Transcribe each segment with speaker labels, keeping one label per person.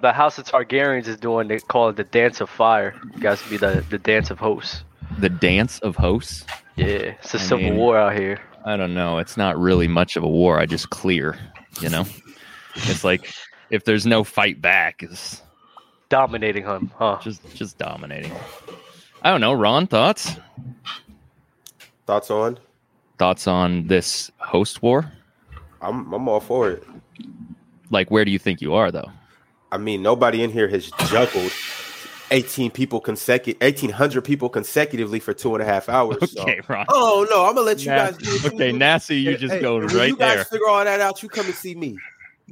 Speaker 1: The House of Targaryens is doing they call it the Dance of Fire. It has to be the, the Dance of Hosts.
Speaker 2: The dance of hosts.
Speaker 1: Yeah, it's a
Speaker 2: I
Speaker 1: civil
Speaker 2: mean-
Speaker 1: war out here.
Speaker 2: I don't know. It's not really much of a war. I just clear. You know, it's like if there's no fight back, it's
Speaker 1: Dominating him, huh?
Speaker 2: just just dominating. I don't know. Ron, thoughts
Speaker 3: Thoughts on?
Speaker 2: thoughts on this host war?
Speaker 3: I'm I'm all for it.
Speaker 2: Like, where do you think you are though?
Speaker 3: I mean, nobody in here has juggled 18 people consecutive, 1800 people consecutively for two and a half hours. so-
Speaker 2: Okay, Ron.
Speaker 3: Oh no, I'm gonna let you
Speaker 2: Nah.
Speaker 3: guys. Do what you
Speaker 2: Okay,
Speaker 3: do.
Speaker 2: Nasty, you just
Speaker 3: Hey,
Speaker 2: go
Speaker 3: when
Speaker 2: right
Speaker 3: you guys
Speaker 2: there.
Speaker 3: Figure all that out. You come and see me.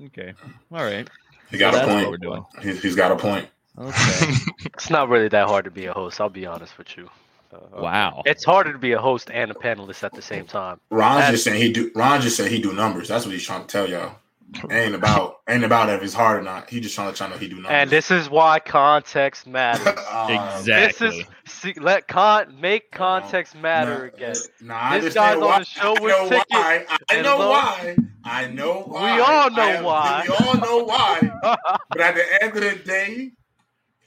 Speaker 2: Okay, all right.
Speaker 4: He got
Speaker 2: That's
Speaker 4: a
Speaker 2: what we're
Speaker 4: point.
Speaker 2: doing.
Speaker 4: He, he's got a point.
Speaker 2: Okay.
Speaker 1: It's not really that hard to be a host. I'll be honest with you.
Speaker 2: wow.
Speaker 1: It's harder to be a host and a panelist at the same time.
Speaker 4: Ron's
Speaker 1: That-
Speaker 4: just saying he do. Ron's just saying he do numbers. That's what he's trying to tell y'all. Ain't about ain't about if it's hard or not. He just trying to try to he do numbers.
Speaker 1: And this is why context matters.
Speaker 4: Uh,
Speaker 2: Exactly.
Speaker 1: this is see, let con make context matter
Speaker 4: nah,
Speaker 1: again.
Speaker 4: Nah, I
Speaker 1: This
Speaker 4: understand
Speaker 1: guy's on
Speaker 4: why.
Speaker 1: the show
Speaker 4: I
Speaker 1: with
Speaker 4: know
Speaker 1: tickets
Speaker 4: why. I
Speaker 1: and
Speaker 4: know
Speaker 1: low-
Speaker 4: why. I know why.
Speaker 1: all know
Speaker 4: I am-
Speaker 1: why.
Speaker 4: We all know why. but at the end of the day,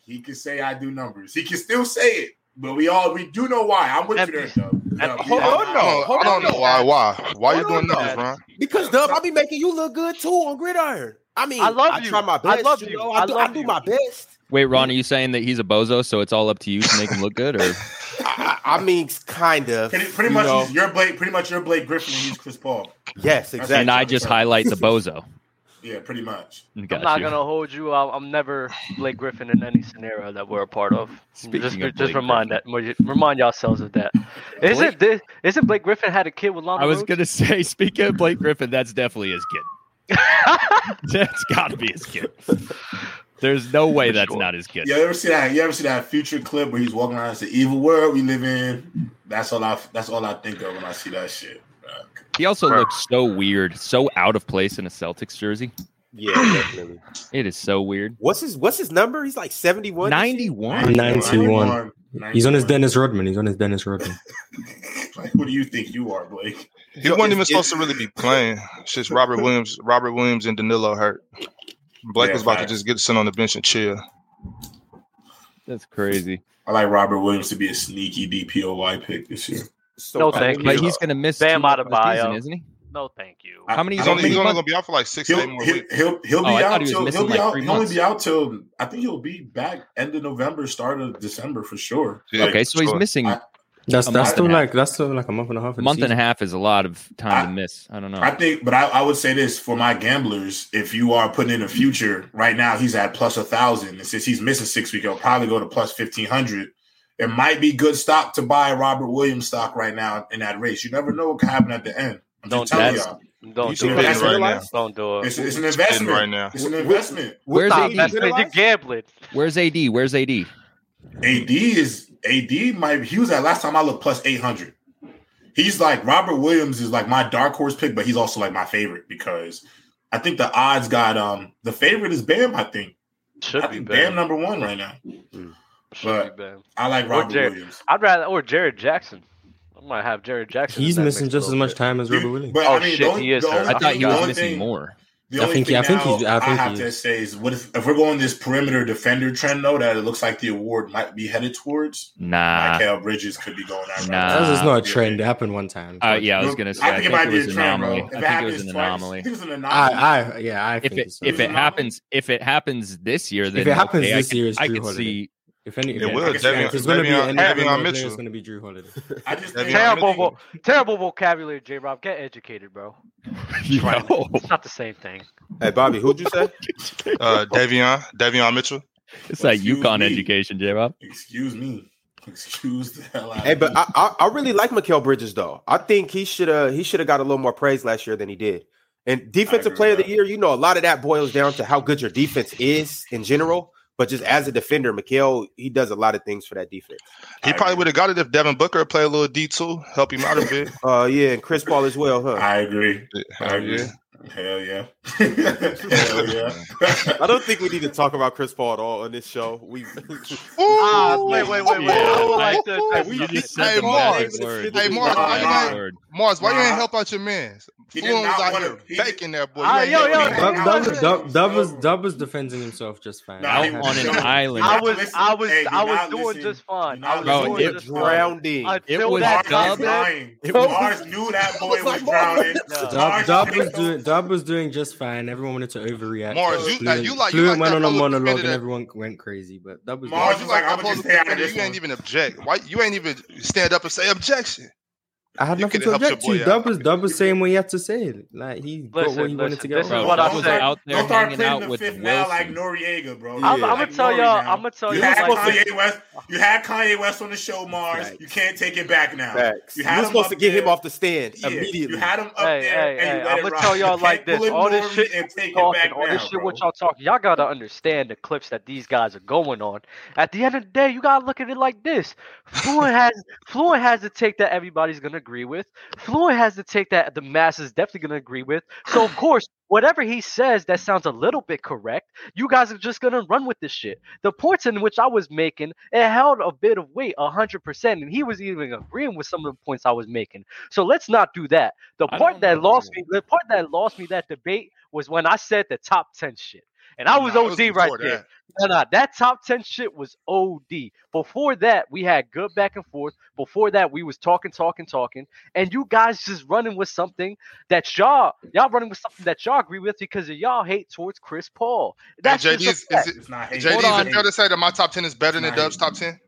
Speaker 4: he can say I do numbers. He can still say it. But we all we do know why. I'm with you there,
Speaker 1: Empty.
Speaker 4: though.
Speaker 1: Empty.
Speaker 4: No,
Speaker 1: Hold on,
Speaker 4: I-
Speaker 5: I don't, I don't know why. Why? Why you
Speaker 1: Hold
Speaker 5: doing
Speaker 1: on,
Speaker 5: numbers,
Speaker 1: guys.
Speaker 5: Ron?
Speaker 3: Because Dub, I'll be making you look good too on Gridiron. I mean,
Speaker 1: I love
Speaker 3: I
Speaker 1: you.
Speaker 3: try my
Speaker 1: I
Speaker 3: best.
Speaker 1: love you.
Speaker 3: you. know?
Speaker 1: I
Speaker 3: I, do,
Speaker 1: love
Speaker 3: I do
Speaker 1: you.
Speaker 3: my best.
Speaker 2: Wait, Ron, are you saying that he's a bozo, so it's all up to you to make him look good, or
Speaker 3: I, I I mean, kind of.
Speaker 4: Pretty, pretty
Speaker 3: you
Speaker 4: much,
Speaker 3: know.
Speaker 4: he's your Blake. Pretty much, your Blake Griffin and he's Chris Paul.
Speaker 3: Yes, exactly.
Speaker 2: and I just highlight the bozo?
Speaker 4: Yeah, pretty much.
Speaker 2: Got
Speaker 1: I'm not
Speaker 2: you.
Speaker 1: gonna hold you. I'm, I'm never Blake Griffin in any scenario that we're a part of.
Speaker 2: Speaking
Speaker 1: just,
Speaker 2: of
Speaker 1: just
Speaker 2: Blake
Speaker 1: remind that. Remind yourselves of that. Isn't this? Isn't Blake Griffin had a kid with Lana?
Speaker 2: I was
Speaker 1: Rhoades?
Speaker 2: gonna say, speaking of Blake Griffin, that's definitely his kid. that's got to be his kid. There's no way that's not his kid.
Speaker 4: You ever see that? You ever see that future clip where he's walking around? It's the evil world we live in. That's all I. That's all I think of when I see that shit. Uh,
Speaker 2: He also looks so weird, so out of place in a Celtics jersey.
Speaker 3: Yeah, definitely.
Speaker 2: It is so weird.
Speaker 3: What's his What's his number? He's like seventy one.
Speaker 2: Ninety-one.
Speaker 6: 91.
Speaker 4: 91.
Speaker 6: He's on his Dennis Rodman. He's on his Dennis Rodman.
Speaker 4: Like, who do you think you are, Blake?
Speaker 5: He wasn't even supposed to really be playing. It's just Robert Williams, Robert Williams and Danilo hurt. Blake
Speaker 4: Yeah,
Speaker 5: was about to
Speaker 4: facts.
Speaker 5: just get sit on the bench and chill.
Speaker 2: That's crazy.
Speaker 4: I like Robert Williams to be a sneaky DPOY pick this year.
Speaker 3: So
Speaker 1: No, thank
Speaker 2: But
Speaker 1: you.
Speaker 2: he's gonna miss
Speaker 1: Bam
Speaker 2: two more
Speaker 1: Adebayo.
Speaker 2: season, isn't he?
Speaker 1: No, thank you.
Speaker 4: I-
Speaker 2: How many?
Speaker 4: I
Speaker 5: He's
Speaker 4: don't
Speaker 5: only,
Speaker 4: think
Speaker 2: how
Speaker 5: he's only
Speaker 2: many
Speaker 5: gonna be out for like six,
Speaker 4: He'll
Speaker 5: eight more
Speaker 4: he'll
Speaker 5: weeks.
Speaker 4: he'll, he'll
Speaker 2: Oh, I
Speaker 4: be
Speaker 2: thought
Speaker 4: out
Speaker 2: he was
Speaker 4: till
Speaker 2: missing,
Speaker 4: he'll be
Speaker 2: like,
Speaker 4: out
Speaker 2: three
Speaker 4: he'll only
Speaker 2: months.
Speaker 4: be out till I think he'll be back end of November, start of December for sure.
Speaker 5: Yeah.
Speaker 2: Okay, so he's
Speaker 5: Sure.
Speaker 2: missing
Speaker 4: I-
Speaker 2: a
Speaker 6: That's
Speaker 2: A
Speaker 6: that's
Speaker 2: month and
Speaker 6: still
Speaker 2: a half.
Speaker 6: like that's still like a month and a half. of the
Speaker 2: month and a
Speaker 6: season.
Speaker 2: half is a lot of time
Speaker 4: I-
Speaker 2: to miss. I don't know.
Speaker 4: I think, but I, I would say this for my gamblers: if you are putting in a future right now, he's at plus a thousand, and since he's missing six weeks, he'll probably go to plus fifteen hundred. It might be good stock to buy Robert Williams stock right now in that race. You never know what can happen at the end. I'm
Speaker 1: Don't
Speaker 4: just telling
Speaker 2: that's-
Speaker 4: y'all,
Speaker 1: Don't do
Speaker 5: You
Speaker 4: should
Speaker 1: it.
Speaker 4: be-
Speaker 5: spitting right now.
Speaker 1: Don't do it.
Speaker 4: it's, it's an
Speaker 5: You're spitting
Speaker 4: investment.
Speaker 5: right now.
Speaker 4: It's an investment.
Speaker 2: Where's
Speaker 1: Stop
Speaker 2: AD?
Speaker 1: that. You're gambling.
Speaker 2: Where's AD? Where's AD?
Speaker 4: AD is AD might he was at last time I looked plus eight hundred. He's like Robert Williams is like my dark horse pick, but he's also like my favorite because I think the odds got um the favorite is Bam. I think I
Speaker 1: Should be
Speaker 4: think
Speaker 1: Bam.
Speaker 4: Bam number one right now.
Speaker 1: Should be Bam.
Speaker 4: I like
Speaker 1: Or
Speaker 4: Robert
Speaker 1: Jared.
Speaker 4: Williams.
Speaker 1: I'd rather or Jared Jackson. I might have Jared Jackson.
Speaker 6: He's
Speaker 1: in that
Speaker 6: missing
Speaker 1: mix
Speaker 6: just as
Speaker 1: a little
Speaker 6: much time as
Speaker 4: Dude,
Speaker 6: Robert
Speaker 2: Uh,
Speaker 6: Williams.
Speaker 4: But
Speaker 1: Oh,
Speaker 4: I mean,
Speaker 1: shit,
Speaker 4: the only,
Speaker 1: he is
Speaker 4: the
Speaker 1: hurt.
Speaker 4: only
Speaker 2: I thought
Speaker 4: thing-
Speaker 2: he
Speaker 4: the
Speaker 2: was
Speaker 4: only
Speaker 2: missing
Speaker 4: thing-
Speaker 2: more.
Speaker 4: The
Speaker 6: I
Speaker 4: only
Speaker 6: think-
Speaker 4: thing
Speaker 6: yeah, I think
Speaker 4: now
Speaker 6: he's- I think
Speaker 4: have
Speaker 6: he
Speaker 4: to
Speaker 6: is.
Speaker 4: say is what if, if we're going this perimeter defender trend though that it looks like the award might be headed towards.
Speaker 2: Nah.
Speaker 4: Mikal Bridges could be going out.
Speaker 2: Nah.
Speaker 6: That's just
Speaker 2: Uh,
Speaker 6: not a trend. It happened one time.
Speaker 2: Uh, yeah, I was gonna say. I
Speaker 4: think
Speaker 2: think,
Speaker 4: it might
Speaker 2: it
Speaker 4: be
Speaker 2: was
Speaker 4: a
Speaker 2: an
Speaker 4: trend, bro.
Speaker 2: anomaly.
Speaker 4: If it
Speaker 2: I think it was
Speaker 4: happens
Speaker 2: an
Speaker 4: twice-
Speaker 2: anomaly.
Speaker 4: I think it was an anomaly.
Speaker 6: I, I yeah, I
Speaker 2: If
Speaker 6: think
Speaker 2: it
Speaker 6: so.
Speaker 2: if it
Speaker 4: anomaly.
Speaker 2: happens if it happens this year, then
Speaker 6: it happens
Speaker 2: okay, I
Speaker 6: this
Speaker 2: can-
Speaker 6: year, it's
Speaker 2: I
Speaker 6: Drew
Speaker 2: can
Speaker 6: Holiday.
Speaker 2: see.
Speaker 6: if any,
Speaker 5: It
Speaker 4: Yeah,
Speaker 5: will.
Speaker 4: I guess
Speaker 5: Davion,
Speaker 4: if
Speaker 6: it's gonna be
Speaker 5: Davion,
Speaker 6: an NBA
Speaker 5: Davion
Speaker 6: player, it's
Speaker 5: Mitchell.
Speaker 6: gonna be Drew Holiday.
Speaker 4: I just
Speaker 5: That'd
Speaker 4: think
Speaker 5: be
Speaker 1: Terrible,
Speaker 5: Mitchell.
Speaker 1: vo- terrible vocabulary, J. Rob. Get educated, bro.
Speaker 2: Yo,
Speaker 1: It's not the same thing.
Speaker 3: Hey Bobby, who'd you say?
Speaker 5: Uh, Davion, Davion Mitchell.
Speaker 2: it's like
Speaker 4: Excuse
Speaker 2: Yukon
Speaker 4: me.
Speaker 2: education, J Rob.
Speaker 4: Excuse me. Excuse the hell out.
Speaker 3: hey,
Speaker 4: of
Speaker 3: but
Speaker 4: me.
Speaker 3: I, I I really like Mikael Bridges though. I think he should have he should have got a little more praise last year than he did. And defensive
Speaker 4: with
Speaker 3: player of the
Speaker 4: that.
Speaker 3: year, you know, a lot of that boils down to how good your defense is in general. But just as a defender, Mikael, he does a lot of things for that defense.
Speaker 5: He
Speaker 4: I
Speaker 5: probably
Speaker 4: agree.
Speaker 5: would have got it if Devin Booker played a little D two, help him out a bit.
Speaker 3: Uh yeah, and Chris Paul as well, huh?
Speaker 4: I agree. I
Speaker 5: Hell
Speaker 4: agree.
Speaker 5: yeah.
Speaker 4: Hell yeah. hell yeah.
Speaker 3: I don't think we need to talk about Chris Paul at all on this show. We
Speaker 1: Ah, wait, wait, wait, wait. I would like to address
Speaker 5: Ooh.
Speaker 1: something.
Speaker 5: Hey, Mars. Hey, Mars, why you ain't help out your man?
Speaker 4: He did
Speaker 5: Fluent was
Speaker 4: not
Speaker 5: out
Speaker 4: want
Speaker 5: here
Speaker 4: to. He, did-
Speaker 5: baking that boy.
Speaker 1: Ah,
Speaker 5: Like,
Speaker 1: yo, yo,
Speaker 5: that-
Speaker 6: Dub, Dub, was- Dub, Dub was
Speaker 4: No.
Speaker 6: Dub was defending himself just fine.
Speaker 4: No,
Speaker 6: I
Speaker 2: out
Speaker 4: he
Speaker 6: had-
Speaker 2: on an
Speaker 4: Sure.
Speaker 2: island.
Speaker 4: Nah,
Speaker 1: I was,
Speaker 4: listen.
Speaker 1: I was,
Speaker 4: Hey, do
Speaker 1: I was
Speaker 4: not
Speaker 1: doing
Speaker 4: listen.
Speaker 1: just fine.
Speaker 4: Do
Speaker 1: I was
Speaker 4: not
Speaker 2: listen.
Speaker 1: doing
Speaker 2: Bro,
Speaker 1: just
Speaker 2: it
Speaker 1: fine.
Speaker 3: Drowning.
Speaker 1: Until
Speaker 2: was
Speaker 1: that
Speaker 4: Lars
Speaker 2: dub
Speaker 4: was
Speaker 2: it.
Speaker 1: comment.
Speaker 4: lying.
Speaker 2: It was-
Speaker 4: Lars knew that boy was drowning.
Speaker 1: No.
Speaker 6: Dub,
Speaker 4: Lars
Speaker 6: Dub
Speaker 4: knew-
Speaker 6: was doing Dub was doing just fine. Everyone wanted to overreact.
Speaker 5: Mars, you- uh,
Speaker 6: Fluent-
Speaker 5: you like- you like
Speaker 6: Fluent went
Speaker 5: that
Speaker 6: on a
Speaker 5: public
Speaker 6: monologue
Speaker 5: defender
Speaker 6: and
Speaker 5: that-
Speaker 6: everyone went crazy, but Dub was
Speaker 4: Mars
Speaker 5: Mars,
Speaker 6: doing-
Speaker 4: was
Speaker 5: you
Speaker 4: like,
Speaker 5: like, I'm
Speaker 4: I'ma
Speaker 5: supposed
Speaker 4: just
Speaker 5: to
Speaker 4: stay out of
Speaker 5: defend
Speaker 4: this
Speaker 5: it. You ain't
Speaker 4: one.
Speaker 5: even object. Why you ain't even stand up and say objection?
Speaker 6: I had
Speaker 5: you
Speaker 6: nothing to
Speaker 5: could've helped your
Speaker 6: object to.
Speaker 5: boy
Speaker 6: Dub
Speaker 5: out.
Speaker 6: was Dub was saying what he had to say. Like he got
Speaker 1: Listen,
Speaker 6: what he wanted
Speaker 1: listen,
Speaker 6: to get.
Speaker 1: this is
Speaker 6: across.
Speaker 2: Bro,
Speaker 1: what
Speaker 2: Dub
Speaker 1: I'm
Speaker 2: was
Speaker 1: saying.
Speaker 2: out there
Speaker 4: Don't start
Speaker 2: hanging
Speaker 4: playing
Speaker 2: out
Speaker 4: the
Speaker 2: with
Speaker 4: fifth now like
Speaker 2: Wilson.
Speaker 4: Noriega, bro.
Speaker 3: Yeah.
Speaker 1: I'm,
Speaker 3: I'm
Speaker 1: I'm gonna tell y'all. I'm gonna tell
Speaker 4: You
Speaker 1: you.
Speaker 4: had
Speaker 1: Like,
Speaker 3: supposed
Speaker 4: Kanye West. You had Kanye West on the show, Mars.
Speaker 3: Facts.
Speaker 4: You can't take it back now.
Speaker 3: Facts.
Speaker 4: You
Speaker 3: You
Speaker 4: had
Speaker 3: were
Speaker 4: him
Speaker 3: supposed
Speaker 4: up
Speaker 3: to get him
Speaker 4: there.
Speaker 3: off the stand
Speaker 4: Yeah,
Speaker 3: immediately.
Speaker 4: You had him up
Speaker 1: Hey,
Speaker 4: there,
Speaker 1: hey,
Speaker 4: and
Speaker 1: hey,
Speaker 4: you let
Speaker 1: I'm
Speaker 4: it
Speaker 1: gonna
Speaker 4: ride.
Speaker 1: tell y'all
Speaker 4: You
Speaker 1: like
Speaker 4: can't
Speaker 1: this.
Speaker 4: pull it
Speaker 1: All this
Speaker 4: normally
Speaker 1: shit
Speaker 4: and
Speaker 1: you
Speaker 4: take it
Speaker 1: talking,
Speaker 4: back
Speaker 1: all
Speaker 4: now,
Speaker 1: this shit
Speaker 4: bro.
Speaker 1: what y'all talking, y'all gotta understand the clips that these guys are going on. At the end of the day, you gotta look at it like this. Fluent has Fluent has to take that everybody's gonna agree with. Fluent has to take that the masses definitely gonna agree with. So of course, whatever he says that sounds a little bit correct, you guys are just gonna run with this shit. The points in which I was making, it held a bit of weight, hundred percent, and he was even agreeing with some of the points I was making. So let's not do that. The
Speaker 2: I
Speaker 1: part
Speaker 2: don't
Speaker 1: that
Speaker 2: know.
Speaker 1: lost me, the part that lost me that debate was when I said the top ten shit, and I was
Speaker 5: Nah, it
Speaker 1: OD right
Speaker 5: before
Speaker 1: there.
Speaker 5: that.
Speaker 1: No, no, that top ten shit was OD. Before that, we had good back and forth. Before that, we was talking, talking, talking, and you guys just running with something that y'all y'all running with something that y'all agree with because of y'all hate towards Chris Paul. That's
Speaker 5: and
Speaker 1: just a
Speaker 5: JD's,
Speaker 1: fact.
Speaker 5: is it,
Speaker 4: It's not hate.
Speaker 5: JD's
Speaker 2: Hold
Speaker 5: is
Speaker 2: on.
Speaker 5: it fair to say that my top 10 is better than
Speaker 4: Nah.
Speaker 5: Dub's top 10?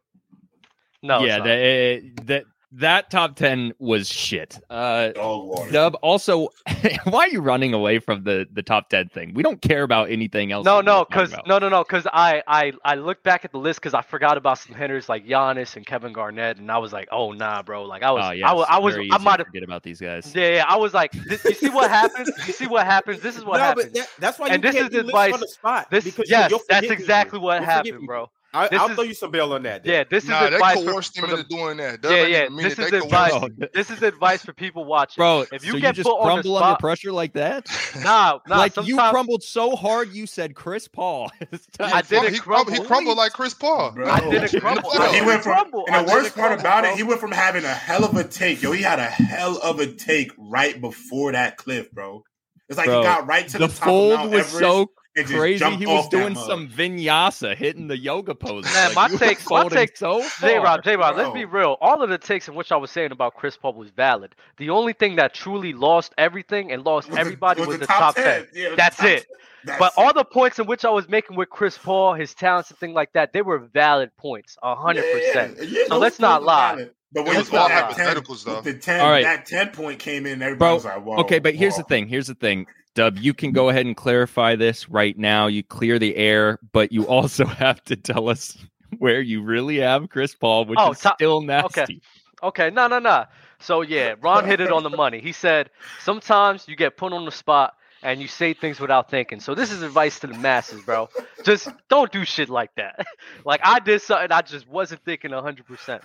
Speaker 1: no,
Speaker 2: yeah,
Speaker 1: yeah,
Speaker 2: that, eh, that that top ten was shit. Uh,
Speaker 4: Dog water.
Speaker 2: Dub, also, why are you running away from the the top ten thing? We don't care about anything else.
Speaker 1: no,
Speaker 2: that we were
Speaker 1: no,
Speaker 2: talking
Speaker 1: because
Speaker 2: about.
Speaker 1: no, no, no, because I, I, I looked back at the list because I forgot about some hitters like Giannis and Kevin Garnett, and I was like, oh nah, bro, like I was,
Speaker 2: Oh,
Speaker 1: I
Speaker 2: yeah,
Speaker 1: wa- I was,
Speaker 2: very
Speaker 1: I
Speaker 2: easy
Speaker 1: might
Speaker 2: to
Speaker 1: have.
Speaker 2: forget about these guys.
Speaker 1: Yeah, yeah, I was like, this, you see what happens? You see what happens? This is what
Speaker 3: no,
Speaker 1: happens.
Speaker 3: but that, that's why
Speaker 1: And
Speaker 3: you
Speaker 1: this
Speaker 3: can't
Speaker 1: is
Speaker 3: do lists
Speaker 1: advice.
Speaker 3: on the spot.
Speaker 1: this,
Speaker 3: because
Speaker 1: yes,
Speaker 3: you'll forget
Speaker 1: that's
Speaker 3: people.
Speaker 1: exactly what
Speaker 3: You'll forget
Speaker 1: happened,
Speaker 3: people.
Speaker 1: bro.
Speaker 3: I,
Speaker 1: This
Speaker 3: I'll
Speaker 1: is-
Speaker 3: throw you some bail on that. then.
Speaker 1: Yeah, this is
Speaker 5: Nah, they
Speaker 1: advice for,
Speaker 5: coerced him
Speaker 1: for the-
Speaker 5: into doing that. Dub
Speaker 1: Yeah,
Speaker 5: ain't
Speaker 1: yeah,
Speaker 5: even mean
Speaker 1: this
Speaker 5: it. They
Speaker 1: is
Speaker 5: coerced
Speaker 1: advice.
Speaker 5: him.
Speaker 2: Bro,
Speaker 1: this is advice for people watching.
Speaker 2: bro,
Speaker 1: if you
Speaker 2: so
Speaker 1: get
Speaker 2: you just
Speaker 1: put on the
Speaker 2: crumble under
Speaker 1: spot-
Speaker 2: pressure like that?
Speaker 1: Nah, nah,
Speaker 2: like you
Speaker 1: sometimes
Speaker 2: crumbled so hard, you said Chris Paul. It's
Speaker 1: I
Speaker 2: tough.
Speaker 5: He crumb-
Speaker 1: didn't
Speaker 5: he, crumbled,
Speaker 1: crumble.
Speaker 5: he crumbled like Chris Paul.
Speaker 4: Bro.
Speaker 1: I didn't crumble.
Speaker 5: He
Speaker 1: bro.
Speaker 4: went from-
Speaker 1: crumble. I
Speaker 4: And the
Speaker 1: didn't
Speaker 4: worst part
Speaker 1: crumble,
Speaker 4: about
Speaker 1: bro.
Speaker 4: it, he went from having a hell of a take. Yo, he had a hell of a take right before that cliff, bro. It's like
Speaker 2: Bro,
Speaker 4: he got right to the,
Speaker 2: the
Speaker 4: top of
Speaker 2: fold
Speaker 4: Mount
Speaker 2: was
Speaker 4: Everest
Speaker 2: so
Speaker 4: and just
Speaker 2: crazy.
Speaker 4: jumped
Speaker 2: He was
Speaker 4: off that
Speaker 2: doing
Speaker 4: mug.
Speaker 2: some vinyasa, hitting the yoga pose.
Speaker 1: Man, my takes- my takes-
Speaker 2: so
Speaker 1: J Rob,
Speaker 2: far.
Speaker 1: J Rob, let's
Speaker 4: Bro.
Speaker 1: be real. All of the takes in which I was saying about Chris Paul was valid. The only thing that truly lost everything and lost
Speaker 4: With the-
Speaker 1: everybody
Speaker 4: with
Speaker 1: was the, top 10.
Speaker 4: Yeah, with the
Speaker 1: That's
Speaker 4: top
Speaker 1: it.
Speaker 4: 10. That's
Speaker 1: But
Speaker 4: it.
Speaker 1: all the points in which I was making with Chris Paul, his talents and thing like that, they were valid points, a hundred percent.
Speaker 4: Yeah, yeah, yeah,
Speaker 1: So
Speaker 4: those
Speaker 1: let's not
Speaker 4: points are
Speaker 1: lie.
Speaker 4: valid. But
Speaker 5: It
Speaker 4: when you
Speaker 5: was
Speaker 4: put
Speaker 5: all
Speaker 4: that 10,
Speaker 5: hypotheticals, though.
Speaker 4: with the 10,
Speaker 2: All right.
Speaker 4: that 10 point came in, everybody
Speaker 2: Bro,
Speaker 4: was like, whoa.
Speaker 2: okay, but here's the
Speaker 1: Oh.
Speaker 4: whoa.
Speaker 2: thing. Here's the thing, Dub. You can go ahead and clarify this right now. You clear the air, but you also have to tell us where you really have Chris Paul, which
Speaker 1: Oh,
Speaker 2: is
Speaker 1: top-
Speaker 2: still nasty.
Speaker 1: okay. Okay, no, no, no. So yeah, Ron hit it on the money. He said sometimes you get put on the spot and you say things without thinking. So this is advice to the masses, bro. Just don't do shit like that. Like I did something I just wasn't thinking hundred percent.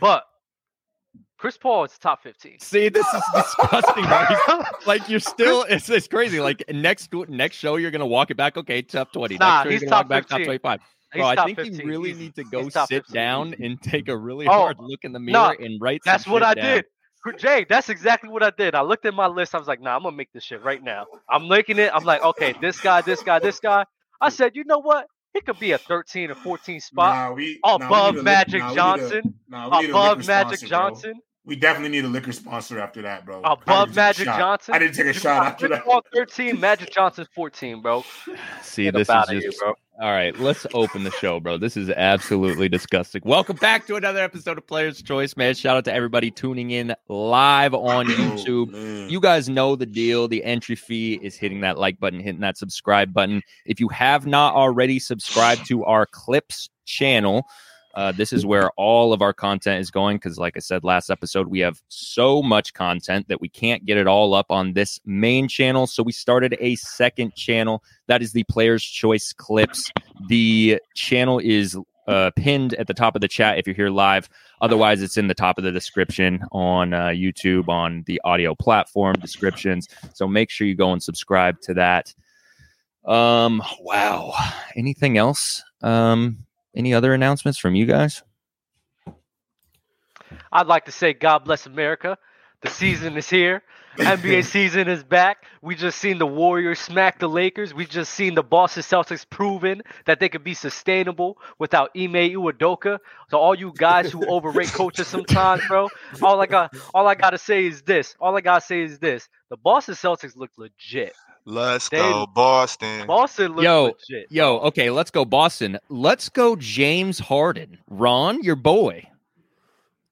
Speaker 1: But Chris Paul is top fifteen.
Speaker 2: See, this is disgusting. right? like you're still, it's, it's crazy. Like next next show, you're gonna walk it back. Okay, top twenty.
Speaker 1: Nah,
Speaker 2: next show,
Speaker 1: he's
Speaker 2: you're gonna walk
Speaker 1: top
Speaker 2: back top
Speaker 1: 15.
Speaker 2: twenty-five.
Speaker 1: He's
Speaker 2: Bro, I
Speaker 1: top
Speaker 2: think
Speaker 1: 15.
Speaker 2: you really
Speaker 1: He's-
Speaker 2: need to go
Speaker 1: he's top
Speaker 2: sit
Speaker 1: 15.
Speaker 2: down and take a really
Speaker 1: Oh,
Speaker 2: hard look in the mirror
Speaker 1: nah,
Speaker 2: and write. some
Speaker 1: That's what
Speaker 2: shit
Speaker 1: I
Speaker 2: down.
Speaker 1: did. Cr- Jay, that's exactly what I did. I looked at my list. I was like, nah, I'm going to make this shit right now. I'm making it. I'm like, okay, this guy, this guy, this guy. I said, you know what? It could be a 13 or 14 spot
Speaker 4: Nah, we, nah, we
Speaker 1: above
Speaker 4: need a liquor-
Speaker 1: Magic
Speaker 4: nah, we need a-
Speaker 1: Johnson,
Speaker 4: nah, we need a
Speaker 1: above
Speaker 4: liquor
Speaker 1: Magic
Speaker 4: sponsor, bro.
Speaker 1: Johnson,
Speaker 4: We definitely need a liquor sponsor after that, bro. I didn't
Speaker 1: above
Speaker 4: take a
Speaker 1: Magic
Speaker 4: shot.
Speaker 1: Johnson.
Speaker 4: I didn't take a
Speaker 1: You
Speaker 4: shot
Speaker 1: got
Speaker 4: after
Speaker 1: Chris
Speaker 4: that.
Speaker 1: Paul 13, Magic Johnson 14, bro.
Speaker 2: See,
Speaker 1: Get
Speaker 2: this is
Speaker 1: up
Speaker 2: just
Speaker 1: outta here, bro.
Speaker 2: all right. Let's open the show, bro. This is absolutely disgusting. Welcome back to another episode of Players Choice, man. Shout out to everybody tuning in live on YouTube.
Speaker 4: Mm.
Speaker 2: You guys know the deal. The entry fee is hitting that like button, hitting that subscribe button. If you have not already subscribed to our clips channel, uh, this is where all of our content is going because, like I said last episode, we have so much content that we can't get it all up on this main channel. So we started a second channel. That is the Player's Choice Clips. The channel is uh, pinned at the top of the chat if you're here live. Otherwise, it's in the top of the description on uh, YouTube, on the audio platform descriptions. So make sure you go and subscribe to that. Um, wow. Anything else? Um, any other announcements from you guys?
Speaker 1: I'd like to say God bless America. The season is here. NBA season is back. We just seen the Warriors smack the Lakers. We just seen the Boston Celtics proving that they could be sustainable without Ime Udoka. So all you guys who overrate coaches sometimes, bro, all I got all I gotta say is this. All I gotta say is this. The Boston Celtics look legit.
Speaker 5: Let's
Speaker 1: They-
Speaker 5: go, Boston.
Speaker 1: Boston looks
Speaker 2: Yo,
Speaker 1: legit.
Speaker 2: Yo, okay, let's go Boston. Let's go James Harden. Ron, your boy.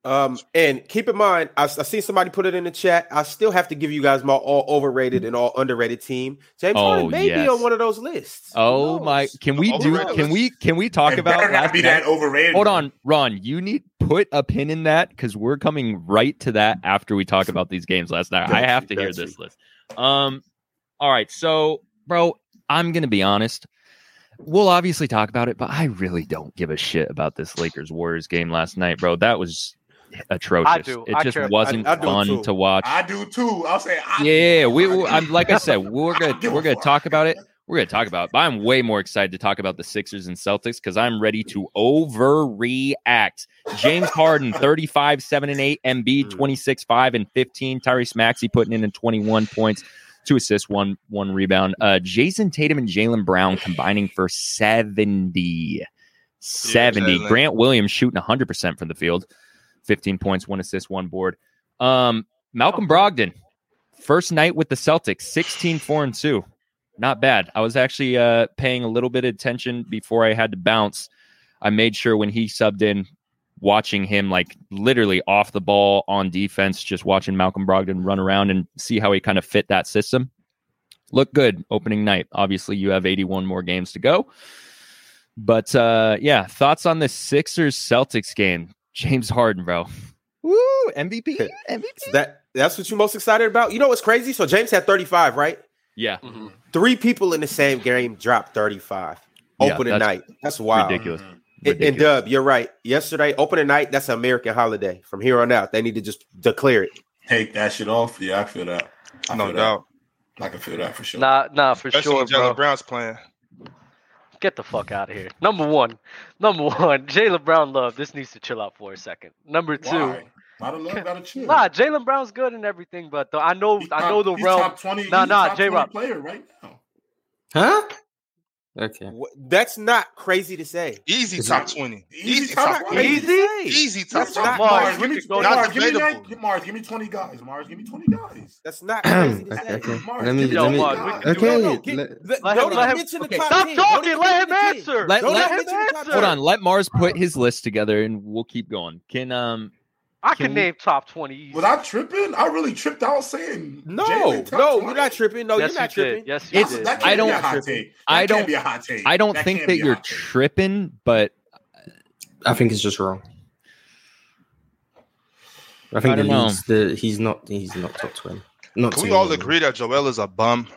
Speaker 3: Um, and keep in mind, I, I see somebody put it in the chat. I still have to give you guys my all overrated and all underrated team. James
Speaker 2: Oh,
Speaker 3: Harden may
Speaker 2: yes.
Speaker 3: be on one of those lists. Who
Speaker 2: Oh my!
Speaker 3: knows?
Speaker 2: Can we do?
Speaker 5: Overrated.
Speaker 2: Can we? Can we talk
Speaker 4: It
Speaker 2: about?
Speaker 4: better not
Speaker 2: last
Speaker 4: be that
Speaker 2: night?
Speaker 4: overrated.
Speaker 2: Hold on, Ron. You need put a pin in that because we're coming right to that after we talk about these games last night. I
Speaker 3: Gotcha,
Speaker 2: have to hear
Speaker 3: gotcha.
Speaker 2: this list. Um, all right, so bro, I'm gonna be honest. We'll obviously talk about it, but I really don't give a shit about this Lakers Warriors game last night, bro. That was atrocious.
Speaker 1: do.
Speaker 2: It
Speaker 1: I
Speaker 2: just
Speaker 1: care- I-
Speaker 2: wasn't
Speaker 3: I do
Speaker 2: fun
Speaker 3: too.
Speaker 2: to watch.
Speaker 4: I do too. I'll say. I
Speaker 2: Yeah, we. we-
Speaker 4: do.
Speaker 2: I'm like I said, we're
Speaker 4: I
Speaker 2: gonna
Speaker 4: don't give a
Speaker 2: we're gonna
Speaker 4: fuck.
Speaker 2: talk about it. We're gonna talk about it. But I'm way more excited to talk about the Sixers and Celtics because I'm ready to overreact. James Harden, 35, 7 and 8,
Speaker 4: Hmm.
Speaker 2: MB, 26, 5 and 15. Tyrese Maxey putting in in 21 points, two assists, one one rebound. Uh Jason Tatum and Jalen Brown combining for 70. 70.
Speaker 5: Jalen.
Speaker 2: Grant Williams shooting 100 percent from the field. 15 points, one assist, one board. Um, Malcolm Brogdon, first night with the Celtics, 16 4 and 2. Not bad. I was actually uh, paying a little bit of attention before I had to bounce. I made sure when he subbed in, watching him like literally off the ball on defense, just watching Malcolm Brogdon run around and see how he kind of fit that system. Look good opening night. Obviously, you have 81 more games to go. But uh, yeah, thoughts on the Sixers Celtics game? James Harden, bro. Woo, MVP, MVP.
Speaker 3: So that that's what you're most excited about. You know what's crazy? So James had 35, right?
Speaker 2: Yeah,
Speaker 3: Three people in the same game dropped 35.
Speaker 2: Yeah,
Speaker 3: Opening
Speaker 2: that's
Speaker 3: night. That's wild.
Speaker 2: ridiculous.
Speaker 4: Mm-hmm.
Speaker 3: And- And
Speaker 2: ridiculous.
Speaker 3: Dub, you're right. Yesterday, opening night, that's an American holiday. From here on out, they need to just declare it.
Speaker 4: Take that shit off. Yeah, I feel that. I
Speaker 5: No
Speaker 4: feel
Speaker 5: doubt.
Speaker 4: That. I can feel that for sure.
Speaker 1: Nah, nah, for
Speaker 5: Especially
Speaker 1: sure,
Speaker 5: when Jalen
Speaker 1: bro.
Speaker 5: Brown's playing.
Speaker 1: Get the fuck out of here. Number one, number one, Jalen Brown love. This needs to chill out for a second. Number two,
Speaker 4: Why? Why the love gotta chill?
Speaker 1: nah, Jalen Brown's good and everything, but though I know,
Speaker 4: He's
Speaker 1: I
Speaker 4: top-
Speaker 1: know the
Speaker 4: he's
Speaker 1: realm.
Speaker 4: Top 20,
Speaker 1: Nah,
Speaker 4: he's a
Speaker 1: nah,
Speaker 4: top
Speaker 1: J-Rob.
Speaker 4: 20 player right now.
Speaker 6: Huh? Okay.
Speaker 3: Wh- That's not crazy to say.
Speaker 5: Easy
Speaker 6: Is
Speaker 5: top
Speaker 6: it-
Speaker 5: twenty.
Speaker 4: Easy
Speaker 5: Easy
Speaker 4: top
Speaker 5: top
Speaker 4: twenty.
Speaker 5: twenty.
Speaker 1: Easy?
Speaker 5: Easy top
Speaker 3: That's
Speaker 5: twenty.
Speaker 3: not
Speaker 1: Mars,
Speaker 3: crazy.
Speaker 1: give me-
Speaker 3: to go-
Speaker 1: Not
Speaker 5: Mars,
Speaker 4: Mars,
Speaker 5: give
Speaker 4: give
Speaker 5: me
Speaker 4: me
Speaker 5: debatable. nine-
Speaker 4: Mars, give me twenty guys. Mars, give me twenty guys.
Speaker 3: That's not
Speaker 6: okay.
Speaker 3: crazy to say.
Speaker 6: okay.
Speaker 4: Mark,
Speaker 6: Let me
Speaker 4: give
Speaker 1: Yo,
Speaker 6: let me.
Speaker 1: Mark,
Speaker 4: we
Speaker 3: No,
Speaker 4: can do that.
Speaker 6: Okay.
Speaker 3: no, get-
Speaker 6: let-
Speaker 3: let-
Speaker 1: Let
Speaker 3: don't
Speaker 1: him-
Speaker 3: even
Speaker 1: let him-
Speaker 3: mention the
Speaker 2: okay.
Speaker 3: top
Speaker 1: Stop
Speaker 3: 10. Don't
Speaker 1: talking.
Speaker 3: even
Speaker 1: Let him
Speaker 3: mention the
Speaker 1: answer.
Speaker 2: Let-
Speaker 1: Don't let
Speaker 2: let-
Speaker 1: him
Speaker 3: Hold
Speaker 4: uh,
Speaker 1: answer.
Speaker 2: Hold on, let Mars put his list together, and we'll keep going. Can um,
Speaker 1: I can
Speaker 2: Can we-
Speaker 1: name top twenty. easy.
Speaker 4: Was I tripping? I really tripped out saying
Speaker 3: No,
Speaker 4: Jalen top
Speaker 3: no,
Speaker 4: 20?
Speaker 3: you're not tripping. No,
Speaker 1: yes,
Speaker 3: you're not
Speaker 1: you
Speaker 3: tripping.
Speaker 1: did. Yes, you
Speaker 4: That's-
Speaker 2: It's-
Speaker 1: did.
Speaker 4: that can't
Speaker 2: I don't-
Speaker 4: Be a hot take. That
Speaker 2: I
Speaker 4: can't
Speaker 2: don't-
Speaker 4: Be a hot take.
Speaker 2: I don't
Speaker 4: That
Speaker 2: think
Speaker 4: can't
Speaker 2: that
Speaker 4: be a
Speaker 2: you're
Speaker 4: hot take.
Speaker 2: tripping, but
Speaker 6: I think it's just wrong. I think
Speaker 2: I don't
Speaker 6: the
Speaker 2: know.
Speaker 6: league's- the- he's not he's not top twenty. Not
Speaker 5: Can we
Speaker 6: to
Speaker 5: all
Speaker 6: me.
Speaker 5: agree that Joel is a bum?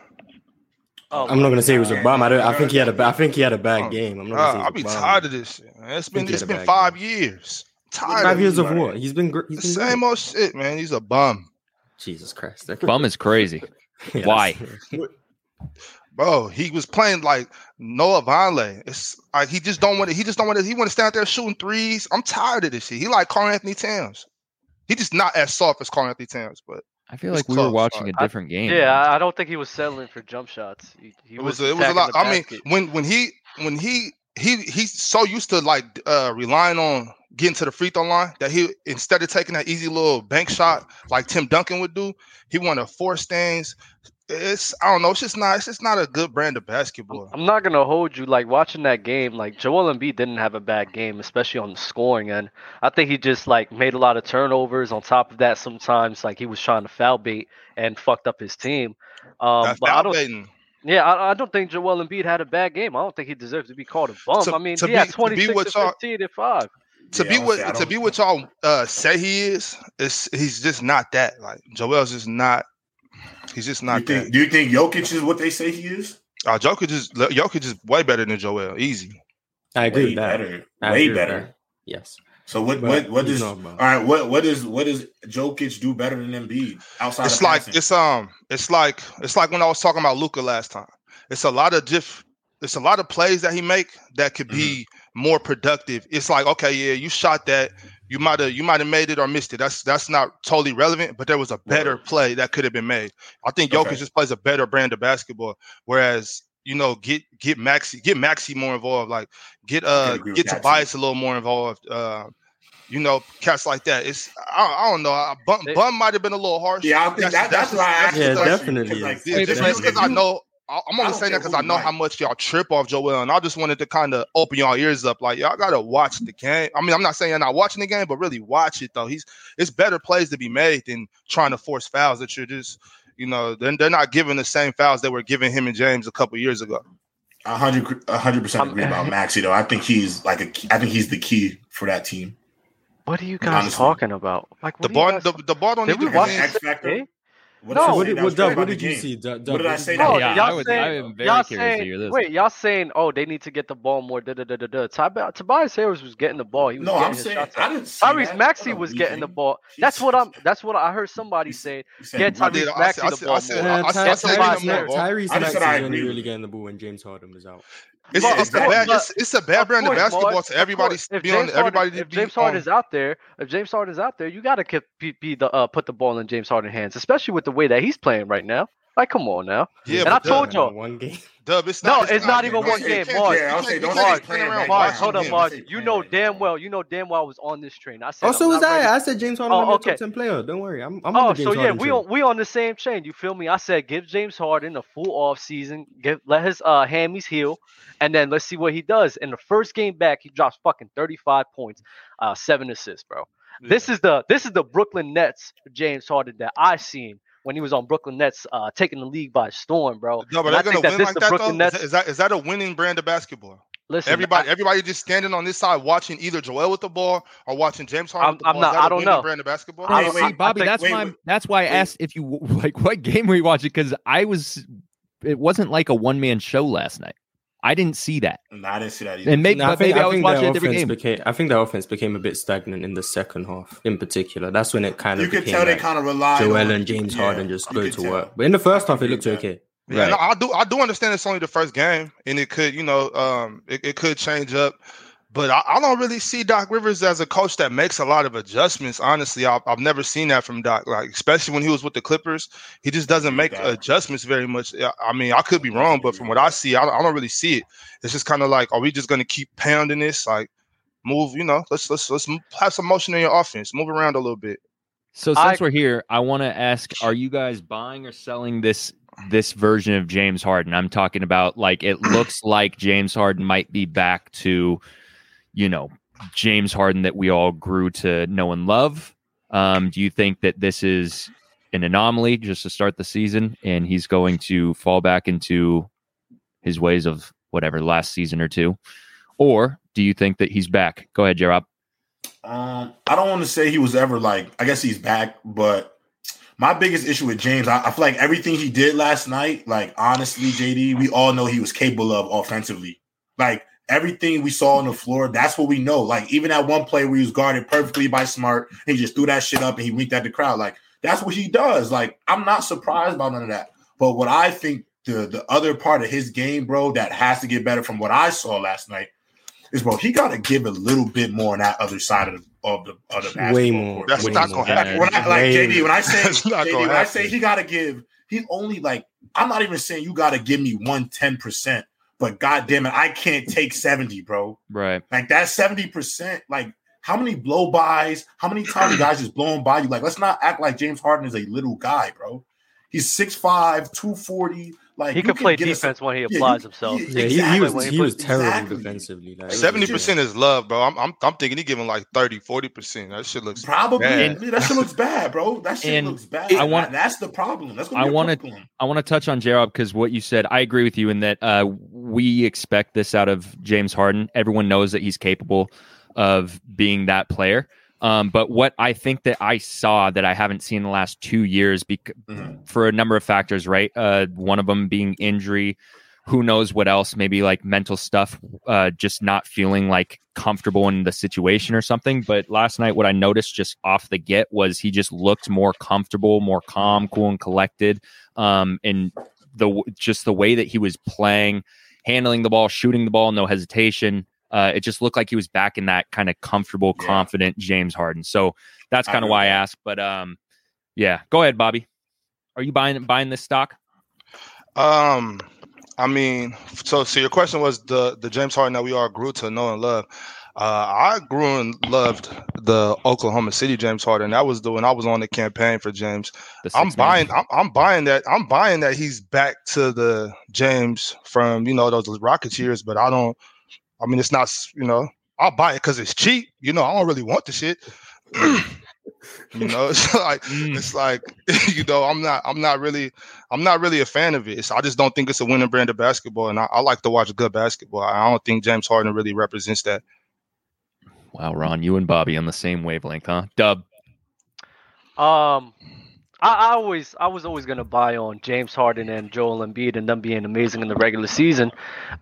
Speaker 1: Oh,
Speaker 6: I'm not gonna say he was
Speaker 4: God.
Speaker 6: a bum. I don't. I think he had a. ba- I think he had a bad
Speaker 5: Oh,
Speaker 6: game. I'm not.
Speaker 5: Ah,
Speaker 6: gonna say
Speaker 5: I'll be
Speaker 6: he's a bum.
Speaker 5: tired of this. shit, man. It's been
Speaker 6: Think he
Speaker 5: it's
Speaker 6: had a
Speaker 5: been
Speaker 6: bad
Speaker 5: five years. Tired.
Speaker 6: Five years of
Speaker 4: Right.
Speaker 6: what? He's been. gr- He's
Speaker 5: The
Speaker 6: been
Speaker 5: same old shit, man. He's a bum,
Speaker 6: Jesus Christ. Okay.
Speaker 2: bum is crazy.
Speaker 6: Yeah,
Speaker 2: Why?
Speaker 6: that's-
Speaker 5: bro. He was playing like Noah Vonleh. It's like he just don't want to. He just don't want to. He want to stand out there shooting threes. I'm tired of this shit. He like Carl Anthony Towns. He just not as soft as Carl Anthony Towns, but
Speaker 2: I feel
Speaker 5: It's
Speaker 2: like we were
Speaker 5: close,
Speaker 2: watching a
Speaker 5: like,
Speaker 1: I-
Speaker 2: different game.
Speaker 1: yeah, I I don't think he was settling for jump shots. He, he
Speaker 5: it
Speaker 1: was.
Speaker 5: was a, it was a
Speaker 1: attacking
Speaker 5: lot.
Speaker 1: the
Speaker 5: I mean,
Speaker 1: basket.
Speaker 5: when when he when he he he's so used to like uh relying on getting to the free throw line that he instead of taking that easy little bank shot like Tim Duncan would do, he want to force things. It's I don't know. It's just not. It's just not a good brand of basketball.
Speaker 1: I'm not gonna hold you. Like watching that game, like Joel Embiid didn't have a bad game, especially on the scoring end. I think he just like made a lot of turnovers. On top of that, sometimes like he was trying to foul bait and fucked up his team. Um,
Speaker 5: That
Speaker 1: but I
Speaker 5: foul
Speaker 1: don't.
Speaker 5: baiting,
Speaker 1: Yeah, I, I don't think Joel Embiid had a bad game. I don't think he deserves to be called a bum.
Speaker 5: To-
Speaker 1: I mean,
Speaker 5: to
Speaker 1: he had
Speaker 5: be- to be
Speaker 1: 26
Speaker 5: what
Speaker 1: and
Speaker 5: y'all-
Speaker 1: 15 and five.
Speaker 5: to
Speaker 4: Yeah,
Speaker 5: be
Speaker 4: honestly, I
Speaker 5: what to
Speaker 4: don't-
Speaker 5: be what y'all uh, say he is. It's he's just not that. Like Joel's just not. He's just
Speaker 4: Do
Speaker 5: not
Speaker 4: you, think,
Speaker 5: that.
Speaker 4: do you think Jokic is what they say he is?
Speaker 5: Uh, Jokic is Jokic is way better than Joel. Easy.
Speaker 6: I agree
Speaker 4: way
Speaker 6: with that.
Speaker 4: better.
Speaker 6: I
Speaker 4: way
Speaker 6: agree with
Speaker 4: better.
Speaker 6: that. Yes.
Speaker 4: So what?
Speaker 6: But
Speaker 4: what? What
Speaker 6: he's
Speaker 4: is?
Speaker 6: not a
Speaker 4: All
Speaker 6: bum.
Speaker 4: right. What? What is? What does Jokic do better than Embiid outside?
Speaker 5: it's
Speaker 4: of
Speaker 5: like
Speaker 4: passing?
Speaker 5: it's um it's like it's like when I was talking about Luca last time. It's a lot of diff it's a
Speaker 4: Mm-hmm.
Speaker 5: lot of plays that he make that could be more productive. It's like, okay, yeah, you shot that, You might have you might have made it or missed it. That's that's not totally relevant, but there was a better play that could have been made. I think Jokic
Speaker 4: Okay.
Speaker 5: just plays a better brand of basketball. Whereas, you know, get get Maxi get Maxi more involved. Like get uh
Speaker 4: agree with
Speaker 5: get
Speaker 4: that, too.
Speaker 5: Tobias a little more involved. Uh, you know, cats like that. It's I, I don't know. I, Bum,
Speaker 1: They-
Speaker 5: Bum might have been a little harsh.
Speaker 4: Yeah, I think
Speaker 5: That's-
Speaker 4: that, that's,
Speaker 5: that's-
Speaker 4: why I asked
Speaker 6: Yeah,
Speaker 4: the question,
Speaker 6: definitely
Speaker 4: 'cause, like,
Speaker 6: is.
Speaker 5: Yeah,
Speaker 2: Wait,
Speaker 5: just
Speaker 2: but-
Speaker 5: because I know. I- I'm
Speaker 4: I
Speaker 5: only
Speaker 4: don't
Speaker 5: saying that
Speaker 4: care
Speaker 5: because
Speaker 4: who
Speaker 5: I
Speaker 4: you
Speaker 5: know
Speaker 4: like.
Speaker 5: how much y'all trip off Joel, and I just wanted to kind of open y'all ears up. Like y'all gotta watch the game. I mean, I'm not saying you're not watching the game, but really watch it though. He's it's better plays to be made than trying to force fouls that you're just, you know, they're, they're not giving the same fouls they were giving him and James a couple years ago.
Speaker 4: A hundred, a hundred percent agree about Maxi though. I think he's like a, key- I think he's the key for that team.
Speaker 1: What are you guys
Speaker 4: Honestly.
Speaker 1: talking about? Like what are
Speaker 5: The
Speaker 1: you
Speaker 5: ball,
Speaker 1: guys
Speaker 5: the, the ball don't
Speaker 1: Did
Speaker 5: need
Speaker 1: we
Speaker 4: As
Speaker 5: to be
Speaker 1: watch
Speaker 5: in-
Speaker 4: an X
Speaker 1: that
Speaker 4: factor.
Speaker 1: game?
Speaker 4: What
Speaker 1: No.
Speaker 4: did
Speaker 1: So
Speaker 4: I say
Speaker 6: what
Speaker 4: that
Speaker 6: did,
Speaker 4: was
Speaker 6: what, Doug,
Speaker 4: great
Speaker 6: what
Speaker 4: about
Speaker 6: did
Speaker 4: the
Speaker 6: you
Speaker 4: game?
Speaker 6: see? Doug,
Speaker 4: What
Speaker 6: Doug,
Speaker 4: did I
Speaker 6: you
Speaker 4: say
Speaker 6: see?
Speaker 1: that
Speaker 2: Yeah,
Speaker 1: Oh,
Speaker 2: I
Speaker 1: y'all
Speaker 2: was,
Speaker 1: saying-
Speaker 2: I am very
Speaker 1: y'all
Speaker 2: curious to hear
Speaker 1: saying
Speaker 2: this.
Speaker 1: wait, y'all saying oh they need to get the ball more. Da da da da da. Tob- Tobias Harris was getting the ball. He was
Speaker 4: No,
Speaker 1: getting
Speaker 4: I'm
Speaker 1: his
Speaker 4: saying
Speaker 1: shots
Speaker 4: I
Speaker 1: up.
Speaker 4: didn't. See
Speaker 1: Tyrese
Speaker 4: that.
Speaker 1: Maxey
Speaker 4: Hold on,
Speaker 1: was
Speaker 4: you
Speaker 1: getting the
Speaker 4: think-
Speaker 1: ball.
Speaker 4: you
Speaker 1: That's what
Speaker 4: said-
Speaker 1: I'm. That's what I heard somebody
Speaker 4: you
Speaker 1: say.
Speaker 4: you said-
Speaker 1: Get
Speaker 5: I
Speaker 1: Tyrese
Speaker 5: did. I
Speaker 1: Maxey
Speaker 5: said. I
Speaker 1: the
Speaker 5: said.
Speaker 1: ball
Speaker 5: I
Speaker 1: more.
Speaker 5: said.
Speaker 6: Yeah,
Speaker 5: I said. I
Speaker 1: That's
Speaker 5: said.
Speaker 1: why I
Speaker 5: give him
Speaker 1: said-
Speaker 5: more ball.
Speaker 6: Tyrese
Speaker 4: I
Speaker 6: Maxey
Speaker 4: said
Speaker 6: is
Speaker 4: I
Speaker 6: the only
Speaker 4: agree
Speaker 6: really
Speaker 4: with-
Speaker 6: getting the ball when James Harden was out.
Speaker 5: It's,
Speaker 1: Well,
Speaker 5: it's
Speaker 1: of
Speaker 5: the
Speaker 1: course,
Speaker 5: bad.
Speaker 1: but-
Speaker 5: It's, it's a bad brand of
Speaker 1: course,
Speaker 5: basketball
Speaker 1: Mark.
Speaker 5: to everybody.
Speaker 1: If
Speaker 5: Be on
Speaker 1: James
Speaker 5: everybody.
Speaker 1: Harden,
Speaker 5: to
Speaker 1: if
Speaker 5: be
Speaker 1: James
Speaker 5: on-
Speaker 1: Harden's out there, if James Harden's out there, you gotta keep, be, be the uh, put the ball in James Harden hands, especially with the way that he's playing right now. Like, come on now.
Speaker 5: Yeah,
Speaker 1: And
Speaker 5: but
Speaker 1: I
Speaker 5: Doug-
Speaker 1: told y'all.
Speaker 6: One game.
Speaker 5: Dub, it's
Speaker 1: No,
Speaker 5: not.
Speaker 1: it's not even
Speaker 5: you
Speaker 1: one
Speaker 5: can't- you
Speaker 1: game,
Speaker 5: can't-
Speaker 1: Mark.
Speaker 5: you
Speaker 4: Yeah, I'll
Speaker 5: can't-
Speaker 4: say
Speaker 5: you
Speaker 4: don't
Speaker 5: can't
Speaker 1: Mark,
Speaker 5: turn
Speaker 4: play
Speaker 5: around
Speaker 4: right
Speaker 5: Mark
Speaker 1: Mark,
Speaker 4: now.
Speaker 5: on
Speaker 1: hold up,
Speaker 5: him.
Speaker 1: Mark.
Speaker 4: Let's say
Speaker 1: You
Speaker 4: play
Speaker 1: know
Speaker 4: right
Speaker 1: damn
Speaker 4: now.
Speaker 1: well, you know damn well, I was on this train. I said,
Speaker 6: Oh, so
Speaker 1: I'm
Speaker 6: was
Speaker 1: not ready
Speaker 6: I. I said James Harden
Speaker 1: Oh,
Speaker 6: was
Speaker 1: okay.
Speaker 6: a top ten player. Don't worry, I'm, I'm on
Speaker 1: Oh,
Speaker 6: the James
Speaker 1: so yeah,
Speaker 6: Harden
Speaker 1: we
Speaker 6: train.
Speaker 1: on we on the same chain. You feel me? I said give James Harden a full off season, give let his uh hammies heal, and then let's see what he does. In the first game back, he drops fucking thirty five points, uh, seven assists, bro. This is the this is the Brooklyn Nets James Harden that I seen when he was on Brooklyn Nets, uh, taking the league by storm, bro.
Speaker 5: No,
Speaker 1: And
Speaker 5: but
Speaker 1: I
Speaker 5: they're gonna
Speaker 1: think that
Speaker 5: win
Speaker 1: this
Speaker 5: like
Speaker 1: is the
Speaker 5: that though.
Speaker 1: Brooklyn
Speaker 5: Is
Speaker 1: Nets.
Speaker 5: that- Is that is that a winning brand of basketball?
Speaker 1: Listen,
Speaker 5: Everybody, everybody just standing on this side watching either Joel with the ball or watching James Harden.
Speaker 1: I'm-
Speaker 5: with the ball.
Speaker 1: I'm
Speaker 5: Is
Speaker 1: not-
Speaker 5: that
Speaker 1: I
Speaker 5: a
Speaker 1: don't
Speaker 5: winning
Speaker 1: know.
Speaker 5: Brand of basketball.
Speaker 1: I-
Speaker 2: Yeah,
Speaker 1: Wait,
Speaker 2: see,
Speaker 1: wait,
Speaker 2: Bobby,
Speaker 1: think-
Speaker 2: that's
Speaker 4: wait,
Speaker 2: why.
Speaker 4: wait.
Speaker 2: that's why I
Speaker 4: Wait.
Speaker 2: asked if you like what game were you watching because I was. It wasn't like a one man show last night. I didn't see that,
Speaker 4: No, I didn't see that either.
Speaker 2: and maybe,
Speaker 6: No,
Speaker 2: but maybe I, was watching
Speaker 6: their
Speaker 2: it every
Speaker 6: offense
Speaker 2: game.
Speaker 6: Became, I think the offense became a bit stagnant in the second half, in particular. That's when it kind of
Speaker 4: you can
Speaker 6: became
Speaker 4: tell they
Speaker 6: like
Speaker 4: kind of rely
Speaker 6: Joel
Speaker 4: on-
Speaker 6: and James
Speaker 4: yeah,
Speaker 6: Harden just
Speaker 4: you
Speaker 6: go
Speaker 4: can
Speaker 6: to
Speaker 4: tell.
Speaker 6: work. But in the first half, it
Speaker 4: Agree
Speaker 6: looked
Speaker 4: with that.
Speaker 6: okay.
Speaker 5: Yeah,
Speaker 2: Right.
Speaker 5: no, I do. I do understand it's only the first game, and it could, you know, um, it, it could change up. But I, I don't really see Doc Rivers as a coach that makes a lot of adjustments. Honestly, I've, I've never seen that from Doc. Like, especially when he was with the Clippers, he just doesn't make
Speaker 4: Yeah.
Speaker 5: adjustments very much. I- I mean, I could be wrong, but from what I see, I, don't- I don't really see it. It's just kind of like, are we just going to keep pounding this? Like, move, you know, let's let's let's m- have some motion in your offense, move around a little bit.
Speaker 2: So
Speaker 1: I-
Speaker 2: since we're here, I want to ask: Are you guys buying or selling this this version of James Harden? I'm talking about like it looks like James Harden might be back to, you know, James Harden that we all grew to know and love. Um, do you think that this is an anomaly just to start the season, and he's going to fall back into his ways of whatever last season or two, or do you think that he's back? Go ahead, J-Rob.
Speaker 4: Um, I don't want to say he was ever like. I guess he's back, but my biggest issue with James, I, I feel like everything he did last night, like honestly, JD, we all know he was capable of offensively. Like everything we saw on the floor, that's what we know. Like even that one play where he was guarded perfectly by Smart, he just threw that shit up and he winked at the crowd. Like that's what he does. Like I'm not surprised by none of that. But what I think the the other part of his game, bro, that has to get better from what I saw last night is, bro, he got to give a little bit more on that other side of the of the, of the basketball
Speaker 6: Way more.
Speaker 4: court.
Speaker 5: That's
Speaker 6: way
Speaker 5: not
Speaker 6: more.
Speaker 5: gonna happen.
Speaker 4: Like, when I, like
Speaker 6: Way
Speaker 4: JD, when I say
Speaker 5: That's not
Speaker 4: JD,
Speaker 5: gonna
Speaker 4: when I say
Speaker 5: happen.
Speaker 4: he got to give, he's only like I'm not even saying you got to give me one ten percent, but goddamn it, I can't take seventy, bro.
Speaker 2: Right.
Speaker 4: Like that seventy percent, like how many blow bys, how many times guys just blowing by you? Like, let's not act like James Harden is a little guy, bro. He's 6'5", 240. Like
Speaker 1: he
Speaker 4: you
Speaker 1: can play
Speaker 4: get us-
Speaker 1: defense when he
Speaker 4: yeah, you-
Speaker 1: applies himself.
Speaker 4: yeah,
Speaker 6: Yeah, he- he,
Speaker 4: Exactly.
Speaker 6: was
Speaker 1: When
Speaker 6: he was
Speaker 1: put-
Speaker 6: terrible
Speaker 4: exactly.
Speaker 6: defensively. Like,
Speaker 5: Seventy percent is love, bro. I'm, I'm I'm thinking he giving like 30, 40 percent. That shit looks
Speaker 4: Probably
Speaker 5: bad.
Speaker 4: that shit looks bad, bro. That shit
Speaker 2: And
Speaker 4: looks bad.
Speaker 2: I want-
Speaker 4: that's the problem. That's gonna
Speaker 2: I
Speaker 4: be a
Speaker 2: wanna-
Speaker 4: problem.
Speaker 2: I want to touch on J-Rob because what you said, I agree with you in that uh, we expect this out of James Harden. Everyone knows that he's capable of being that player. Um, but what I think that I saw that I haven't seen in the last two years, bec-
Speaker 4: Mhm.
Speaker 2: for a number of factors, right? Uh, one of them being injury. Who knows what else? Maybe like mental stuff, uh, just not feeling like comfortable in the situation or something. But last night, what I noticed just off the get was he just looked more comfortable, more calm, cool, and collected. Um, and the just the way that he was playing, handling the ball, shooting the ball, no hesitation. Uh, it just looked like he was back in that kind of comfortable,
Speaker 4: Yeah.
Speaker 2: confident James Harden. So that's
Speaker 4: I
Speaker 2: kind of
Speaker 4: agree
Speaker 2: why I
Speaker 4: with that.
Speaker 2: asked. But um, yeah, go ahead, Bobby. Are you buying buying this stock?
Speaker 5: Um, I mean, so so your question was the the James Harden that we all grew to know and love. Uh, I grew and loved the Oklahoma City James Harden. That was the when I was on the campaign for James.
Speaker 2: The
Speaker 5: I'm
Speaker 2: six man?
Speaker 5: buying. I'm, I'm buying that. I'm buying that he's back to the James from you know those Rockets years. But I don't. I mean, it's not. s- You know, I'll buy it because it's cheap. You know, I don't really want the shit. you know, it's like
Speaker 2: Mm.
Speaker 5: it's like you know, I'm not. I'm not really. I'm not really a fan of it. It's, I just don't think it's a winning brand of basketball, and I, I like to watch good basketball. I don't think James Harden really represents that.
Speaker 2: Wow, Ron, you and Bobby on the same wavelength, huh? Dub.
Speaker 1: Um, I, I always, I was always gonna buy on James Harden and Joel Embiid and them being amazing in the regular season.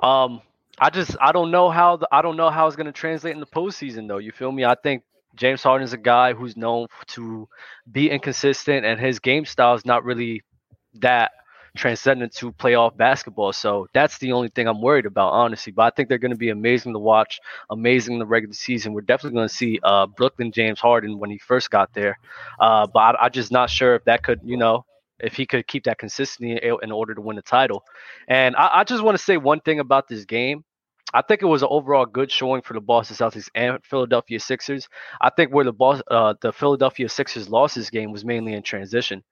Speaker 1: Um, I just, I don't know how the, I don't know how it's gonna translate in the postseason though. You feel me? I think James Harden's a guy who's known f- to be inconsistent, and his game style is not really that transcendent to playoff basketball. So that's the only thing I'm worried about, honestly. But I think they're gonna be amazing to watch, amazing in the regular season. We're definitely gonna see uh, Brooklyn James Harden when he first got there. Uh, but I, I'm just not sure if that could, you know, if he could keep that consistency in, in order to win the title. And I, I just want to say one thing about this game. I think it was an overall good showing for the Boston Celtics and Philadelphia Sixers. I think where the Bos- uh, the Philadelphia Sixers lost this game was mainly in transition.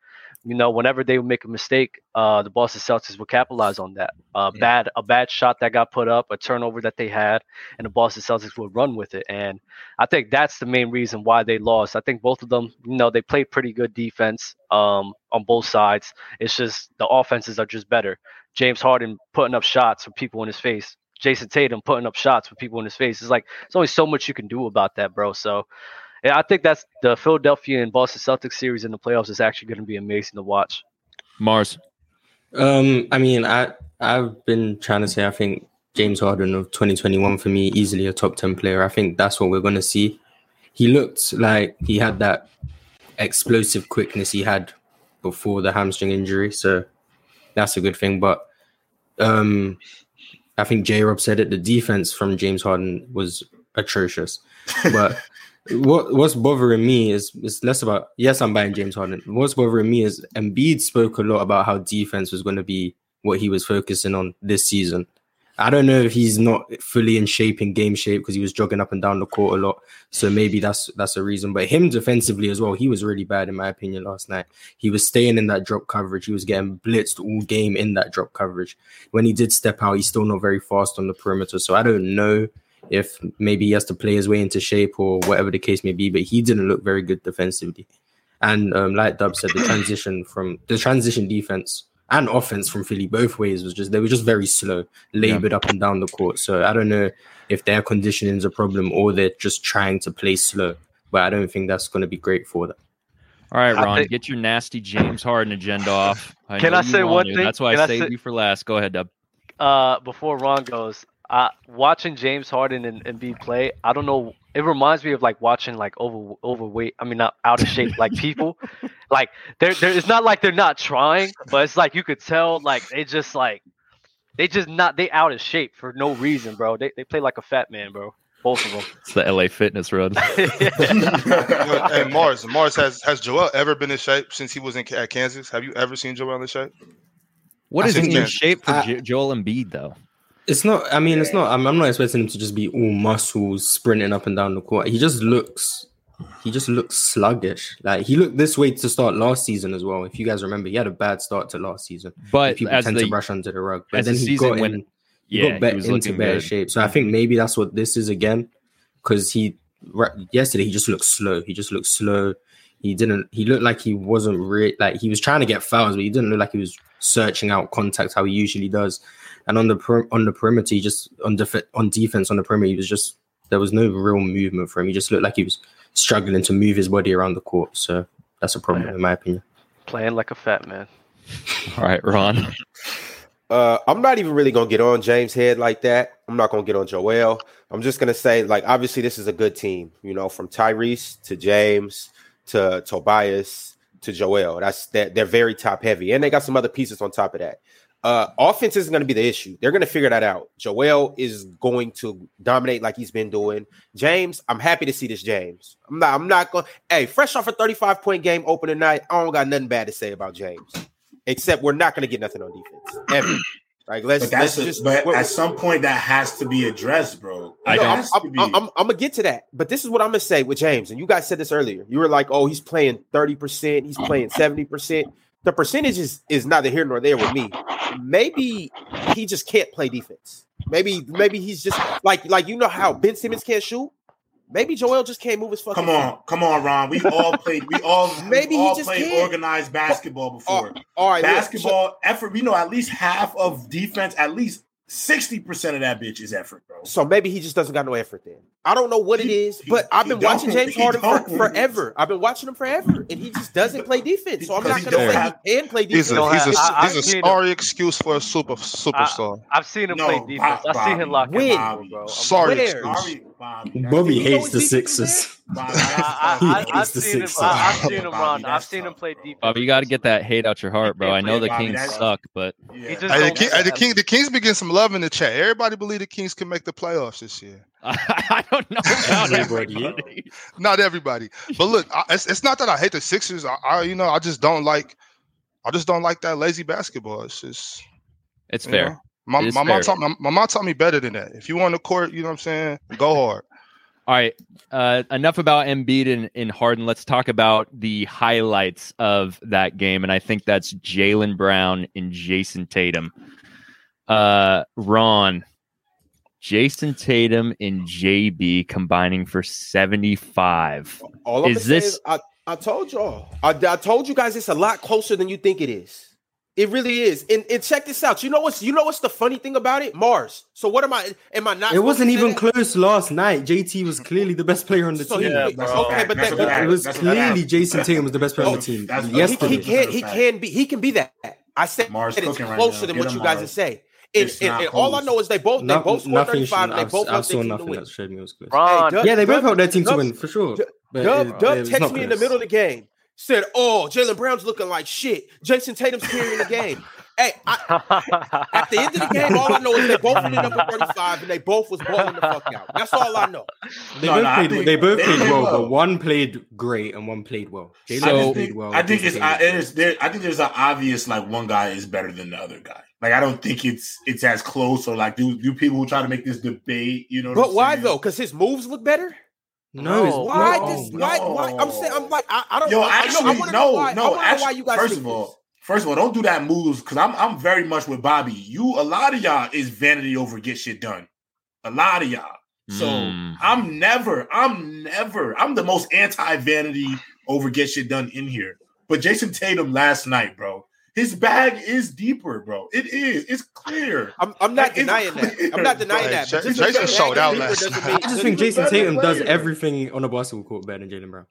Speaker 1: You know, whenever they would make a mistake, uh, the Boston Celtics would capitalize on that. Uh,
Speaker 2: Yeah.
Speaker 1: Bad a bad shot that got put up, a turnover that they had, and the Boston Celtics would run with it. And I think that's the main reason why they lost. I think both of them, you know, they played pretty good defense um, on both sides. It's just the offenses are just better. James Harden putting up shots with people in his face. Jason Tatum putting up shots with people in his face. It's like there's only so much you can do about that, bro. So, yeah, I think that's the Philadelphia and Boston Celtics series in the playoffs is actually going to be amazing to watch.
Speaker 2: Mars.
Speaker 6: Um, I mean, I I've been trying to say I think James Harden of 2021 for me easily a top 10 player. I think that's what we're gonna see. He looked like he had that explosive quickness he had before the hamstring injury, so that's a good thing. But um, I think J Rob said it. The defense from James Harden was atrocious, but. What what's bothering me is it's less about yes, I'm buying James Harden. What's bothering me is Embiid spoke a lot about how defense was going to be what he was focusing on this season. I don't know if he's not fully in shape in game shape because he was jogging up and down the court a lot. So maybe that's that's a reason. But him defensively as well, he was really bad in my opinion last night. He was staying in that drop coverage. He was getting blitzed all game in that drop coverage. When he did step out, he's still not very fast on the perimeter. So I don't know if maybe he has to play his way into shape or whatever the case may be, but he didn't look very good defensively. And um, like Dub said, the transition from the transition defense and offense from Philly both ways was just they were just very slow, labored up and down the court. So I don't know if their conditioning is a problem or they're just trying to play slow. But I don't think that's going to be great for them.
Speaker 2: All right,
Speaker 1: I
Speaker 2: Ron,
Speaker 1: think-
Speaker 2: get your nasty James Harden agenda off. I
Speaker 1: Can
Speaker 2: know
Speaker 1: I
Speaker 2: you
Speaker 1: say
Speaker 2: want
Speaker 1: one
Speaker 2: to.
Speaker 1: thing?
Speaker 2: That's why
Speaker 1: Can
Speaker 2: I
Speaker 1: I
Speaker 2: saved
Speaker 1: say-
Speaker 2: you for last. Go ahead, Dub.
Speaker 1: Uh, before Ron goes, uh, watching James Harden and Embiid play, I don't know. It reminds me of like watching like over overweight. I mean, not out of shape like people. like they're, they're it's not like they're not trying, but it's like you could tell like they just like they just not they out of shape for no reason, bro. They they play like a fat man, bro. Both of
Speaker 2: It's the LA Fitness Road.
Speaker 1: them.
Speaker 5: Well, hey, Mars, Mars has has Joel ever been in shape since he was in at Kansas? Have you ever seen Joel in shape?
Speaker 2: What
Speaker 5: I
Speaker 2: is
Speaker 5: think
Speaker 2: in
Speaker 5: that-
Speaker 2: shape for
Speaker 6: I-
Speaker 2: Jo- Joel Embiid though?
Speaker 6: It's not. I mean, it's not. I'm, I'm not expecting him to just be all muscles sprinting up and down the court. He just looks. He just looks sluggish. Like he looked this way to start last season as well. If you guys remember, he had a bad start to last season.
Speaker 2: But
Speaker 6: people
Speaker 2: as
Speaker 6: tend
Speaker 2: the
Speaker 6: to brush under the rug.
Speaker 2: as
Speaker 6: But then
Speaker 2: the
Speaker 6: he
Speaker 2: season
Speaker 6: got
Speaker 2: went-
Speaker 6: in, he
Speaker 2: yeah,
Speaker 6: got back
Speaker 2: he was
Speaker 6: into
Speaker 2: looking
Speaker 6: better
Speaker 2: good.
Speaker 6: shape. So I think maybe that's what this is again, because he re- yesterday he just looked slow. He just looked slow. He didn't. He looked like he wasn't re- like he was trying to get fouls, but he didn't look like he was searching out contact how he usually does. And on the per- on the perimeter, he just on def- on defense on the perimeter, he was just there was no real movement for him. He just looked like he was struggling to move his body around the court. So that's a problem in my opinion.
Speaker 1: Playing like a fat man.
Speaker 2: All right, Ron.
Speaker 3: Uh, I'm not even really gonna get on James Head like that. I'm not gonna get on Joel. I'm just gonna say, like, obviously, this is a good team. You know, from Tyrese to James to Tobias to Joel. That's that they're very top heavy, and they got some other pieces on top of that. Uh, offense isn't going to be the issue. They're going to figure that out. Joel is going to dominate like he's been doing. James, I'm happy to see this. James, I'm not. I'm not going. Hey, fresh off a 35 point game opening night, I don't got nothing bad to say about James, except we're not going to get nothing on defense ever. Like let's,
Speaker 4: But
Speaker 3: let's
Speaker 4: that's a-
Speaker 3: just.
Speaker 4: but
Speaker 3: we're-
Speaker 4: at some point that has to be addressed, bro.
Speaker 2: I
Speaker 4: It
Speaker 2: don't-
Speaker 3: I'm,
Speaker 4: has to
Speaker 3: I'm,
Speaker 4: be.
Speaker 3: I'm, I'm, gonna get to that, but this is what I'm gonna say with James. And you guys said this earlier. You were like, "Oh, he's playing 30 percent.
Speaker 4: Uh-huh.
Speaker 3: He's playing 70 percent." The percentage is, is neither here nor there with me. Maybe he just can't play defense. Maybe maybe he's just like like you know how Ben Simmons can't shoot. Maybe Joel just can't move his fucking.
Speaker 4: Come on, come on, Ron. We all played. We all
Speaker 3: Maybe
Speaker 4: maybe
Speaker 3: he
Speaker 4: all
Speaker 3: just
Speaker 4: played
Speaker 3: can't.
Speaker 4: organized
Speaker 1: uh,
Speaker 4: basketball
Speaker 3: Oh,
Speaker 4: before.
Speaker 3: all right, look,
Speaker 4: basketball effort. We know at least half of defense. At least sixty percent of that bitch is effort, bro.
Speaker 3: So maybe he just doesn't got no effort then. I don't know what it
Speaker 4: He-
Speaker 3: is,
Speaker 4: he-
Speaker 3: but I've
Speaker 4: he
Speaker 3: been watching
Speaker 4: don't.
Speaker 3: James
Speaker 4: He
Speaker 3: Harden for,
Speaker 4: don't.
Speaker 3: forever. I've been watching him forever, and he just doesn't play defense. So I'm
Speaker 4: Because
Speaker 3: not
Speaker 4: he
Speaker 3: gonna
Speaker 4: don't
Speaker 3: say
Speaker 4: have-
Speaker 3: he can play defense.
Speaker 5: He's a, he's a,
Speaker 1: I- I-
Speaker 5: he's a
Speaker 1: I-
Speaker 5: sorry excuse for a super superstar.
Speaker 1: I've seen him
Speaker 4: No,
Speaker 1: play defense. I've seen him lock
Speaker 3: Bobby,
Speaker 1: him out,
Speaker 4: win.
Speaker 1: bro. I'm-
Speaker 5: Sorry
Speaker 3: Where?
Speaker 5: excuse.
Speaker 4: Sorry, Bobby. That's-
Speaker 7: Bobby
Speaker 3: He's
Speaker 7: hates
Speaker 3: always
Speaker 7: the
Speaker 3: beat people
Speaker 7: Sixers.
Speaker 4: Bobby,
Speaker 1: I,
Speaker 4: that's-
Speaker 1: I,
Speaker 7: He
Speaker 1: I, I've
Speaker 7: hates the
Speaker 1: seen him.
Speaker 7: six,
Speaker 1: I, I've
Speaker 4: son.
Speaker 1: seen him
Speaker 4: Bobby,
Speaker 1: run. I've
Speaker 4: that's
Speaker 1: seen him
Speaker 4: tough,
Speaker 1: play
Speaker 4: bro.
Speaker 1: defense.
Speaker 2: Bobby, you got to get that hate out your heart, bro. I know the
Speaker 4: Bobby,
Speaker 2: Kings
Speaker 4: that's-
Speaker 2: suck, but
Speaker 4: Yeah.
Speaker 1: He just
Speaker 5: Hey, the,
Speaker 1: don't
Speaker 5: King,
Speaker 1: have
Speaker 5: hey, the,
Speaker 1: that.
Speaker 5: King, the Kings be getting some love in the chat. Everybody believe the Kings can make the playoffs this year.
Speaker 2: I don't know about
Speaker 7: Everybody.
Speaker 2: everybody.
Speaker 5: Not everybody, but look, I, it's, it's not that I hate the Sixers. I, I, you know, I just don't like, I just don't like that lazy basketball. It's just
Speaker 2: It's
Speaker 5: you
Speaker 2: fair.
Speaker 5: know, my,
Speaker 2: It is
Speaker 5: my
Speaker 2: fair.
Speaker 5: mom taught my, my mom taught me better than that. If you on the court, you know what I'm saying. Go hard.
Speaker 2: All right. Uh, enough about Embiid and, and Harden. Let's talk about the highlights of that game. And I think that's Jalen Brown and Jason Tatum. Uh, Ron, Jason Tatum and JB combining for 75.
Speaker 3: All I'm
Speaker 2: Is
Speaker 3: is this?
Speaker 2: this-
Speaker 3: I, I told y'all. I, I told you guys it's a lot closer than you think it is. It really is. And, and check this out. You know what's you know what's the funny thing about it? Mars. So what am I? Am I not?
Speaker 6: It wasn't
Speaker 3: supposed to say
Speaker 6: even
Speaker 3: that?
Speaker 6: close last night. JT was clearly the best player on the
Speaker 3: So
Speaker 6: team.
Speaker 3: yeah,
Speaker 6: It-
Speaker 4: that's
Speaker 3: okay,
Speaker 4: okay.
Speaker 3: but
Speaker 4: That's
Speaker 3: that-
Speaker 4: okay.
Speaker 6: it was
Speaker 4: That's what
Speaker 6: clearly
Speaker 4: happened.
Speaker 6: Jason Tatum was the best player on the
Speaker 4: Oh,
Speaker 6: team.
Speaker 4: that's-
Speaker 3: He- he,
Speaker 6: Yesterday,
Speaker 3: can he
Speaker 4: Fact.
Speaker 3: can be he can be that. I said
Speaker 4: Mars
Speaker 3: it's
Speaker 4: cooking right
Speaker 3: closer
Speaker 4: now.
Speaker 3: than
Speaker 4: Get
Speaker 3: what
Speaker 4: him,
Speaker 3: you guys
Speaker 4: Mars.
Speaker 3: are saying. And,
Speaker 4: It's
Speaker 3: and,
Speaker 4: not
Speaker 3: and all I
Speaker 4: close.
Speaker 3: know is they both they
Speaker 6: No-
Speaker 3: both scored
Speaker 6: nothing.
Speaker 3: thirty
Speaker 6: Should,
Speaker 3: five. They
Speaker 6: I've,
Speaker 3: both
Speaker 6: I've
Speaker 3: helped their team
Speaker 6: saw
Speaker 3: to
Speaker 6: nothing
Speaker 3: win.
Speaker 6: that showed me it was close.
Speaker 1: Ron,
Speaker 3: Hey,
Speaker 6: yeah, they both
Speaker 3: Doug-
Speaker 6: helped their team to
Speaker 3: Doug-
Speaker 6: win for sure.
Speaker 3: Doug-
Speaker 6: But
Speaker 3: Doug,
Speaker 6: it-
Speaker 3: Doug
Speaker 6: it was
Speaker 3: texted
Speaker 6: not
Speaker 3: me in the
Speaker 6: close.
Speaker 3: middle of the game. Said, "Oh, Jalen Brown's looking like shit. Jason Tatum's carrying the game." hey, I, At the end of the game, all I know is they both ended up at 35 and they both was balling the fuck out. That's all I know.
Speaker 6: They
Speaker 4: No,
Speaker 6: both
Speaker 4: no, I
Speaker 6: played.
Speaker 4: think-
Speaker 6: they both
Speaker 4: they
Speaker 6: played
Speaker 4: played
Speaker 6: well,
Speaker 4: well.
Speaker 6: but one played great and one played well.
Speaker 2: So-
Speaker 4: I
Speaker 6: Jalen
Speaker 4: just
Speaker 6: Brown
Speaker 4: think,
Speaker 6: played well.
Speaker 4: I think it's
Speaker 6: Jason
Speaker 4: I,
Speaker 6: Tatum
Speaker 4: it is, there. I think there's an obvious like one guy is better than the other guy. Like I don't think it's it's as close or like do do people who try to make this debate. You know, what
Speaker 3: But
Speaker 4: I'm
Speaker 3: why
Speaker 4: saying?
Speaker 3: though? Because his moves look better.
Speaker 6: no, it's
Speaker 1: No.
Speaker 3: Why
Speaker 6: not.
Speaker 3: this?
Speaker 4: no.
Speaker 3: Why? Why? I'm saying I'm like I, I don't.
Speaker 4: Yo,
Speaker 3: I, I know-
Speaker 4: actually,
Speaker 3: I wanna know
Speaker 4: no,
Speaker 3: why- I
Speaker 4: no.
Speaker 3: wanna know
Speaker 4: Actually,
Speaker 3: why you guys
Speaker 4: first
Speaker 3: think
Speaker 4: of all,
Speaker 3: this.
Speaker 4: first of all, don't do that moves because I'm I'm very much with Bobby. You a lot of y'all is vanity over get shit done. A lot of y'all. So
Speaker 2: Mm.
Speaker 4: I'm never, I'm never, I'm the most anti vanity over get shit done in here. But Jason Tatum last night, bro, his bag is deeper, bro. It is. It's clear.
Speaker 3: I'm, I'm not
Speaker 4: Like, it's
Speaker 3: denying that. I'm not denying
Speaker 4: clear,
Speaker 3: that.
Speaker 5: bro.
Speaker 3: but just
Speaker 5: Jason
Speaker 3: because
Speaker 5: showed out
Speaker 3: Jason
Speaker 5: last
Speaker 3: doesn't
Speaker 5: night.
Speaker 3: mean-
Speaker 6: I just
Speaker 4: He's
Speaker 6: think
Speaker 4: a
Speaker 6: Jason
Speaker 4: better
Speaker 6: Tatum does
Speaker 4: player.
Speaker 6: everything on a basketball court better than Jalen Brown.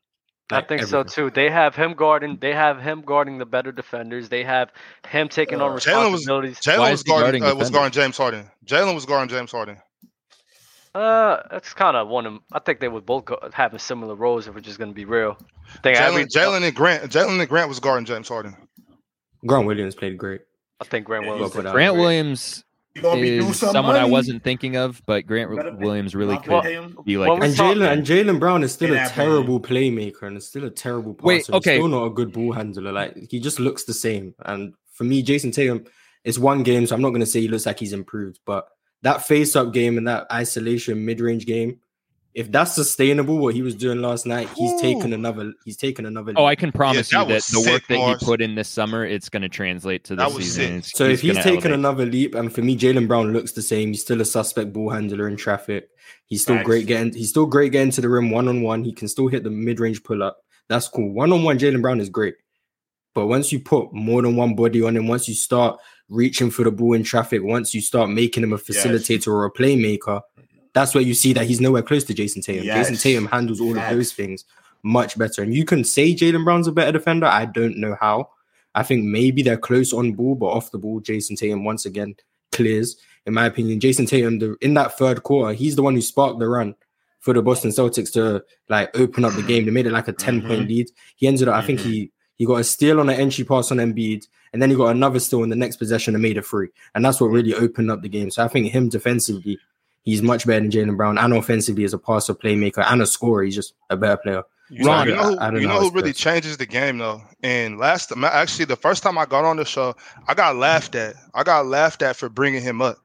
Speaker 1: I
Speaker 6: Like,
Speaker 1: think so
Speaker 6: everything.
Speaker 1: too. They have him guarding. They have him guarding the better defenders. They have him taking on
Speaker 4: Uh,
Speaker 5: Jalen was-
Speaker 1: responsibilities.
Speaker 2: Why
Speaker 5: Jalen
Speaker 2: is
Speaker 5: was
Speaker 2: he
Speaker 5: guarding
Speaker 2: guarding
Speaker 5: uh, was
Speaker 2: defenders?
Speaker 5: guarding James Harden. Jalen was guarding James Harden.
Speaker 1: uh, that's kind of one of. I think they would both go, having similar roles if we're just gonna be real. I think every-
Speaker 5: Jalen Jalen and Grant Jalen and Grant was guarding James Harden.
Speaker 6: Grant Williams played great.
Speaker 1: I think Grant
Speaker 4: Yeah,
Speaker 1: Williams.
Speaker 6: he's
Speaker 1: did
Speaker 6: a
Speaker 2: Grant
Speaker 1: great.
Speaker 2: Williams
Speaker 4: You gonna be do
Speaker 2: is
Speaker 4: some
Speaker 2: someone I
Speaker 4: money?
Speaker 2: wasn't thinking of, but Grant
Speaker 4: Better-
Speaker 2: Williams really
Speaker 4: Y'all
Speaker 2: could
Speaker 4: pay him?
Speaker 2: be like
Speaker 1: Well,
Speaker 2: a
Speaker 1: we
Speaker 6: And Jalen and Jalen Brown is still
Speaker 4: Yeah,
Speaker 6: a
Speaker 4: man.
Speaker 6: terrible playmaker and is still a terrible passer.
Speaker 2: Wait,
Speaker 6: He's
Speaker 2: okay.
Speaker 6: still not a good ball handler. Like he just looks the same. And for me, Jason Tatum, it's one game, so I'm not going to say he looks like he's improved. But that face-up game and that isolation mid-range game, if that's sustainable, what he was doing last night, he's taken another. He's taken another.
Speaker 2: Oh, I
Speaker 6: leap.
Speaker 2: can promise
Speaker 5: that
Speaker 2: you that
Speaker 5: was
Speaker 2: the work
Speaker 5: sick,
Speaker 2: that
Speaker 5: Morris.
Speaker 2: he put in this summer, it's going to translate to
Speaker 5: That
Speaker 2: this
Speaker 5: was
Speaker 2: season.
Speaker 5: sick.
Speaker 2: It's-
Speaker 6: So if he's
Speaker 2: gonna
Speaker 6: taken
Speaker 2: elevate.
Speaker 6: another leap, and for me, Jalen Brown looks the same. He's still a suspect ball handler in traffic. He's still
Speaker 4: Facts.
Speaker 6: great getting. He's still great getting to the rim one on one. He can still hit the mid range pull up. That's cool. One on one, Jalen Brown is great. But once you put more than one body on him, once you start reaching for the ball in traffic, once you start making him a
Speaker 4: Yes.
Speaker 6: facilitator or a playmaker, that's where you see that he's nowhere close to Jason Tatum. Jason
Speaker 4: Yes.
Speaker 6: Tatum handles all
Speaker 4: Facts.
Speaker 6: of those things much better. And you can say Jalen Brown's a better defender. I don't know how. I think maybe they're close on ball, but off the ball, Jason Tatum once again clears. In my opinion, Jason Tatum the, in that third quarter, he's the one who sparked the run for the Boston Celtics to like open up the game. They made it like a ten point lead. He ended up, I think he He got a steal on an entry pass on Embiid, and then he got another steal in the next possession and made a free. And that's what really opened up the game. So I think him defensively, he's much better than Jalen Brown, and offensively as a passer, playmaker, and a scorer, he's just a better player.
Speaker 5: You know,
Speaker 6: Ron,
Speaker 5: you know who,
Speaker 6: I- I don't
Speaker 5: you know
Speaker 6: know how
Speaker 5: who
Speaker 6: it's
Speaker 5: really
Speaker 6: best.
Speaker 5: changes the game though. And last time, actually, the first time I got on the show, I got laughed at. I got laughed at for bringing him up.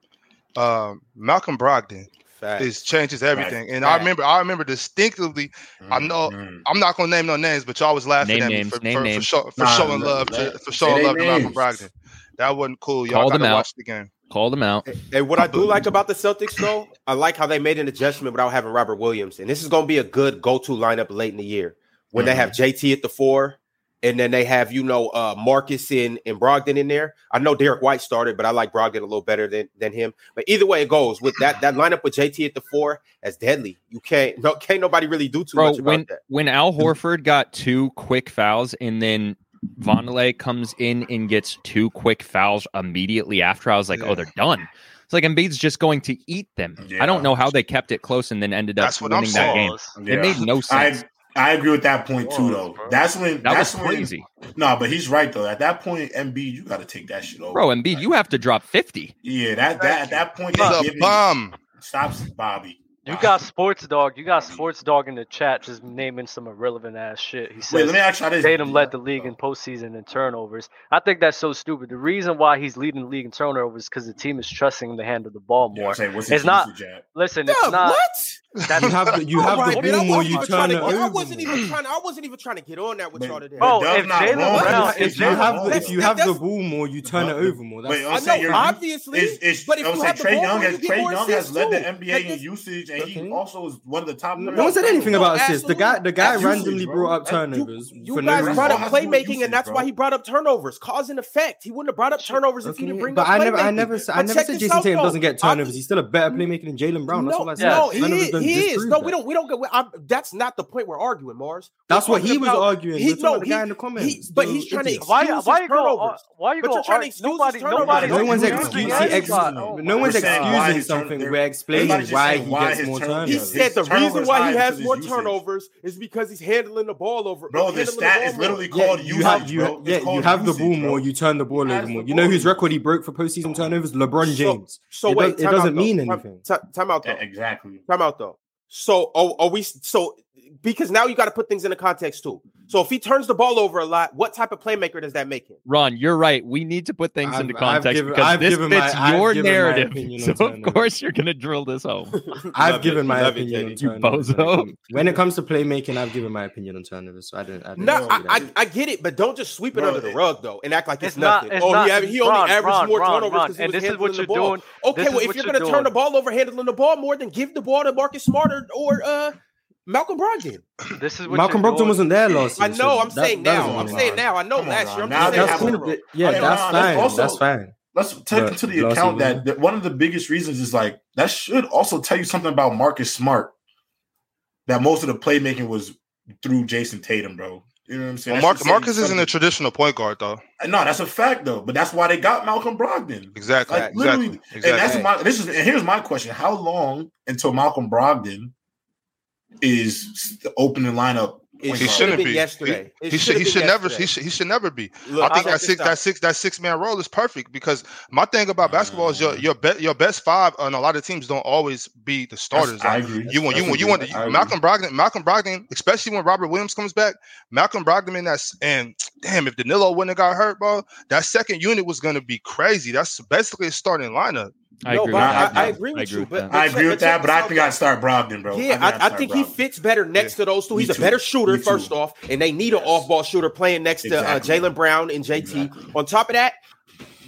Speaker 5: Um, Malcolm Brogdon is changes everything, and I
Speaker 2: Fact.
Speaker 5: remember, I remember distinctively. I know-
Speaker 4: Mm-hmm.
Speaker 5: I'm not gonna name no names, but y'all was laughing
Speaker 2: Name
Speaker 5: at
Speaker 2: names,
Speaker 5: me for,
Speaker 2: name
Speaker 5: for, for,
Speaker 2: names.
Speaker 5: show, for
Speaker 4: Nah,
Speaker 5: showing
Speaker 4: let-
Speaker 5: love, to,
Speaker 4: let-
Speaker 5: for
Speaker 4: say
Speaker 5: showing
Speaker 4: they
Speaker 5: love to Malcolm
Speaker 4: names.
Speaker 5: Brogdon. That wasn't cool. Y'all
Speaker 2: Call
Speaker 5: got
Speaker 2: them
Speaker 5: to
Speaker 2: out.
Speaker 5: watch the game.
Speaker 2: Call them out.
Speaker 3: And what I do like about the Celtics, though, I like how they made an adjustment without having Robert Williams. And this is going to be a good go-to lineup late in the year when
Speaker 6: Mm-hmm.
Speaker 3: they have JT at the four, and then they have you know uh, Marcus in and Brogdon in there. I know Derek White started, but I like Brogdon a little better than than him. But either way it goes, with that that lineup with JT at the four, that's deadly. You can't no can't nobody really do too
Speaker 2: Bro,
Speaker 3: much about
Speaker 2: when
Speaker 3: that.
Speaker 2: when Al Horford got two quick fouls and then Vonleh comes in and gets two quick fouls immediately after, I was like,
Speaker 5: Yeah.
Speaker 2: oh, they're done. It's like Embiid's just going to eat them. I
Speaker 4: Yeah.
Speaker 2: don't know how they kept it close and then ended up
Speaker 5: That's what I'm
Speaker 2: winning that game.
Speaker 1: Pause.
Speaker 2: It made no sense.
Speaker 4: I I agree with that point too,
Speaker 1: Pause,
Speaker 4: though.
Speaker 1: bro.
Speaker 4: That's when
Speaker 2: that was
Speaker 4: that's when,
Speaker 2: crazy,
Speaker 4: No, but he's right though. At that point, MB, you got to take that shit over,
Speaker 2: bro. Embiid, you have to drop fifty.
Speaker 4: Yeah, that that at that point,
Speaker 5: He's
Speaker 4: they
Speaker 5: a
Speaker 4: giving-
Speaker 5: bum.
Speaker 4: Stops, Bobby.
Speaker 1: You
Speaker 4: Wow.
Speaker 1: got sports dog. You got sports dog in the chat, just naming some irrelevant ass shit. He
Speaker 4: Wait,
Speaker 1: says
Speaker 4: let me ask you this.
Speaker 1: Tatum led the league in postseason and turnovers. I think that's so stupid. The reason why he's leading the league in turnovers is because the team is trusting him to handle the ball
Speaker 4: Oh, Yeah, I'm
Speaker 1: more.
Speaker 4: saying, what's
Speaker 1: It's
Speaker 4: his
Speaker 1: not-
Speaker 4: usage at?
Speaker 1: Listen, it's not.
Speaker 6: You have the, you have
Speaker 3: Alright,
Speaker 6: the
Speaker 3: man, Oh I
Speaker 6: ball more,
Speaker 3: wasn't
Speaker 6: you
Speaker 3: even
Speaker 6: turn
Speaker 3: trying
Speaker 6: it
Speaker 3: to- I
Speaker 6: over.
Speaker 3: wasn't even trying. I wasn't even trying to get on that with
Speaker 4: Man,
Speaker 3: y'all today.
Speaker 1: Bro,
Speaker 4: But Dove's
Speaker 1: if
Speaker 4: not
Speaker 1: Jalen
Speaker 4: wrong.
Speaker 1: Brown,
Speaker 4: That's-
Speaker 1: if
Speaker 6: If you
Speaker 1: Jalen,
Speaker 6: have the,
Speaker 4: That's-
Speaker 6: if you have the
Speaker 3: that's-
Speaker 6: ball more, you turn it over more. That's,
Speaker 4: Wait,
Speaker 3: I
Speaker 4: I'm saying
Speaker 3: know,
Speaker 4: you're.
Speaker 3: obviously,
Speaker 4: It's, it's,
Speaker 3: but if
Speaker 4: I'm
Speaker 3: you
Speaker 4: saying
Speaker 3: have the
Speaker 4: Trey
Speaker 3: ball,
Speaker 4: Young,
Speaker 3: you
Speaker 4: has,
Speaker 3: get
Speaker 4: Trey
Speaker 3: more
Speaker 4: Young
Speaker 3: assists
Speaker 4: has led the
Speaker 3: too.
Speaker 4: NBA
Speaker 3: Like
Speaker 4: in
Speaker 3: this-
Speaker 4: usage, and he
Speaker 6: Okay.
Speaker 4: also is one of the top.
Speaker 6: no one said anything
Speaker 3: No,
Speaker 6: about assists. The guy, the guy
Speaker 4: absolutely.
Speaker 6: randomly
Speaker 4: That's
Speaker 6: brought up
Speaker 4: usage, bro.
Speaker 6: turnovers.
Speaker 3: You,
Speaker 6: for
Speaker 3: you
Speaker 6: no
Speaker 3: guys
Speaker 6: reason.
Speaker 3: brought up
Speaker 4: That's what you
Speaker 3: playmaking,
Speaker 4: said,
Speaker 3: and that's why
Speaker 4: bro.
Speaker 3: he brought up turnovers, cause and effect. He wouldn't have brought up turnovers if he didn't bring
Speaker 6: but
Speaker 3: up
Speaker 6: I never, I
Speaker 3: playmaking.
Speaker 6: never, said, I
Speaker 3: But
Speaker 6: never
Speaker 3: check
Speaker 6: said
Speaker 3: this
Speaker 6: Jason
Speaker 3: out,
Speaker 6: Tatum
Speaker 3: though.
Speaker 6: doesn't get
Speaker 3: I'm-
Speaker 6: turnovers. He's still a better playmaker than Jalen Brown. That's all I said.
Speaker 3: no,
Speaker 6: None of us
Speaker 3: he,
Speaker 6: done
Speaker 3: he is.
Speaker 6: disprove
Speaker 3: No,
Speaker 6: that.
Speaker 3: we don't. We don't get. I'm, that's not the point we're arguing, Mars.
Speaker 6: That's
Speaker 3: We're
Speaker 6: what he
Speaker 3: talking
Speaker 6: was
Speaker 3: about-
Speaker 6: arguing.
Speaker 3: he-
Speaker 6: He,
Speaker 3: no,
Speaker 6: no, the
Speaker 3: he-
Speaker 6: guy in the comments.
Speaker 3: he- but he's
Speaker 6: Those
Speaker 3: trying to
Speaker 6: idiots.
Speaker 1: why,
Speaker 3: Excuse
Speaker 1: why
Speaker 3: his
Speaker 1: you go? uh,
Speaker 3: turnovers.
Speaker 1: why you
Speaker 3: But
Speaker 1: go?
Speaker 3: you're trying to excuse his
Speaker 1: nobody,
Speaker 3: turnovers.
Speaker 1: nobody,
Speaker 6: No one's
Speaker 1: excusing
Speaker 6: excusing
Speaker 1: anybody.
Speaker 6: ex-
Speaker 1: Oh
Speaker 6: no
Speaker 1: my
Speaker 6: one's
Speaker 4: We're saying why
Speaker 6: excusing
Speaker 4: his turn-
Speaker 6: something.
Speaker 4: they're-
Speaker 6: We're
Speaker 4: everybody
Speaker 6: explaining
Speaker 4: just
Speaker 6: why
Speaker 4: saying
Speaker 6: he
Speaker 4: why
Speaker 6: gets
Speaker 4: his
Speaker 6: more
Speaker 4: turn-
Speaker 3: He
Speaker 6: turnovers.
Speaker 4: His
Speaker 3: said the
Speaker 4: turnovers
Speaker 3: reason why
Speaker 4: high
Speaker 3: he has
Speaker 4: because
Speaker 3: more
Speaker 4: his usage.
Speaker 3: turnovers is because he's handling the ball over.
Speaker 4: Bro, the
Speaker 3: handling
Speaker 4: stat
Speaker 3: ball
Speaker 4: is
Speaker 3: more.
Speaker 4: literally
Speaker 6: Yeah,
Speaker 4: called
Speaker 6: you
Speaker 4: usage,
Speaker 6: have you
Speaker 4: bro. It's
Speaker 6: yeah you
Speaker 4: called
Speaker 6: have the
Speaker 4: usage,
Speaker 6: ball
Speaker 4: bro.
Speaker 6: more. You turn the ball
Speaker 4: He has
Speaker 6: over more.
Speaker 4: the
Speaker 6: You know
Speaker 4: ball
Speaker 6: whose
Speaker 4: more.
Speaker 6: record he broke for postseason turnovers? LeBron
Speaker 3: So-
Speaker 6: James.
Speaker 3: So
Speaker 6: It
Speaker 3: wait,
Speaker 6: does- it
Speaker 3: time out,
Speaker 6: doesn't
Speaker 3: though.
Speaker 6: mean
Speaker 3: Time-
Speaker 6: anything.
Speaker 3: ti- Time out
Speaker 4: Yeah,
Speaker 3: though.
Speaker 4: E, Exactly.
Speaker 3: Time out though. So are, are we so because now you got to put things into context too. So if he turns the ball over a lot, what type of playmaker does that make him?
Speaker 2: Ron, you're right. We need to put things
Speaker 6: I've-
Speaker 2: into
Speaker 6: I've
Speaker 2: context
Speaker 6: given-
Speaker 2: because
Speaker 6: I've
Speaker 2: this
Speaker 6: given my-
Speaker 2: fits
Speaker 6: I've
Speaker 2: your
Speaker 6: given my
Speaker 2: narrative.
Speaker 6: opinion
Speaker 2: So
Speaker 6: on
Speaker 2: of
Speaker 6: turnovers.
Speaker 2: course you're gonna drill this home.
Speaker 3: Love
Speaker 6: I've
Speaker 3: it.
Speaker 6: given my
Speaker 3: Love it,
Speaker 6: opinion on
Speaker 3: JD.
Speaker 6: turnovers. When it,
Speaker 2: bozo.
Speaker 6: comes, when it comes to playmaking, I've given my opinion on turnovers. So I don't. I don't
Speaker 3: No,
Speaker 6: see
Speaker 3: I,
Speaker 6: that.
Speaker 3: I, I get it, but don't just sweep it
Speaker 4: Bro,
Speaker 3: under the
Speaker 4: it-
Speaker 3: rug though and act like it's,
Speaker 1: It's not-
Speaker 3: nothing.
Speaker 1: it's
Speaker 3: oh,
Speaker 1: not-
Speaker 3: he, aver- he only
Speaker 1: Ron,
Speaker 3: averaged
Speaker 1: Ron,
Speaker 3: more
Speaker 1: Ron,
Speaker 3: turnovers
Speaker 1: Ron,
Speaker 3: because he
Speaker 1: and
Speaker 3: was
Speaker 1: this is what
Speaker 3: handling the
Speaker 1: you're
Speaker 3: ball.
Speaker 1: doing.
Speaker 3: Okay,
Speaker 1: This
Speaker 3: well,
Speaker 1: is
Speaker 3: if
Speaker 1: what
Speaker 3: you're
Speaker 1: you're
Speaker 3: going to
Speaker 1: doing.
Speaker 3: turn the ball over handling the ball more, then give the ball to Marcus Smart or, or uh, Malcolm Brogdon.
Speaker 1: This is what
Speaker 6: Malcolm
Speaker 1: you're
Speaker 6: Brogdon
Speaker 1: doing.
Speaker 6: wasn't there last
Speaker 3: I know.
Speaker 6: year. so
Speaker 3: I'm
Speaker 6: that-
Speaker 3: saying
Speaker 6: that
Speaker 3: now.
Speaker 6: doesn't
Speaker 4: on,
Speaker 3: I'm
Speaker 6: matter.
Speaker 3: saying
Speaker 4: Ron.
Speaker 3: now. I know
Speaker 4: Come on,
Speaker 3: last year.
Speaker 4: Ron.
Speaker 3: I'm
Speaker 4: Now
Speaker 3: just
Speaker 4: they
Speaker 3: saying
Speaker 4: have
Speaker 6: That's
Speaker 3: now.
Speaker 4: a-
Speaker 6: cool. Yeah,
Speaker 4: Okay,
Speaker 6: that's
Speaker 4: Ron, that's
Speaker 6: fine.
Speaker 4: also-
Speaker 6: That's fine.
Speaker 4: Let's take
Speaker 6: But
Speaker 4: into the
Speaker 6: Blasi
Speaker 4: account
Speaker 6: won.
Speaker 4: that, that one of the biggest reasons is like that should also tell you something about Marcus Smart. That most of the playmaking was through Jason Tatum, bro. You know what I'm saying?
Speaker 5: Well,
Speaker 4: That
Speaker 5: Mark,
Speaker 4: should say
Speaker 5: Marcus isn't
Speaker 4: something.
Speaker 5: a traditional point guard though.
Speaker 4: no, that's a fact though. But that's why they got Malcolm Brogdon.
Speaker 5: Exactly.
Speaker 4: Like,
Speaker 5: exactly.
Speaker 4: literally-
Speaker 5: Exactly.
Speaker 4: And that's my this is and here's my question: How long until Malcolm Brogdon is the opening lineup? point
Speaker 5: He
Speaker 4: guard?
Speaker 5: shouldn't
Speaker 3: been
Speaker 5: be.
Speaker 3: yesterday. It
Speaker 5: he should. He
Speaker 3: should've
Speaker 5: should
Speaker 3: been
Speaker 5: never.
Speaker 3: yesterday.
Speaker 5: He should. He should never be.
Speaker 3: Look,
Speaker 5: I think
Speaker 3: check
Speaker 5: that
Speaker 3: this
Speaker 5: six
Speaker 3: out.
Speaker 5: that six that six man role is perfect because my thing about basketball is your your bet your best five on a lot of teams don't always be the
Speaker 4: Mm. That's-
Speaker 5: starters.
Speaker 4: I
Speaker 5: Like,
Speaker 4: agree.
Speaker 5: you want you
Speaker 4: That's
Speaker 5: want
Speaker 4: agree.
Speaker 5: you want
Speaker 4: I agree.
Speaker 5: Malcolm Brogdon Malcolm Brogdon especially when Robert Williams comes back Malcolm Brogdon in that s- and damn if Danilo wouldn't have got hurt bro that second unit was gonna be crazy. That's basically a starting lineup.
Speaker 2: I
Speaker 3: no,
Speaker 2: agree.
Speaker 3: but
Speaker 2: with
Speaker 3: I,
Speaker 2: that,
Speaker 3: I
Speaker 2: Ron.
Speaker 3: agree with you.
Speaker 2: that.
Speaker 3: But
Speaker 4: I agree with that, but I think
Speaker 3: I.
Speaker 4: I'd start Brogdon, bro.
Speaker 3: Yeah,
Speaker 4: I'd
Speaker 3: I, I
Speaker 4: start
Speaker 3: think he
Speaker 4: Brogdon.
Speaker 3: fits better next to those two.
Speaker 4: Me
Speaker 3: He's a
Speaker 4: too.
Speaker 3: better shooter,
Speaker 4: Me too.
Speaker 3: first off, and they need an
Speaker 4: Yes.
Speaker 3: off-ball shooter playing next
Speaker 4: Exactly.
Speaker 3: to uh, Jalen Brown and JT.
Speaker 4: Exactly.
Speaker 3: On top of that,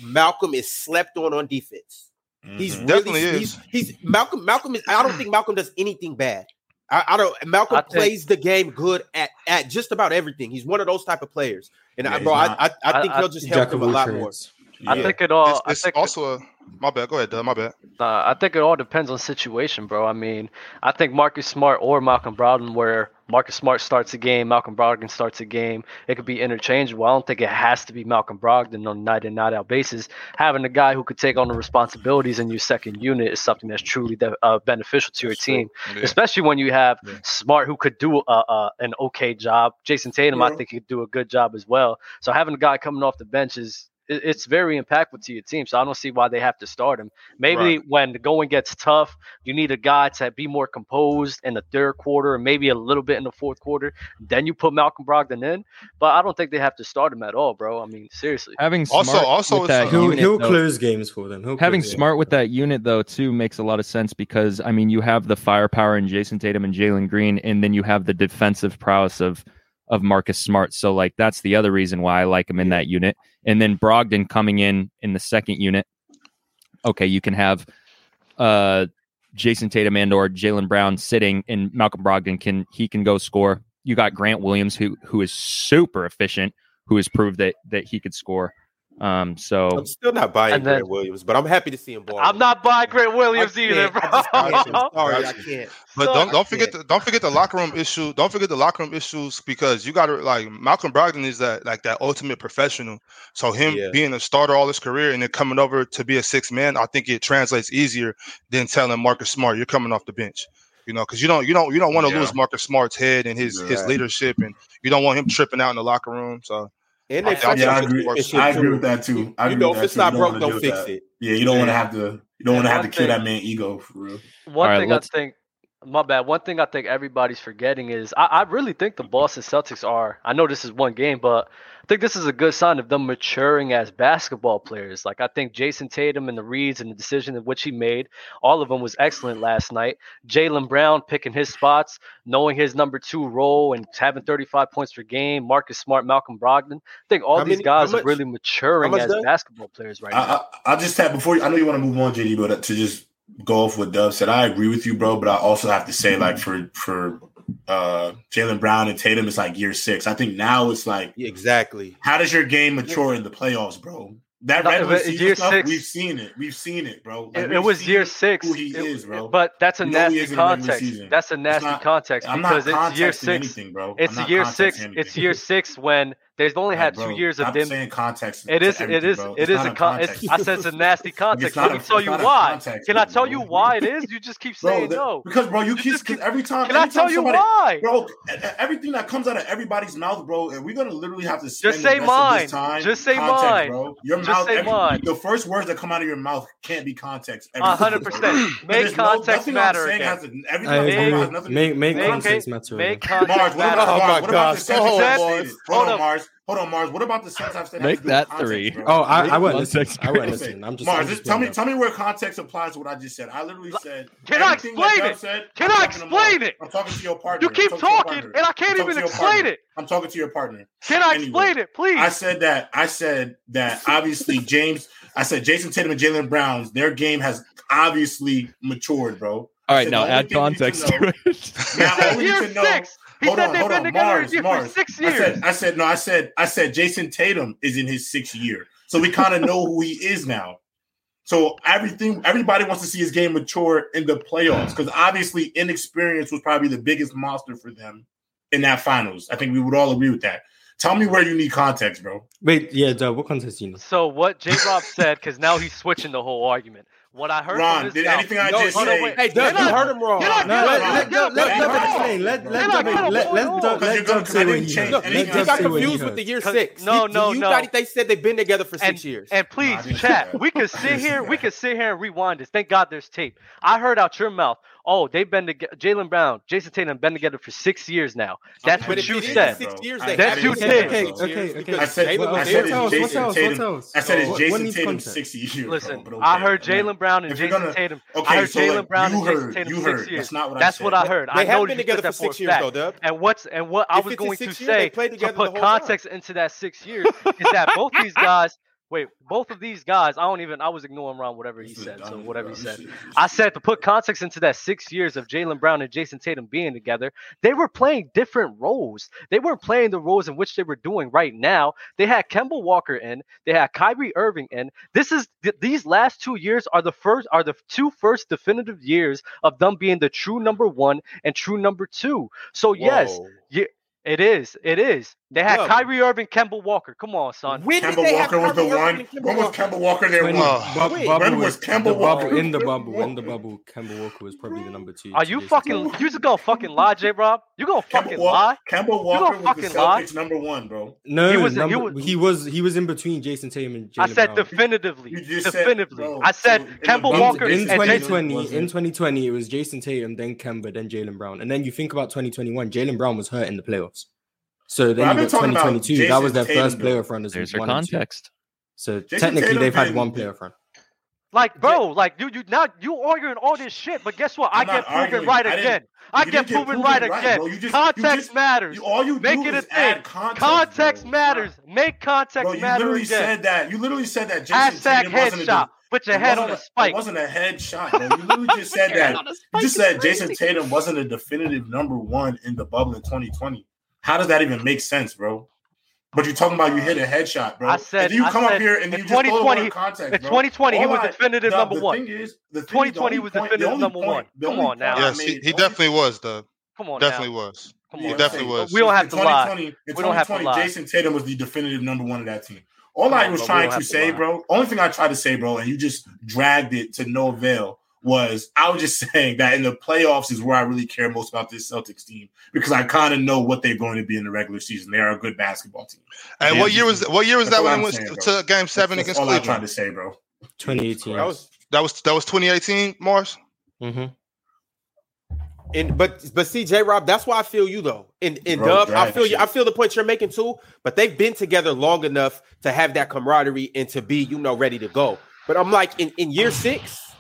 Speaker 3: Malcolm is slept on on defense. He's
Speaker 4: Mhm.
Speaker 3: really
Speaker 5: Definitely is.
Speaker 3: He's, he's Malcolm. Malcolm is. I don't think Malcolm does anything bad. I, I don't. Malcolm
Speaker 1: I think-
Speaker 3: plays the game good at at just about everything. He's one of those type of players, and
Speaker 4: Yeah,
Speaker 3: I,
Speaker 4: he's
Speaker 3: bro,
Speaker 4: not-
Speaker 3: I, I I
Speaker 1: I-
Speaker 3: think
Speaker 1: I-
Speaker 3: he'll just
Speaker 6: Jack
Speaker 3: help
Speaker 6: of
Speaker 3: him a
Speaker 6: all
Speaker 3: lot more.
Speaker 6: trades.
Speaker 1: I
Speaker 4: Yeah.
Speaker 1: think it all.
Speaker 5: It's,
Speaker 1: I
Speaker 5: it's
Speaker 1: think
Speaker 5: also a my bad. Go ahead, Doug. My bad.
Speaker 1: Uh, Nah, I think it all depends on situation, bro. I mean, I think Marcus Smart or Malcolm Brogdon were Marcus Smart starts a game, Malcolm Brogdon starts a game. It could be interchangeable. I don't think it has to be Malcolm Brogdon on a night in, night out basis. Having a guy who could take on the responsibilities in your second unit is something that's truly de- uh, beneficial to your team, especially when you have
Speaker 5: Yeah.
Speaker 1: Smart who could do uh, uh, an okay job. Jason Tatum, I
Speaker 4: Yeah.
Speaker 1: think, could do a good job as well. So having a guy coming off the bench is it- it's very impactful to your team. So I don't see why they have to start him. Maybe when the going gets tough, you need a guy to be more composed in the third quarter and maybe a little bit in the fourth quarter. Then you put Malcolm Brogdon in. But I don't think they have to start him at all, bro. I mean, seriously.
Speaker 2: Having smart
Speaker 5: Also- also
Speaker 2: with
Speaker 5: it's,
Speaker 2: that
Speaker 5: uh,
Speaker 6: He'll,
Speaker 2: unit,
Speaker 6: he'll
Speaker 2: though-
Speaker 6: close games for them. He'll
Speaker 2: Having
Speaker 6: close games.
Speaker 2: smart with that unit though too makes a lot of sense because I mean you have the firepower in Jason Tatum and Jalen Green, and then you have the defensive prowess of of Marcus Smart. So like that's the other reason why I like him in that unit. And then Brogdon coming in in the second unit. Okay, you can have uh Jason Tatum and or Jalen Brown sitting, and Malcolm Brogdon can he can go score. You got Grant Williams who who is super efficient, who has proved that that he could score. Um, so
Speaker 3: I'm still not buying
Speaker 1: And then-
Speaker 3: Grant Williams, but I'm happy to see him ball.
Speaker 1: I'm not buying Grant Williams either, bro.
Speaker 3: Sorry, I
Speaker 5: Gotcha.
Speaker 3: can't.
Speaker 5: But
Speaker 1: So-
Speaker 5: don't don't forget the, don't forget the locker room issue. Don't forget the locker room issues because you got to like Malcolm Brogdon is that like that ultimate professional. So him
Speaker 3: Yeah.
Speaker 5: being a starter all his career and then coming over to be a six man, I think it translates easier than telling Marcus Smart you're coming off the bench. You know, because you don't you don't you don't want to
Speaker 4: Yeah.
Speaker 5: lose Marcus Smart's head and his his
Speaker 3: Right.
Speaker 5: leadership, and you don't want him tripping out in the locker room. So
Speaker 3: And
Speaker 5: I-
Speaker 3: they
Speaker 5: I-
Speaker 3: fucked
Speaker 5: yeah,
Speaker 3: up
Speaker 5: I
Speaker 3: the
Speaker 5: agree-
Speaker 3: championship,
Speaker 4: I agree
Speaker 3: too.
Speaker 4: with that too. I
Speaker 3: you
Speaker 4: agree
Speaker 3: know,
Speaker 4: with
Speaker 3: if
Speaker 4: that
Speaker 3: it's
Speaker 4: too. You
Speaker 3: not broke,
Speaker 4: wanna
Speaker 3: don't
Speaker 4: deal with
Speaker 3: fix
Speaker 4: that.
Speaker 3: it.
Speaker 4: Yeah, you don't want to
Speaker 1: Yeah.
Speaker 4: have to. You don't want to
Speaker 1: And
Speaker 4: have to
Speaker 1: one
Speaker 4: kill
Speaker 1: thing-
Speaker 4: that man ego for real.
Speaker 1: One
Speaker 2: All right,
Speaker 1: thing
Speaker 2: let's-
Speaker 1: I think, my bad. One thing I think everybody's forgetting is I, I really think
Speaker 3: Mm-hmm.
Speaker 1: the Boston Celtics are. I know this is one game, but I think this is a good sign of them maturing as basketball players. Like I think Jason Tatum and the reads and the decision in which he made, all of them was excellent last night. Jalen Brown picking his spots, knowing his number two role, and having 35 points per game. Marcus Smart, Malcolm Brogdon. I think all
Speaker 3: How
Speaker 1: these
Speaker 3: many- how
Speaker 1: guys
Speaker 3: much-
Speaker 1: are really maturing
Speaker 3: much
Speaker 1: as
Speaker 3: that?
Speaker 1: basketball players right now.
Speaker 4: I, I, I just tap before you, I know you want to move on, JD, but uh, to just go off what Dove said, I agree with you, bro. But I also have to say, like for for uh Jalen Brown and Tatum, it's like year six. I think now it's like,
Speaker 3: Yeah, exactly.
Speaker 4: how does your game mature in the playoffs, bro? That
Speaker 1: No,
Speaker 4: regular
Speaker 1: but
Speaker 4: season
Speaker 1: year
Speaker 4: stuff,
Speaker 1: six-
Speaker 4: we've seen it. We've seen it, bro. Like,
Speaker 1: It, it
Speaker 4: we've
Speaker 1: was
Speaker 4: seen
Speaker 1: year
Speaker 4: it.
Speaker 1: six.
Speaker 4: who he
Speaker 1: It-
Speaker 4: is, bro.
Speaker 1: But that's a
Speaker 4: You know he
Speaker 1: nasty
Speaker 4: is in the regular
Speaker 1: context.
Speaker 4: season.
Speaker 1: That's a nasty
Speaker 4: not-
Speaker 1: context
Speaker 4: I'm
Speaker 1: because
Speaker 4: not
Speaker 1: it's year
Speaker 4: contexting
Speaker 1: six.
Speaker 4: anything, bro. I'm
Speaker 1: It's
Speaker 4: not
Speaker 1: year
Speaker 4: contexting
Speaker 1: six.
Speaker 4: anything.
Speaker 1: It's year six when they've only
Speaker 4: Like,
Speaker 1: had
Speaker 4: bro,
Speaker 1: two years of
Speaker 4: stop
Speaker 1: them.
Speaker 4: saying context.
Speaker 1: It
Speaker 4: to
Speaker 1: is. It is.
Speaker 4: everything, bro.
Speaker 1: It
Speaker 4: It's
Speaker 1: is
Speaker 4: not
Speaker 1: a.
Speaker 4: a
Speaker 1: Con- it's,
Speaker 4: context.
Speaker 1: I said it's a nasty context.
Speaker 4: not
Speaker 1: Let me
Speaker 4: a-
Speaker 1: tell
Speaker 4: it's
Speaker 1: you
Speaker 4: not a
Speaker 1: why.
Speaker 4: context,
Speaker 1: Can I tell
Speaker 4: bro.
Speaker 1: you why it is? You just keep saying
Speaker 4: that-
Speaker 1: no.
Speaker 4: Because, bro, you
Speaker 1: You
Speaker 4: keep
Speaker 1: just keep-
Speaker 4: because every time.
Speaker 1: Can I
Speaker 4: every time
Speaker 1: tell you
Speaker 4: somebody,
Speaker 1: why?
Speaker 4: bro? e- e- Everything that comes out of everybody's mouth, bro, and we're gonna literally have to spend
Speaker 1: Just
Speaker 4: the
Speaker 1: say
Speaker 4: rest Of this
Speaker 1: mine.
Speaker 4: time
Speaker 1: Just say
Speaker 4: context,
Speaker 1: mine.
Speaker 4: bro. Your
Speaker 1: Just
Speaker 4: mouth.
Speaker 1: say
Speaker 4: every-
Speaker 1: mine.
Speaker 4: The first words that come out of your mouth can't be context. every
Speaker 1: A hundred
Speaker 4: single time.
Speaker 1: percent.
Speaker 4: And
Speaker 1: Make
Speaker 4: there's no-
Speaker 1: context
Speaker 4: nothing I'm
Speaker 1: matter
Speaker 4: saying
Speaker 1: again.
Speaker 4: has to- everything
Speaker 6: I
Speaker 4: I'm talking
Speaker 6: agree.
Speaker 4: about has
Speaker 6: Make
Speaker 4: nothing to do
Speaker 6: make, make
Speaker 1: Make
Speaker 6: context matter.
Speaker 1: Make
Speaker 6: again.
Speaker 1: context
Speaker 4: Mars, what about,
Speaker 1: matter.
Speaker 3: Oh my
Speaker 4: Mars, what about the
Speaker 3: gosh,
Speaker 4: sense
Speaker 3: go
Speaker 4: I've
Speaker 1: on,
Speaker 4: stated?
Speaker 3: Mars.
Speaker 4: Hold
Speaker 1: Hold
Speaker 4: on,
Speaker 1: up.
Speaker 4: Mars. Hold on, Mars. What about the sense I've said?
Speaker 2: Make that three.
Speaker 6: Oh, I, I won't
Speaker 2: Context
Speaker 6: listen. I won't
Speaker 2: matters.
Speaker 6: listen. I'm just.
Speaker 4: Mars,
Speaker 6: I'm
Speaker 4: just
Speaker 6: just
Speaker 4: tell me,
Speaker 6: playing
Speaker 4: tell me where context applies to what I just said. I literally said.
Speaker 1: Can I
Speaker 4: everything that
Speaker 1: explain
Speaker 4: Dub
Speaker 1: it?
Speaker 4: said,
Speaker 1: Can
Speaker 4: I'm
Speaker 1: I
Speaker 4: talking to Mars.
Speaker 1: explain it?
Speaker 4: I'm talking to your partner.
Speaker 1: You
Speaker 4: I'm
Speaker 1: keep
Speaker 4: to your
Speaker 1: talking,
Speaker 4: partner.
Speaker 1: and I can't
Speaker 4: I'm talking
Speaker 1: even
Speaker 4: to your
Speaker 1: explain
Speaker 4: partner.
Speaker 1: it.
Speaker 4: I'm talking to your partner.
Speaker 1: Can I
Speaker 4: Anyway,
Speaker 1: explain it,
Speaker 4: I
Speaker 1: please?
Speaker 4: said that. I said that. Obviously, James. I said Jason Tatum and Jalen Brown's. Their game has obviously matured, bro.
Speaker 2: All
Speaker 4: So
Speaker 2: right,
Speaker 4: the
Speaker 2: now
Speaker 4: only
Speaker 2: add
Speaker 4: thing you need to
Speaker 2: context
Speaker 4: know-
Speaker 2: to it.
Speaker 1: He
Speaker 4: Now, I
Speaker 1: said
Speaker 4: need
Speaker 1: year
Speaker 4: to know.
Speaker 1: six. He
Speaker 4: Hold
Speaker 1: said
Speaker 4: on,
Speaker 1: they've
Speaker 4: hold
Speaker 1: been
Speaker 4: on.
Speaker 1: together
Speaker 4: Mars,
Speaker 1: a year for
Speaker 4: Mars.
Speaker 1: six
Speaker 4: I
Speaker 1: years.
Speaker 4: said, I said, no, I said, I said, Jason Tatum is in his sixth year, so we kind of know who he is now. So everything, everybody wants to see his game mature in the playoffs because obviously inexperience was probably the biggest monster for them in that finals. I think we would all agree with that. Tell me where you need context, bro.
Speaker 6: Wait, yeah, Dub, what context do you know?
Speaker 1: So what J Rob said, because now he's switching the whole argument. What I heard
Speaker 4: Ron,
Speaker 1: from this
Speaker 4: did
Speaker 1: guy,
Speaker 4: anything I
Speaker 1: No,
Speaker 4: just
Speaker 1: hold on,
Speaker 4: say-
Speaker 1: wait.
Speaker 3: Hey, Doug,
Speaker 1: Can
Speaker 3: you
Speaker 1: I-
Speaker 3: heard him wrong.
Speaker 1: can I-
Speaker 6: No, let
Speaker 4: Ron,
Speaker 6: let Dub let
Speaker 1: Ron,
Speaker 6: Dub
Speaker 1: Ron,
Speaker 6: explain. Let let
Speaker 1: Ron,
Speaker 6: Dub
Speaker 1: Ron,
Speaker 6: let let
Speaker 1: Ron,
Speaker 6: Dub
Speaker 4: Ron,
Speaker 6: let Dub
Speaker 3: Look,
Speaker 4: Ron, Ron, Ron,
Speaker 6: say what he heard.
Speaker 3: he,
Speaker 4: Ron,
Speaker 6: Let
Speaker 3: he
Speaker 6: Dub
Speaker 4: Ron,
Speaker 3: got
Speaker 6: say what he
Speaker 3: confused with the
Speaker 6: heard.
Speaker 3: year
Speaker 1: Cause-
Speaker 3: six.
Speaker 1: no,
Speaker 3: He-
Speaker 1: no,
Speaker 3: you
Speaker 1: no.
Speaker 3: thought they said they've been together for six
Speaker 1: and,
Speaker 3: years.
Speaker 1: and
Speaker 4: Nah, I
Speaker 1: please,
Speaker 4: didn't say
Speaker 1: chat.
Speaker 4: that.
Speaker 1: We could
Speaker 4: I didn't
Speaker 1: sit
Speaker 4: say
Speaker 1: here. We
Speaker 4: that.
Speaker 1: could sit here and rewind this. Thank God there's tape. I heard out your mouth. Oh, they've been together. Jalen Brown, Jason Tatum, been together for six years now. That's what
Speaker 4: Okay,
Speaker 3: But if
Speaker 1: you
Speaker 3: it is
Speaker 1: said.
Speaker 3: six
Speaker 4: bro.
Speaker 3: years,
Speaker 4: I-
Speaker 3: they
Speaker 1: That's
Speaker 3: haven't
Speaker 1: you
Speaker 3: been together
Speaker 1: said.
Speaker 3: for six
Speaker 6: Okay,
Speaker 3: years
Speaker 6: okay,
Speaker 3: because
Speaker 6: okay.
Speaker 4: I said-
Speaker 3: Jalen
Speaker 4: I
Speaker 3: was
Speaker 4: said
Speaker 3: there
Speaker 4: it's
Speaker 3: too.
Speaker 6: What else? What
Speaker 4: Jason
Speaker 6: else? What
Speaker 4: Tatum.
Speaker 6: else?
Speaker 4: I said it's
Speaker 6: Oh, What- what
Speaker 4: Jason
Speaker 6: needs
Speaker 4: Tatum's
Speaker 6: context?
Speaker 4: sixth year.
Speaker 1: Listen,
Speaker 4: bro, but
Speaker 1: I
Speaker 4: okay.
Speaker 1: heard
Speaker 4: I'm not-
Speaker 1: Jalen Brown and
Speaker 4: if you're
Speaker 1: Jason
Speaker 4: gonna-
Speaker 1: Tatum.
Speaker 4: Okay,
Speaker 1: I heard
Speaker 4: so
Speaker 1: Jalen
Speaker 4: like,
Speaker 1: Brown
Speaker 4: you
Speaker 1: and Jason
Speaker 4: heard,
Speaker 1: Tatum
Speaker 4: you
Speaker 1: six
Speaker 4: heard.
Speaker 1: years.
Speaker 4: That's not what
Speaker 1: That's
Speaker 4: I said.
Speaker 1: what I heard.
Speaker 3: They
Speaker 1: I know
Speaker 3: have
Speaker 1: that
Speaker 3: been
Speaker 1: you said
Speaker 3: together for
Speaker 1: that for a
Speaker 3: six years
Speaker 1: fact.
Speaker 3: though, Dub.
Speaker 1: And what's and what I
Speaker 3: If
Speaker 1: was
Speaker 3: it's his
Speaker 1: going to
Speaker 3: sixth year, they
Speaker 1: say
Speaker 3: played
Speaker 1: to
Speaker 3: together the
Speaker 1: put
Speaker 3: whole time.
Speaker 1: context into that six years is that both these guys Wait, both of these guys, I don't even. I was ignoring Ron, whatever he
Speaker 4: This is
Speaker 1: said. So
Speaker 4: dumb,
Speaker 1: whatever he
Speaker 4: bro.
Speaker 1: said,
Speaker 4: This is-
Speaker 1: I said to put context into that six years of Jalen Brown and Jason Tatum being together, they were playing different roles. They weren't playing the roles in which they were doing right now. They had Kemba Walker in, they had Kyrie Irving in. This is th- these last two years are the first are the two first definitive years of them being the true number one and true number two. So yes,
Speaker 3: Whoa.
Speaker 1: it is. It is. They had
Speaker 3: Yo.
Speaker 1: Kyrie Irving, Kemba Walker. Come on, son.
Speaker 3: When did
Speaker 4: Kemba
Speaker 3: they have
Speaker 4: Walker was the
Speaker 3: Kyrie
Speaker 4: one.
Speaker 3: Irving and Kemba
Speaker 4: When was
Speaker 3: Walker?
Speaker 4: Kemba Walker there?
Speaker 6: When-
Speaker 4: one?
Speaker 6: bu-
Speaker 3: wait.
Speaker 6: bubble
Speaker 4: When was
Speaker 6: was-
Speaker 4: Kemba
Speaker 6: the
Speaker 4: Walker?
Speaker 6: bubble, in the bubble? In the bubble, Kemba Walker was probably the number two.
Speaker 1: Are
Speaker 6: to
Speaker 1: you
Speaker 6: Jason
Speaker 1: fucking?
Speaker 6: Tatum.
Speaker 1: You just gonna fucking lie, J. Rob? You gonna
Speaker 4: Kemba
Speaker 1: fucking lie?
Speaker 4: Walker, Kemba Walker was the
Speaker 1: fucking lie.
Speaker 4: Celtics number one, bro.
Speaker 6: No,
Speaker 1: He
Speaker 6: he
Speaker 1: was-
Speaker 6: was,
Speaker 1: he was-
Speaker 6: he was he was in between Jason Tatum and Jalen
Speaker 1: I said
Speaker 6: Brown.
Speaker 1: definitively.
Speaker 4: You just said-
Speaker 1: Definitively.
Speaker 4: bro,
Speaker 1: I said
Speaker 4: so in the
Speaker 1: Kemba
Speaker 4: bubble,
Speaker 1: Walker
Speaker 6: in
Speaker 1: and
Speaker 4: Jason
Speaker 1: Jason.
Speaker 4: Tatum-
Speaker 6: 2020, in
Speaker 4: wasn't-
Speaker 6: 2020, it was Jason Tatum, then Kemba, then Jalen Brown, and then you think about 2021, Jalen Brown was hurt in the playoffs, so
Speaker 4: But I've
Speaker 6: then you
Speaker 4: been
Speaker 6: got
Speaker 4: talking about
Speaker 6: 2022. That was their
Speaker 4: Jason
Speaker 6: first
Speaker 4: Tatum, though.
Speaker 6: playoff run as
Speaker 2: There's your
Speaker 6: one and two.
Speaker 2: context.
Speaker 6: So
Speaker 4: Jason
Speaker 6: technically,
Speaker 4: Tatum
Speaker 6: they've had
Speaker 4: been-
Speaker 6: one playoff run.
Speaker 1: Like, bro, like you, you now you arguing all this shit, but guess what? I
Speaker 4: I'm not
Speaker 1: get proven
Speaker 4: arguing.
Speaker 1: right
Speaker 4: I didn't-
Speaker 1: again. I
Speaker 4: you
Speaker 1: get
Speaker 4: didn't get
Speaker 1: proven
Speaker 4: proven
Speaker 1: right
Speaker 4: right,
Speaker 1: again.
Speaker 4: bro. You just- you
Speaker 1: Context
Speaker 4: just-
Speaker 1: matters.
Speaker 4: You, all you
Speaker 1: Make
Speaker 4: do
Speaker 1: it a
Speaker 4: is add
Speaker 1: thing.
Speaker 4: context.
Speaker 1: Context
Speaker 4: bro.
Speaker 1: matters. Make context
Speaker 4: Bro, you
Speaker 1: matter
Speaker 4: literally
Speaker 1: again.
Speaker 4: said that. You literally said that. Jason
Speaker 1: Hashtag
Speaker 4: Tatum wasn't a de-
Speaker 1: headshot. Put your
Speaker 4: it
Speaker 1: head
Speaker 4: wasn't
Speaker 1: on
Speaker 4: a-
Speaker 1: a spike.
Speaker 4: It wasn't a headshot, bro. You literally just said that. You just said Jason Tatum wasn't a definitive number one in the bubble in 2020. How does that even make sense, bro? But you're talking about you hit a headshot, bro.
Speaker 1: I said-
Speaker 4: and then you
Speaker 1: I
Speaker 4: come up
Speaker 1: said
Speaker 4: here and
Speaker 1: in
Speaker 4: you just throw the word
Speaker 1: 2020
Speaker 4: context,
Speaker 1: In
Speaker 4: bro.
Speaker 1: 2020, he
Speaker 4: All
Speaker 1: was
Speaker 4: I-
Speaker 1: definitive
Speaker 4: no,
Speaker 1: number
Speaker 4: the
Speaker 1: one.
Speaker 4: Thing is, the thing is, the
Speaker 1: 2020
Speaker 4: only
Speaker 1: was
Speaker 4: point-
Speaker 1: definitive
Speaker 4: only
Speaker 1: number
Speaker 4: point-
Speaker 1: one.
Speaker 4: the
Speaker 1: Come
Speaker 4: only
Speaker 1: on
Speaker 4: point
Speaker 1: now.
Speaker 4: I
Speaker 1: Yeah,
Speaker 5: Yes,
Speaker 4: made-
Speaker 5: he, he
Speaker 4: the only-
Speaker 5: definitely was. The
Speaker 1: Come on
Speaker 5: definitely
Speaker 1: now.
Speaker 5: was.
Speaker 1: Come
Speaker 4: Yeah,
Speaker 1: on.
Speaker 4: I'm
Speaker 1: now.
Speaker 5: definitely
Speaker 4: saying,
Speaker 5: was.
Speaker 1: We don't have to
Speaker 4: in
Speaker 1: lie.
Speaker 4: 2020, in
Speaker 1: We don't have to
Speaker 4: 2020,
Speaker 1: lie.
Speaker 4: Jason Tatum was the definitive number one of that team. All
Speaker 1: Come
Speaker 4: I
Speaker 1: on,
Speaker 4: was
Speaker 1: bro, we
Speaker 4: trying
Speaker 1: don't have
Speaker 4: to
Speaker 1: to
Speaker 4: say,
Speaker 1: lie.
Speaker 4: bro, only thing I tried to say, bro, and you just dragged it to no avail was I was just saying that in the playoffs is where I really care most about this Celtics team because I kind of know what they're going to be in the regular season. They are a good basketball team.
Speaker 5: And
Speaker 4: Yeah.
Speaker 5: what year was what year was
Speaker 4: That's
Speaker 5: that
Speaker 4: what
Speaker 5: when
Speaker 4: I'm
Speaker 5: he went
Speaker 4: saying,
Speaker 5: to Game Seven
Speaker 4: That's
Speaker 5: against
Speaker 4: all I tried
Speaker 5: Cleveland?
Speaker 4: to say, bro.
Speaker 6: 2018.
Speaker 3: That was
Speaker 5: That was that was 2018, Mars.
Speaker 6: hmm
Speaker 3: And but but see, J Rob, that's why I feel you though. And and
Speaker 4: Bro,
Speaker 3: Dub, I
Speaker 4: drag
Speaker 3: feel you.
Speaker 4: shit.
Speaker 3: I feel the point you're making too. But they've been together long enough to have that camaraderie and to be, you know, ready to go. But I'm like, in, in year six,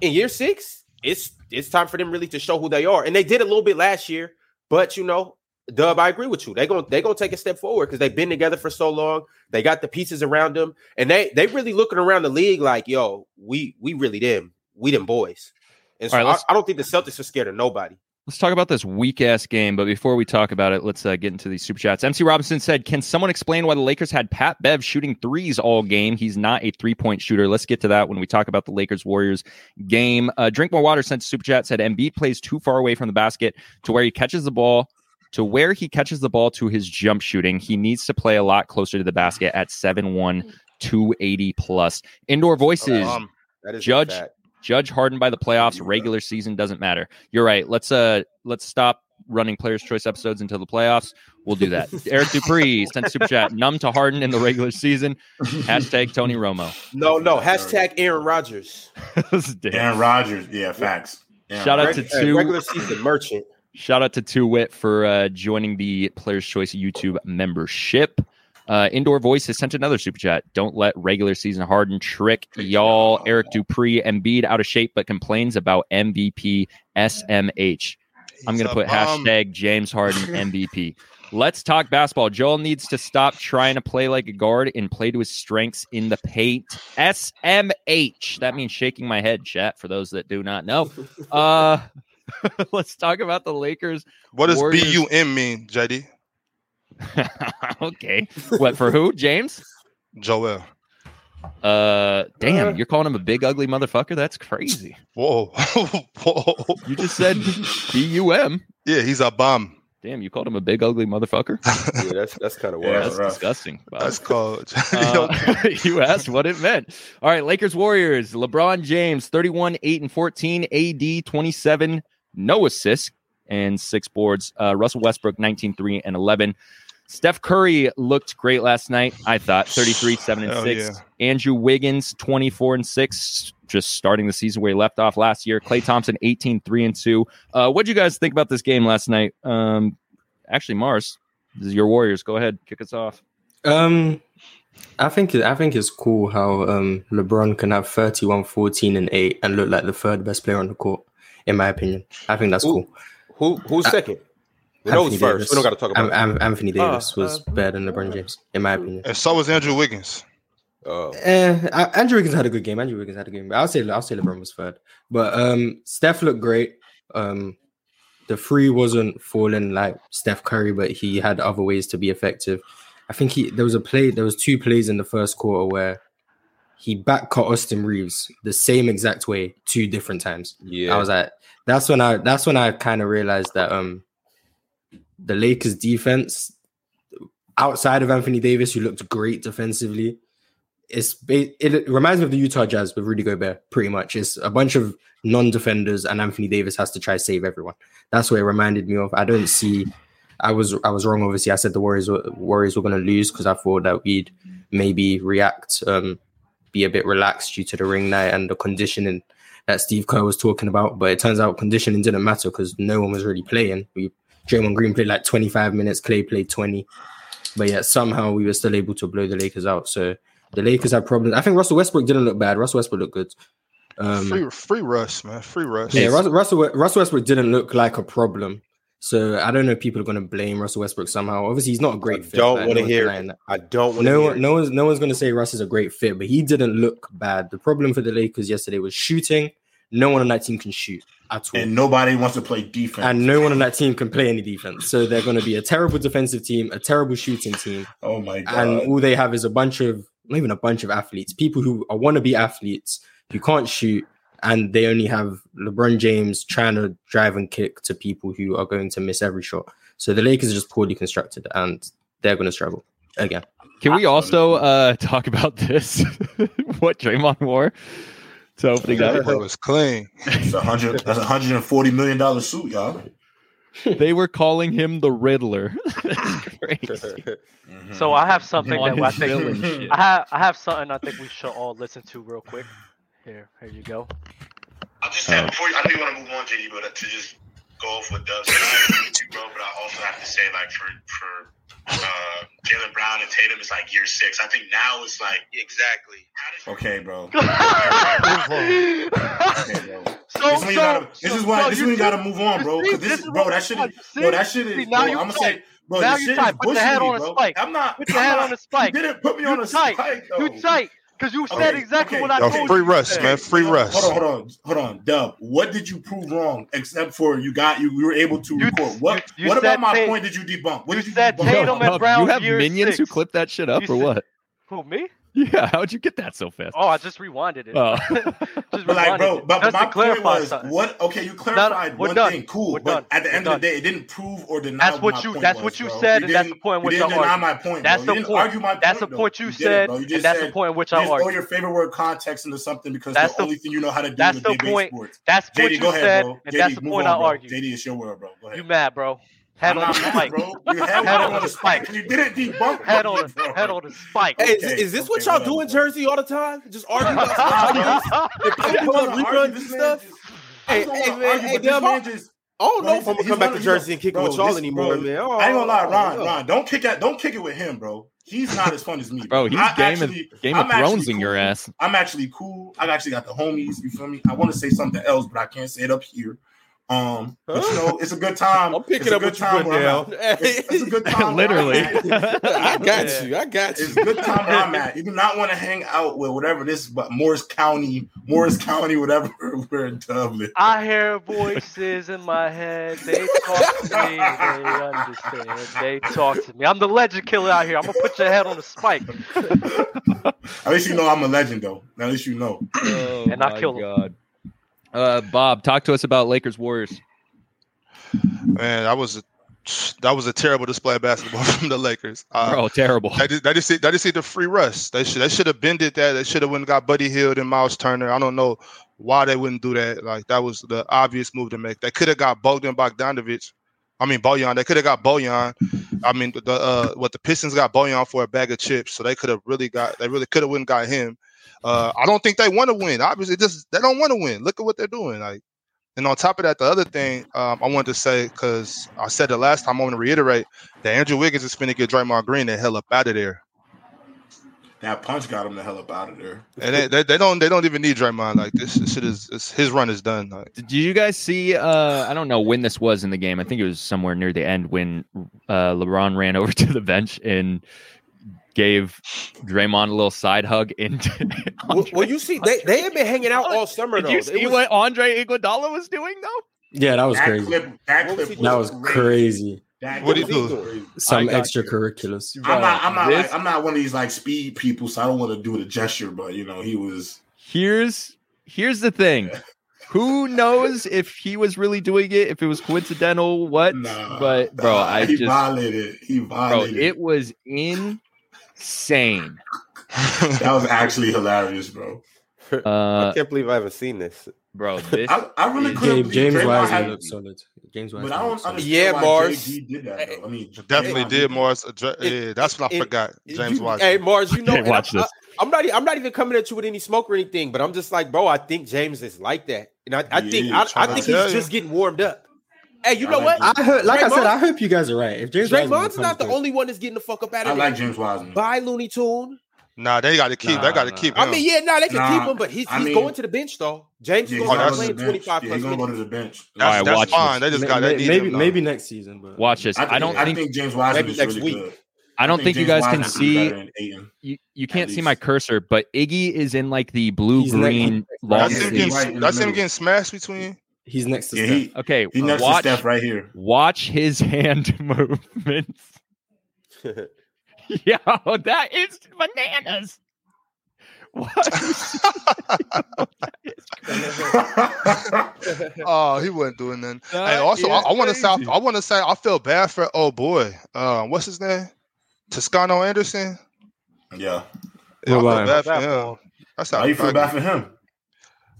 Speaker 3: in year six, it's it's time for them really to show who they are. And they did a little bit last year, but you know, Dub, I agree with you. They're gonna they're gonna take a step forward because they've been together for so long. They got the pieces around them, and they they really looking around the league like, yo, we we really them, we them boys. And so
Speaker 2: All right,
Speaker 3: I-
Speaker 2: let's-
Speaker 3: I don't think the Celtics are scared of nobody.
Speaker 2: Let's talk about this weak ass game, but before we talk about it, let's uh, get into these super chats. MC Robinson said, "Can someone explain why the Lakers had Pat Bev shooting threes all game? He's not a three point shooter." Let's get to that when we talk about the Lakers Warriors game. Uh, Drink more water sent a super chat said, "Embiid plays too far away from the basket to where he catches the ball." To where he catches the ball to his jump shooting, he needs to play a lot closer to the basket at 7 1, 280 plus. Indoor voices,
Speaker 5: Um,
Speaker 3: That is a
Speaker 2: Judge-
Speaker 3: fact.
Speaker 2: judge Harden by the playoffs.
Speaker 4: Yeah.
Speaker 2: Regular season doesn't matter. You're right. Let's uh let's stop running players' choice episodes until the playoffs. We'll do that. Eric Dupree sent super chat. Numb to Harden in the regular season. Hashtag Tony Romo.
Speaker 3: No, no.
Speaker 4: That's
Speaker 3: Hashtag Aaron Rodgers.
Speaker 4: Aaron Rodgers. Yeah, facts. Aaron
Speaker 2: Shout out
Speaker 4: Rodgers.
Speaker 2: to
Speaker 3: Reg- uh,
Speaker 2: two.
Speaker 3: regular season merchant.
Speaker 2: Shout out to Two Wit for uh, joining the Players Choice YouTube membership. Uh, Indoor Voice has sent another super chat. Don't let regular season Harden trick y'all. Eric Dupree, Embiid out of shape, but complains about MVP SMH. I'm
Speaker 5: he's
Speaker 2: going
Speaker 5: a
Speaker 2: to put
Speaker 5: bum.
Speaker 2: hashtag James Harden MVP. Let's talk basketball. Joel needs to stop trying to play like a guard and play to his strengths in the paint. SMH. That means shaking my head, chat, for those that do not know. Uh, let's talk about the Lakers.
Speaker 5: What does
Speaker 2: Warriors-
Speaker 5: B U M mean, JD?
Speaker 2: okay. What for who? James?
Speaker 5: Joel.
Speaker 2: Uh damn, you're calling him a big ugly motherfucker? That's crazy.
Speaker 5: Whoa, whoa.
Speaker 2: You just said B U M.
Speaker 5: Yeah, he's a bum.
Speaker 2: Damn, you called him a big ugly motherfucker?
Speaker 3: Yeah, that's that's kind of
Speaker 4: Yeah,
Speaker 3: wild.
Speaker 2: That's
Speaker 4: rough.
Speaker 2: disgusting. Bob.
Speaker 5: That's called.
Speaker 2: Uh, you asked what it meant. All right, Lakers Warriors. LeBron James 31 8 and 14, AD 27, no assists and six boards. Uh, Russell Westbrook 19 3 and 11. Steph Curry looked great last night, I thought 33 7 and
Speaker 5: Hell
Speaker 2: 6. Andrew Wiggins 24 and 6, just starting the season where he left off last year. Clay Thompson 18 3 and 2. Uh, what do you guys think about this game last night? Um, actually, Mars, this is your Warriors. Go ahead, kick us off.
Speaker 6: Um, I think I think it's cool how um LeBron can have 31, 14, and eight, and look like the third best player on the court. In my opinion, I think that's
Speaker 3: Ooh, Who
Speaker 6: cool.
Speaker 3: who's
Speaker 6: Uh,
Speaker 3: second? We know who's
Speaker 6: Anthony
Speaker 3: first.
Speaker 6: Davis.
Speaker 3: We don't got to talk about.
Speaker 4: Ah,
Speaker 6: Am- Am- Anthony Davis
Speaker 4: uh,
Speaker 3: Oh,
Speaker 6: was better than LeBron James, in my opinion.
Speaker 5: and so was Andrew Wiggins.
Speaker 3: Uh,
Speaker 6: Eh, A- Andrew Wiggins had a good game. Andrew Wiggins had a good game. But I'll say I'll say LeBron was third. But um, Steph looked great. Um, the three wasn't falling like Steph Curry, but he had other ways to be effective. I think he there was a play. There was two plays in the first quarter where he back cut Austin Reeves the same exact way two different times.
Speaker 7: Yeah.
Speaker 6: I was like, that's when I that's when I kind of realized that um the Lakers defense outside of Anthony Davis, who looked great defensively, it's ba- it reminds me of the Utah Jazz with Rudy Gobert. Pretty much, it's a bunch of non-defenders, and Anthony Davis has to try save everyone. That's what it reminded me of. I don't see. I was I was wrong. Obviously, I said the Warriors were, Warriors were going to lose because I thought that we'd maybe react, um, be a bit relaxed due to the ring night and the conditioning that Steve Kerr was talking about. But it turns out conditioning didn't matter because no one was really playing. We Draymond Green played like 25 minutes, Clay played 20, but yet somehow we were still able to blow the Lakers out. So the Lakers had problems. I think Russell Westbrook didn't look bad. Russell Westbrook looked good. Um,
Speaker 5: free, free Russ, man. Free Russ.
Speaker 6: yeah, Russell, Russell, We- Russell Westbrook didn't look like a problem. So I don't know if people are going to blame Russell Westbrook somehow. Obviously, he's not a great fit.
Speaker 3: don't
Speaker 6: like,
Speaker 3: wanna
Speaker 6: no one's
Speaker 3: hear
Speaker 6: denying that.
Speaker 3: I don't want
Speaker 6: No, one, no one's, no one's going to say Russ is a great fit, but he didn't look bad. The problem for the Lakers yesterday was shooting. No one on that team can shoot at all
Speaker 4: and nobody wants to play defense.
Speaker 6: and no one on that team can play any defense. So they're going to be a terrible defensive team, a terrible shooting team,
Speaker 4: oh my god!
Speaker 6: and all they have is a bunch of not even a bunch of athletes, people who are wannabe athletes who can't shoot, and they only have LeBron James trying to drive and kick to people who are going to miss every shot. So the Lakers are just poorly constructed, and they're going to struggle again.
Speaker 2: Can we also uh, talk about this? what Draymond wore? So hopefully
Speaker 5: That
Speaker 2: that
Speaker 5: boy was clean.
Speaker 4: It's a hundred. That's a hundred and forty million dollar suit, y'all.
Speaker 2: they were calling him the Riddler. That's crazy.
Speaker 4: Mhm.
Speaker 1: So I have something
Speaker 2: On
Speaker 1: that I
Speaker 2: his
Speaker 1: think
Speaker 2: villain shit.
Speaker 1: I have I have something I think we should all listen to real quick. Here, here you go.
Speaker 8: I'm just
Speaker 4: Uh,
Speaker 8: saying, before I do want to move on, JD, but to just go off with Dubs, and I agree with you, bro, but I also have to say, like, for for uh, Jalen Brown and Tatum, it's like year six. I think now it's like exactly. How does
Speaker 4: Okay, bro.
Speaker 1: so,
Speaker 4: Okay, bro. This, is when you gotta, this is why.
Speaker 1: so
Speaker 4: this is when you
Speaker 1: do-
Speaker 4: gotta move on, bro. 'cause
Speaker 1: see,
Speaker 4: this,
Speaker 1: this
Speaker 4: is
Speaker 1: is
Speaker 4: bro.
Speaker 1: what
Speaker 4: That shit.
Speaker 1: I'm
Speaker 4: Is,
Speaker 1: saying.
Speaker 4: bro, that shit is.
Speaker 1: See,
Speaker 4: bro,
Speaker 1: now
Speaker 4: I'm
Speaker 1: you
Speaker 4: gonna
Speaker 1: tight.
Speaker 4: say, bro,
Speaker 1: Now
Speaker 4: this
Speaker 1: you
Speaker 4: shit is
Speaker 1: tight. Put your
Speaker 4: bushing
Speaker 1: head
Speaker 4: me,
Speaker 1: on a
Speaker 4: bro.
Speaker 1: spike.
Speaker 4: I'm not.
Speaker 1: Put your
Speaker 4: I'm
Speaker 1: head
Speaker 4: not-
Speaker 1: on a spike.
Speaker 4: You didn't put me
Speaker 1: You
Speaker 4: on a
Speaker 1: tight.
Speaker 4: spike. though.
Speaker 1: You tight because you said
Speaker 4: Okay,
Speaker 1: exactly
Speaker 4: okay,
Speaker 1: what I
Speaker 5: Yo,
Speaker 1: told
Speaker 5: free
Speaker 1: you.
Speaker 5: Russ, man. Free Russ.
Speaker 4: Hold on, hold on, hold on, Dub. What did you prove wrong? Except for you got you, you were able to
Speaker 1: You-
Speaker 4: record. What?
Speaker 1: you- you
Speaker 4: what
Speaker 1: said
Speaker 4: about my
Speaker 1: Tay-
Speaker 4: point? Did you debunk? What
Speaker 1: you
Speaker 4: did you
Speaker 1: said
Speaker 4: debunk?
Speaker 1: Tatum
Speaker 2: Yo,
Speaker 1: and
Speaker 2: Rob,
Speaker 1: Brown
Speaker 2: you have
Speaker 1: year
Speaker 2: minions who
Speaker 1: six.
Speaker 2: clip that shit up
Speaker 1: You
Speaker 2: or
Speaker 1: said-
Speaker 2: what?
Speaker 1: Who me?
Speaker 2: Yeah, how'd you get that so fast?
Speaker 1: Oh, I just rewinded it.
Speaker 2: Oh.
Speaker 1: just
Speaker 4: But like,
Speaker 1: rewinded
Speaker 4: bro,
Speaker 1: it.
Speaker 4: but
Speaker 1: just
Speaker 4: my
Speaker 1: to
Speaker 4: point
Speaker 1: clarify
Speaker 4: was
Speaker 1: something.
Speaker 4: what? Okay, you clarified
Speaker 1: we're
Speaker 4: one
Speaker 1: done.
Speaker 4: thing, cool.
Speaker 1: We're
Speaker 4: but
Speaker 1: done.
Speaker 4: at the
Speaker 1: We're
Speaker 4: end of
Speaker 1: done.
Speaker 4: the day, it didn't prove or deny.
Speaker 1: That's what
Speaker 4: my
Speaker 1: you-
Speaker 4: point
Speaker 1: that's
Speaker 4: was,
Speaker 1: what you
Speaker 4: bro.
Speaker 1: said, and that's
Speaker 4: didn't-
Speaker 1: the point in which
Speaker 4: you didn't
Speaker 1: I argued.
Speaker 4: deny my point.
Speaker 1: That's
Speaker 4: bro.
Speaker 1: the
Speaker 4: you didn't
Speaker 1: point.
Speaker 4: argue my
Speaker 1: That's the
Speaker 4: point, though.
Speaker 1: point you,
Speaker 4: didn't,
Speaker 1: said,
Speaker 4: bro. You
Speaker 1: and
Speaker 4: just
Speaker 1: that's
Speaker 4: said-
Speaker 1: the point in which
Speaker 4: you
Speaker 1: I
Speaker 4: just throw
Speaker 1: argued.
Speaker 4: your favorite word context into something because
Speaker 1: That's
Speaker 4: the,
Speaker 1: the-
Speaker 4: only thing you know how to do
Speaker 1: that's
Speaker 4: with
Speaker 1: the
Speaker 4: debate
Speaker 1: point.
Speaker 4: sports.
Speaker 1: That's what
Speaker 4: JD,
Speaker 1: you
Speaker 4: go ahead,
Speaker 1: said,
Speaker 4: bro.
Speaker 1: and
Speaker 4: JD,
Speaker 1: that's the
Speaker 4: move
Speaker 1: point
Speaker 4: on,
Speaker 1: I
Speaker 4: bro.
Speaker 1: argued.
Speaker 4: JD, it's your world, bro. Go ahead.
Speaker 1: You mad, bro? Head
Speaker 4: I'm
Speaker 1: on
Speaker 4: not
Speaker 1: the
Speaker 4: mad,
Speaker 1: spike.
Speaker 4: bro. You had
Speaker 1: Head
Speaker 4: one
Speaker 1: on
Speaker 4: on
Speaker 1: the
Speaker 4: the
Speaker 1: spike.
Speaker 4: spike. You didn't debunk.
Speaker 1: Head on,
Speaker 4: it, bro.
Speaker 1: head on the spike.
Speaker 3: Hey, is,
Speaker 4: Okay,
Speaker 3: is this what
Speaker 4: okay,
Speaker 3: y'all
Speaker 4: whatever,
Speaker 3: do in
Speaker 4: bro.
Speaker 3: Jersey all the time? Just argue about stuff? If people pull up
Speaker 4: Argue,
Speaker 3: reruns and
Speaker 4: this man
Speaker 3: stuff?
Speaker 4: just-
Speaker 3: Hey,
Speaker 4: I don't wanna
Speaker 3: hey, man,
Speaker 4: argue,
Speaker 3: hey,
Speaker 4: but this
Speaker 3: Dub,
Speaker 4: man just-
Speaker 3: I don't
Speaker 4: Bro,
Speaker 3: know if I'm gonna
Speaker 4: he's-
Speaker 3: come back to
Speaker 4: he's-
Speaker 3: Jersey and kick it
Speaker 4: bro,
Speaker 3: with y'all
Speaker 4: this-
Speaker 3: anymore,
Speaker 4: bro,
Speaker 3: man.
Speaker 4: I ain't gonna lie, Ron.
Speaker 3: Oh,
Speaker 4: Ron, don't kick at, don't kick it with him, bro. He's not as fun as me,
Speaker 2: Bro, he's
Speaker 4: I
Speaker 2: Game
Speaker 4: actually-
Speaker 2: of Game of
Speaker 4: I'm actually
Speaker 2: Thrones in your
Speaker 4: cool.
Speaker 2: ass.
Speaker 4: I'm actually cool. I've actually got the homies. You feel me? I want to say something else, but I can't say it up here. Um, but you know, it's a good time.
Speaker 3: I'm
Speaker 4: It's
Speaker 3: picking
Speaker 4: a
Speaker 3: up
Speaker 4: good
Speaker 3: what you put
Speaker 4: where I'm
Speaker 3: down.
Speaker 4: at. It's, it's a good time. where I'm
Speaker 2: Literally.
Speaker 4: at.
Speaker 3: I got
Speaker 1: Yeah.
Speaker 3: you. I got you.
Speaker 4: It's a good time where I'm at. You do not want to hang out with whatever this, but Morris County, Morris County, whatever. We're in Dublin.
Speaker 1: I hear voices in my head. They talk to me. They understand. They talk to me. I'm the legend killer out here. I'm gonna put your head on the spike.
Speaker 4: At least you know I'm a legend, though. At least you know.
Speaker 2: Oh
Speaker 1: And I killed him.
Speaker 2: God. Uh, Bob, talk to us about Lakers Warriors.
Speaker 5: Man, that was a, that was a terrible display of basketball from the Lakers. Uh,
Speaker 2: Bro, terrible.
Speaker 5: That is that is it. That is it. The free rush. They should. They should have bended that. They should have went and got Buddy Hield and Miles Turner. I don't know why they wouldn't do that. Like that was the obvious move to make. They could have got Bogdan Bogdanovich. I mean Bojan. They could have got Bojan. I mean the uh, what the Pistons got Bojan for a bag of chips. So they could have really got. They really could have went and got him. Uh, I don't think they want to win. Obviously, just they don't want to win. Look at what they're doing. Like, and on top of that, the other thing um, I wanted to say because I said it last time, I want to reiterate that Andrew Wiggins is finna get Draymond Green the hell up out of there.
Speaker 4: That punch got him the hell up out of there.
Speaker 5: And they, they, they don't they don't even need Draymond like this. This shit is it's, his run is done. Like
Speaker 2: Did you guys see? Uh, I don't know when this was in the game. I think it was somewhere near the end when uh, LeBron ran over to the bench and gave Draymond a little side hug. Into
Speaker 3: Well, well, you see, they, they had been hanging out all summer
Speaker 2: Did
Speaker 3: though.
Speaker 2: you
Speaker 3: It
Speaker 2: see
Speaker 3: was-
Speaker 2: what Andre Iguodala was doing though?
Speaker 6: Yeah, that was
Speaker 4: that
Speaker 6: crazy.
Speaker 4: clip, that
Speaker 3: What was
Speaker 4: clip
Speaker 3: he doing?
Speaker 6: That was crazy.
Speaker 4: That
Speaker 5: What
Speaker 4: clip
Speaker 5: he do?
Speaker 4: was crazy.
Speaker 6: Some
Speaker 2: I got
Speaker 6: extracurriculars.
Speaker 4: I'm not. I'm not.
Speaker 2: This-
Speaker 4: Like, I'm not one of these like speed people, so I don't want to do the gesture. But you know, he was.
Speaker 2: Here's here's the thing. Who knows if he was really doing it, if it was coincidental, what?
Speaker 4: Nah,
Speaker 2: but bro,
Speaker 4: nah,
Speaker 2: I
Speaker 4: he
Speaker 2: just
Speaker 4: violated. He
Speaker 2: bro,
Speaker 4: violated.
Speaker 2: it was insane.
Speaker 4: that was actually hilarious, bro.
Speaker 2: Uh,
Speaker 3: I can't believe I haven't seen this.
Speaker 2: bro, this
Speaker 4: I, I really
Speaker 2: Yeah,
Speaker 4: couldn't.
Speaker 6: James,
Speaker 4: believe
Speaker 6: James
Speaker 4: Draymond
Speaker 6: Wiseman
Speaker 4: had-
Speaker 6: looked solid. James
Speaker 4: But
Speaker 6: Wiseman.
Speaker 4: I
Speaker 6: looked
Speaker 4: don't
Speaker 6: solid.
Speaker 4: understand
Speaker 3: Yeah,
Speaker 4: why
Speaker 3: Mars.
Speaker 4: JG did that. Though. I mean,
Speaker 5: Definitely
Speaker 4: Draymond
Speaker 5: did Morris. Addre-
Speaker 3: It-
Speaker 5: yeah, that's what I
Speaker 3: it-
Speaker 5: forgot. James
Speaker 3: You-
Speaker 5: Wiseman.
Speaker 3: Hey Mars, you know,
Speaker 2: Hey,
Speaker 3: and
Speaker 2: watch
Speaker 3: I'm,
Speaker 2: this.
Speaker 3: I, am not. e- I'm not even coming at you with any smoke or anything. But I'm just like, bro, I think James is like that, and I, I
Speaker 4: He
Speaker 3: think
Speaker 4: is,
Speaker 3: I, I
Speaker 4: trying
Speaker 5: to
Speaker 3: think
Speaker 5: tell
Speaker 3: he's
Speaker 5: you.
Speaker 3: just getting warmed up. Hey, you
Speaker 4: I
Speaker 3: know
Speaker 4: like
Speaker 3: what?
Speaker 4: James.
Speaker 6: I heard, like I said,
Speaker 3: Draymond-
Speaker 6: I hope you guys are right. If James Wiseman
Speaker 3: Draymond's not the
Speaker 6: comes
Speaker 3: only one that's getting the fuck up out
Speaker 4: I
Speaker 3: of
Speaker 4: like
Speaker 3: there.
Speaker 4: James Wiseman.
Speaker 3: Bye, Looney Tune.
Speaker 5: Nah, they got to keep. they
Speaker 2: Nah,
Speaker 5: got to
Speaker 2: nah.
Speaker 5: keep. Him.
Speaker 3: I mean, yeah, no, nah, they can
Speaker 4: Nah,
Speaker 3: keep him, but he's,
Speaker 4: I
Speaker 3: he's
Speaker 4: mean-
Speaker 3: going to the bench though. James
Speaker 4: Yeah,
Speaker 3: is
Speaker 4: he's
Speaker 5: Oh,
Speaker 3: going
Speaker 4: gonna
Speaker 3: to
Speaker 5: that's-
Speaker 3: play
Speaker 4: go to the bench.
Speaker 3: 25
Speaker 4: Yeah,
Speaker 3: plus
Speaker 4: he's gonna go to
Speaker 3: minutes.
Speaker 4: the bench.
Speaker 5: that's,
Speaker 2: Alright, watch
Speaker 5: that's fine. They
Speaker 6: may-
Speaker 5: just got. They
Speaker 6: may-
Speaker 5: need
Speaker 6: maybe
Speaker 5: him, though.
Speaker 6: maybe next season, but
Speaker 2: watch this.
Speaker 4: I, think,
Speaker 2: I don't
Speaker 4: I
Speaker 2: think
Speaker 4: James Wiseman
Speaker 3: maybe
Speaker 4: is
Speaker 3: next
Speaker 4: really
Speaker 3: week.
Speaker 4: good.
Speaker 2: I don't think you
Speaker 4: James
Speaker 2: guys can
Speaker 4: Wiseman's really
Speaker 2: see
Speaker 4: better than Ayton.
Speaker 2: you, you can't see
Speaker 4: least.
Speaker 2: my cursor, but Iggy is in like the blue
Speaker 6: He's
Speaker 2: green long
Speaker 5: That's him
Speaker 4: Obviously,
Speaker 5: getting.
Speaker 2: sleeve.
Speaker 4: right in the
Speaker 5: that's him
Speaker 4: middle.
Speaker 5: getting smashed between.
Speaker 6: he's next to
Speaker 4: Yeah,
Speaker 6: Steph.
Speaker 4: he
Speaker 2: Okay,
Speaker 4: he next to
Speaker 2: watch
Speaker 4: Steph right here.
Speaker 2: watch his hand movements. Yo, that is bananas. What?
Speaker 5: oh, he wasn't doing nothing. Hey, also, I, I want to say. I want to say. I feel bad for. Oh boy. Uh, what's his name? Toscano Anderson.
Speaker 4: yeah.
Speaker 5: Yeah, I feel
Speaker 6: Why?
Speaker 5: bad for him. That's how
Speaker 4: Why you feel bad for him?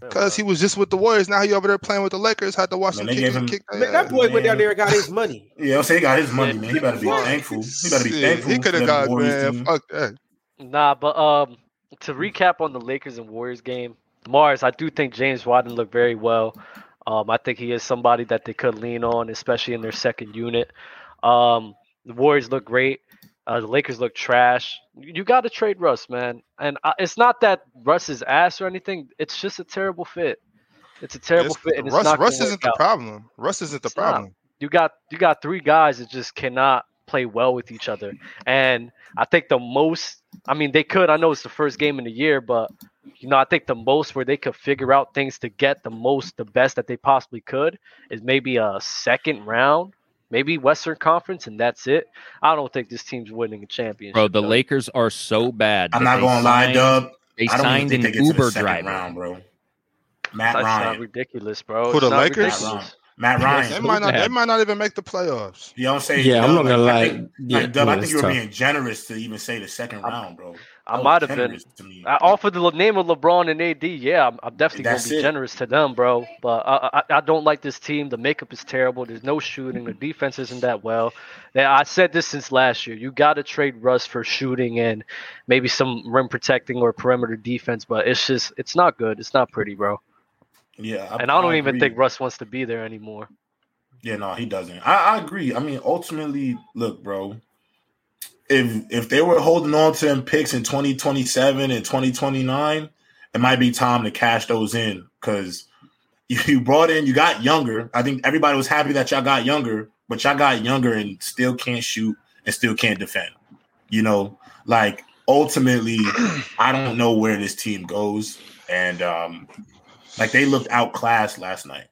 Speaker 5: Because he was just with the Warriors. Now he over there playing with the Lakers. Had to watch
Speaker 4: Man,
Speaker 5: him
Speaker 4: they
Speaker 5: kick,
Speaker 4: gave
Speaker 5: him,
Speaker 4: him-
Speaker 5: kick
Speaker 3: Man, that boy
Speaker 4: Man.
Speaker 3: went down there and got his money.
Speaker 4: Yeah, I'm saying he got his money, man. He better be thankful. He better be
Speaker 5: Shit,
Speaker 4: thankful.
Speaker 5: He could have got man.
Speaker 4: man.
Speaker 5: Fuck that.
Speaker 1: Nah, but um, to
Speaker 5: Hmm.
Speaker 1: recap on the Lakers and Warriors game, Mars, I do think James Wiseman looked very well. Um, I think he is somebody that they could lean on, especially in their second unit. Um, the Warriors look great. Uh, the Lakers look trash. You got to trade Russ, man. And I, it's not that Russ is ass or anything. It's just a terrible fit. It's a terrible
Speaker 5: It's-
Speaker 1: fit, and it's
Speaker 5: Russ,
Speaker 1: not gonna
Speaker 5: Russ
Speaker 1: work
Speaker 5: isn't the
Speaker 1: out.
Speaker 5: problem. Russ isn't the
Speaker 1: It's not.
Speaker 5: problem.
Speaker 1: you got you got three guys that just cannot play well with each other. And I think the most I mean they could, I know it's the first game in the year, but you know, I think the most where they could figure out things to get the most the best that they possibly could is maybe a second round, maybe Western Conference and that's it. I don't think this team's winning a championship.
Speaker 2: Bro, the
Speaker 1: though.
Speaker 2: Lakers are so bad.
Speaker 4: I'm
Speaker 2: that
Speaker 4: not
Speaker 2: they
Speaker 4: gonna lie,
Speaker 2: signed-
Speaker 4: Dub.
Speaker 2: They
Speaker 4: I don't even
Speaker 2: signed
Speaker 4: think
Speaker 2: an
Speaker 4: they get to
Speaker 2: Uber
Speaker 4: the second
Speaker 2: driver.
Speaker 4: round, bro.
Speaker 1: that's
Speaker 4: Matt
Speaker 1: not
Speaker 4: Ryan.
Speaker 1: ridiculous, bro.
Speaker 5: Who,
Speaker 1: It's
Speaker 5: the
Speaker 1: not
Speaker 5: Lakers?
Speaker 1: ridiculous.
Speaker 4: Matt
Speaker 5: They
Speaker 4: Ryan.
Speaker 2: Who
Speaker 5: might not. They
Speaker 2: had-
Speaker 5: might not even make the playoffs.
Speaker 4: You know what I'm saying?
Speaker 6: Yeah, I'm
Speaker 4: Dub,
Speaker 6: not gonna
Speaker 4: like, I
Speaker 6: lie.
Speaker 4: think-
Speaker 6: yeah,
Speaker 4: like, Dub,
Speaker 6: yeah,
Speaker 4: I think
Speaker 6: it's
Speaker 4: you were
Speaker 6: tough.
Speaker 4: being generous to even say the second round, bro.
Speaker 1: I
Speaker 5: Oh,
Speaker 4: That
Speaker 1: might have
Speaker 4: was
Speaker 1: been
Speaker 4: generous to me.
Speaker 1: I offered the name of LeBron and AD. Yeah, I'm, I'm definitely going
Speaker 4: That's
Speaker 1: to be
Speaker 4: it.
Speaker 1: generous to them, bro. But I, I, I don't like this team. The makeup is terrible. There's no shooting. The defense isn't that well. And I said this since last year. You got to trade Russ for shooting and maybe some rim protecting or perimeter defense. But it's just, it's not good. It's not pretty, bro.
Speaker 4: Yeah,
Speaker 1: And I don't even
Speaker 4: agree.
Speaker 1: think Russ wants to be there anymore.
Speaker 4: Yeah, no, he doesn't. I, I agree. I mean, ultimately, look, bro. If if they were holding on to them picks in 2027 and 2029, it might be time to cash those in because you, you brought in, you got younger. I think everybody was happy that y'all got younger, but y'all got younger and still can't shoot and still can't defend. You know, like ultimately, I don't know where this team goes. And um, like they looked outclassed last night.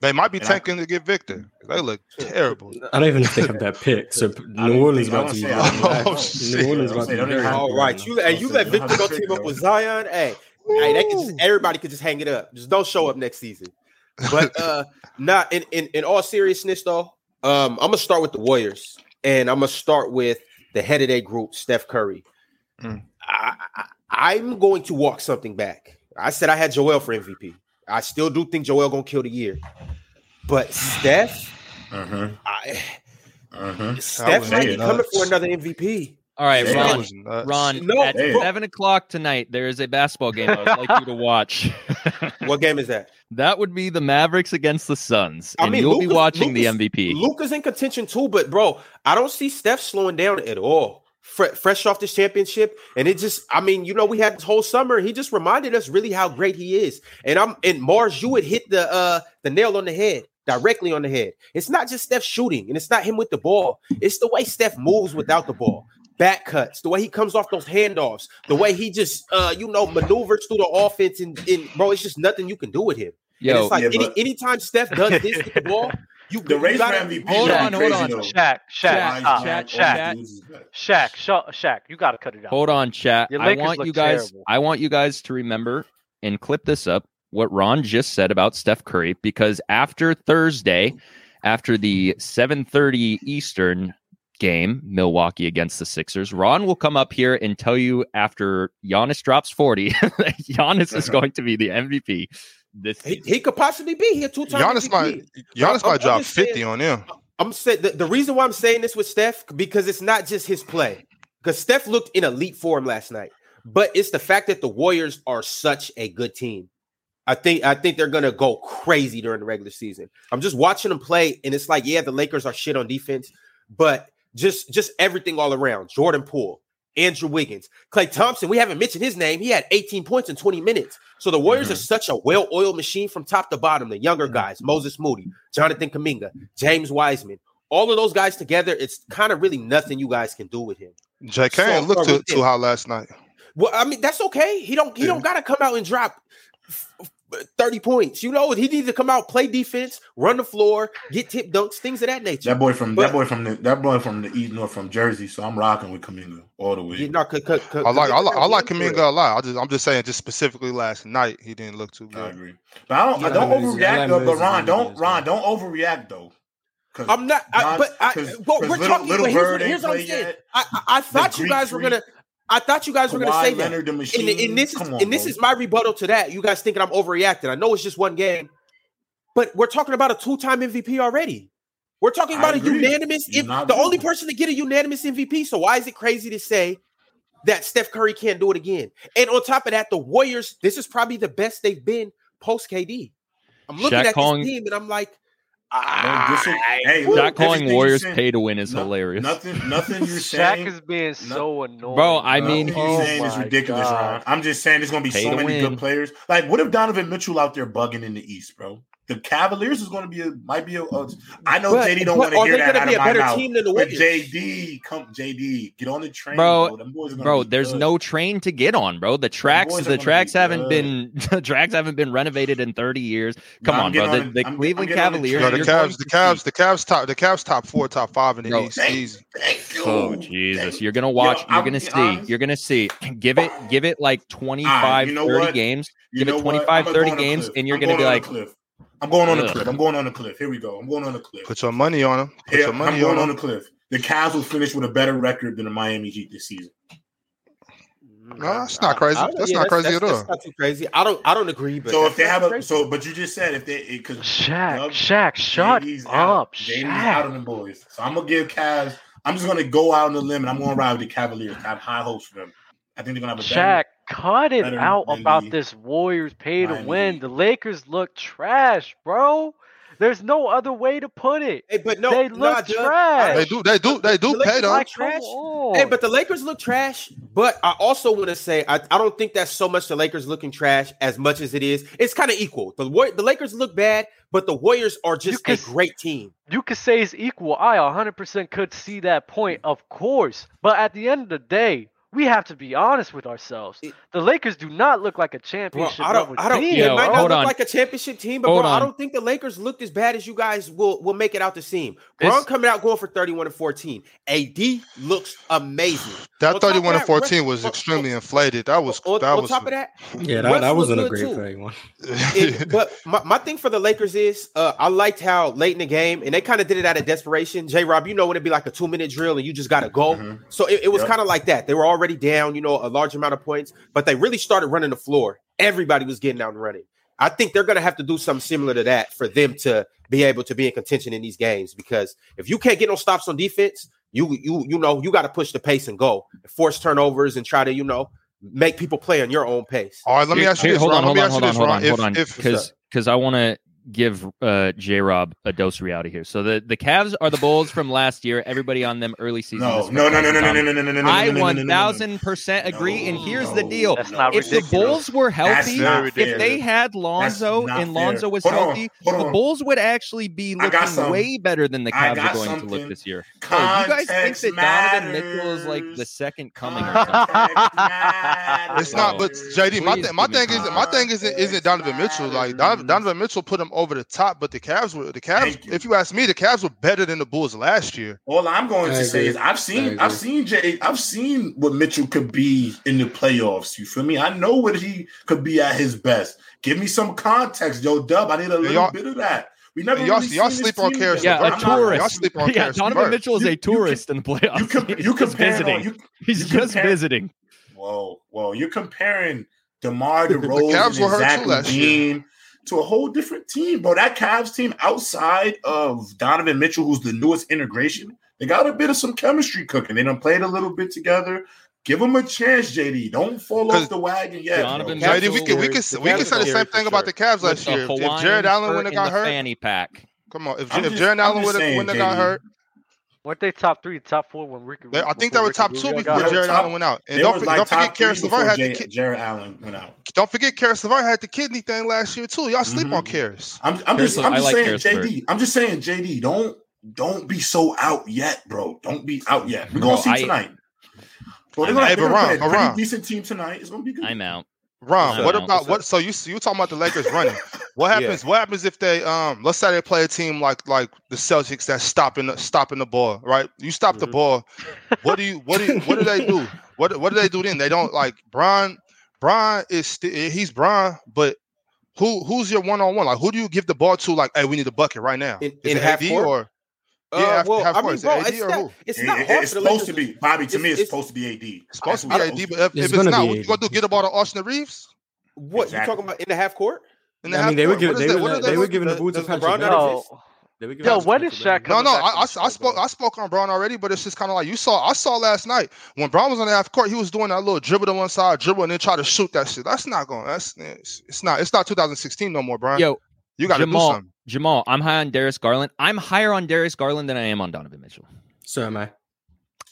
Speaker 5: They might be
Speaker 4: And I-
Speaker 5: tanking to get Victor. They look terrible.
Speaker 6: I don't even know if they have that pick. So
Speaker 4: I don't
Speaker 6: New Orleans
Speaker 4: think- I
Speaker 6: about to
Speaker 4: don't say
Speaker 6: be.
Speaker 4: I don't
Speaker 5: Oh,
Speaker 4: know.
Speaker 5: shit.
Speaker 6: New Orleans
Speaker 4: I don't
Speaker 6: about
Speaker 4: say I
Speaker 6: to
Speaker 4: don't
Speaker 6: be.
Speaker 4: even-
Speaker 3: All right, you and you let Victor go team up with Zion. Hey, hey, they could just, everybody could just hang it up. Just don't show up next season. But uh not in, in in all seriousness though, um, I'm gonna start with the Warriors and I'm gonna start with the head of their group, Steph Curry.
Speaker 5: Mm.
Speaker 3: I, I, am going to walk something back. I said I had Joel for MVP. I still do think Joel gonna kill the year, but Steph, Mm-hmm,
Speaker 4: Uh-huh,
Speaker 3: I,
Speaker 4: uh-huh.
Speaker 3: Steph might be
Speaker 4: nuts.
Speaker 3: coming for another MVP.
Speaker 2: All right,
Speaker 4: They
Speaker 2: Ron.
Speaker 5: was nuts.
Speaker 2: Ron,
Speaker 3: No,
Speaker 2: at
Speaker 4: they-
Speaker 2: seven o'clock tonight, there is a basketball game I'd like you to watch.
Speaker 3: What game is that?
Speaker 2: that would be the Mavericks against the Suns,
Speaker 3: I
Speaker 2: and
Speaker 3: mean,
Speaker 2: you'll be
Speaker 3: Lucas-
Speaker 2: watching
Speaker 3: Lucas-
Speaker 2: the MVP.
Speaker 3: Luca's in contention too, but bro, I don't see Steph slowing down at all. Fre- Fresh off this championship, and it just—I mean, you know, we had this whole summer. He just reminded us really how great he is. And I'm and Mars, you would hit the uh the nail on the head directly on the head. It's not just Steph shooting, and it's not him with the ball. It's the way Steph moves without the ball. back cuts, the way he comes off those handoffs, the way he just uh you know maneuvers through the offense and, and bro, it's just nothing you can do with him. And
Speaker 2: Yo,
Speaker 3: it's like
Speaker 4: Yeah,
Speaker 3: any,
Speaker 4: but-
Speaker 3: anytime Steph does this with the ball, you
Speaker 4: The
Speaker 3: you
Speaker 4: race for
Speaker 3: gotta-
Speaker 4: MVP.
Speaker 2: Hold
Speaker 4: is
Speaker 2: on, hold
Speaker 4: crazy,
Speaker 2: on.
Speaker 4: though.
Speaker 1: Shaq, Shaq,
Speaker 2: Shaq,
Speaker 1: stop,
Speaker 2: Shaq,
Speaker 1: Shaq,
Speaker 2: Shaq.
Speaker 1: Shaq, Shaq, Shaq. You gotta cut it out.
Speaker 2: hold on, chat.
Speaker 1: Your
Speaker 2: I
Speaker 1: Lakers
Speaker 2: want
Speaker 1: look
Speaker 2: you guys.
Speaker 1: terrible.
Speaker 2: I want you guys to remember and clip this up. What Ron just said about Steph Curry, because after Thursday, after the 7:30 Eastern game, Milwaukee against the Sixers, Ron will come up here and tell you after Giannis drops 40, that Giannis is going to be the MVP. This
Speaker 3: He, he could possibly be here two times.
Speaker 5: Giannis might Giannis
Speaker 3: I'm-
Speaker 5: might
Speaker 3: I'm
Speaker 5: drop
Speaker 3: just saying-
Speaker 5: fifty on him.
Speaker 3: I'm saying the, the reason why I'm saying this with Steph because it's not just his play. Because Steph looked in elite form last night, but it's the fact that the Warriors are such a good team. I think I think they're gonna go crazy during the regular season. I'm just watching them play, and it's like, yeah, the Lakers are shit on defense, but just just everything all around. Jordan Poole, Andrew Wiggins, Clay Thompson. We haven't mentioned his name. He had 18 points in 20 minutes. So the Warriors are such a well-oiled machine from top to bottom. The younger guys, Moses Moody, Jonathan Kaminga, James Wiseman, all of those guys together. It's kind of really nothing you guys can do with him.
Speaker 5: J.K.
Speaker 3: So
Speaker 5: ain't looked
Speaker 3: far
Speaker 5: too,
Speaker 3: we
Speaker 5: too
Speaker 3: did.
Speaker 5: high last night.
Speaker 3: Well, I mean, that's okay. He don't he don't gotta come out and drop f- f- 30 points. You know, he needs to come out, play defense, run the floor, get tip dunks, things of that nature.
Speaker 4: That boy from
Speaker 3: But-
Speaker 4: that boy from the that boy from the East North from Jersey. So I'm rocking with Kaminga all the way.
Speaker 3: You know, c- c- c-
Speaker 5: I like I like, I like uh,
Speaker 3: Kaminga.
Speaker 5: Kaminga a lot. I just I'm just saying just specifically last night he didn't look too
Speaker 4: I
Speaker 5: good.
Speaker 4: agree. But I don't I
Speaker 6: Yeah,
Speaker 4: don't overreact
Speaker 6: that is- that
Speaker 4: though. But Ron,
Speaker 6: is- that
Speaker 4: don't
Speaker 6: is-
Speaker 4: Ron, don't overreact though. Cause
Speaker 3: I'm not, I,
Speaker 4: Nas-
Speaker 3: but I,
Speaker 4: 'cause-
Speaker 3: well,
Speaker 4: 'cause
Speaker 3: we're
Speaker 4: Little-
Speaker 3: talking.
Speaker 4: Little
Speaker 3: but here's,
Speaker 4: Bird ain't
Speaker 3: here's what I'm
Speaker 4: played
Speaker 3: saying.
Speaker 4: yet.
Speaker 3: I, I, I thought you
Speaker 4: Greek
Speaker 3: guys were
Speaker 4: freak.
Speaker 3: gonna. I thought you guys were gonna
Speaker 4: Kawhi
Speaker 3: say that.
Speaker 4: Leonard, the machine.
Speaker 3: And, and this is
Speaker 4: Come on,
Speaker 3: and this
Speaker 4: bro.
Speaker 3: is my rebuttal to that. You guys thinking I'm overreacting? I know it's just one game, but we're talking about a two-time MVP already. We're talking
Speaker 4: I
Speaker 3: about a
Speaker 4: agree.
Speaker 3: unanimous.
Speaker 4: You're
Speaker 3: if-
Speaker 4: not
Speaker 3: the only
Speaker 4: wrong.
Speaker 3: person to get a unanimous MVP. So why is it crazy to say that Steph Curry can't do it again? And on top of that, the Warriors. This is probably the best they've been post KD. I'm looking
Speaker 2: Shaq
Speaker 3: at
Speaker 2: calling-
Speaker 3: this team and I'm like,
Speaker 4: Don't
Speaker 3: ah,
Speaker 4: dis- hey,
Speaker 3: woo.
Speaker 4: look,
Speaker 2: Shaq calling
Speaker 4: everything you
Speaker 2: Warriors
Speaker 4: said-
Speaker 2: pay to win is
Speaker 4: no-
Speaker 2: hilarious.
Speaker 4: Nothing, nothing you're
Speaker 1: Shaq
Speaker 4: saying.
Speaker 1: is being so annoying.
Speaker 2: Bro, I mean,
Speaker 4: nothing
Speaker 1: oh
Speaker 4: you're saying is
Speaker 1: my
Speaker 4: ridiculous,
Speaker 1: God.
Speaker 4: Ron. I'm just saying there's going to be
Speaker 2: Pay
Speaker 4: so
Speaker 2: to
Speaker 4: many
Speaker 2: win.
Speaker 4: good players. Like, what if Donovan Mitchell out there bugging in the East, bro? The Cavaliers is going to be a might be a. a I know
Speaker 3: But-
Speaker 4: JD don't
Speaker 3: but
Speaker 4: want to
Speaker 3: are
Speaker 4: hear
Speaker 3: they
Speaker 4: that
Speaker 3: gonna
Speaker 4: out
Speaker 3: be
Speaker 4: of
Speaker 3: a
Speaker 4: my
Speaker 3: better
Speaker 4: mouth.
Speaker 3: team than the
Speaker 4: But
Speaker 3: Warriors?
Speaker 4: JD, come JD, get on the train,
Speaker 2: Bro,
Speaker 4: bro. Them boys are gonna
Speaker 2: bro
Speaker 4: be
Speaker 2: there's
Speaker 4: good.
Speaker 2: no train to get on bro the tracks
Speaker 4: boys are
Speaker 2: the
Speaker 4: gonna
Speaker 2: tracks
Speaker 4: be
Speaker 2: haven't
Speaker 4: good.
Speaker 2: been the tracks haven't been renovated in 30 years
Speaker 4: No,
Speaker 2: come
Speaker 4: I'm
Speaker 2: on bro
Speaker 4: getting
Speaker 2: the,
Speaker 4: on it.
Speaker 2: the
Speaker 4: I'm- I'm
Speaker 2: cleveland
Speaker 4: getting on the
Speaker 2: cavaliers
Speaker 5: You know, the
Speaker 2: you're going
Speaker 5: Cavs, the
Speaker 2: to
Speaker 5: Cavs,
Speaker 2: see-
Speaker 5: the Cavs top, the Cavs top four, top five in the
Speaker 2: Yo,
Speaker 5: East.
Speaker 4: thank-
Speaker 5: Easy.
Speaker 4: Thank you.
Speaker 2: oh jesus
Speaker 4: Thank-
Speaker 2: you're gonna watch
Speaker 4: Yo,
Speaker 2: you're
Speaker 4: I'm
Speaker 2: gonna
Speaker 4: being
Speaker 2: see
Speaker 4: honest.
Speaker 2: you're gonna see give it give it like 25
Speaker 4: know
Speaker 2: 30
Speaker 4: what?
Speaker 2: games
Speaker 4: You
Speaker 2: give it
Speaker 4: know what?
Speaker 2: 25,
Speaker 4: I'ma go
Speaker 2: 30
Speaker 4: on a
Speaker 2: games,
Speaker 4: cliff.
Speaker 2: and you're
Speaker 4: I'm
Speaker 2: gonna
Speaker 4: going
Speaker 2: be
Speaker 4: on a
Speaker 2: like-
Speaker 4: cliff. I'm going on a
Speaker 2: Ugh.
Speaker 4: cliff. I'm going on a cliff. Here we go. I'm going on a cliff.
Speaker 5: Put your money on him. Put
Speaker 4: Here,
Speaker 5: your
Speaker 4: I'm
Speaker 5: money
Speaker 4: going
Speaker 5: on
Speaker 4: on a
Speaker 5: him.
Speaker 4: cliff. The Cavs will finish with a better record than the Miami Heat this season.
Speaker 5: No, that's not crazy.
Speaker 3: I don't-
Speaker 5: That's
Speaker 3: yeah,
Speaker 5: not crazy at
Speaker 3: that's-
Speaker 5: all.
Speaker 3: That's not too crazy. I don't. I don't agree. But
Speaker 4: so
Speaker 3: that's
Speaker 4: if they
Speaker 3: not
Speaker 4: have a
Speaker 3: crazy.
Speaker 4: so, but you just said if they because
Speaker 1: Shaq,
Speaker 4: Love
Speaker 1: Shaq, shut
Speaker 4: JD's
Speaker 1: up,
Speaker 4: out. JD's out
Speaker 1: Shaq.
Speaker 4: of the boys. So I'm gonna give Cavs. I'm just gonna go out on the limb and I'm gonna ride with the Cavaliers. I have high hopes for them. I think they're gonna have a
Speaker 1: Shaq,
Speaker 4: better.
Speaker 1: cut it
Speaker 4: better
Speaker 1: out
Speaker 4: than
Speaker 1: about
Speaker 4: the
Speaker 1: this Warriors pay to
Speaker 4: Miami
Speaker 1: win.
Speaker 4: Heat.
Speaker 1: The Lakers look trash, bro. There's no other way to put it.
Speaker 3: Hey, but no,
Speaker 1: they
Speaker 3: nah,
Speaker 1: look
Speaker 3: Doug,
Speaker 1: trash.
Speaker 5: They do, they do, they do
Speaker 3: The Lakers
Speaker 5: pay them.
Speaker 1: Like,
Speaker 3: look
Speaker 1: come
Speaker 3: trash.
Speaker 1: on.
Speaker 3: Hey, but the Lakers look trash. But I also want to say I, I don't think that's so much the Lakers looking trash as much as it is. It's kind of equal. The Wa- the Lakers look bad, but the Warriors are just
Speaker 1: can
Speaker 3: a
Speaker 1: s-
Speaker 3: great team.
Speaker 1: you could say it's equal. I 100% could see that point, of course. But at the end of the day, we have to be honest with ourselves.
Speaker 3: It-
Speaker 1: The Lakers do not look like a
Speaker 3: Bro,
Speaker 1: championship
Speaker 3: I don't.
Speaker 1: level
Speaker 3: I don't.
Speaker 1: team.
Speaker 3: It
Speaker 2: Yo,
Speaker 3: might not
Speaker 2: hold
Speaker 3: look
Speaker 2: on.
Speaker 3: like a championship team, but
Speaker 2: Hold
Speaker 3: bro,
Speaker 2: on.
Speaker 3: I don't think the Lakers looked as bad as you guys will will make it out to seem. Bron
Speaker 2: This-
Speaker 3: coming out going for thirty one and fourteen. AD looks amazing.
Speaker 5: That
Speaker 3: On top of
Speaker 5: thirty-one and
Speaker 3: that, Russ-
Speaker 5: fourteen was
Speaker 3: on-
Speaker 5: extremely inflated. That was
Speaker 3: on,
Speaker 5: that
Speaker 3: on
Speaker 5: was.
Speaker 3: top of that,
Speaker 6: Yeah, that, that
Speaker 3: Russ
Speaker 6: wasn't a
Speaker 3: looked
Speaker 6: great
Speaker 3: good, too.
Speaker 6: play. One.
Speaker 3: it, but my, my thing for the Lakers is uh, I liked how late in the game, and they kind of did it out of desperation. J Rob, you know when it'd be like a two minute drill and you just got to go.
Speaker 4: Mhm.
Speaker 3: So it, it was
Speaker 4: Yep.
Speaker 3: kind of like that. They were already down, you know, a large amount of points, but they really started running the floor. Everybody was getting out and running. I think they're going to have to do something similar to that for them to be able to be in contention in these games because if you can't get no stops on defense, you you you know you got to push the pace and go, force turnovers and try to you know make people play on your own pace.
Speaker 5: All right, let me
Speaker 2: Here-
Speaker 5: ask you
Speaker 2: here,
Speaker 5: this,
Speaker 2: hold
Speaker 5: Ron.
Speaker 2: on
Speaker 5: Let
Speaker 2: hold
Speaker 5: me
Speaker 2: on
Speaker 5: ask you
Speaker 2: hold
Speaker 5: this,
Speaker 2: on hold
Speaker 5: Ron.
Speaker 2: on hold on
Speaker 5: If if
Speaker 2: because because i want to give uh, J Rob a dose of reality here. So the the Cavs are the Bulls from last year. Everybody on them early season.
Speaker 4: No,
Speaker 2: is
Speaker 4: no, no, no, no, no,
Speaker 2: Tom.
Speaker 4: no, no, no, no, no.
Speaker 2: I
Speaker 4: no, no, no, no, no,
Speaker 2: one
Speaker 4: no, no.
Speaker 2: thousand percent agree. and
Speaker 4: No,
Speaker 2: here's
Speaker 4: no,
Speaker 2: the deal:
Speaker 1: That's not
Speaker 2: if
Speaker 1: ridiculous.
Speaker 2: the Bulls were
Speaker 4: That's
Speaker 2: healthy,
Speaker 4: not
Speaker 2: if
Speaker 4: fair.
Speaker 2: they had
Speaker 4: That's
Speaker 2: Lonzo
Speaker 4: not
Speaker 2: and Lonzo
Speaker 4: fair.
Speaker 2: was
Speaker 4: Hold on,
Speaker 2: healthy,
Speaker 4: hold
Speaker 2: the
Speaker 4: on.
Speaker 2: Bulls would actually be
Speaker 4: I got
Speaker 2: looking
Speaker 4: some.
Speaker 2: way better than the
Speaker 4: I
Speaker 2: Cavs
Speaker 4: got
Speaker 2: are going to look
Speaker 4: something.
Speaker 2: this year. Bro, you guys think
Speaker 4: Context
Speaker 2: that Donovan Mitchell is like the
Speaker 4: matters.
Speaker 2: second coming? Or something?
Speaker 4: Context matters.
Speaker 5: It's not, but JD, my,
Speaker 2: Please
Speaker 5: th- my
Speaker 2: give me
Speaker 5: thing is, my thing is, isn't Donovan Mitchell like Don- Donovan Mitchell put him over the top, but the Cavs were the Cavs.
Speaker 4: Thank you.
Speaker 5: If you ask me, the Cavs were better than the Bulls last year.
Speaker 4: All I'm going
Speaker 6: I
Speaker 4: to say
Speaker 6: agree.
Speaker 4: is I've seen
Speaker 6: I
Speaker 4: I've seen Jay I've seen what Mitchell could be in the playoffs. You feel me? I know what he could be at his best. Give me some context, yo, Dub. I need a little
Speaker 5: y'all-
Speaker 4: bit of that. We never
Speaker 5: Y'all,
Speaker 4: really
Speaker 5: y'all
Speaker 4: seen
Speaker 5: sleep
Speaker 4: this
Speaker 5: on
Speaker 4: team
Speaker 5: Karis
Speaker 2: Yeah, a
Speaker 4: yet.
Speaker 5: LeVert.
Speaker 4: I'm not-
Speaker 2: tourist.
Speaker 5: Y'all sleep on
Speaker 2: Yeah,
Speaker 5: Karis
Speaker 2: Donovan
Speaker 5: LeVert.
Speaker 2: Mitchell is
Speaker 4: You-
Speaker 2: a
Speaker 4: you
Speaker 2: tourist in the playoffs.
Speaker 4: You, com-
Speaker 2: He's
Speaker 4: you
Speaker 2: just
Speaker 4: comparing
Speaker 2: visiting.
Speaker 4: on- you-
Speaker 2: He's
Speaker 4: you
Speaker 2: just
Speaker 4: compare-
Speaker 2: visiting.
Speaker 4: Whoa, whoa! You're comparing DeMar
Speaker 5: The
Speaker 4: DeRozan
Speaker 5: Cavs were
Speaker 4: and
Speaker 5: hurt too
Speaker 4: Zach
Speaker 5: last year.
Speaker 4: Levine to a whole different team, bro. That Cavs team outside of Donovan Mitchell, who's the newest integration, they got a bit of some chemistry cooking. They done played a little bit together. Give them a chance, JD. Don't fall off
Speaker 5: Because
Speaker 4: the wagon yet.
Speaker 2: Donovan
Speaker 4: bro.
Speaker 2: Mitchell-
Speaker 5: JD, we can we can
Speaker 6: The
Speaker 5: we can
Speaker 6: Cavs
Speaker 5: say
Speaker 6: are
Speaker 5: the same
Speaker 2: scary for
Speaker 5: thing about
Speaker 2: sure.
Speaker 5: the Cavs
Speaker 2: With
Speaker 5: last
Speaker 2: the
Speaker 5: year. If- If
Speaker 2: Hawaiian
Speaker 5: Jared Allen
Speaker 2: shirt
Speaker 5: wouldn't have
Speaker 2: and
Speaker 5: got
Speaker 2: the
Speaker 5: hurt,
Speaker 2: fanny pack.
Speaker 5: come on. If,
Speaker 4: I'm
Speaker 5: if
Speaker 4: just- I'm
Speaker 5: Jared Allen
Speaker 4: just
Speaker 5: would have
Speaker 4: saying,
Speaker 5: wouldn't have got
Speaker 4: JD.
Speaker 5: hurt,
Speaker 1: Weren't they top three, top four when Ricky?
Speaker 5: they, I think they
Speaker 1: before
Speaker 5: were
Speaker 1: Ricky
Speaker 5: top two
Speaker 1: Rubio
Speaker 5: before
Speaker 1: got hurt?
Speaker 5: Jared Allen went out. And
Speaker 4: They
Speaker 5: don't
Speaker 4: was
Speaker 5: for-
Speaker 4: like
Speaker 5: don't
Speaker 4: top
Speaker 5: forget
Speaker 4: three
Speaker 5: Karis
Speaker 4: before
Speaker 5: LeVert had the
Speaker 4: Jay-
Speaker 5: kid.
Speaker 4: Jared Allen went out.
Speaker 5: Don't forget Karis LeVert had the kidney thing last year too. Y'all
Speaker 4: Mm-hmm.
Speaker 5: sleep on Karis.
Speaker 4: I'm, I'm
Speaker 2: Here's
Speaker 4: just,
Speaker 2: what-
Speaker 4: I'm
Speaker 2: I
Speaker 4: just
Speaker 2: like
Speaker 4: saying,
Speaker 2: Harris
Speaker 4: JD. I'm just saying, JD. Don't, don't be so out yet, bro. Don't be out yet. We're
Speaker 2: Bro,
Speaker 4: gonna see
Speaker 2: I-
Speaker 4: tonight. Bro,
Speaker 2: I-
Speaker 4: they're gonna,
Speaker 5: Hey,
Speaker 4: they're gonna
Speaker 5: Baron,
Speaker 4: play a pretty
Speaker 5: Baron.
Speaker 4: decent team tonight. It's gonna be good.
Speaker 2: I'm out.
Speaker 5: Ron,
Speaker 2: I
Speaker 5: what
Speaker 2: don't know.
Speaker 5: about what? So you you talking about the Lakers running? What
Speaker 3: Yeah.
Speaker 5: happens? What happens if they um? Let's say they play a team like like the Celtics that's stopping the- stopping the ball, right? You stop
Speaker 6: Mm-hmm.
Speaker 5: the
Speaker 3: Mhm.
Speaker 5: ball. What do you what do you, what do they do? What what do they do then? They don't like Bron. Bron is sti- eh, he's Bron, but who who's your one on one? Like who do you give the ball to? Like hey, we need a bucket right now.
Speaker 3: In-
Speaker 5: Is
Speaker 3: in
Speaker 5: it
Speaker 3: half
Speaker 5: AD
Speaker 3: court?
Speaker 5: or
Speaker 3: Uh,
Speaker 5: Yeah, half-
Speaker 3: well,
Speaker 5: half
Speaker 3: I
Speaker 5: court.
Speaker 3: mean,
Speaker 5: Is it
Speaker 3: bro,
Speaker 5: AD
Speaker 3: it's
Speaker 5: or
Speaker 3: not,
Speaker 5: who?
Speaker 3: it's
Speaker 4: It-
Speaker 3: not
Speaker 4: it-
Speaker 3: hard
Speaker 4: it's
Speaker 3: for the
Speaker 4: supposed to
Speaker 3: Lakers-
Speaker 4: be Bobby. To
Speaker 3: It's-
Speaker 4: me, it's
Speaker 3: it's-
Speaker 4: supposed to be AD.
Speaker 5: it's supposed to be
Speaker 4: I
Speaker 5: AD?
Speaker 4: don't-
Speaker 5: But if,
Speaker 6: It's
Speaker 5: if it's
Speaker 6: gonna
Speaker 5: not,
Speaker 6: be
Speaker 5: what you
Speaker 6: AD.
Speaker 5: gonna do? Get the ball to Austin Reeves?
Speaker 3: What
Speaker 4: Exactly.
Speaker 3: you talking about in the half court?
Speaker 5: In the
Speaker 6: I mean,
Speaker 5: half
Speaker 6: they were
Speaker 5: court?
Speaker 6: giving
Speaker 5: What
Speaker 6: they
Speaker 5: is that-
Speaker 6: were
Speaker 5: what are
Speaker 6: they, were
Speaker 5: doing?
Speaker 6: giving the
Speaker 3: does-
Speaker 6: ball to
Speaker 3: does
Speaker 6: Patrick
Speaker 3: LeBron not
Speaker 6: Beverley.
Speaker 3: exist?
Speaker 1: No.
Speaker 6: They were giving
Speaker 1: Yo,
Speaker 6: it to
Speaker 1: when is
Speaker 6: Patrick
Speaker 1: Shaq
Speaker 6: Beverley.
Speaker 5: No,
Speaker 1: coming
Speaker 5: no,
Speaker 1: back?
Speaker 5: I, I,
Speaker 1: to
Speaker 5: I spoke I spoke on Brown already, but it's just kind of like you saw I saw last night when Brown was on the half court, he was doing that little dribble to one side, dribble, and then try to shoot that shit. That's not going. That's it's, it's not. It's not 2016 no more, Brown.
Speaker 2: Yo,
Speaker 5: you got to do
Speaker 2: Jamal.
Speaker 5: something.
Speaker 2: Jamal, I'm high on Darius Garland. I'm higher on Darius Garland than I am on Donovan Mitchell.
Speaker 6: So am I.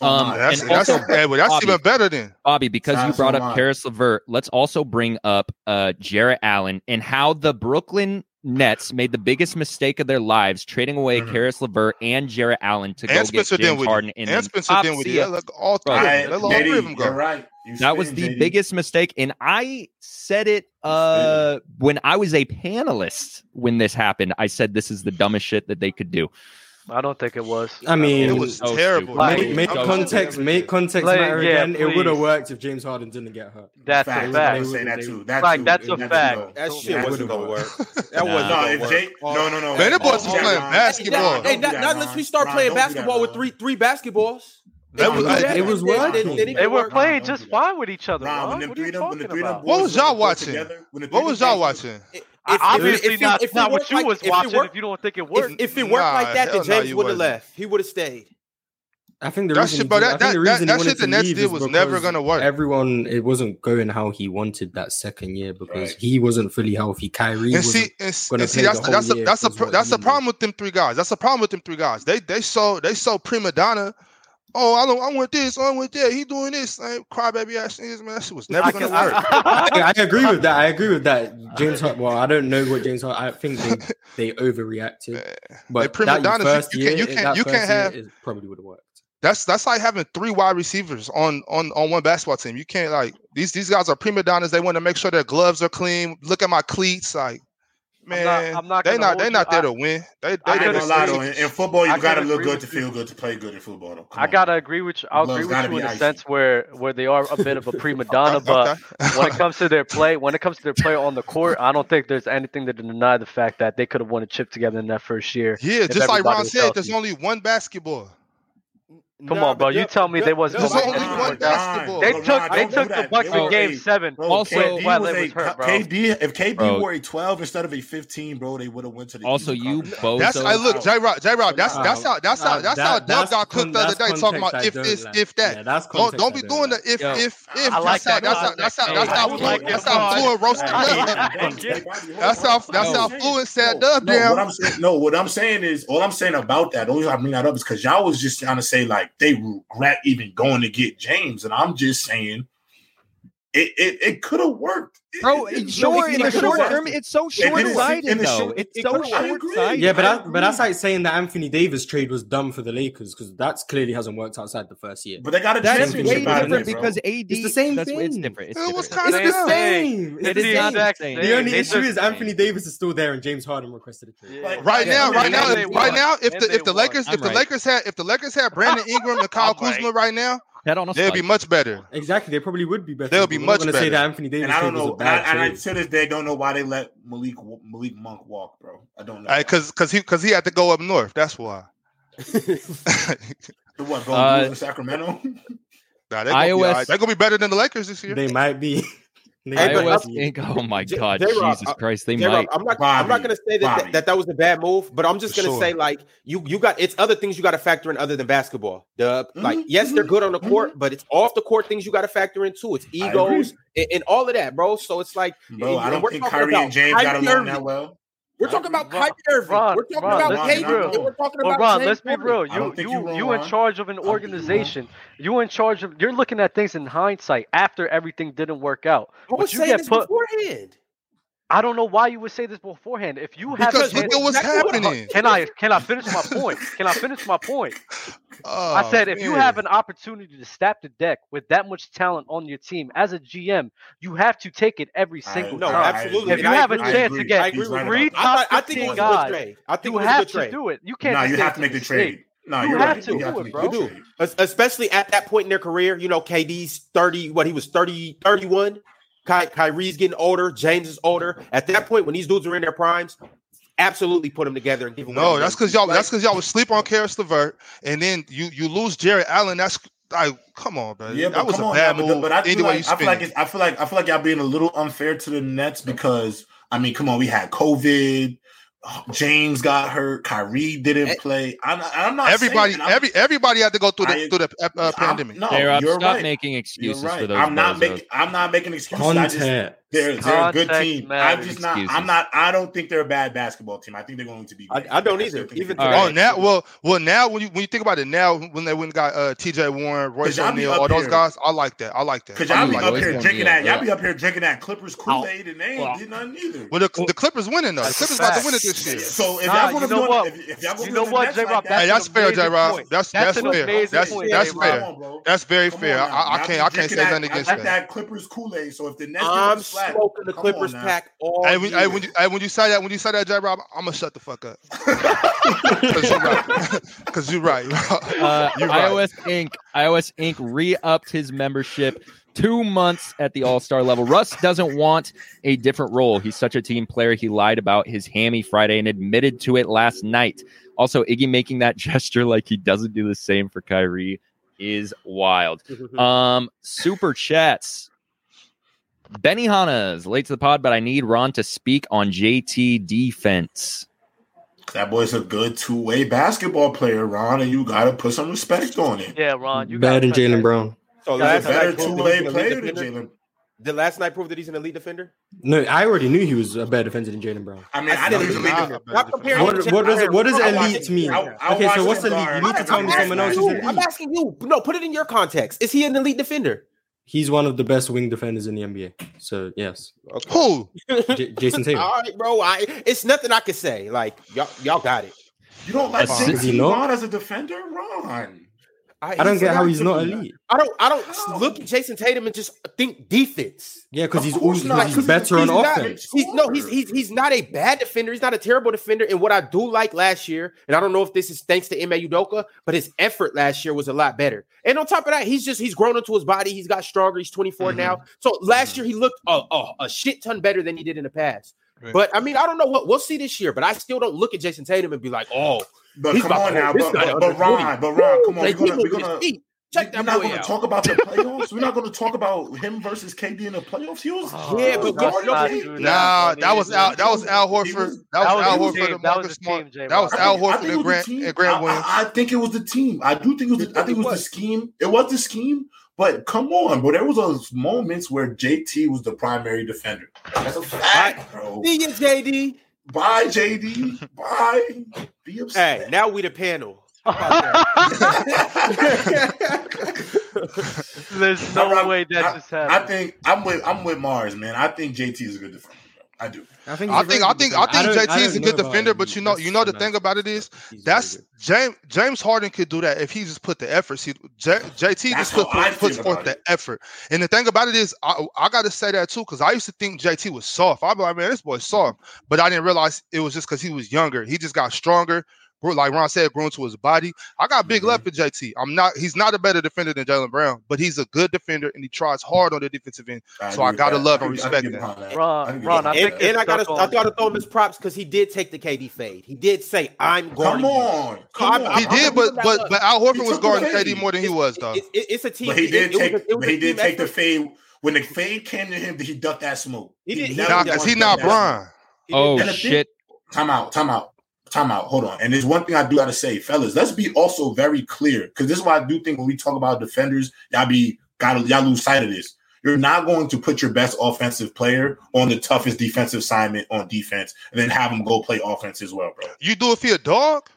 Speaker 2: Um,
Speaker 4: my.
Speaker 5: That's
Speaker 2: and
Speaker 5: that's,
Speaker 2: also-
Speaker 5: hey, well, that's
Speaker 2: Bobby.
Speaker 5: even better than
Speaker 2: Bobby, because you
Speaker 4: Sounds
Speaker 2: brought
Speaker 4: so
Speaker 2: up
Speaker 4: much.
Speaker 2: Karis LeVert, let's also bring up uh, Jarrett Allen and how the Brooklyn Nets made the biggest mistake of their lives, trading away
Speaker 4: Mhm.
Speaker 2: Karis Levert and Jarrett Allen to
Speaker 5: Mm-hmm. and
Speaker 2: go
Speaker 5: Spencer
Speaker 2: get James
Speaker 5: Dinwiddie
Speaker 2: Harden and,
Speaker 5: and,
Speaker 2: then
Speaker 5: Spencer
Speaker 2: Pop
Speaker 5: Dinwiddie.
Speaker 2: Sia.
Speaker 5: Yeah, look, all
Speaker 2: Bro,
Speaker 4: All
Speaker 5: three. of them.
Speaker 4: right,
Speaker 5: They let all three of them
Speaker 4: JD,
Speaker 5: go.
Speaker 4: you're right. You
Speaker 2: That was
Speaker 4: spin,
Speaker 2: the
Speaker 4: JD.
Speaker 2: biggest mistake. And I said it uh, when I was a panelist when this happened. I said this is the dumbest shit that they could do.
Speaker 1: I don't don't think it was.
Speaker 6: I mean,
Speaker 5: It
Speaker 6: Mm.
Speaker 5: was
Speaker 2: So stupid.
Speaker 5: terrible.
Speaker 1: Like,
Speaker 6: Make, make
Speaker 4: I'm-
Speaker 6: context, make context
Speaker 1: Like,
Speaker 6: matter
Speaker 1: yeah,
Speaker 6: again. It would have
Speaker 1: please.
Speaker 6: worked if James Harden didn't get hurt.
Speaker 1: That's
Speaker 4: Fact.
Speaker 1: a
Speaker 4: I
Speaker 1: fact.
Speaker 4: would say that too. That
Speaker 1: Fact,
Speaker 4: too.
Speaker 1: that's a
Speaker 4: That too,
Speaker 1: fact.
Speaker 4: though.
Speaker 3: That
Speaker 6: Don't-
Speaker 3: shit
Speaker 4: that
Speaker 3: wasn't gonna work.
Speaker 4: wouldn't
Speaker 3: That
Speaker 2: Nah.
Speaker 3: wasn't
Speaker 4: No,
Speaker 3: gonna
Speaker 4: if
Speaker 3: work.
Speaker 4: Jay, no, no, no.
Speaker 5: Man, them boys was
Speaker 4: Don't do
Speaker 5: playing
Speaker 4: that, Ron.
Speaker 5: basketball.
Speaker 4: Don't
Speaker 3: Hey,
Speaker 4: do
Speaker 3: not,
Speaker 4: that,
Speaker 3: not
Speaker 4: Ron.
Speaker 3: unless we start
Speaker 4: Ron,
Speaker 3: playing
Speaker 4: don't do that,
Speaker 3: basketball with
Speaker 4: Ron.
Speaker 3: three three basketballs.
Speaker 5: They
Speaker 4: Don't
Speaker 5: was-
Speaker 4: do
Speaker 5: hey,
Speaker 4: that.
Speaker 6: it was
Speaker 4: Don't do that.
Speaker 6: working.
Speaker 4: Don't do
Speaker 6: They
Speaker 4: that.
Speaker 1: They were
Speaker 4: Ron,
Speaker 1: playing
Speaker 4: don't do
Speaker 1: just
Speaker 4: that.
Speaker 1: fine with each other.
Speaker 4: Ron,
Speaker 1: Ron.
Speaker 4: when them
Speaker 1: What are
Speaker 4: three
Speaker 1: you
Speaker 4: of them, when the
Speaker 1: talking
Speaker 4: three of them
Speaker 1: about?
Speaker 5: What
Speaker 4: boys
Speaker 5: was
Speaker 4: when they
Speaker 5: y'all
Speaker 4: put
Speaker 5: watching?
Speaker 4: Together, when the three
Speaker 5: What
Speaker 4: of
Speaker 5: was
Speaker 4: them
Speaker 5: y'all
Speaker 4: boys-
Speaker 5: watching?
Speaker 3: If-
Speaker 1: I-
Speaker 3: if-
Speaker 1: Obviously
Speaker 3: if it-
Speaker 1: not.
Speaker 3: if it
Speaker 1: not what
Speaker 3: worked
Speaker 1: you
Speaker 3: like-
Speaker 1: was
Speaker 3: if it
Speaker 1: watching.
Speaker 3: worked-
Speaker 1: If you don't think it
Speaker 3: If,
Speaker 1: worked,
Speaker 3: if it worked
Speaker 5: Nah,
Speaker 3: like that, then
Speaker 5: hell no,
Speaker 3: James
Speaker 5: you
Speaker 3: would have
Speaker 5: wasn't.
Speaker 3: left. He would have stayed.
Speaker 6: I think the
Speaker 5: That
Speaker 6: reason
Speaker 5: shit,
Speaker 6: he
Speaker 5: bro,
Speaker 6: did-
Speaker 5: that-
Speaker 6: I think the
Speaker 5: that-
Speaker 6: reason
Speaker 5: that-
Speaker 6: he
Speaker 5: that shit
Speaker 6: wanted
Speaker 5: the
Speaker 6: to
Speaker 5: Nets
Speaker 6: leave
Speaker 5: did
Speaker 6: is
Speaker 5: was never
Speaker 6: because
Speaker 5: gonna work.
Speaker 6: Everyone, it wasn't going how he wanted that second year because
Speaker 4: Right.
Speaker 6: he wasn't fully healthy. Kyrie
Speaker 5: and
Speaker 6: was
Speaker 5: see, and, s-
Speaker 6: gonna
Speaker 5: and see,
Speaker 6: play
Speaker 5: that's
Speaker 6: the
Speaker 5: the- that's
Speaker 6: whole
Speaker 5: a,
Speaker 6: year
Speaker 5: that's a
Speaker 6: is
Speaker 5: pro-
Speaker 6: what
Speaker 5: that's
Speaker 6: he
Speaker 5: the
Speaker 6: needed.
Speaker 5: problem with them three guys. That's the problem with them three guys. They they so they so prima donna. Oh, I don't, I want this. I want that. He doing this. Like, crybaby ass niggas, man. That shit was never
Speaker 1: I
Speaker 5: gonna
Speaker 1: can-
Speaker 5: work.
Speaker 1: I-
Speaker 6: I, I agree with that. I agree with that. James Harden. Well, I don't know what James Harden. I think they, they overreacted.
Speaker 5: They
Speaker 6: But
Speaker 5: prima
Speaker 6: that
Speaker 5: donnas, you-
Speaker 6: first
Speaker 5: you
Speaker 6: year,
Speaker 5: can't- you can't-
Speaker 6: that
Speaker 5: you
Speaker 6: first
Speaker 5: can't
Speaker 6: year,
Speaker 5: have-
Speaker 6: it probably would have worked.
Speaker 5: That's that's like having three wide receivers on on on one basketball team. You can't like these these guys are prima donnas. They want to make sure their gloves are clean. Look at my cleats, like man.
Speaker 1: not- I'm not
Speaker 5: they
Speaker 1: gonna
Speaker 5: not they
Speaker 1: hold
Speaker 5: not
Speaker 1: you.
Speaker 5: there
Speaker 1: I-
Speaker 5: to win. They
Speaker 1: I
Speaker 5: they
Speaker 4: I
Speaker 5: there
Speaker 4: ain't gonna lie
Speaker 5: to
Speaker 1: agree
Speaker 4: though.
Speaker 5: succeed.
Speaker 4: In, in football,
Speaker 1: I
Speaker 4: you gotta
Speaker 1: can
Speaker 4: look
Speaker 1: agree
Speaker 4: good to
Speaker 1: with
Speaker 4: feel
Speaker 1: you.
Speaker 4: good to play good in football. Though. Come
Speaker 1: I
Speaker 4: on.
Speaker 1: gotta agree with you. I'll
Speaker 4: Gloves
Speaker 1: agree with
Speaker 4: gotta
Speaker 1: you
Speaker 4: be
Speaker 1: in a
Speaker 4: icy.
Speaker 1: sense where where they are a bit of a prima donna,
Speaker 5: Okay,
Speaker 1: but
Speaker 5: okay.
Speaker 1: when it comes to their play, when it comes to their play on the court, I don't think there's anything to deny the fact that they could have won a chip together in that first year.
Speaker 5: Yeah,
Speaker 1: if
Speaker 5: just like
Speaker 1: everybody
Speaker 5: Ron
Speaker 1: was
Speaker 5: said, there's
Speaker 1: healthy.
Speaker 5: only one basketball.
Speaker 1: Come
Speaker 3: Nah,
Speaker 1: on, bro.
Speaker 3: but
Speaker 1: You
Speaker 3: Dub-
Speaker 1: tell me
Speaker 3: Dub-
Speaker 1: they wasn't
Speaker 3: Dub-
Speaker 5: There's
Speaker 1: going
Speaker 5: only
Speaker 1: anywhere.
Speaker 5: one basketball.
Speaker 1: They
Speaker 5: Bro,
Speaker 1: took they
Speaker 4: don't do
Speaker 1: took the
Speaker 4: that.
Speaker 1: Bucks
Speaker 4: They
Speaker 1: in
Speaker 4: were
Speaker 1: Game
Speaker 4: eight.
Speaker 1: Seven.
Speaker 4: Bro,
Speaker 2: Also-
Speaker 1: Kawhi
Speaker 4: KD was
Speaker 1: Leonard
Speaker 4: a,
Speaker 1: was hurt, bro.
Speaker 4: KD, if KD
Speaker 2: Bro.
Speaker 4: wore a 12 instead of a 15, bro, they would have went to the
Speaker 2: Also,
Speaker 4: Eastern
Speaker 2: you
Speaker 4: Conference.
Speaker 2: both-
Speaker 5: That's
Speaker 2: Also-
Speaker 5: I look J Rob J Rob. That's
Speaker 6: Nah,
Speaker 5: that's how that's
Speaker 6: nah,
Speaker 5: how that's
Speaker 6: that-
Speaker 5: how Dub
Speaker 6: that's
Speaker 5: got cooked the other
Speaker 6: con-
Speaker 5: day
Speaker 6: that's
Speaker 5: talking about
Speaker 6: context
Speaker 5: if
Speaker 6: I don't
Speaker 5: this
Speaker 6: like.
Speaker 5: if
Speaker 6: Yeah,
Speaker 5: that.
Speaker 6: that's
Speaker 5: Don't don't be
Speaker 6: context I
Speaker 5: doing the if
Speaker 2: Yo.
Speaker 5: if if.
Speaker 1: I like that
Speaker 5: That's how that's how
Speaker 1: context.
Speaker 5: that's how
Speaker 1: Hey,
Speaker 5: that's
Speaker 1: I
Speaker 5: how
Speaker 1: like
Speaker 5: that's
Speaker 1: that
Speaker 5: how
Speaker 1: context.
Speaker 5: fluid roasted
Speaker 1: Hey,
Speaker 5: Dub. That's how that's how fluid said Dub
Speaker 4: No, what
Speaker 5: down.
Speaker 4: I'm saying, no, what I'm saying is, all I'm saying about that, the only reason I bring that up is because y'all was just trying to say like they regret even going to get James, and I'm just saying it it, it could have worked, It-
Speaker 2: Bro,
Speaker 4: it- it-
Speaker 2: sure, in the
Speaker 4: could've
Speaker 2: short
Speaker 4: worked.
Speaker 2: term, it's so
Speaker 4: In the-
Speaker 2: short sighted,
Speaker 4: in the
Speaker 2: though.
Speaker 4: short-
Speaker 2: It's
Speaker 4: it
Speaker 2: so
Speaker 4: could've- I
Speaker 2: short
Speaker 4: agree.
Speaker 2: sighted.
Speaker 4: Yeah,
Speaker 6: Yeah, but
Speaker 4: I
Speaker 6: that, but that's
Speaker 4: agree.
Speaker 6: like saying that Anthony Davis trade was dumb for the Lakers because that's clearly hasn't worked outside the first year.
Speaker 4: but they got a
Speaker 2: That's
Speaker 6: Championship
Speaker 2: way
Speaker 4: championship out of
Speaker 2: different
Speaker 4: it, bro.
Speaker 2: because AD. It's
Speaker 6: the same
Speaker 2: that's, It's
Speaker 6: thing.
Speaker 2: different. It's
Speaker 5: It was
Speaker 2: different.
Speaker 5: kind
Speaker 6: It's
Speaker 5: of
Speaker 1: Same
Speaker 6: the same.
Speaker 1: It
Speaker 6: It's the
Speaker 1: is not
Speaker 6: same.
Speaker 1: that
Speaker 2: same.
Speaker 1: same.
Speaker 6: The only
Speaker 1: They
Speaker 6: issue
Speaker 1: just-
Speaker 6: is Anthony Davis is still there and James Harden requested a trade.
Speaker 1: Yeah.
Speaker 5: Right
Speaker 2: Yeah,
Speaker 5: now, right
Speaker 2: and
Speaker 5: now,
Speaker 2: they
Speaker 5: if-
Speaker 2: won.
Speaker 5: right now, if
Speaker 1: And
Speaker 5: the
Speaker 1: they
Speaker 5: if the
Speaker 1: won.
Speaker 5: Lakers
Speaker 2: I'm
Speaker 5: if the
Speaker 2: right.
Speaker 5: Lakers had if the Lakers had Brandon Ingram and Kyle
Speaker 8: I'm right.
Speaker 5: Kuzma right now,
Speaker 2: Head on a
Speaker 5: they'd be
Speaker 2: spike.
Speaker 5: much better.
Speaker 6: Exactly, they probably would be better.
Speaker 5: They'll be
Speaker 6: but we're not
Speaker 5: much
Speaker 6: gonna
Speaker 5: better.
Speaker 6: say that Anthony Davis
Speaker 4: And I don't
Speaker 6: trade was
Speaker 4: know.
Speaker 6: a
Speaker 4: And I,
Speaker 6: bad
Speaker 4: and I,
Speaker 6: trade.
Speaker 4: to this day, don't know why they let Malik Malik Monk walk, bro. I don't know.
Speaker 5: Because because he because he had to go up north. That's why.
Speaker 4: The what? Go
Speaker 2: Uh,
Speaker 4: move to Sacramento.
Speaker 5: Nah, they're gonna, be,
Speaker 2: iOS
Speaker 5: all right. They gonna be better than the Lakers this year.
Speaker 6: They might be. They
Speaker 3: Hey, but
Speaker 2: iOS
Speaker 6: might
Speaker 3: that's-
Speaker 6: be.
Speaker 2: Inc. Oh my
Speaker 3: J-
Speaker 2: God,
Speaker 3: J-Rob,
Speaker 2: Jesus Christ, they
Speaker 3: Yeah, Rob,
Speaker 2: might.
Speaker 3: I'm not. I'm
Speaker 4: Bobby,
Speaker 3: not gonna say that
Speaker 4: Bobby.
Speaker 3: that, that that was a bad move, but I'm just
Speaker 5: For
Speaker 3: gonna
Speaker 5: sure.
Speaker 3: say like you you got it's other things you got to factor in other than basketball. Dub, like
Speaker 4: Mhm,
Speaker 3: yes, they're
Speaker 4: mhm,
Speaker 3: good on the
Speaker 4: mhm.
Speaker 3: court, but it's off the court things you got to factor in too. It's egos and, and all of that, bro. So it's like
Speaker 4: Bro, I
Speaker 3: and
Speaker 4: don't
Speaker 3: we're
Speaker 4: think
Speaker 3: talking
Speaker 4: Kyrie
Speaker 3: about
Speaker 4: and James got
Speaker 3: Kyrie
Speaker 4: along
Speaker 3: Irving.
Speaker 4: that well.
Speaker 3: We're talking about
Speaker 1: Ron,
Speaker 3: Kyrie Irving.
Speaker 1: Ron,
Speaker 3: we're talking
Speaker 1: Ron,
Speaker 3: about
Speaker 4: let's be
Speaker 3: Katie.
Speaker 4: real.
Speaker 3: We're talking
Speaker 1: Well,
Speaker 3: about
Speaker 1: Ron,
Speaker 3: James
Speaker 1: let's be
Speaker 3: Harden.
Speaker 1: real.
Speaker 4: I don't
Speaker 1: You
Speaker 4: think
Speaker 1: you
Speaker 4: you wrong,
Speaker 1: you in
Speaker 4: Ron.
Speaker 1: charge of an
Speaker 4: think you wrong.
Speaker 1: organization. You in charge of. You're looking at things in hindsight after everything didn't work out.
Speaker 3: I was
Speaker 1: But you
Speaker 3: saying
Speaker 1: get
Speaker 3: this
Speaker 1: put.
Speaker 3: beforehand.
Speaker 1: I don't know why you would say this beforehand. If you have
Speaker 5: Because
Speaker 1: a
Speaker 5: look
Speaker 1: chance-
Speaker 5: at what's happening.
Speaker 1: Can I can I finish my point? Can I finish my point?
Speaker 5: Oh,
Speaker 1: I said if you
Speaker 5: man.
Speaker 1: have an opportunity to stap the deck with that much talent on your team as a GM, you have to take it every
Speaker 4: I-
Speaker 1: single
Speaker 3: No,
Speaker 1: time.
Speaker 3: absolutely.
Speaker 1: If you
Speaker 3: I
Speaker 1: have a
Speaker 3: agree.
Speaker 1: chance to
Speaker 4: I
Speaker 1: get
Speaker 4: agree with
Speaker 1: three
Speaker 4: you.
Speaker 1: top
Speaker 3: I, thought- I think it
Speaker 1: 15
Speaker 3: was a
Speaker 1: guys,
Speaker 3: good trade. I think
Speaker 1: you
Speaker 3: it was a
Speaker 1: have
Speaker 3: good
Speaker 1: to
Speaker 3: trade.
Speaker 1: do it. You can't.
Speaker 4: No,
Speaker 1: just
Speaker 4: you
Speaker 1: say
Speaker 4: have
Speaker 1: it's
Speaker 4: to
Speaker 1: a
Speaker 4: make the
Speaker 1: mistake.
Speaker 4: trade. No,
Speaker 1: You
Speaker 4: you're
Speaker 1: have
Speaker 4: right.
Speaker 1: to
Speaker 4: You
Speaker 1: do
Speaker 4: have
Speaker 1: it,
Speaker 4: to make
Speaker 1: bro.
Speaker 4: the
Speaker 3: You do.
Speaker 4: trade.
Speaker 3: Es- Especially at that point in their career, you know, KD's 30, what he was 30, 31. Ky- Kyrie's getting older, James is older. At that point, when these dudes are in their primes, absolutely put them together and give them.
Speaker 5: No,
Speaker 3: whatever
Speaker 5: that's
Speaker 3: they-
Speaker 5: because y'all.
Speaker 3: Like,
Speaker 5: That's because y'all was sleep on Karis LeVert, and then you you lose Jared Allen. That's like, come on, bro.
Speaker 4: Yeah,
Speaker 5: that
Speaker 4: but
Speaker 5: was
Speaker 4: come
Speaker 5: a
Speaker 4: on,
Speaker 5: bad
Speaker 4: now, but-
Speaker 5: move.
Speaker 4: but I feel
Speaker 5: Any way you
Speaker 4: like I feel
Speaker 5: spin
Speaker 4: like
Speaker 5: it.
Speaker 4: it's, I feel like I feel like y'all being a little unfair to the Nets because I mean, come on, we had COVID. uh, James got hurt. Kyrie didn't play. I'm, I'm not.
Speaker 5: Everybody,
Speaker 4: saying, I'm-
Speaker 5: every everybody had to go through
Speaker 4: I-
Speaker 5: the through the uh, uh,
Speaker 4: I'm-
Speaker 5: pandemic.
Speaker 4: No,
Speaker 2: J-Rob,
Speaker 4: you're
Speaker 2: stop
Speaker 4: right.
Speaker 2: making
Speaker 4: You're
Speaker 2: excuses for
Speaker 4: right.
Speaker 2: those.
Speaker 4: I'm not
Speaker 2: bozos.
Speaker 4: making. I'm not making excuses. I just
Speaker 6: Content.
Speaker 4: They're, they're a good
Speaker 1: Context
Speaker 4: team. I'm
Speaker 1: matters.
Speaker 4: just not. I'm
Speaker 2: Excuses.
Speaker 4: not. I don't think they're a bad basketball team. I think they're going to be. great.
Speaker 3: I, I don't
Speaker 4: still
Speaker 3: either.
Speaker 4: think
Speaker 3: Even
Speaker 4: they're
Speaker 2: All
Speaker 3: today.
Speaker 2: right.
Speaker 5: Oh, now, well, well, now when you when you think about it, now when they went and got uh, T.J. Warren, Royce
Speaker 4: 'Cause y'all be
Speaker 5: O'Neal,
Speaker 4: up
Speaker 5: all those
Speaker 4: here.
Speaker 5: guys, I like that. I like that.
Speaker 4: Because
Speaker 5: I
Speaker 4: y'all
Speaker 5: do
Speaker 4: be
Speaker 5: like oh,
Speaker 4: up
Speaker 5: that.
Speaker 2: Royce
Speaker 4: here
Speaker 2: O'Neal,
Speaker 4: drinking that.
Speaker 2: yeah.
Speaker 4: Y'all be up here drinking that Clippers Kool Aid, and they
Speaker 2: Well.
Speaker 4: ain't did nothing either.
Speaker 5: Well, the, the Clippers winning though. The Clippers about to win it this year.
Speaker 4: So if
Speaker 1: Nah,
Speaker 4: y'all want
Speaker 1: you
Speaker 4: to
Speaker 1: know
Speaker 4: be
Speaker 1: what?
Speaker 4: on, if, if y'all gonna
Speaker 1: You
Speaker 4: be
Speaker 1: know
Speaker 4: on the
Speaker 1: what,
Speaker 4: Nets
Speaker 1: J-Rob?
Speaker 4: like
Speaker 5: Hey,
Speaker 4: that,
Speaker 1: That's
Speaker 5: that's
Speaker 1: an
Speaker 5: fair,
Speaker 1: amazing point.
Speaker 5: J. Rob.
Speaker 1: That's
Speaker 5: That's that's,
Speaker 1: an amazing
Speaker 5: fair. That's
Speaker 1: point,
Speaker 5: that's
Speaker 1: J.
Speaker 5: fair.
Speaker 4: Come on, bro.
Speaker 5: That's very
Speaker 4: Come on
Speaker 5: fair.
Speaker 4: now.
Speaker 5: I, I
Speaker 4: Y'all
Speaker 5: can't
Speaker 4: be
Speaker 5: I can't
Speaker 4: drinking
Speaker 5: say nothing
Speaker 4: I
Speaker 5: against
Speaker 4: like
Speaker 5: that.
Speaker 4: that Clippers Kool Aid. So if the Nets get
Speaker 3: I'm
Speaker 4: the slack,
Speaker 3: smoking the
Speaker 4: come
Speaker 3: Clippers
Speaker 4: on now.
Speaker 3: pack all
Speaker 5: Hey, when, hey,
Speaker 3: year.
Speaker 5: when you hey, when you say that, when you say that, J. Rob, I'm gonna shut the fuck up. Cause you're right. Cause you're right. bro.
Speaker 2: uh,
Speaker 5: You're right.
Speaker 2: iOS Inc. iOS Inc. re-upped his membership two months at the All-Star level. Russ doesn't want a different role. He's such a team player. He lied about his hammy Friday and admitted to it last night. Also, Iggy making that gesture like he doesn't do the same for Kyrie is wild.
Speaker 5: Hmm.
Speaker 2: Um, super chats. Benny Hanna's late to the pod, but I need Ron to speak on JT defense.
Speaker 4: That boy's a good two way basketball player, Ron, and you gotta put some respect on it.
Speaker 1: Yeah, Ron, you gotta
Speaker 6: Better than
Speaker 1: cut that.
Speaker 6: Jalen Brown.
Speaker 3: so
Speaker 1: Yeah,
Speaker 3: last
Speaker 4: He's a better
Speaker 3: night,
Speaker 4: two
Speaker 3: proved that he's
Speaker 4: way
Speaker 3: an elite
Speaker 4: player than
Speaker 3: defender?
Speaker 4: Jalen.
Speaker 3: Did last night prove that he's an elite defender?
Speaker 6: No, I already knew he was a better defender than Jalen Brown.
Speaker 4: I mean,
Speaker 3: said
Speaker 4: I, didn't
Speaker 3: elite
Speaker 5: he's
Speaker 4: even make
Speaker 5: not
Speaker 4: him
Speaker 5: a better
Speaker 3: defender. Stop
Speaker 5: defender.
Speaker 3: comparing
Speaker 6: What,
Speaker 3: him
Speaker 6: what
Speaker 3: to
Speaker 6: does
Speaker 3: Jalen
Speaker 6: what does
Speaker 3: Brown. I'm
Speaker 6: elite
Speaker 3: asking
Speaker 6: mean?
Speaker 3: you.
Speaker 4: I- I
Speaker 6: Okay, so
Speaker 4: watched
Speaker 6: what's
Speaker 4: him
Speaker 6: elite?
Speaker 4: guard-
Speaker 6: You need to tell me
Speaker 4: I'm
Speaker 6: someone else is
Speaker 4: asking
Speaker 3: you. I'm
Speaker 6: elite.
Speaker 3: asking you. No, put it in your context. Is he an elite defender?
Speaker 6: He's one of the best wing defenders in the NBA. So yes,
Speaker 5: Who?
Speaker 6: J- Jason Tatum.
Speaker 3: All
Speaker 4: Ah,
Speaker 3: right, bro. I it's nothing I could say. Like y'all, y'all got it.
Speaker 4: You don't like
Speaker 2: That's-
Speaker 6: Does he
Speaker 4: JT
Speaker 6: know?
Speaker 4: Ron as a defender, Ron.
Speaker 6: I don't get how he's not
Speaker 4: elite.
Speaker 6: elite.
Speaker 3: I don't. I don't
Speaker 4: How?
Speaker 3: look at Jason Tatum and just think defense.
Speaker 6: Yeah, because
Speaker 4: Of
Speaker 6: he's
Speaker 4: course
Speaker 6: always
Speaker 4: not,
Speaker 6: because
Speaker 4: 'cause
Speaker 6: he's
Speaker 4: he's
Speaker 6: better on
Speaker 4: he's not-
Speaker 6: offense.
Speaker 3: He's no. He's he's he's not a bad defender. He's not a terrible defender. And what I do like last year, and I don't know if this is thanks to Ma Udoka, but his effort last year was a lot better. And on top of that, he's just he's grown into his body. He's got stronger. He's 24
Speaker 6: Mm-hmm.
Speaker 3: now. So last year he looked a, a, a shit ton better than he did in the past.
Speaker 5: Right.
Speaker 3: But I mean, I don't know what we'll see this year. But I still don't look at Jason Tatum and be like, oh,
Speaker 4: But
Speaker 3: He's
Speaker 4: come
Speaker 3: about
Speaker 4: on
Speaker 3: to
Speaker 4: now,
Speaker 3: hold this
Speaker 4: but,
Speaker 3: guy
Speaker 4: but, but
Speaker 3: under
Speaker 4: Ron, but Ron, come on,
Speaker 3: Like,
Speaker 4: we're gonna,
Speaker 3: he
Speaker 4: we're
Speaker 3: moving his
Speaker 4: gonna,
Speaker 3: feet.
Speaker 4: we're
Speaker 3: Check that
Speaker 4: not
Speaker 3: boy
Speaker 4: gonna
Speaker 3: out.
Speaker 4: talk about the playoffs. we're not gonna talk about him versus KD in the playoffs. He was
Speaker 3: Yeah, but
Speaker 4: That's
Speaker 3: guard-
Speaker 4: not
Speaker 3: no,
Speaker 4: true.
Speaker 5: Nah, that was Al. That was Al
Speaker 4: He
Speaker 5: Horford.
Speaker 4: was-
Speaker 5: That was Al
Speaker 4: was
Speaker 5: Horford and Marcus Smart. That was
Speaker 4: I
Speaker 5: Al
Speaker 4: think- I
Speaker 5: Horford
Speaker 4: think it
Speaker 5: and
Speaker 4: was
Speaker 5: Grant-
Speaker 4: the team.
Speaker 5: and Grant
Speaker 4: I- I-
Speaker 5: Williams.
Speaker 4: I, think it was the team. I do think it was. The, I think it was the scheme. It was the scheme. But come on, bro. There was those moments where JT was the primary defender. That's a fact, bro.
Speaker 3: See you, JD.
Speaker 4: Bye, JD. Bye. Be
Speaker 3: Hey,
Speaker 4: upset.
Speaker 3: now we the panel.
Speaker 1: There's
Speaker 4: No,
Speaker 1: no
Speaker 4: Rob,
Speaker 1: way that just
Speaker 4: I
Speaker 1: happened.
Speaker 4: think I'm with I'm with Mars, man. I think JT is a good defender. bro. I do.
Speaker 6: I think,
Speaker 5: I think I think I think JT is a good defender, but you know you know the thing about it is that's James James Harden could do that if he just put the effort. See, J, JT
Speaker 4: That's
Speaker 5: just put,
Speaker 4: how I
Speaker 5: puts
Speaker 4: feel
Speaker 5: forth
Speaker 4: about
Speaker 5: the
Speaker 4: it.
Speaker 5: effort. And the thing about it is, I I gotta say that too because I used to think JT was soft. I'd be like, man, this boy's soft, but I didn't realize it was just because he was younger. He just got stronger. grew- Like Ron said, grew into his body. I got
Speaker 4: Mm-hmm.
Speaker 5: big love for JT. I'm not. He's not a better defender than Jalen Brown, but he's a good defender and he tries hard on the defensive end. So
Speaker 4: agree
Speaker 5: I
Speaker 4: with
Speaker 5: gotta
Speaker 4: that.
Speaker 5: love and
Speaker 4: I can- I
Speaker 5: respect
Speaker 4: can get
Speaker 5: that.
Speaker 4: behind that. I
Speaker 1: Ron,
Speaker 4: think
Speaker 1: Ron,
Speaker 4: it's-
Speaker 1: I
Speaker 4: and-
Speaker 1: think
Speaker 4: and
Speaker 1: it's
Speaker 3: And I gotta,
Speaker 1: stuck
Speaker 3: I
Speaker 1: on-
Speaker 3: gotta throw him his props because he did take the KD fade. He did say, "I'm going."
Speaker 4: Come on. Come
Speaker 3: I'm-
Speaker 4: on.
Speaker 5: He
Speaker 3: I'm-
Speaker 5: did, but but but Al
Speaker 4: He
Speaker 5: Horford was
Speaker 4: took the
Speaker 5: guarding
Speaker 4: fade.
Speaker 5: KD more than he was though.
Speaker 3: It's, it's- it's a team.
Speaker 4: But he
Speaker 3: it-
Speaker 4: did
Speaker 3: it was a-
Speaker 4: take.
Speaker 3: it was
Speaker 4: but
Speaker 3: a
Speaker 4: he did
Speaker 3: team
Speaker 4: take the
Speaker 3: effort.
Speaker 4: fade when the fade came to him. He ducked that smoke.
Speaker 3: He did- he
Speaker 4: never
Speaker 5: Nah,
Speaker 3: did
Speaker 5: cause
Speaker 4: ducked
Speaker 5: he not
Speaker 4: that smoke.
Speaker 5: Brian.
Speaker 2: Oh
Speaker 4: And the thing-
Speaker 2: shit!
Speaker 4: Time out. Time out. Time out. Hold on. And there's one thing I do got to say, fellas. Let's be also very clear because this is why I do think when we talk about defenders, y'all be got to y'all lose sight of this. You're not going to put your best offensive player on the toughest defensive assignment on defense and then have him go play offense as well, bro.
Speaker 5: You do it for your dog.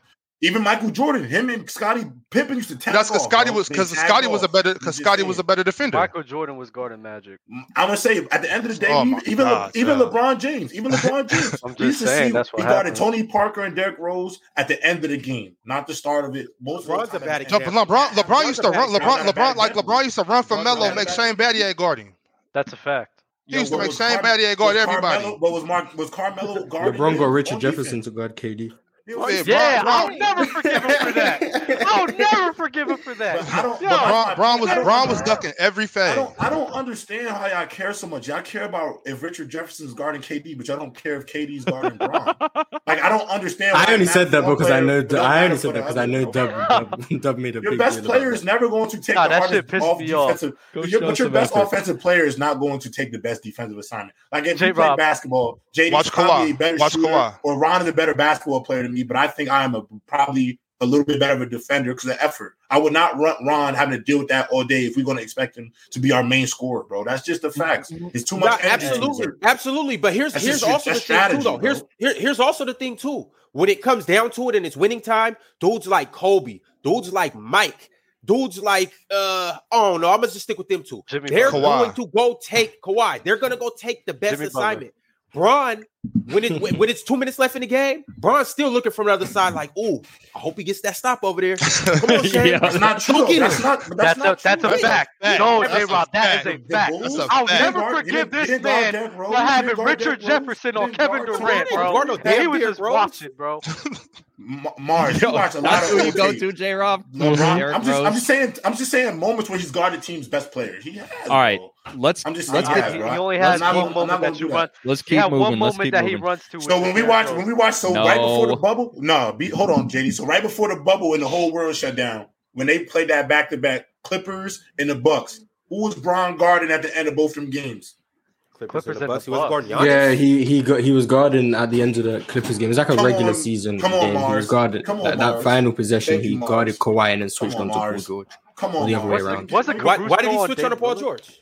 Speaker 4: Even Michael Jordan, him and Scotty Pippen used to tag
Speaker 5: That's
Speaker 4: off,
Speaker 5: because Scotty
Speaker 4: bro.
Speaker 5: was
Speaker 4: They
Speaker 5: because
Speaker 4: tag
Speaker 5: Scotty was a
Speaker 4: off.
Speaker 5: better
Speaker 4: I'm
Speaker 5: because
Speaker 4: just
Speaker 5: Scotty was
Speaker 4: saying.
Speaker 5: a better defender.
Speaker 1: Michael Jordan was guarding Magic.
Speaker 4: I'm gonna Mm, say at the end of the day,
Speaker 5: Oh my
Speaker 4: even even, Le-
Speaker 5: God,
Speaker 4: even
Speaker 5: son.
Speaker 4: LeBron James, even LeBron James,
Speaker 1: I'm
Speaker 4: we
Speaker 1: just
Speaker 4: used to
Speaker 1: saying that's
Speaker 4: he
Speaker 1: what happened.
Speaker 4: guarded Tony Parker and Derrick Rose at the end of the game, not the start of it. Most
Speaker 3: LeBron's
Speaker 4: of the
Speaker 3: a
Speaker 4: time
Speaker 3: bad
Speaker 4: at the
Speaker 5: No,
Speaker 4: end.
Speaker 5: but LeBron, LeBron used to run. LeBron, LeBron, like LeBron used to run for
Speaker 4: LeBron's
Speaker 5: Melo,
Speaker 4: not
Speaker 5: make
Speaker 4: bad.
Speaker 5: Shane Battier guarding.
Speaker 1: That's a fact.
Speaker 5: He used to
Speaker 4: Yo,
Speaker 5: make
Speaker 4: was
Speaker 5: Shane
Speaker 4: Car-
Speaker 5: Battier guard
Speaker 4: was
Speaker 5: everybody.
Speaker 4: Carmelo- But was Mark was Carmelo guarding?
Speaker 6: LeBron got
Speaker 4: him
Speaker 6: Richard
Speaker 4: on
Speaker 6: Jefferson
Speaker 4: defense?
Speaker 6: to guard KD.
Speaker 4: He was-
Speaker 5: Yeah,
Speaker 1: Yeah,
Speaker 5: Bron-
Speaker 1: I'll never forgive him for that. I'll never forgive him for
Speaker 4: But I
Speaker 1: that.
Speaker 4: don't.
Speaker 1: Yo,
Speaker 4: but that's my
Speaker 5: LeBron, LeBron
Speaker 4: point.
Speaker 5: was
Speaker 4: I don't
Speaker 5: LeBron was
Speaker 4: understand.
Speaker 5: ducking every
Speaker 4: I
Speaker 5: fade.
Speaker 4: don't. I don't understand how y'all care so much. Y'all care about if Richard Jefferson's guarding KD, but y'all don't care if KD's guarding Bron. like I don't understand. why
Speaker 6: I
Speaker 4: it
Speaker 6: only
Speaker 4: matters
Speaker 6: said that
Speaker 4: one
Speaker 6: because I
Speaker 4: player,
Speaker 6: know.
Speaker 4: but don't
Speaker 6: I
Speaker 4: matter
Speaker 6: only
Speaker 4: for
Speaker 6: said
Speaker 4: the
Speaker 6: that because
Speaker 4: other,
Speaker 6: I know
Speaker 4: bro.
Speaker 6: Dub, Dub, Dub made a
Speaker 4: Your
Speaker 6: big
Speaker 4: best
Speaker 6: deal about
Speaker 4: player
Speaker 6: that.
Speaker 4: is never going to take
Speaker 1: Nah,
Speaker 4: the
Speaker 1: that
Speaker 4: hardest
Speaker 1: shit pissed
Speaker 4: off
Speaker 1: me off.
Speaker 4: defensive.
Speaker 2: Go
Speaker 4: your,
Speaker 2: show
Speaker 4: but your
Speaker 2: some
Speaker 4: best
Speaker 2: effort.
Speaker 4: offensive player is not going to take the best defensive assignment. Like if you play
Speaker 1: J-Rob.
Speaker 4: basketball, JD
Speaker 5: Watch
Speaker 4: Watch probably
Speaker 5: Kawhi.
Speaker 4: a better
Speaker 5: Watch
Speaker 4: shooter,
Speaker 5: Kawhi.
Speaker 4: or Ron is a better basketball player than me. But I think I am a, probably a little bit better of a defender because of effort. I would not run Ron having to deal with that all day if we're going to expect him to be our main scorer, bro. That's just
Speaker 1: Mm-hmm.
Speaker 4: the facts. It's too much.
Speaker 3: Yeah,
Speaker 4: energy
Speaker 3: absolutely,
Speaker 4: exert.
Speaker 3: absolutely. But here's
Speaker 4: That's
Speaker 3: here's
Speaker 4: just-
Speaker 3: also the
Speaker 4: that's
Speaker 3: thing too,
Speaker 4: strategy,
Speaker 3: though.
Speaker 4: bro.
Speaker 3: Here's here, here's also the thing too. When it comes down to it, and it's winning time, dudes like Kobe, dudes like Mike, dudes like uh, oh no, I'm gonna just stick with them two.
Speaker 1: Jimmy
Speaker 3: They're
Speaker 1: Butler.
Speaker 5: Kawhi.
Speaker 3: going to go take Kawhi. They're gonna go take the best
Speaker 1: Jimmy Butler.
Speaker 3: assignment. Braun, when it when, when it's two minutes left in the game, Braun's still looking from the other side, like, ooh, I hope he gets that stop over there. Come on, Shane.
Speaker 2: Yeah.
Speaker 4: That's not true.
Speaker 3: Don't
Speaker 4: though.
Speaker 3: get
Speaker 4: That's
Speaker 3: him.
Speaker 4: not. That's,
Speaker 1: That's,
Speaker 4: not
Speaker 1: a that's
Speaker 4: true.
Speaker 1: a fact.
Speaker 5: Fact.
Speaker 1: No,
Speaker 5: That's a
Speaker 1: J-Rob, that is a
Speaker 5: fact.
Speaker 1: fact.
Speaker 5: That's a
Speaker 1: I'll
Speaker 5: fact.
Speaker 1: never forgive this man
Speaker 4: for
Speaker 1: for having Richard Jefferson on Kevin Durant,
Speaker 3: Rose.
Speaker 1: bro.
Speaker 3: Guard no
Speaker 1: He was just
Speaker 3: damn Derrick Rose.
Speaker 1: watching, bro.
Speaker 4: Ma- Mars,
Speaker 2: Yo,
Speaker 4: you watch a lot
Speaker 2: that's
Speaker 4: of
Speaker 2: who you
Speaker 4: old
Speaker 2: go
Speaker 4: tape.
Speaker 2: to, J. Rob.
Speaker 4: LeBron,
Speaker 2: Derrick
Speaker 4: I'm just, I'm
Speaker 2: Rose.
Speaker 4: just saying, I'm just saying moments where he's guarded team's best players. He has.
Speaker 2: All right.
Speaker 4: bro.
Speaker 2: Let's
Speaker 4: I'm just.
Speaker 2: let's
Speaker 4: I
Speaker 2: get-
Speaker 4: have,
Speaker 1: he,
Speaker 4: bro.
Speaker 1: he only
Speaker 4: I'm
Speaker 1: has
Speaker 4: not
Speaker 1: one
Speaker 4: gonna- I'm
Speaker 1: moment
Speaker 4: not gonna
Speaker 1: that you
Speaker 4: do
Speaker 1: run.
Speaker 2: let's
Speaker 1: He
Speaker 2: keep
Speaker 1: had
Speaker 2: moving.
Speaker 1: one
Speaker 2: let's
Speaker 1: moment
Speaker 2: keep
Speaker 1: that he
Speaker 2: moving.
Speaker 1: runs to.
Speaker 4: So when we watch, when we watch, so right before
Speaker 2: No.
Speaker 4: the bubble, no, be, hold on, JD. So right before the bubble and the whole world shut down, when they played that back to back Clippers and the Bucks, who was Bron guarding at the end of both them games?
Speaker 3: Clippers,
Speaker 1: Clippers
Speaker 3: and the
Speaker 1: and
Speaker 3: Bucks.
Speaker 1: the
Speaker 3: He was
Speaker 1: Bucks.
Speaker 3: guarding Giannis.
Speaker 6: Yeah, he he got he was guarding at the end of the Clippers game. It's like a
Speaker 4: Come
Speaker 6: regular
Speaker 4: on.
Speaker 6: season
Speaker 4: Come on,
Speaker 6: game. He
Speaker 4: Mars.
Speaker 6: was guarding
Speaker 4: Come on,
Speaker 6: that, that
Speaker 4: Mars.
Speaker 6: final possession.
Speaker 4: Thank you,
Speaker 6: he
Speaker 4: Mars.
Speaker 6: guarded Kawhi and then
Speaker 4: Come
Speaker 6: switched
Speaker 4: on,
Speaker 6: on, to Paul
Speaker 4: Mars.
Speaker 6: George
Speaker 4: Come
Speaker 6: or
Speaker 4: on,
Speaker 6: the other way
Speaker 4: Mars.
Speaker 6: around.
Speaker 1: What's it-
Speaker 3: Why, why did he
Speaker 1: Caruso
Speaker 3: switch
Speaker 1: and
Speaker 3: on to Paul
Speaker 1: Dame
Speaker 3: George?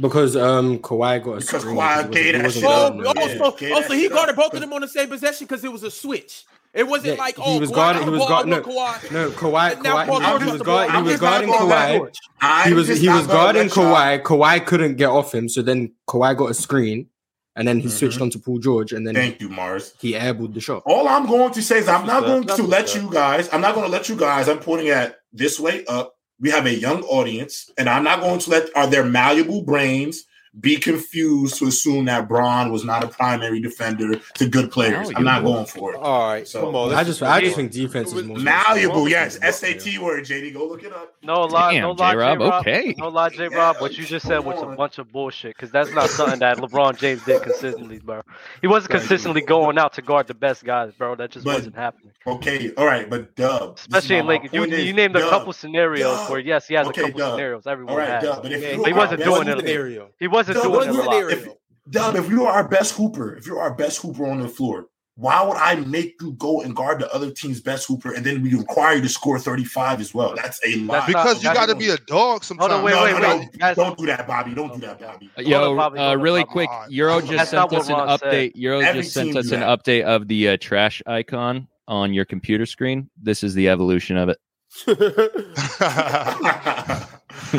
Speaker 6: because um Kawhi got a
Speaker 4: Because Kawhi
Speaker 6: screen. he wasn't-
Speaker 4: gave
Speaker 6: he
Speaker 4: that
Speaker 6: wasn't
Speaker 4: shit
Speaker 3: Oh,
Speaker 4: up.
Speaker 6: guarding
Speaker 3: oh,
Speaker 6: him.
Speaker 4: Yeah.
Speaker 3: so,
Speaker 4: Yeah,
Speaker 3: oh, so he
Speaker 4: yeah.
Speaker 3: guarded both of them on the same possession because it was a switch. It
Speaker 6: Yeah,
Speaker 3: wasn't like
Speaker 6: he
Speaker 3: oh,
Speaker 6: was
Speaker 3: Kawhi
Speaker 6: guarding-
Speaker 3: got
Speaker 6: he
Speaker 3: the
Speaker 6: was
Speaker 3: ball,
Speaker 6: guard-
Speaker 3: but Kawhi.
Speaker 6: No, Kawhi,
Speaker 3: And now
Speaker 6: Kawhi,
Speaker 3: Paul
Speaker 6: he,
Speaker 4: George
Speaker 6: was
Speaker 4: got the
Speaker 6: guard,
Speaker 4: ball.
Speaker 6: he was
Speaker 4: I'm just not
Speaker 6: guarding
Speaker 4: going back
Speaker 6: Kawhi.
Speaker 4: to it. I'm
Speaker 6: He was
Speaker 4: just
Speaker 6: he
Speaker 4: not
Speaker 6: was
Speaker 4: gonna
Speaker 6: guarding
Speaker 4: let y'all-
Speaker 6: Kawhi. Kawhi couldn't get off him, so then Kawhi got a screen, and then he switched on to Paul George, and then
Speaker 4: Mm-hmm. Thank you, Mars.
Speaker 6: he airballed the shot.
Speaker 4: All I'm going to say is I'm not
Speaker 1: That's
Speaker 4: going
Speaker 1: what's
Speaker 4: to
Speaker 1: up.
Speaker 4: let you guys. I'm not going to let you guys. I'm pointing at this way up. We have a young audience, and I'm not going to let are their malleable brains be confused to assume that Braun was not a primary defender to good players. I'm not going for it.
Speaker 3: All right,
Speaker 4: So-
Speaker 3: come on.
Speaker 6: I
Speaker 3: let's-
Speaker 6: just, I just think defense is more
Speaker 4: Malleable, yes. SAT word, JD. Go look it up.
Speaker 1: No lie,
Speaker 2: Damn,
Speaker 1: no lie,
Speaker 2: J Rob.
Speaker 1: J-Rob.
Speaker 2: Okay.
Speaker 1: No lie, J Rob. What you just said was a bunch of bullshit because that's not something that LeBron James did consistently, bro. He wasn't
Speaker 4: Right.
Speaker 1: consistently going out to guard the best guys, bro. That just
Speaker 4: But-
Speaker 1: wasn't happening.
Speaker 4: Okay, all right, but Dub, this is
Speaker 1: Especially
Speaker 4: my-
Speaker 1: in
Speaker 4: my
Speaker 1: Lakers. You,
Speaker 4: point is,
Speaker 1: you named a
Speaker 4: Dub,
Speaker 1: couple scenarios
Speaker 4: Dub.
Speaker 1: where, yes, he has
Speaker 4: Okay,
Speaker 1: a couple
Speaker 4: Dub.
Speaker 1: scenarios. Everyone
Speaker 4: All right,
Speaker 1: had.
Speaker 4: Dub. But if
Speaker 3: Yeah,
Speaker 4: you
Speaker 3: he
Speaker 4: are
Speaker 1: He wasn't
Speaker 4: our
Speaker 1: doing
Speaker 4: best
Speaker 1: it.
Speaker 4: player-
Speaker 3: Scenario.
Speaker 1: He wasn't
Speaker 4: Dub,
Speaker 1: doing it a
Speaker 4: wasn't
Speaker 1: lot.
Speaker 4: there- Dub, if you are our best hooper, if you're our best hooper on the floor, why would I make you go and guard the other team's best hooper and then we require you to score 35 as well? That's a lot.
Speaker 5: Because you
Speaker 1: That's
Speaker 5: got to be a dog sometimes.
Speaker 1: wait,
Speaker 4: no,
Speaker 1: wait,
Speaker 4: no,
Speaker 1: wait.
Speaker 4: no,
Speaker 1: That's-
Speaker 4: Don't do that, Bobby. Don't do that, Bobby.
Speaker 2: Yo,
Speaker 1: Hold up, Bobby,
Speaker 2: uh,
Speaker 1: hold up,
Speaker 2: really
Speaker 1: Bobby.
Speaker 2: quick, Euro
Speaker 4: That's
Speaker 2: just
Speaker 1: not
Speaker 2: sent us an
Speaker 1: what Ron said.
Speaker 2: update. Euro
Speaker 4: Every
Speaker 2: just sent
Speaker 4: team
Speaker 2: us
Speaker 4: do
Speaker 2: an
Speaker 4: that.
Speaker 2: update of the uh, trash icon on your computer screen. This is the evolution of it.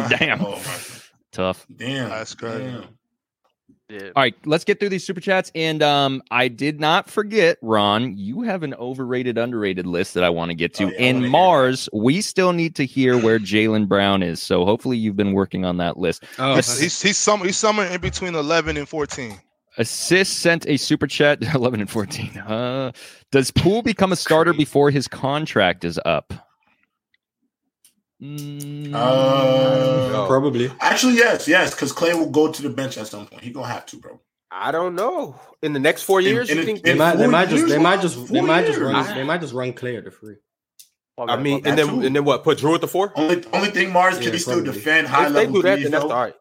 Speaker 2: Damn,
Speaker 4: Oh, my.
Speaker 2: tough.
Speaker 4: Damn.
Speaker 5: That's crazy.
Speaker 4: Damn.
Speaker 1: Yeah.
Speaker 2: All right, let's get through these super chats. And um, I did not forget, Ron, you have an overrated, underrated list that I want to get to.
Speaker 4: Oh, yeah, I wanna
Speaker 2: In
Speaker 4: hear
Speaker 2: Mars, we still need to hear where Jalen Brown is. So hopefully you've been working on that list.
Speaker 6: Oh,
Speaker 5: he's, he's, he's, somewhere, he's somewhere in between 11 and 14.
Speaker 2: Assist sent a super chat 11 and 14. Uh, does Poole become a starter before his contract is up? Mm,
Speaker 4: Uh,
Speaker 6: probably.
Speaker 4: Actually, yes, yes, because Clay will go to the bench at some point. He gonna have to, bro.
Speaker 3: I don't know. In the next four
Speaker 4: In-
Speaker 3: years,
Speaker 4: in
Speaker 3: you
Speaker 4: a-
Speaker 3: think
Speaker 4: in
Speaker 6: They
Speaker 4: a
Speaker 3: they
Speaker 6: might, they
Speaker 4: four
Speaker 6: might just, they
Speaker 4: years,
Speaker 6: might just, they
Speaker 4: four
Speaker 6: might just
Speaker 4: years.
Speaker 6: run, they might just run clear to free.
Speaker 1: My
Speaker 3: I
Speaker 1: bad, my
Speaker 3: mean,
Speaker 1: bad.
Speaker 3: and
Speaker 4: that
Speaker 3: then
Speaker 4: too.
Speaker 3: and then what? Put Drew at the four.
Speaker 4: Only only thing Mars
Speaker 6: Yeah,
Speaker 4: can he still
Speaker 6: probably.
Speaker 4: defend high
Speaker 3: If they
Speaker 4: level
Speaker 3: do that,
Speaker 4: threes,
Speaker 3: then that's
Speaker 4: though?
Speaker 3: all right.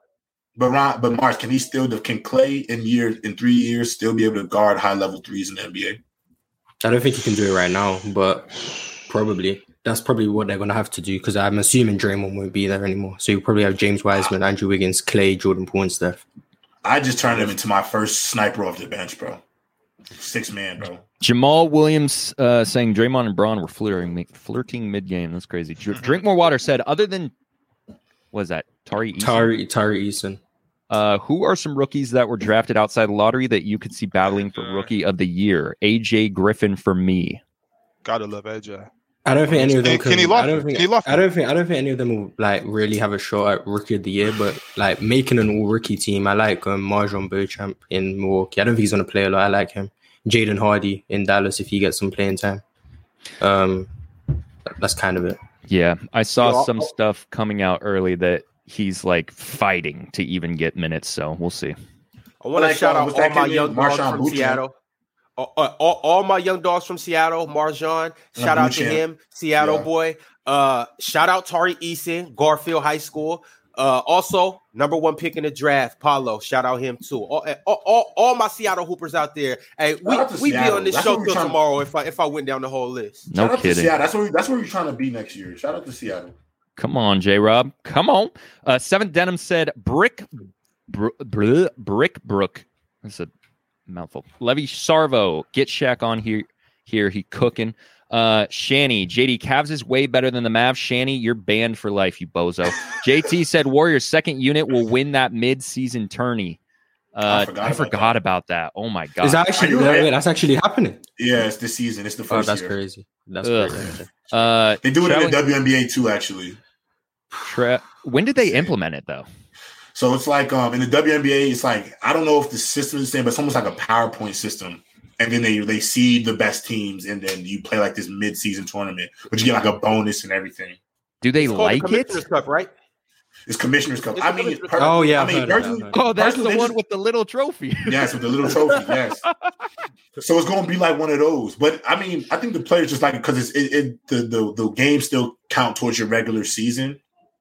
Speaker 4: But Ron, but Mars, can he still def- can Clay in year in three years still be able to guard high level threes in the NBA?
Speaker 6: I don't think he can do it right now, but probably that's probably what they're gonna have to do because I'm assuming Draymond won't be there anymore. So you probably have James Wiseman, Andrew Wiggins, Clay, Jordan Poole, and Steph.
Speaker 4: I just turned him into my first sniper off the bench, bro. Six man, bro.
Speaker 2: Jamal Williams uh, saying Draymond and Braun were flirting, flirting mid game. That's crazy. Dr- Drink more water said, other than, what is that, Tari Eason?
Speaker 6: Tari, Tari Eason.
Speaker 2: Uh, who are some rookies that were drafted outside the lottery that you could see battling for rookie of the year? AJ Griffin for me.
Speaker 5: Gotta love AJ.
Speaker 6: I don't think any of them.
Speaker 5: Kenny- Kenny
Speaker 6: can- I don't
Speaker 5: Lofton.
Speaker 6: think.
Speaker 5: Kenny Lofton.
Speaker 6: I don't think. I don't think any of them will like really have a shot at rookie of the year. But like making an all rookie team, I like um, Marjon Beauchamp in Milwaukee. I don't think he's gonna play a lot. I like him. Jaden Hardy in Dallas if he gets some playing time. Um, that's kind of it.
Speaker 2: Yeah, I saw
Speaker 3: Yo, I'll-
Speaker 4: oh.
Speaker 2: some stuff coming out early that he's like fighting to even get minutes. So we'll see.
Speaker 3: I want to
Speaker 4: Like,
Speaker 3: shout
Speaker 4: uh,
Speaker 3: out
Speaker 4: what's
Speaker 3: all
Speaker 4: that
Speaker 3: my
Speaker 4: kid
Speaker 3: young
Speaker 4: named?
Speaker 3: dogs
Speaker 4: Marshawn
Speaker 3: from
Speaker 4: Buchan.
Speaker 3: Seattle. Uh, uh, all, all my young dogs from Seattle, Marjan. Shout out to
Speaker 4: Buchan.
Speaker 3: him, Seattle
Speaker 4: Yeah.
Speaker 3: boy. Uh, shout out Tari Eason, Garfield High School. Uh, also number one pick in the draft, Paulo. Shout out him too. All, uh, all, all, all my Seattle Hoopers out there. Hey, we,
Speaker 4: out to
Speaker 3: we be
Speaker 4: Seattle.
Speaker 3: on this
Speaker 4: That's
Speaker 3: show
Speaker 4: what we're
Speaker 3: till
Speaker 4: trying to-
Speaker 3: tomorrow if I if I went down the whole list.
Speaker 2: No
Speaker 4: Shout out To
Speaker 2: kidding.
Speaker 4: Seattle. That's where we, that's where you're trying to be next year. Shout out to Seattle.
Speaker 2: Come on, J Rob. Come on. Uh, Seventh Denim said Brick br- br- Brick Brook. That's a mouthful. Levy Sarvo, get Shaq on here. Here he cooking. Uh, Shanny, JD Cavs is way better than the Mavs. Shanny, you're banned for life, you bozo. JT said Warriors second unit will win that mid-season tourney. Uh, I
Speaker 4: forgot
Speaker 2: forgot,
Speaker 4: about that.
Speaker 2: about that. Oh my god.
Speaker 6: Is that actually
Speaker 4: Are you-
Speaker 6: wait, that's actually happening?
Speaker 4: Yeah, it's this season. It's the
Speaker 6: Oh,
Speaker 4: first
Speaker 6: that's
Speaker 4: year.
Speaker 6: crazy. That's
Speaker 2: Ugh.
Speaker 6: crazy.
Speaker 2: uh,
Speaker 4: They do it
Speaker 2: Trellis-
Speaker 4: in the WNBA too, actually.
Speaker 2: Tre- when did they implement it though?
Speaker 4: So it's like um in the WNBA, it's like I don't know if the system is the same, but it's almost like a PowerPoint system. And then they they seed the best teams, and then you play like this mid season tournament, but you get like a bonus and everything.
Speaker 2: Do they
Speaker 3: It's called the
Speaker 2: like it?
Speaker 3: Commissioner's Cup, right?
Speaker 4: It's Commissioner's Cup.
Speaker 3: It's
Speaker 4: I
Speaker 3: a
Speaker 4: mean, it's
Speaker 3: Commissioner's
Speaker 4: perfect.
Speaker 6: Oh yeah,
Speaker 4: I
Speaker 6: I've
Speaker 4: mean,
Speaker 6: heard of that,
Speaker 4: personally-
Speaker 6: I've heard of
Speaker 2: Oh, that's
Speaker 4: Personally,
Speaker 2: the
Speaker 4: they
Speaker 2: one
Speaker 4: just-
Speaker 2: with the little trophy.
Speaker 4: Yes, with the little trophy. Yes. So it's going to be like one of those. But I mean, I think the players just like it because it's it, it the, the the games still count towards your regular season,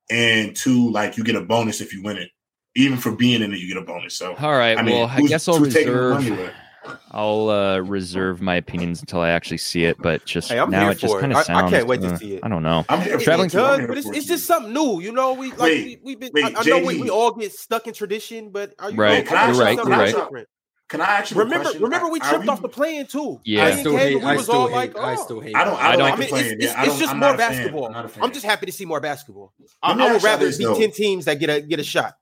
Speaker 4: and two like you get a bonus if you win it, even for being in it, you get a bonus. So
Speaker 2: All right.
Speaker 4: I mean,
Speaker 2: well, I
Speaker 4: who's-
Speaker 2: guess I'll
Speaker 4: who's taking the money
Speaker 2: reserve.
Speaker 4: away?
Speaker 2: I'll uh, reserve my opinions until I actually see it. But just
Speaker 3: Hey, I'm
Speaker 2: now,
Speaker 3: here
Speaker 2: it just
Speaker 3: for it.
Speaker 2: kind of
Speaker 3: I- I
Speaker 2: sounds.
Speaker 3: can't wait to
Speaker 2: uh,
Speaker 3: see it.
Speaker 2: I don't know.
Speaker 4: I'm here.
Speaker 3: It-
Speaker 2: Traveling
Speaker 3: it
Speaker 4: I'm
Speaker 3: does,
Speaker 4: here
Speaker 3: but it's,
Speaker 4: for
Speaker 3: it's
Speaker 4: you.
Speaker 3: just something new, you know. We like
Speaker 4: Wait,
Speaker 3: we, we've been.
Speaker 4: wait,
Speaker 3: I, I know we,
Speaker 4: JD.
Speaker 3: we all get stuck in tradition, but are you
Speaker 2: Right,
Speaker 3: gonna come up
Speaker 4: you're
Speaker 3: with
Speaker 4: right,
Speaker 3: something
Speaker 4: you're right.
Speaker 3: different?
Speaker 4: Can I actually
Speaker 3: Remember, remember, we tripped off the plane too.
Speaker 2: Yeah. I
Speaker 3: Plane
Speaker 2: still
Speaker 3: came and we was all like,
Speaker 6: I
Speaker 3: oh.
Speaker 6: still hate.
Speaker 4: I don't. I
Speaker 2: I
Speaker 4: don't
Speaker 2: don't-
Speaker 4: like
Speaker 3: I mean,
Speaker 4: the plan.
Speaker 3: it's, it's,
Speaker 4: Yeah, I
Speaker 3: it's
Speaker 4: don't-
Speaker 3: just
Speaker 4: I'm
Speaker 3: more
Speaker 4: not a fan.
Speaker 3: basketball.
Speaker 4: I'm not a fan.
Speaker 3: I'm just happy to see more basketball. I,
Speaker 4: Let me
Speaker 3: I would
Speaker 4: ask y'all
Speaker 3: rather
Speaker 4: this,
Speaker 3: see
Speaker 4: though.
Speaker 3: ten teams that get a get a shot.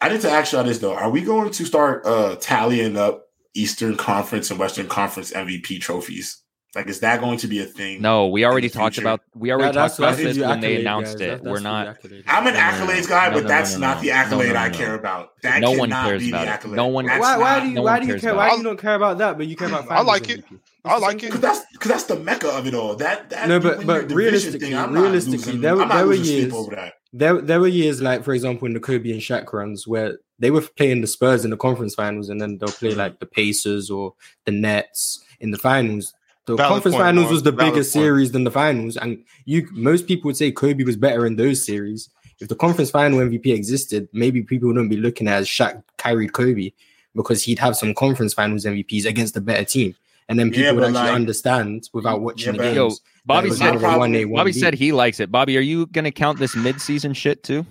Speaker 4: I need to ask y'all this though. Are we going to start uh tallying up Eastern Conference and Western Conference MVP trophies? Like, is that going to be a thing?
Speaker 2: No, we already
Speaker 4: the
Speaker 2: talked
Speaker 4: future.
Speaker 2: about we already
Speaker 6: That-
Speaker 2: talked about
Speaker 4: that's
Speaker 2: this
Speaker 6: the
Speaker 2: when they
Speaker 6: accolade,
Speaker 2: announced
Speaker 6: guys. That-
Speaker 2: it. We're
Speaker 6: that's the
Speaker 2: not.
Speaker 6: accolade.
Speaker 4: I'm an
Speaker 2: No, no, no.
Speaker 4: accolades guy,
Speaker 2: No,
Speaker 4: but
Speaker 2: no, no,
Speaker 4: that's
Speaker 2: no,
Speaker 4: not
Speaker 2: no.
Speaker 4: the
Speaker 2: No,
Speaker 4: accolade
Speaker 2: no,
Speaker 4: I
Speaker 2: no.
Speaker 4: care about. That
Speaker 2: No one
Speaker 4: cannot
Speaker 2: cares
Speaker 4: be
Speaker 2: about it.
Speaker 4: the accolade.
Speaker 2: No one-
Speaker 4: That's
Speaker 6: Why, why
Speaker 4: not-
Speaker 6: do you
Speaker 2: no
Speaker 6: why
Speaker 2: one
Speaker 6: do you
Speaker 2: cares
Speaker 6: care?
Speaker 2: about
Speaker 6: Why
Speaker 5: it.
Speaker 6: do you not care about that? But you care about
Speaker 5: I like
Speaker 6: finals
Speaker 5: it.
Speaker 6: MVP?
Speaker 5: I like
Speaker 4: Cause
Speaker 5: it.
Speaker 4: that's cause that's the mecca of it all. That that
Speaker 6: No, but-
Speaker 4: when
Speaker 6: but
Speaker 4: your division
Speaker 6: realistically-
Speaker 4: not
Speaker 6: realistically,
Speaker 4: losing-
Speaker 6: there were-
Speaker 4: I'm not
Speaker 6: there were
Speaker 4: losing sleep
Speaker 6: years-
Speaker 4: over that.
Speaker 6: There there were years like, for example, in the Kobe and Shaq runs where they were playing the Spurs in the conference finals, and then they'll play like the Pacers or the Nets in the finals. The
Speaker 5: Valid
Speaker 6: conference
Speaker 5: point,
Speaker 6: finals
Speaker 5: Mark.
Speaker 6: was the
Speaker 5: Valid
Speaker 6: biggest
Speaker 5: point.
Speaker 6: series than the finals, and you most people would say Kobe was better in those series. If the conference final MVP existed, maybe people wouldn't be looking at Shaq carried Kobe because he'd have some conference finals MVPs against a better team, and then people
Speaker 4: Yeah,
Speaker 6: would
Speaker 4: but,
Speaker 6: actually
Speaker 4: like-
Speaker 6: understand without watching
Speaker 4: Yeah,
Speaker 6: the
Speaker 4: but-
Speaker 6: games.
Speaker 2: Yo, Bobby
Speaker 6: that it was
Speaker 4: my
Speaker 2: said.
Speaker 6: more of a
Speaker 4: problem-
Speaker 6: 1A,
Speaker 2: Bobby
Speaker 6: 1B.
Speaker 2: said he likes it. Bobby, are you gonna count this midseason shit too?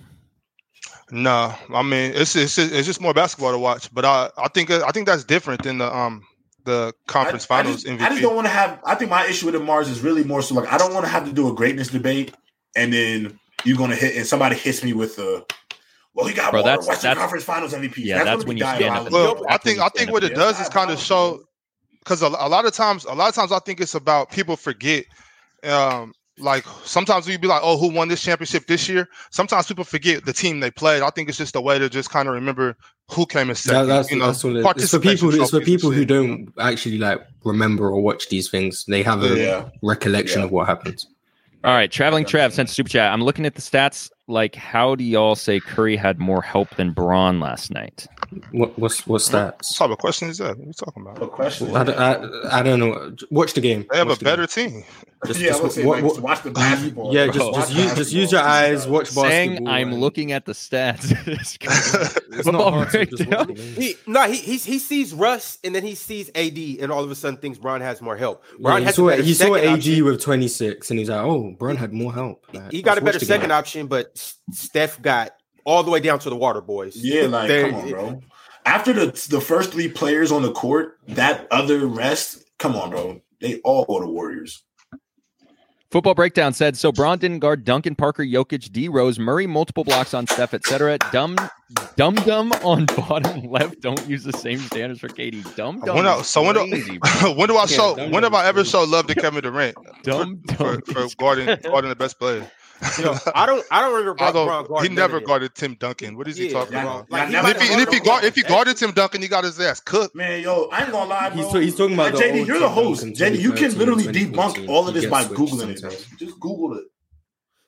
Speaker 5: No, I mean it's it's just, it's just more basketball to watch. But I I think I think that's different than the um the conference
Speaker 4: I- I
Speaker 5: finals
Speaker 4: just- I
Speaker 5: MVP.
Speaker 4: just, don't want to have. I think my issue with the Mars is really more so like I don't want to have to do a greatness debate, and then you're gonna hit and somebody hits me with a. Well, he got
Speaker 2: Bro,
Speaker 4: more
Speaker 2: that's-
Speaker 4: Western
Speaker 2: that's-
Speaker 4: Conference Finals MVP.
Speaker 2: yeah, that's
Speaker 4: gonna
Speaker 2: when
Speaker 4: be
Speaker 2: you
Speaker 4: dying
Speaker 2: stand
Speaker 4: all
Speaker 2: up
Speaker 4: over.
Speaker 2: and-
Speaker 5: well, I
Speaker 2: That's
Speaker 5: think
Speaker 2: what
Speaker 5: I
Speaker 2: he's
Speaker 5: think
Speaker 2: gonna
Speaker 5: what it
Speaker 4: do.
Speaker 5: does is kind of show because a, a lot of times a lot of times I think it's about people forget. Um, like sometimes we be like, oh, who won this championship this year? Sometimes people forget the team they played. I think it's just a way to just kind of remember who came in
Speaker 6: That-
Speaker 5: second.
Speaker 6: that's,
Speaker 5: you know,
Speaker 6: that's all it is. It's for
Speaker 5: participation
Speaker 6: people. It's
Speaker 5: trophies
Speaker 6: for
Speaker 5: and
Speaker 6: people who
Speaker 5: shit, you know?
Speaker 6: don't actually like remember or watch these things. They have a
Speaker 4: Yeah.
Speaker 6: recollection
Speaker 4: Yeah.
Speaker 6: of what happens.
Speaker 2: All right, traveling
Speaker 4: Okay.
Speaker 2: Trav sent a super chat. I'm looking at the stats. Like, how do y'all say Curry had more help than Braun last night?
Speaker 6: What, what's what's that?
Speaker 5: What type of question is that? What are you talking about?
Speaker 4: But question.
Speaker 6: I, don't- I, I don't know. Watch the game.
Speaker 5: They have a
Speaker 6: Watch the game.
Speaker 5: better team.
Speaker 6: Just,
Speaker 4: yeah, I
Speaker 6: just
Speaker 4: would say
Speaker 6: what-
Speaker 4: like,
Speaker 6: what-
Speaker 4: watch the basketball.
Speaker 6: yeah,
Speaker 4: bro.
Speaker 6: just
Speaker 2: Watch
Speaker 6: just
Speaker 4: the
Speaker 6: use just use your
Speaker 4: basketball.
Speaker 6: eyes. Watch basketball.
Speaker 2: Saying I'm
Speaker 6: and-
Speaker 2: looking at the stats. is crazy.
Speaker 6: It's
Speaker 2: Football
Speaker 6: not hard. so just
Speaker 2: breakdown.
Speaker 6: watch the game.
Speaker 3: He no, he, he he sees Russ and then he sees AD, and all of a sudden thinks Brown has more help.
Speaker 6: Yeah,
Speaker 3: Brown
Speaker 6: he
Speaker 3: has a
Speaker 6: saw,
Speaker 3: better
Speaker 6: he saw
Speaker 3: second
Speaker 6: AG
Speaker 3: option.
Speaker 6: with 26, and he's like, "Oh, Brun had more help." Like,
Speaker 3: He got a better
Speaker 6: just watch the game.
Speaker 3: second option, but S- Steph got all the way down to the water boys.
Speaker 4: Yeah, like
Speaker 3: There-
Speaker 4: come on, bro. After the the first three players on the court, that other rest, come on, bro. They all go to Warriors.
Speaker 2: Football breakdown said so. Braun didn't guard Duncan, Parker, Jokic, D Rose, Murray, multiple blocks on Steph, etc. Dumb, dum dum on bottom left. Don't use the same standards for Katie. Dum dum.
Speaker 5: When I- so when do- when do I
Speaker 6: Yeah,
Speaker 5: show?
Speaker 6: don't
Speaker 5: When have
Speaker 6: know.
Speaker 5: I ever show love to Kevin Durant
Speaker 2: Dum
Speaker 5: for,
Speaker 2: dum.
Speaker 5: for guarding guarding the best player?
Speaker 3: Yo, I don't I don't remember Bron,
Speaker 5: Although
Speaker 3: Bron
Speaker 5: he
Speaker 3: guarding none
Speaker 5: never
Speaker 3: of them.
Speaker 5: guarded Tim Duncan. What is he
Speaker 3: Yeah,
Speaker 5: talking
Speaker 4: Bron-
Speaker 5: about?
Speaker 4: Like,
Speaker 3: he
Speaker 4: never
Speaker 3: might
Speaker 5: And if he,
Speaker 3: have
Speaker 5: and if he
Speaker 3: guarded
Speaker 5: guard, if he
Speaker 3: them.
Speaker 5: guarded Tim Duncan, he got his ass cooked.
Speaker 4: Man, yo, I ain't gonna lie, bro.
Speaker 6: He's, he's talking about the
Speaker 4: JD,
Speaker 6: old
Speaker 4: you're the
Speaker 6: team,
Speaker 4: host.
Speaker 6: Duncan,
Speaker 4: JD, you can
Speaker 6: 2013,
Speaker 4: literally
Speaker 6: 2014.
Speaker 4: debunk all of
Speaker 6: He
Speaker 4: this
Speaker 6: gets
Speaker 4: by
Speaker 6: switched
Speaker 4: googling it, bro.
Speaker 6: sometimes.
Speaker 4: Just Google it.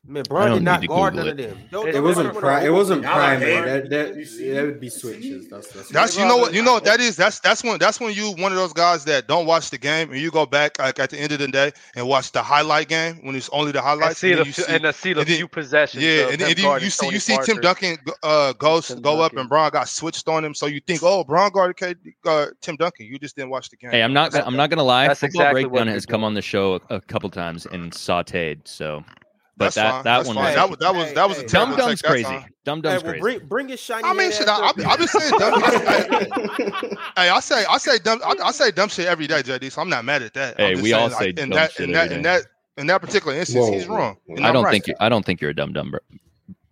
Speaker 3: Man,
Speaker 2: I
Speaker 3: Bron
Speaker 2: don't
Speaker 3: did not
Speaker 2: need to
Speaker 3: guard none
Speaker 2: Google
Speaker 3: of them. Don't-
Speaker 6: It
Speaker 3: don't
Speaker 6: wasn't
Speaker 3: remember
Speaker 6: prime. It
Speaker 3: no-
Speaker 6: wasn't
Speaker 4: Y'all are
Speaker 6: prime.
Speaker 4: there.
Speaker 6: Man. That, that,
Speaker 4: You see?
Speaker 6: there would be
Speaker 4: You see?
Speaker 6: switches. That's that's.
Speaker 5: That's you know what you know what that is. That's that's when that's when you one of those guys that don't watch the game and you go back like at the end of the day and watch the highlight game when it's only the
Speaker 1: I
Speaker 5: highlights.
Speaker 1: see the
Speaker 5: and then you
Speaker 1: few-
Speaker 5: see-
Speaker 1: and I see the
Speaker 5: and then-
Speaker 1: few possessions.
Speaker 5: Yeah,
Speaker 1: of
Speaker 5: and,
Speaker 1: him
Speaker 5: and you,
Speaker 1: guarding
Speaker 5: you see
Speaker 1: Tony
Speaker 5: you see Tim
Speaker 1: Parker.
Speaker 5: Duncan uh, go
Speaker 1: Tim
Speaker 5: go up
Speaker 1: Duncan.
Speaker 5: and Braun got switched on him, so you think oh Braun guarded K, uh, Tim Duncan. You just didn't watch the game.
Speaker 2: Hey, I'm not. I'm not gonna lie.
Speaker 1: That's
Speaker 2: Football
Speaker 1: exactly what
Speaker 2: breakdown
Speaker 1: you're
Speaker 2: has come
Speaker 1: doing.
Speaker 2: on the show a, a couple times and sauteed. So, but
Speaker 5: That's
Speaker 2: that
Speaker 5: fine.
Speaker 2: that
Speaker 5: That's
Speaker 2: one
Speaker 5: fine.
Speaker 2: was
Speaker 5: that was that was that was a
Speaker 3: Hey, hey.
Speaker 5: terrible
Speaker 2: Dum
Speaker 5: take
Speaker 2: Dum's
Speaker 5: that
Speaker 2: crazy.
Speaker 5: time.
Speaker 2: Dum
Speaker 3: Hey,
Speaker 2: Dum's
Speaker 3: well,
Speaker 2: crazy.
Speaker 3: bring bring your shiny.
Speaker 5: I mean,
Speaker 3: head
Speaker 5: shit.
Speaker 3: ass
Speaker 5: I,
Speaker 3: up
Speaker 5: I,
Speaker 3: here.
Speaker 5: I just saying dumb. I, I- Hey, I say I say dumb. I, I say dumb shit every day, JD. So I'm not mad at that.
Speaker 2: Hey,
Speaker 5: I'm just
Speaker 2: we
Speaker 5: saying,
Speaker 2: all say
Speaker 5: in
Speaker 2: dumb
Speaker 5: that,
Speaker 2: shit
Speaker 5: in that,
Speaker 2: every
Speaker 5: in
Speaker 2: day.
Speaker 5: that in that particular instance,
Speaker 6: Whoa.
Speaker 5: he's wrong. and
Speaker 2: I
Speaker 5: I'm
Speaker 2: don't
Speaker 5: right.
Speaker 2: think. You, I don't think you're a dumb dumb, bro.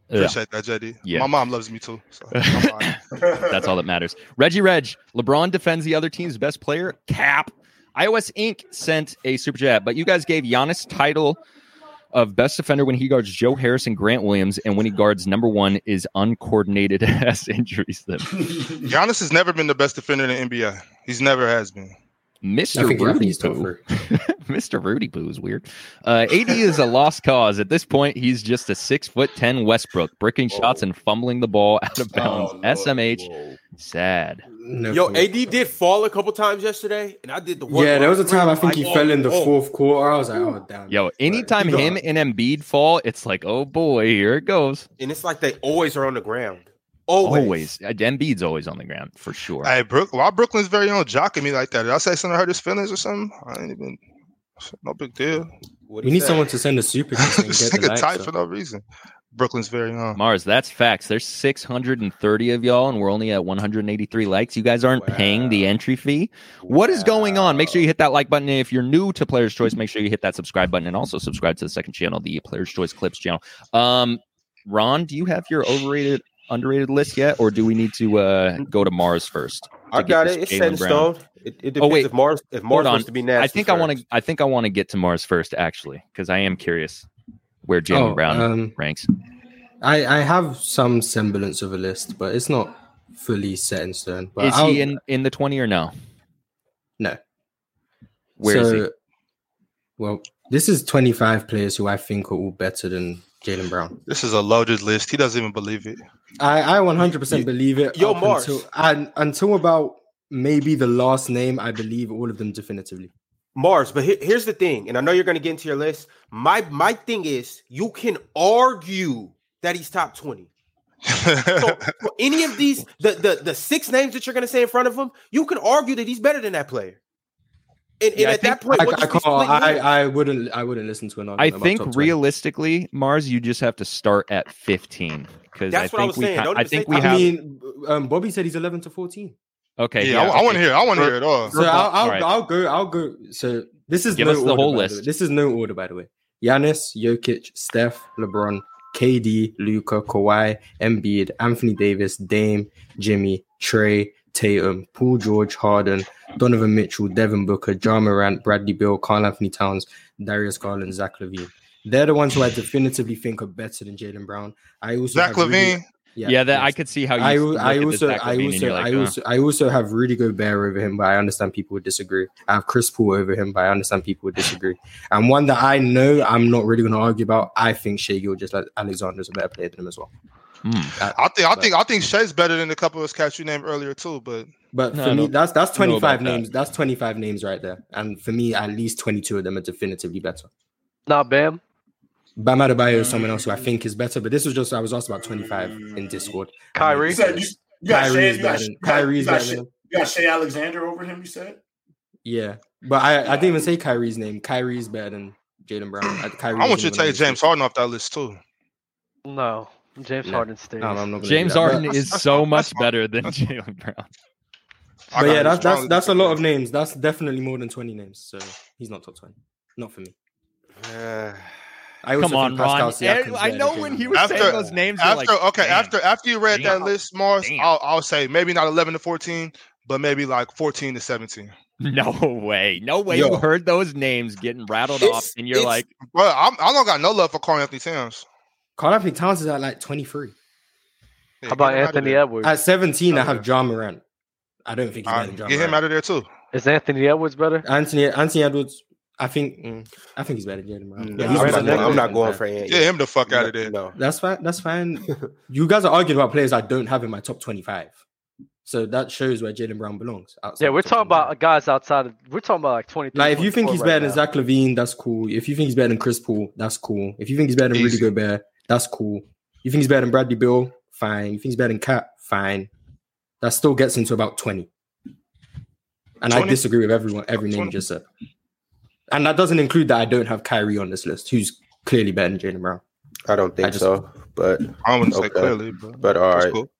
Speaker 2: Yeah.
Speaker 5: Appreciate that, JD.
Speaker 2: Yeah.
Speaker 5: My mom loves me too. So I'm fine.
Speaker 2: That's all that matters. Reggie Reg, LeBron defends the other team's best player. Cap. iOS Inc. sent a super chat, but you guys gave Giannis title of best defender when he guards Joe Harris and Grant Williams, and when he guards number one is uncoordinated ass injuries. Them.
Speaker 6: Um,
Speaker 5: Giannis has never been the best defender in the NBA. He's never has been.
Speaker 6: I
Speaker 2: Mr.
Speaker 6: think
Speaker 2: Rudy
Speaker 6: Rudy's top
Speaker 2: Poo.
Speaker 6: three.
Speaker 2: Mr. Rudy Poo is weird. Uh, AD is a lost cause. At this point, he's just a six foot ten Westbrook, bricking shots and fumbling the ball out of bounds.
Speaker 4: Oh, Lord.
Speaker 2: SMH, sad.
Speaker 6: No
Speaker 3: Yo,
Speaker 6: clue.
Speaker 3: AD did fall a couple times yesterday, and I did the work.
Speaker 6: Yeah, there was a time I think he
Speaker 3: Like,
Speaker 6: fell in the
Speaker 3: oh, oh.
Speaker 6: fourth quarter. I was like, oh damn.
Speaker 2: Yo, anytime him and Embiid fall, it's like, oh boy, here it goes.
Speaker 3: and it's like they always are on the ground. Always.
Speaker 2: Always. Uh, Embiid's always on the ground for sure.
Speaker 5: Hey, Brook, why Brooklyn's very own jocking me like that? Did I say something that hurt his feelings or something? I ain't even. No big deal.
Speaker 3: What
Speaker 6: We
Speaker 3: he
Speaker 6: need
Speaker 3: said.
Speaker 6: someone to send a super chat and
Speaker 5: Just
Speaker 6: get the
Speaker 5: nigga
Speaker 6: likes
Speaker 5: tight for
Speaker 6: up.
Speaker 5: no reason. Brooklyn's very uh, own.
Speaker 2: Mars, that's facts. There's 630 of y'all, and we're only at 183 likes. You guys aren't paying the entry fee. What is going on? Make sure you hit that like button. And if you're new to Player's Choice, make sure you hit that subscribe button and also subscribe to the second channel, the Player's Choice Clips channel. Um, Ron, do you have your overrated, underrated list yet, or do we need to uh, go to Mars first?
Speaker 3: I
Speaker 2: get
Speaker 3: got
Speaker 2: this
Speaker 3: it. It's
Speaker 2: Jaylen
Speaker 3: set in
Speaker 2: Brown.
Speaker 3: stone. It, it depends
Speaker 2: Oh, wait.
Speaker 3: if Mars if Mars
Speaker 2: on.
Speaker 3: wants to be nasty.
Speaker 2: I think I want to. I think I want to get to Mars first, actually, because I am curious where Jalen
Speaker 6: Oh,
Speaker 2: Brown
Speaker 6: um,
Speaker 2: ranks.
Speaker 6: I, I have some semblance of a list, but it's not fully set in stone. But
Speaker 2: Is
Speaker 6: I'll-
Speaker 2: he in in the twenty or no?
Speaker 6: No.
Speaker 2: Where is
Speaker 6: uh,
Speaker 2: he?
Speaker 6: Well, this is 25 players who I think are all better than Jalen Brown.
Speaker 5: This is a loaded list. He doesn't even believe it.
Speaker 6: I, I 100%
Speaker 3: Yo-
Speaker 6: believe it.
Speaker 3: yo,
Speaker 6: up
Speaker 3: Mars.
Speaker 6: Until, and, until about maybe the last name, I believe all of them definitively.
Speaker 3: Mars, but here- here's the thing, and I know you're going to get into your list. My my thing is, you can argue that he's top twenty. So, for any of these, the, the the six names that you're going to say in front of him, you can argue that he's better than that player. And, and
Speaker 2: Yeah, I
Speaker 3: at that
Speaker 2: think-
Speaker 3: point,
Speaker 6: I,
Speaker 3: what does
Speaker 6: I
Speaker 3: he
Speaker 6: can't.
Speaker 3: split
Speaker 6: I,
Speaker 3: with?
Speaker 6: I wouldn't. I wouldn't listen to an
Speaker 2: I
Speaker 6: argument. about top
Speaker 2: think
Speaker 6: 20.
Speaker 2: realistically, Mars, you just have to start at fifteen because I
Speaker 3: That's what I
Speaker 2: think
Speaker 3: was
Speaker 2: we.
Speaker 3: saying.
Speaker 2: ha-
Speaker 3: Don't
Speaker 2: I
Speaker 3: even
Speaker 2: think
Speaker 3: say
Speaker 2: we
Speaker 6: I
Speaker 2: have.
Speaker 6: mean, um, Bobby said he's 11 to 14.
Speaker 2: okay,
Speaker 5: yeah, I,
Speaker 2: okay.
Speaker 5: want to hear. it. I want to hear it all.
Speaker 6: So I'll, I'll,
Speaker 2: All right.
Speaker 6: I'll go. I'll go. So this is
Speaker 2: Give
Speaker 6: no
Speaker 2: us the
Speaker 6: order,
Speaker 2: whole
Speaker 6: by
Speaker 2: list.
Speaker 6: way. This is no order, by the way. Giannis, Jokic, Steph, LeBron, KD, Luca, Kawhi, Embiid, Anthony Davis, Dame, Jimmy, Trey, Tatum, Paul George, Harden, Donovan Mitchell, Devin Booker, John Morant, Bradley Bill, Carl Anthony Towns, Darius Garland, Zach Levine. They're the ones who I definitively think are better than Jalen Brown. I also
Speaker 5: Zach
Speaker 6: have really-
Speaker 5: Levine.
Speaker 2: yeah, that I
Speaker 6: yes.
Speaker 2: could see how Oh, you.
Speaker 6: I,
Speaker 2: look at
Speaker 6: I
Speaker 2: this
Speaker 6: also
Speaker 2: Zach
Speaker 6: I
Speaker 2: Levine and
Speaker 6: also
Speaker 2: you're like,
Speaker 6: I
Speaker 2: uh,
Speaker 6: also I also have Rudy Gobert over him, but I understand people would disagree. I have Chris Paul over him, but I understand people would disagree. And one that I know I'm not really going to argue about. I think Shea Gil just like Alexander's a better player than him as well.
Speaker 2: hmm.
Speaker 5: I think. I think. I think Shea's better than a couple of us cats you named earlier too. But
Speaker 6: But
Speaker 2: No,
Speaker 6: for
Speaker 2: I
Speaker 6: me,
Speaker 2: don't
Speaker 6: that's that's
Speaker 2: know
Speaker 6: 25
Speaker 2: about that.
Speaker 6: names. That's 25 names right there. And for me, at least 22 of them are definitively better.
Speaker 1: Nah, Bam.
Speaker 6: Bam Adebayo is someone else who I think is better, but this was just I was asked about 25 in Discord.
Speaker 1: Kyrie.
Speaker 4: You said you, you got
Speaker 6: Kyrie
Speaker 4: Shea.
Speaker 6: is
Speaker 4: You got,
Speaker 6: better than-
Speaker 4: you got-
Speaker 6: Kyrie
Speaker 4: you
Speaker 6: is
Speaker 4: got
Speaker 6: better
Speaker 4: Shea,
Speaker 6: than-
Speaker 4: you got Shea Alexander over him. You said.
Speaker 6: Yeah, but I, I didn't even say Kyrie's name. Kyrie's better than Jalen Brown. I, Kyrie
Speaker 5: I want
Speaker 6: wasn't
Speaker 5: you to
Speaker 6: even on
Speaker 5: take
Speaker 6: this
Speaker 5: James Harden off that list too.
Speaker 1: No, James
Speaker 6: No.
Speaker 1: Harden stays.
Speaker 6: list. No, no, I'm not gonna do
Speaker 2: James
Speaker 6: that,
Speaker 2: Harden
Speaker 6: But,
Speaker 2: is so much better than Jalen Brown.
Speaker 5: I
Speaker 6: but
Speaker 5: got
Speaker 6: yeah,
Speaker 5: him
Speaker 6: that's that's
Speaker 5: strongly
Speaker 6: that's a lot of
Speaker 5: defended.
Speaker 6: names. That's definitely more than 20 names. So he's not top 20. Not for me. I also
Speaker 2: Come on,
Speaker 6: think Pascal
Speaker 2: Ron. Eh,
Speaker 6: Siakam's
Speaker 2: I
Speaker 6: better
Speaker 2: know
Speaker 6: than
Speaker 2: when
Speaker 6: Jalen
Speaker 2: he
Speaker 6: Brown.
Speaker 2: was saying
Speaker 5: After-
Speaker 2: those names. you're
Speaker 5: After
Speaker 2: like,
Speaker 5: okay,
Speaker 2: "Damn."
Speaker 5: after after you read
Speaker 2: Damn.
Speaker 5: that list, Mars,
Speaker 2: Damn.
Speaker 5: I'll, I'll say maybe not eleven to fourteen, but maybe like fourteen to seventeen.
Speaker 2: No way. No way you
Speaker 6: Yo.
Speaker 2: heard those names getting rattled off
Speaker 3: It's-
Speaker 2: and you're
Speaker 3: it's-
Speaker 2: like,
Speaker 5: But I'm, I don't got no love for Carl Anthony Towns.
Speaker 6: Carl Anthony Towns is at like 23.
Speaker 5: Yeah,
Speaker 1: How about
Speaker 5: get him outta
Speaker 1: Anthony
Speaker 5: there.
Speaker 1: Edwards?
Speaker 6: At 17,
Speaker 5: Oh,
Speaker 6: I
Speaker 5: yeah.
Speaker 6: have John Morant. I don't think he's
Speaker 5: All
Speaker 6: better than
Speaker 5: right,
Speaker 6: John
Speaker 5: Get him
Speaker 6: Morant.
Speaker 5: out of there too.
Speaker 1: Is Anthony Edwards better?
Speaker 6: Anthony Anthony Edwards. I think mm, I think he's better than Jalen
Speaker 5: Mm,
Speaker 6: Brown.
Speaker 3: Yeah,
Speaker 1: he's better
Speaker 3: I'm, not,
Speaker 1: than
Speaker 3: going- I'm not
Speaker 6: Jalen
Speaker 3: going
Speaker 6: Brown.
Speaker 3: for Ant.
Speaker 5: Get him the fuck out of there.
Speaker 3: No,
Speaker 6: That's fine. That's fine. you guys are arguing about players I don't have in my top 25. So that shows where Jalen Brown belongs. outside
Speaker 1: Yeah,
Speaker 6: the
Speaker 1: we're talking
Speaker 6: top 25.
Speaker 1: about guys outside of. We're talking about like twenty.
Speaker 6: Like, if you think he's better than Zach Levine, that's cool. If you think he's better than Chris Paul, that's cool. If you think he's better than Rudy
Speaker 5: Easy.
Speaker 6: Gobert, that's cool. You think he's better than Bradley Bill, fine. You think he's better than Cat, fine. That still gets into about 20. And I
Speaker 5: 20?
Speaker 6: disagree with everyone, every name you
Speaker 5: 20?
Speaker 6: just said. And that doesn't include that I don't have Kyrie on this list, who's clearly better than Jalen Brown.
Speaker 3: I don't think
Speaker 6: I just-
Speaker 3: so. But
Speaker 5: I wouldn't say
Speaker 3: Okay.
Speaker 5: clearly, but,
Speaker 3: but all
Speaker 5: that's
Speaker 3: right,
Speaker 5: cool.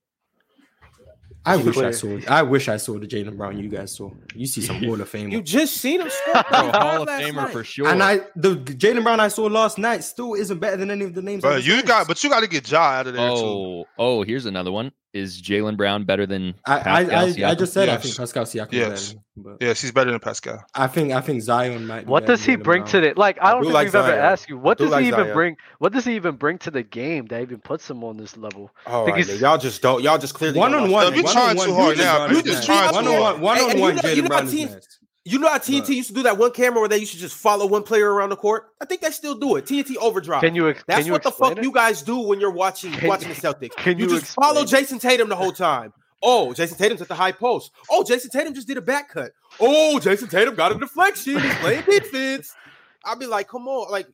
Speaker 6: I wish I
Speaker 1: Clear.
Speaker 6: saw. I wish I saw the Jalen Brown you guys saw. You see some Hall of Fame.
Speaker 3: you just seen him score.
Speaker 2: "Bro,
Speaker 3: 35
Speaker 2: "Oh, Hall of
Speaker 3: last
Speaker 2: Famer
Speaker 3: night.
Speaker 2: for sure.
Speaker 6: and I, the Jalen Brown I saw last night still isn't better than any of the names. I
Speaker 5: But
Speaker 6: just
Speaker 5: you
Speaker 6: named.
Speaker 5: got, but you got to get Ja out of there too.
Speaker 2: oh, oh, here's another one. Is Jalen Brown better than
Speaker 6: I, I, I,
Speaker 2: Pascal
Speaker 6: I
Speaker 2: Siakam?
Speaker 6: just said I
Speaker 5: Yes.
Speaker 6: think Pascal
Speaker 5: Yes.
Speaker 6: Siakam. Yes. But
Speaker 5: Yeah, she's better than Pascal.
Speaker 6: I think I think Zion might. Be
Speaker 1: What
Speaker 6: better
Speaker 1: does he
Speaker 6: than Jaylen
Speaker 1: bring
Speaker 6: Brown.
Speaker 1: to the like? I
Speaker 3: I
Speaker 1: don't
Speaker 3: do
Speaker 1: think
Speaker 3: like
Speaker 1: we've ever
Speaker 3: Zion.
Speaker 1: asked you. What
Speaker 3: do
Speaker 1: does
Speaker 3: like
Speaker 1: he even
Speaker 3: Zion.
Speaker 1: bring? What does he even bring to the game that even puts him on this level?
Speaker 3: All
Speaker 1: Think
Speaker 3: right,
Speaker 1: he's-
Speaker 3: man, y'all just don't. Y'all just clearly
Speaker 6: One
Speaker 3: don't
Speaker 6: on
Speaker 3: watch
Speaker 6: one,
Speaker 5: You're
Speaker 3: basketball.
Speaker 5: trying too hard now.
Speaker 6: One
Speaker 5: You're
Speaker 3: just trying
Speaker 6: on
Speaker 3: too
Speaker 6: one,
Speaker 3: hard.
Speaker 6: one
Speaker 3: Hey,
Speaker 6: on
Speaker 3: hey,
Speaker 6: one.
Speaker 3: you know- you
Speaker 6: Jalen
Speaker 3: know
Speaker 6: Brown
Speaker 3: my
Speaker 6: is
Speaker 3: team-
Speaker 6: next.
Speaker 3: You know how TNT used to do that one camera where they used to just follow one player around the court. I think they still do it. TNT overdrive.
Speaker 1: Can you? ex-
Speaker 3: That's
Speaker 1: can you
Speaker 3: what the
Speaker 1: explain
Speaker 3: fuck
Speaker 1: it?
Speaker 3: you guys do when you're watching
Speaker 1: Can-
Speaker 3: watching the Celtics.
Speaker 1: can
Speaker 3: you,
Speaker 1: you
Speaker 3: just follow
Speaker 1: explain
Speaker 3: Jason Tatum the whole time. Oh, Jason Tatum's at the high post. Oh, Jason Tatum just did a back cut. Oh, Jason Tatum got a deflection. He's playing defense. I'll be like, come on, like.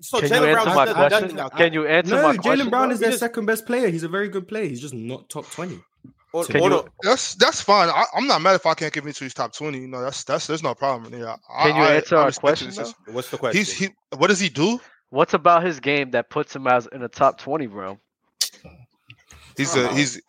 Speaker 3: So
Speaker 1: Can you
Speaker 3: Jalen
Speaker 1: answer
Speaker 3: Brown's
Speaker 1: my
Speaker 3: done
Speaker 1: question?
Speaker 3: nothing out
Speaker 1: Can you answer
Speaker 6: No,
Speaker 1: my
Speaker 6: Jalen
Speaker 1: question?
Speaker 6: Brown
Speaker 3: bro?
Speaker 6: is their
Speaker 3: He just-
Speaker 6: second best player. He's a very good player. He's just not top twenty.
Speaker 3: on,
Speaker 1: Can
Speaker 3: on
Speaker 1: you-
Speaker 3: a-
Speaker 5: That's that's fine. I, I'm not mad if I can't give him to his top twenty. You know, that's that's there's no problem. Yeah, I,
Speaker 1: Can you
Speaker 5: I,
Speaker 1: answer
Speaker 5: I
Speaker 1: our
Speaker 5: respect
Speaker 1: question,
Speaker 5: his
Speaker 1: though?
Speaker 5: decision.
Speaker 3: What's the question?
Speaker 5: He's he. What does he do?
Speaker 1: What's about his game that puts him as in the top twenty, bro?
Speaker 5: He's a he's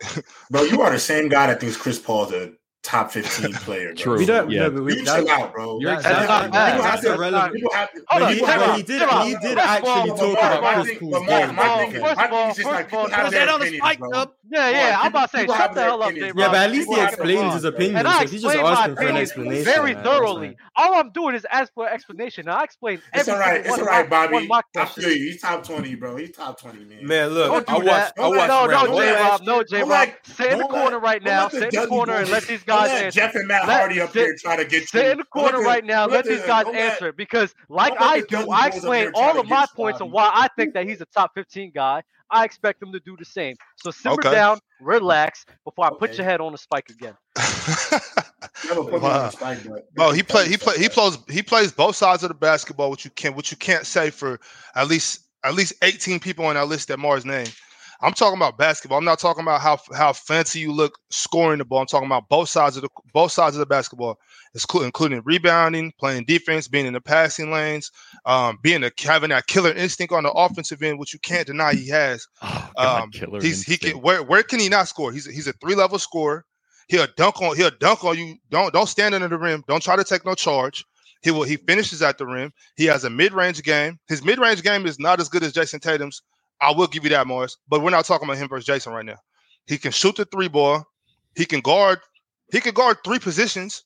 Speaker 4: Bro, you are the same guy that thinks Chris Paul's a top 15 player. Bro.
Speaker 2: True.
Speaker 6: We don't.
Speaker 2: Yeah.
Speaker 6: Yeah, but we,
Speaker 4: You
Speaker 6: that-
Speaker 4: chill out, bro.
Speaker 2: You're
Speaker 6: that's,
Speaker 1: exactly
Speaker 6: that's not
Speaker 1: right.
Speaker 6: bad.
Speaker 1: That's
Speaker 6: That's
Speaker 4: not-
Speaker 6: irrelevant.
Speaker 4: People have to.
Speaker 1: Hold
Speaker 4: but
Speaker 1: on,
Speaker 4: you-
Speaker 1: time
Speaker 4: but
Speaker 1: out,
Speaker 4: he did-
Speaker 1: time out.
Speaker 4: he did
Speaker 1: First of
Speaker 6: actually
Speaker 1: all-
Speaker 6: talk
Speaker 4: But
Speaker 6: about
Speaker 4: my
Speaker 6: Chris
Speaker 4: thing-
Speaker 6: Paul's
Speaker 4: but my-
Speaker 6: game.
Speaker 4: my
Speaker 1: Hold
Speaker 4: thing
Speaker 1: on,
Speaker 4: is-
Speaker 1: first
Speaker 4: my
Speaker 1: of
Speaker 4: thing is
Speaker 1: all-
Speaker 4: just
Speaker 1: first
Speaker 4: like
Speaker 1: of all,
Speaker 4: people have
Speaker 1: Chris
Speaker 4: their
Speaker 5: Paul's
Speaker 4: opinions,
Speaker 5: fight
Speaker 4: bro.
Speaker 5: up.
Speaker 1: Yeah, yeah. I'm about to say,
Speaker 4: People
Speaker 1: shut
Speaker 4: have
Speaker 1: the
Speaker 4: their
Speaker 1: hell up,
Speaker 4: opinions.
Speaker 1: Dave.
Speaker 6: Yeah, but at
Speaker 1: Robinson.
Speaker 6: least he
Speaker 1: Fucking
Speaker 6: explains
Speaker 1: LeBron.
Speaker 6: his opinions.
Speaker 1: And I
Speaker 6: If he's just
Speaker 1: explained my
Speaker 6: asking for an
Speaker 1: opinion
Speaker 6: explanation,
Speaker 1: very
Speaker 6: man, that's
Speaker 1: thoroughly.
Speaker 6: fine.
Speaker 1: All I'm doing is ask for an explanation. I explained
Speaker 4: It's
Speaker 1: everything.
Speaker 4: all right. It's all right,
Speaker 1: One
Speaker 4: Bobby.
Speaker 1: mock
Speaker 4: I feel
Speaker 1: question.
Speaker 4: you. He's top 20, bro. He's top 20, man.
Speaker 3: Man, look,
Speaker 1: Don't do
Speaker 3: I watched.
Speaker 1: that.
Speaker 3: I watched.
Speaker 1: No, no, J
Speaker 3: round
Speaker 4: Don't
Speaker 3: one.
Speaker 4: let-
Speaker 1: Rob, no, J
Speaker 4: don't
Speaker 1: Rob.
Speaker 4: let-
Speaker 1: Sit in the
Speaker 4: don't let-
Speaker 1: corner right
Speaker 4: don't
Speaker 1: now.
Speaker 4: let the
Speaker 1: Sit in the
Speaker 4: Dougie
Speaker 1: corner
Speaker 4: boys-
Speaker 1: and let these
Speaker 4: don't
Speaker 1: guys
Speaker 4: let
Speaker 1: answer.
Speaker 4: Jeff and Matt
Speaker 1: Let-
Speaker 4: Hardy up
Speaker 1: sit-
Speaker 4: there trying to get you.
Speaker 1: Sit in the
Speaker 4: Don't
Speaker 1: corner
Speaker 4: let the-
Speaker 1: right now.
Speaker 4: don't
Speaker 1: Let
Speaker 4: the-
Speaker 1: these guys
Speaker 4: don't let-
Speaker 1: answer because, like
Speaker 4: don't let
Speaker 1: I
Speaker 4: the
Speaker 1: do,
Speaker 4: Dougie
Speaker 1: I
Speaker 4: boys up
Speaker 1: explain
Speaker 4: there try
Speaker 1: all
Speaker 4: to
Speaker 1: of
Speaker 4: get
Speaker 1: my
Speaker 4: you,
Speaker 1: points on
Speaker 4: Bobby.
Speaker 1: why I think that he's a top 15 guy. I expect him to do the same. So simmer
Speaker 5: Okay.
Speaker 1: down, relax before I put
Speaker 4: Okay.
Speaker 1: your head on a spike again.
Speaker 4: Never put me on the spike, but-
Speaker 5: Bro, he play he play he plays he plays both sides of the basketball, which you can which you can't say for at least at least 18 people on that list that Mars name. I'm talking about basketball. I'm not talking about how how fancy you look scoring the ball. I'm talking about both sides of the both sides of the basketball, it's cl- including rebounding, playing defense, being in the passing lanes, um, being a having that killer instinct on the offensive end, which you can't deny he has.
Speaker 2: Oh,
Speaker 5: Um,
Speaker 2: killer
Speaker 5: He's he
Speaker 2: instinct.
Speaker 5: can where where can he not score? He's a, he's a three level scorer. He'll dunk on he'll dunk on you. Don't don't stand under the rim. Don't try to take no charge. He will he finishes at the rim. He has a mid range game. His mid range game is not as good as Jason Tatum's. I will give you that, Morris. But we're not talking about him versus Jason right now. He can shoot the three ball. He can guard. He can guard three positions.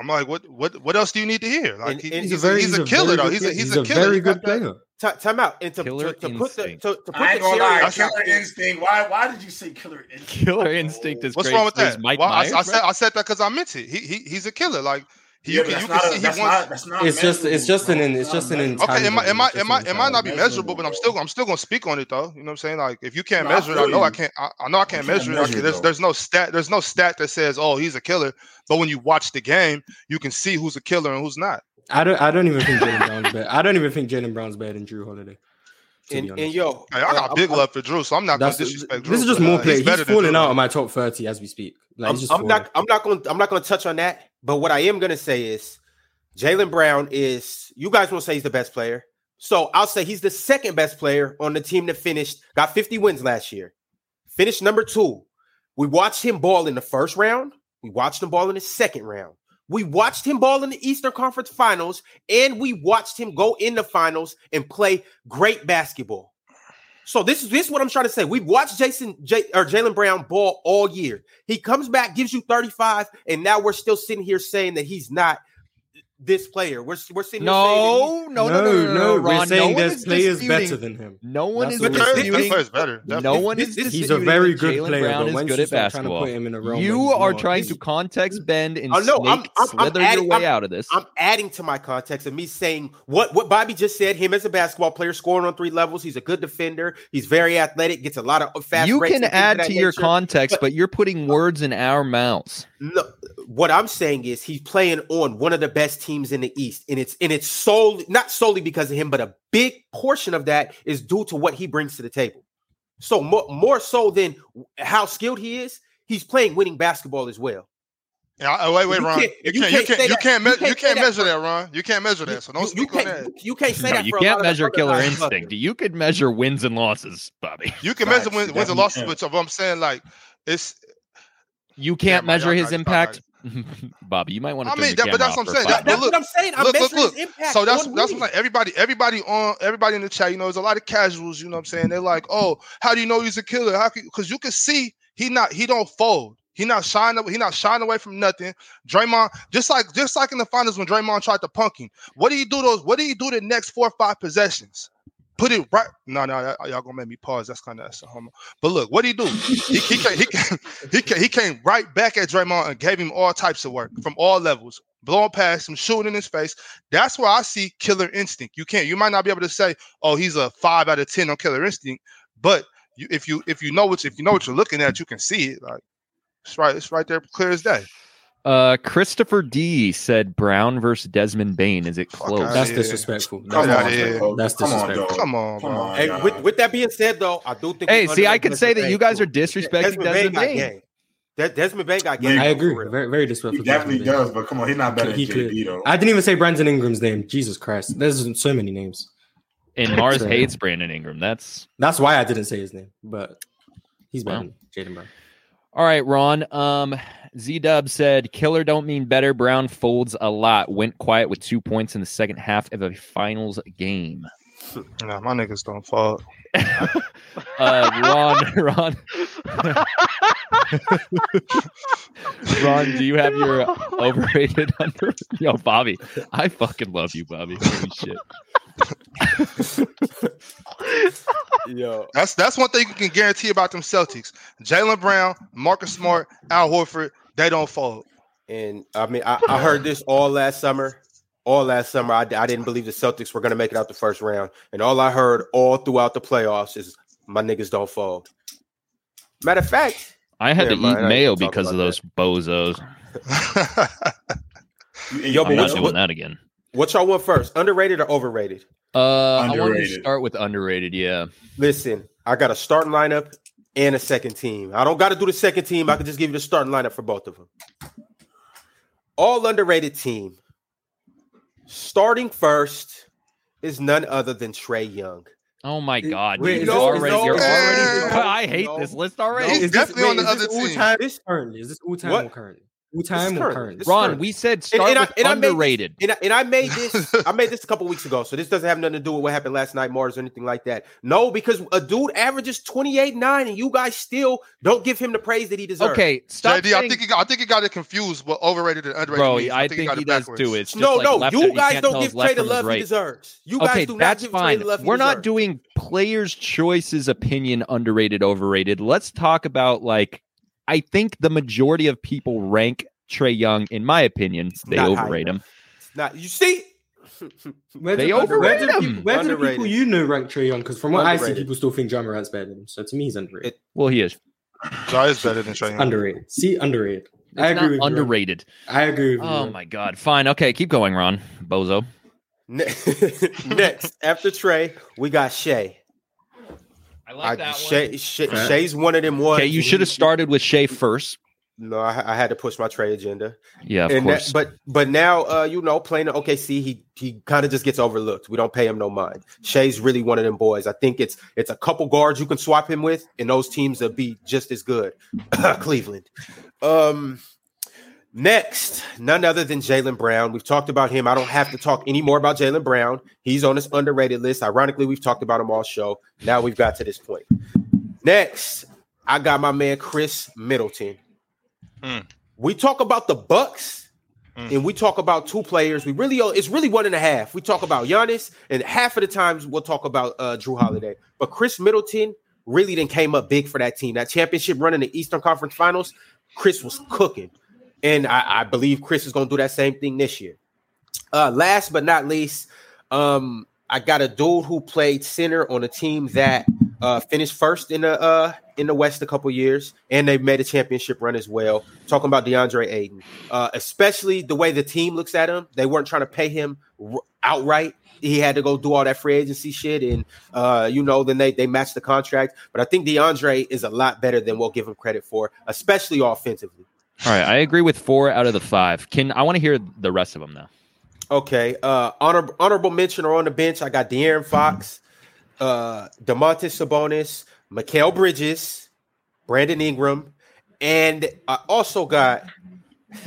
Speaker 5: I'm like, what what what else do you need to hear? Like
Speaker 3: And-
Speaker 5: he-
Speaker 3: and
Speaker 5: he's, a, he's, a
Speaker 6: very
Speaker 5: killer
Speaker 6: good
Speaker 5: though. He's a
Speaker 6: player.
Speaker 5: he's, a, killer.
Speaker 6: very
Speaker 5: You
Speaker 6: good
Speaker 5: got that.
Speaker 6: player.
Speaker 3: Ti- Time out and to,
Speaker 2: Killer
Speaker 3: to, to put the to,
Speaker 2: instinct.
Speaker 3: to put
Speaker 4: I ain't
Speaker 3: the
Speaker 4: gonna
Speaker 3: serious-
Speaker 4: lie.
Speaker 5: That's
Speaker 4: Killer
Speaker 5: not-
Speaker 4: instinct. Why? Why did you say killer instinct?
Speaker 2: Killer instinct is
Speaker 5: What's
Speaker 2: crazy.
Speaker 5: wrong with
Speaker 2: Is
Speaker 5: that?
Speaker 2: Mike
Speaker 5: Well, I-
Speaker 2: Myers,
Speaker 5: I, said
Speaker 2: bro?
Speaker 5: I said that because I meant it. He, he he's a killer. Like he,
Speaker 4: Yeah,
Speaker 5: you
Speaker 4: but
Speaker 5: can you
Speaker 4: that's
Speaker 5: can
Speaker 4: not.
Speaker 5: see
Speaker 4: a-
Speaker 5: he
Speaker 4: That's
Speaker 5: wants.
Speaker 4: not. That's not.
Speaker 6: It's just it's
Speaker 4: measurable,
Speaker 6: just an
Speaker 4: bro.
Speaker 6: in- it's
Speaker 4: Not
Speaker 6: just an
Speaker 4: measurable.
Speaker 5: Okay, it
Speaker 6: intangible.
Speaker 5: might it might
Speaker 6: It's
Speaker 5: it
Speaker 6: just
Speaker 5: might
Speaker 6: an
Speaker 5: it might not be
Speaker 6: intangible.
Speaker 5: measurable, but I'm still I'm still gonna speak on it though. You know what I'm saying? Like if you can't
Speaker 4: No, I
Speaker 5: measure it, I
Speaker 4: feel
Speaker 5: know I
Speaker 4: you.
Speaker 5: can't I, I know I can't
Speaker 4: can't
Speaker 5: measure it. I
Speaker 4: measure
Speaker 5: can-
Speaker 4: it,
Speaker 5: there's
Speaker 4: though.
Speaker 5: there's no stat there's no stat that says oh he's a killer. But when you watch the game, you can see who's a killer and who's not.
Speaker 6: I don't. I don't even think Jalen Brown's better. I don't even think Jalen Brown's better than Drew Holiday. to
Speaker 3: And,
Speaker 6: be honest.
Speaker 3: and yo,
Speaker 5: Hey, I got
Speaker 3: uh,
Speaker 5: big
Speaker 3: I'm-
Speaker 5: love for Drew, so I'm not
Speaker 6: That's,
Speaker 5: gonna disrespect Drew.
Speaker 6: this is just
Speaker 5: but,
Speaker 6: more
Speaker 5: uh,
Speaker 6: player. He's,
Speaker 5: better than
Speaker 6: falling
Speaker 5: Drew.
Speaker 6: out of my top thirty as we speak. Like
Speaker 3: I'm,
Speaker 6: he's just
Speaker 3: I'm
Speaker 6: falling.
Speaker 3: not. I'm not going. to I'm not going to touch on that. But what I am going to say is, Jalen Brown is. You guys won't say he's the best player. So I'll say he's the second best player on the team that finished got 50 wins last year. Finished number two. We watched him ball in the first round. We watched him ball in the second round. We watched him ball in the Eastern Conference Finals, and we watched him go in the finals and play great basketball. So this is this is what I'm trying to say. We've watched Jason J, or Jalen Brown ball all year. He comes back, gives you 35, and now we're still sitting here saying that he's not this player. We're we're sitting here
Speaker 2: No, no, no, no, no, no, no,
Speaker 6: We're
Speaker 2: Ron.
Speaker 6: saying
Speaker 2: no one
Speaker 6: there's
Speaker 2: is
Speaker 6: players
Speaker 2: disputing-
Speaker 6: better than him.
Speaker 2: No one
Speaker 6: That's
Speaker 2: is
Speaker 6: what
Speaker 5: But Drew-
Speaker 6: This-
Speaker 5: Drew
Speaker 2: disputing.
Speaker 5: plays better.
Speaker 2: No one
Speaker 3: this-
Speaker 2: is
Speaker 3: this-
Speaker 6: He's
Speaker 2: disputing.
Speaker 6: a very
Speaker 2: that
Speaker 6: good
Speaker 2: Jalen
Speaker 6: player.
Speaker 2: Brown
Speaker 6: but
Speaker 2: is
Speaker 6: when
Speaker 2: good
Speaker 6: you
Speaker 2: at
Speaker 6: start trying to put
Speaker 2: basketball.
Speaker 6: him in a realm
Speaker 2: You
Speaker 6: that he's
Speaker 2: are
Speaker 6: not,
Speaker 2: trying
Speaker 6: this-
Speaker 2: to context bend and
Speaker 3: Oh, no,
Speaker 2: snake
Speaker 3: I'm- I'm- I'm
Speaker 2: slither your
Speaker 3: adding-
Speaker 2: way
Speaker 3: I'm-
Speaker 2: out of this.
Speaker 3: saying, I'm adding to my context of me saying what what Bobby just said. Him as a basketball player, scoring on three levels. He's a good defender. He's very athletic. Gets a lot of fast.
Speaker 2: you
Speaker 3: breaks
Speaker 2: can
Speaker 3: and things of
Speaker 2: add
Speaker 3: that
Speaker 2: to your
Speaker 3: nature.
Speaker 2: context,
Speaker 3: but- Oh.
Speaker 2: but you're putting words in our mouths.
Speaker 3: No, what I'm saying is he's playing on one of the best teams in the East, and it's and it's solely not solely because of him, but a big portion of that is due to what he brings to the table. So more more so than how skilled he is, he's playing winning basketball as well.
Speaker 5: Yeah, I- wait, wait,
Speaker 3: You
Speaker 5: Ron.
Speaker 3: can't-
Speaker 5: You
Speaker 3: you
Speaker 5: can't you
Speaker 3: can't say
Speaker 5: can't you
Speaker 3: that. You
Speaker 5: can't me- you
Speaker 3: can't say
Speaker 5: can't
Speaker 3: that
Speaker 5: measure
Speaker 3: for-
Speaker 5: that, Ron. You can't measure
Speaker 3: You,
Speaker 5: that. So don't
Speaker 3: you- you
Speaker 5: speak on that.
Speaker 3: can't you can't say
Speaker 2: No,
Speaker 3: that.
Speaker 2: you
Speaker 3: for a lot
Speaker 2: can't
Speaker 3: of
Speaker 2: measure
Speaker 3: other
Speaker 2: killer
Speaker 3: guys.
Speaker 2: instinct. You could measure wins and losses, Bobby.
Speaker 5: You can
Speaker 4: Facts,
Speaker 5: measure wins,
Speaker 4: you
Speaker 5: wins and
Speaker 4: definitely
Speaker 5: losses,
Speaker 4: can.
Speaker 5: but what I'm saying, like, it's.
Speaker 2: You can't
Speaker 5: Yeah, man,
Speaker 2: measure
Speaker 5: y'all
Speaker 2: his
Speaker 5: got it, y'all got
Speaker 2: impact, Bobby. You might want to.
Speaker 5: I
Speaker 2: turn
Speaker 5: mean,
Speaker 2: the
Speaker 5: that- but
Speaker 2: camera
Speaker 5: that's
Speaker 2: off
Speaker 5: what I'm
Speaker 2: for
Speaker 5: saying.
Speaker 2: five
Speaker 3: That's
Speaker 5: That- but
Speaker 2: minutes.
Speaker 5: look-
Speaker 3: what I'm saying. I'm
Speaker 5: look, look,
Speaker 3: measuring
Speaker 5: look.
Speaker 3: his impact.
Speaker 5: So
Speaker 3: on
Speaker 5: that's that's what I'm
Speaker 3: winning.
Speaker 5: like. Everybody, everybody on everybody in the chat, you know, there's a lot of casuals. You know what I'm saying? They're like, oh, how do you know he's a killer? How because you can see he not he don't fold. He not shying away. He not shying away from nothing. Draymond, just like just like in the finals when Draymond tried to punk him. What do you do those? What do you do the next four or five possessions? Put it right. No, no, y'all- y'all gonna make me pause. That's kind of that's a homo. But look, what do you do? He he came, he, came, he, came, he came right back at Draymond and gave him all types of work from all levels, blowing past him, shooting in his face. That's where I see killer instinct. You can't. You might not be able to say, "Oh, he's a five out of ten on killer instinct," but you, if you if you know what if you know what you're looking at, you can see it. Like it's right, it's right there, clear as day.
Speaker 2: Uh, Christopher D said Brown versus Desmond Bain. Is it
Speaker 5: Fuck
Speaker 2: close?
Speaker 5: outta
Speaker 6: That's
Speaker 5: Yeah.
Speaker 6: disrespectful.
Speaker 5: Come
Speaker 6: That's
Speaker 5: on,
Speaker 6: disrespectful.
Speaker 4: dog.
Speaker 6: That's
Speaker 4: Come on,
Speaker 6: disrespectful.
Speaker 4: dog.
Speaker 5: Come on,
Speaker 4: Come
Speaker 5: bro.
Speaker 4: on.
Speaker 3: And with, with that being said, though, I do think.
Speaker 2: Hey,
Speaker 3: we
Speaker 2: see, I
Speaker 3: underrate
Speaker 2: could say that
Speaker 3: Desmond
Speaker 2: you
Speaker 3: Bain,
Speaker 2: guys are
Speaker 3: too.
Speaker 2: disrespecting Desmond
Speaker 3: got
Speaker 2: Bain.
Speaker 3: game. Des- Desmond Bain got game.
Speaker 4: Yeah.
Speaker 6: I
Speaker 3: though, for
Speaker 6: agree.
Speaker 3: real.
Speaker 6: Very, very
Speaker 4: He
Speaker 6: disrespectful.
Speaker 4: definitely
Speaker 6: Desmond Bain.
Speaker 4: does, but come on, he's not better than
Speaker 6: He cleared.
Speaker 4: JB though.
Speaker 6: I didn't even say Brandon Ingram's name. Jesus Christ. There's so many names.
Speaker 2: And Mars
Speaker 6: Sorry.
Speaker 2: hates Brandon Ingram. That's
Speaker 6: That's why I didn't say his name. But he's better
Speaker 2: Wow.
Speaker 6: than Jaden Brown.
Speaker 2: All right, Ron. Um, Z Dub said, "Killer don't mean better." Brown folds a lot. Went quiet with two points in the second half of a finals game.
Speaker 5: Nah, my niggas don't fall.
Speaker 2: Uh, Ron, Ron, Ron, do you have your overrated under? Yo, Bobby, I fucking love you, Bobby. Holy shit.
Speaker 3: Yo,
Speaker 5: That's that's one thing you can guarantee about them Celtics. Jalen Brown, Marcus Smart, Al Horford, they don't fold.
Speaker 3: and I mean, I, I heard this all last summer. All last summer, I, I didn't believe the Celtics were going to make it out the first round, and all I heard all throughout the playoffs is my niggas don't fold. Matter of fact,
Speaker 2: I had
Speaker 3: Never
Speaker 2: to
Speaker 3: mind, I
Speaker 2: eat
Speaker 3: ain't
Speaker 2: mayo
Speaker 3: gonna talk
Speaker 2: because of
Speaker 3: about
Speaker 2: those bozos.
Speaker 4: Yo,
Speaker 3: Yo,
Speaker 2: I'm
Speaker 3: but
Speaker 2: not
Speaker 3: what,
Speaker 2: doing
Speaker 3: what,
Speaker 2: that again.
Speaker 3: what y'all want first? Underrated or overrated?
Speaker 2: Uh, I wanted to
Speaker 4: Underrated.
Speaker 2: start with underrated. Yeah,
Speaker 3: Listen, I got a starting lineup and a second team. I don't got to do the second team. I can just give you the starting lineup for both of them. All underrated team. Starting first is none other than Trey Young.
Speaker 2: Oh my
Speaker 6: It-
Speaker 2: god,
Speaker 6: wait,
Speaker 2: dude, you're
Speaker 6: is this-
Speaker 2: already,
Speaker 6: no,
Speaker 2: you're
Speaker 5: no,
Speaker 2: already
Speaker 5: no,
Speaker 2: I hate
Speaker 3: no,
Speaker 2: this list already.
Speaker 5: He's
Speaker 6: Is this-
Speaker 5: definitely on the
Speaker 6: is this
Speaker 5: other
Speaker 6: all
Speaker 5: team.
Speaker 6: Time,
Speaker 3: This-
Speaker 6: currently, is this all time
Speaker 3: What?
Speaker 6: or current? All time or
Speaker 3: current.
Speaker 6: current?
Speaker 3: This-
Speaker 2: Ron,
Speaker 3: Sure.
Speaker 2: we said start
Speaker 3: and I-
Speaker 2: with
Speaker 3: and I made this-
Speaker 2: underrated.
Speaker 3: And I, and I made this, I made this a couple weeks ago. So this doesn't have nothing to do with what happened last night, Mars, or anything like that. No, because a dude averages 28 9 and you guys still don't give him the praise that he deserves.
Speaker 2: Okay, stop.
Speaker 5: JD, I
Speaker 2: saying-
Speaker 5: think he got, I think he got it confused, but overrated and underrated.
Speaker 2: bro,
Speaker 5: means.
Speaker 2: I think
Speaker 5: got
Speaker 2: he
Speaker 5: it
Speaker 2: does
Speaker 5: backwards.
Speaker 2: too. It's just
Speaker 3: no,
Speaker 2: like
Speaker 3: no,
Speaker 2: left
Speaker 3: you
Speaker 2: and- you
Speaker 3: guys
Speaker 2: can't
Speaker 3: don't
Speaker 2: tell
Speaker 3: give
Speaker 2: us left
Speaker 3: Trey the
Speaker 2: from his
Speaker 3: love he
Speaker 2: right.
Speaker 3: deserves. You guys
Speaker 2: Okay,
Speaker 3: do not
Speaker 2: that's
Speaker 3: give Trey
Speaker 2: fine.
Speaker 3: the love he
Speaker 2: We're not
Speaker 3: deserves.
Speaker 2: doing players' choices, opinion, underrated, overrated. Let's talk about like I think the majority of people rank Trey Young, in my opinion, they
Speaker 3: not high
Speaker 2: overrate him.
Speaker 3: Not you see.
Speaker 6: Where
Speaker 2: They
Speaker 6: do-
Speaker 2: overrate
Speaker 6: where do
Speaker 2: him.
Speaker 6: people- Where do the people
Speaker 3: Underrated.
Speaker 6: you know rank Trey Young? Because from what I see,
Speaker 3: Underrated.
Speaker 6: people still think John Morant's better than him. So to me, he's underrated.
Speaker 3: It-
Speaker 2: Well, he is.
Speaker 5: Ja is better than Trae. Young.
Speaker 6: underrated. See, underrated.
Speaker 2: It's
Speaker 6: I agree
Speaker 2: not
Speaker 6: with you, Ron.
Speaker 2: underrated.
Speaker 6: I agree with you.
Speaker 2: Oh
Speaker 6: Ron.
Speaker 2: my god. Fine. Okay, keep going, Ron. Bozo.
Speaker 3: Ne- Next, after Trey, we got Shay.
Speaker 2: I
Speaker 3: I, Shay, Shay
Speaker 6: Okay.
Speaker 3: Shay's one of them ones.
Speaker 2: Okay, you should have started with Shea first.
Speaker 3: No, I, I had to push my Trey agenda.
Speaker 2: Yeah, of
Speaker 3: and that,
Speaker 2: course.
Speaker 3: but but now uh, you know, playing the OKC, he he kind of just gets overlooked. We don't pay him no mind. Shay's really one of them boys. I think it's it's a couple guards you can swap him with, and those teams will be just as good. Cleveland. Um next, none other than Jalen Brown. We've talked about him. I don't have to talk any more about Jalen Brown. He's on this underrated list. Ironically, we've talked about him all show. Now we've got to this point. Next, I got my man Chris Middleton.
Speaker 5: Hmm.
Speaker 3: We talk about the Bucks,
Speaker 5: Hmm.
Speaker 3: and we talk about two players. We really oh, it's really one and a half. We talk about Giannis, and half of the times we'll talk about uh, Drew Holiday. But Chris Middleton really then came up big for that team. That championship run in the Eastern Conference Finals, Chris was cooking, and I, I believe Chris is going to do that same thing this year. Uh, last but not least, um, I got a dude who played center on a team that uh, finished first in the uh, in the West a couple years, and they made a championship run as well. Talking about DeAndre Ayton, uh, especially the way the team looks at him. They weren't trying to pay him r- outright. He had to go do all that free agency shit, and uh, you know, then they they matched the contract. But I think DeAndre is a lot better than we'll give him credit for, especially offensively.
Speaker 2: All right, I agree with four out of the five. Can I want to hear the rest of them though?
Speaker 3: Okay. Uh honor, honorable mention or on the bench, I got De'Aaron Fox, uh DeMontis Sabonis, Mikael Bridges, Brandon Ingram, and I also got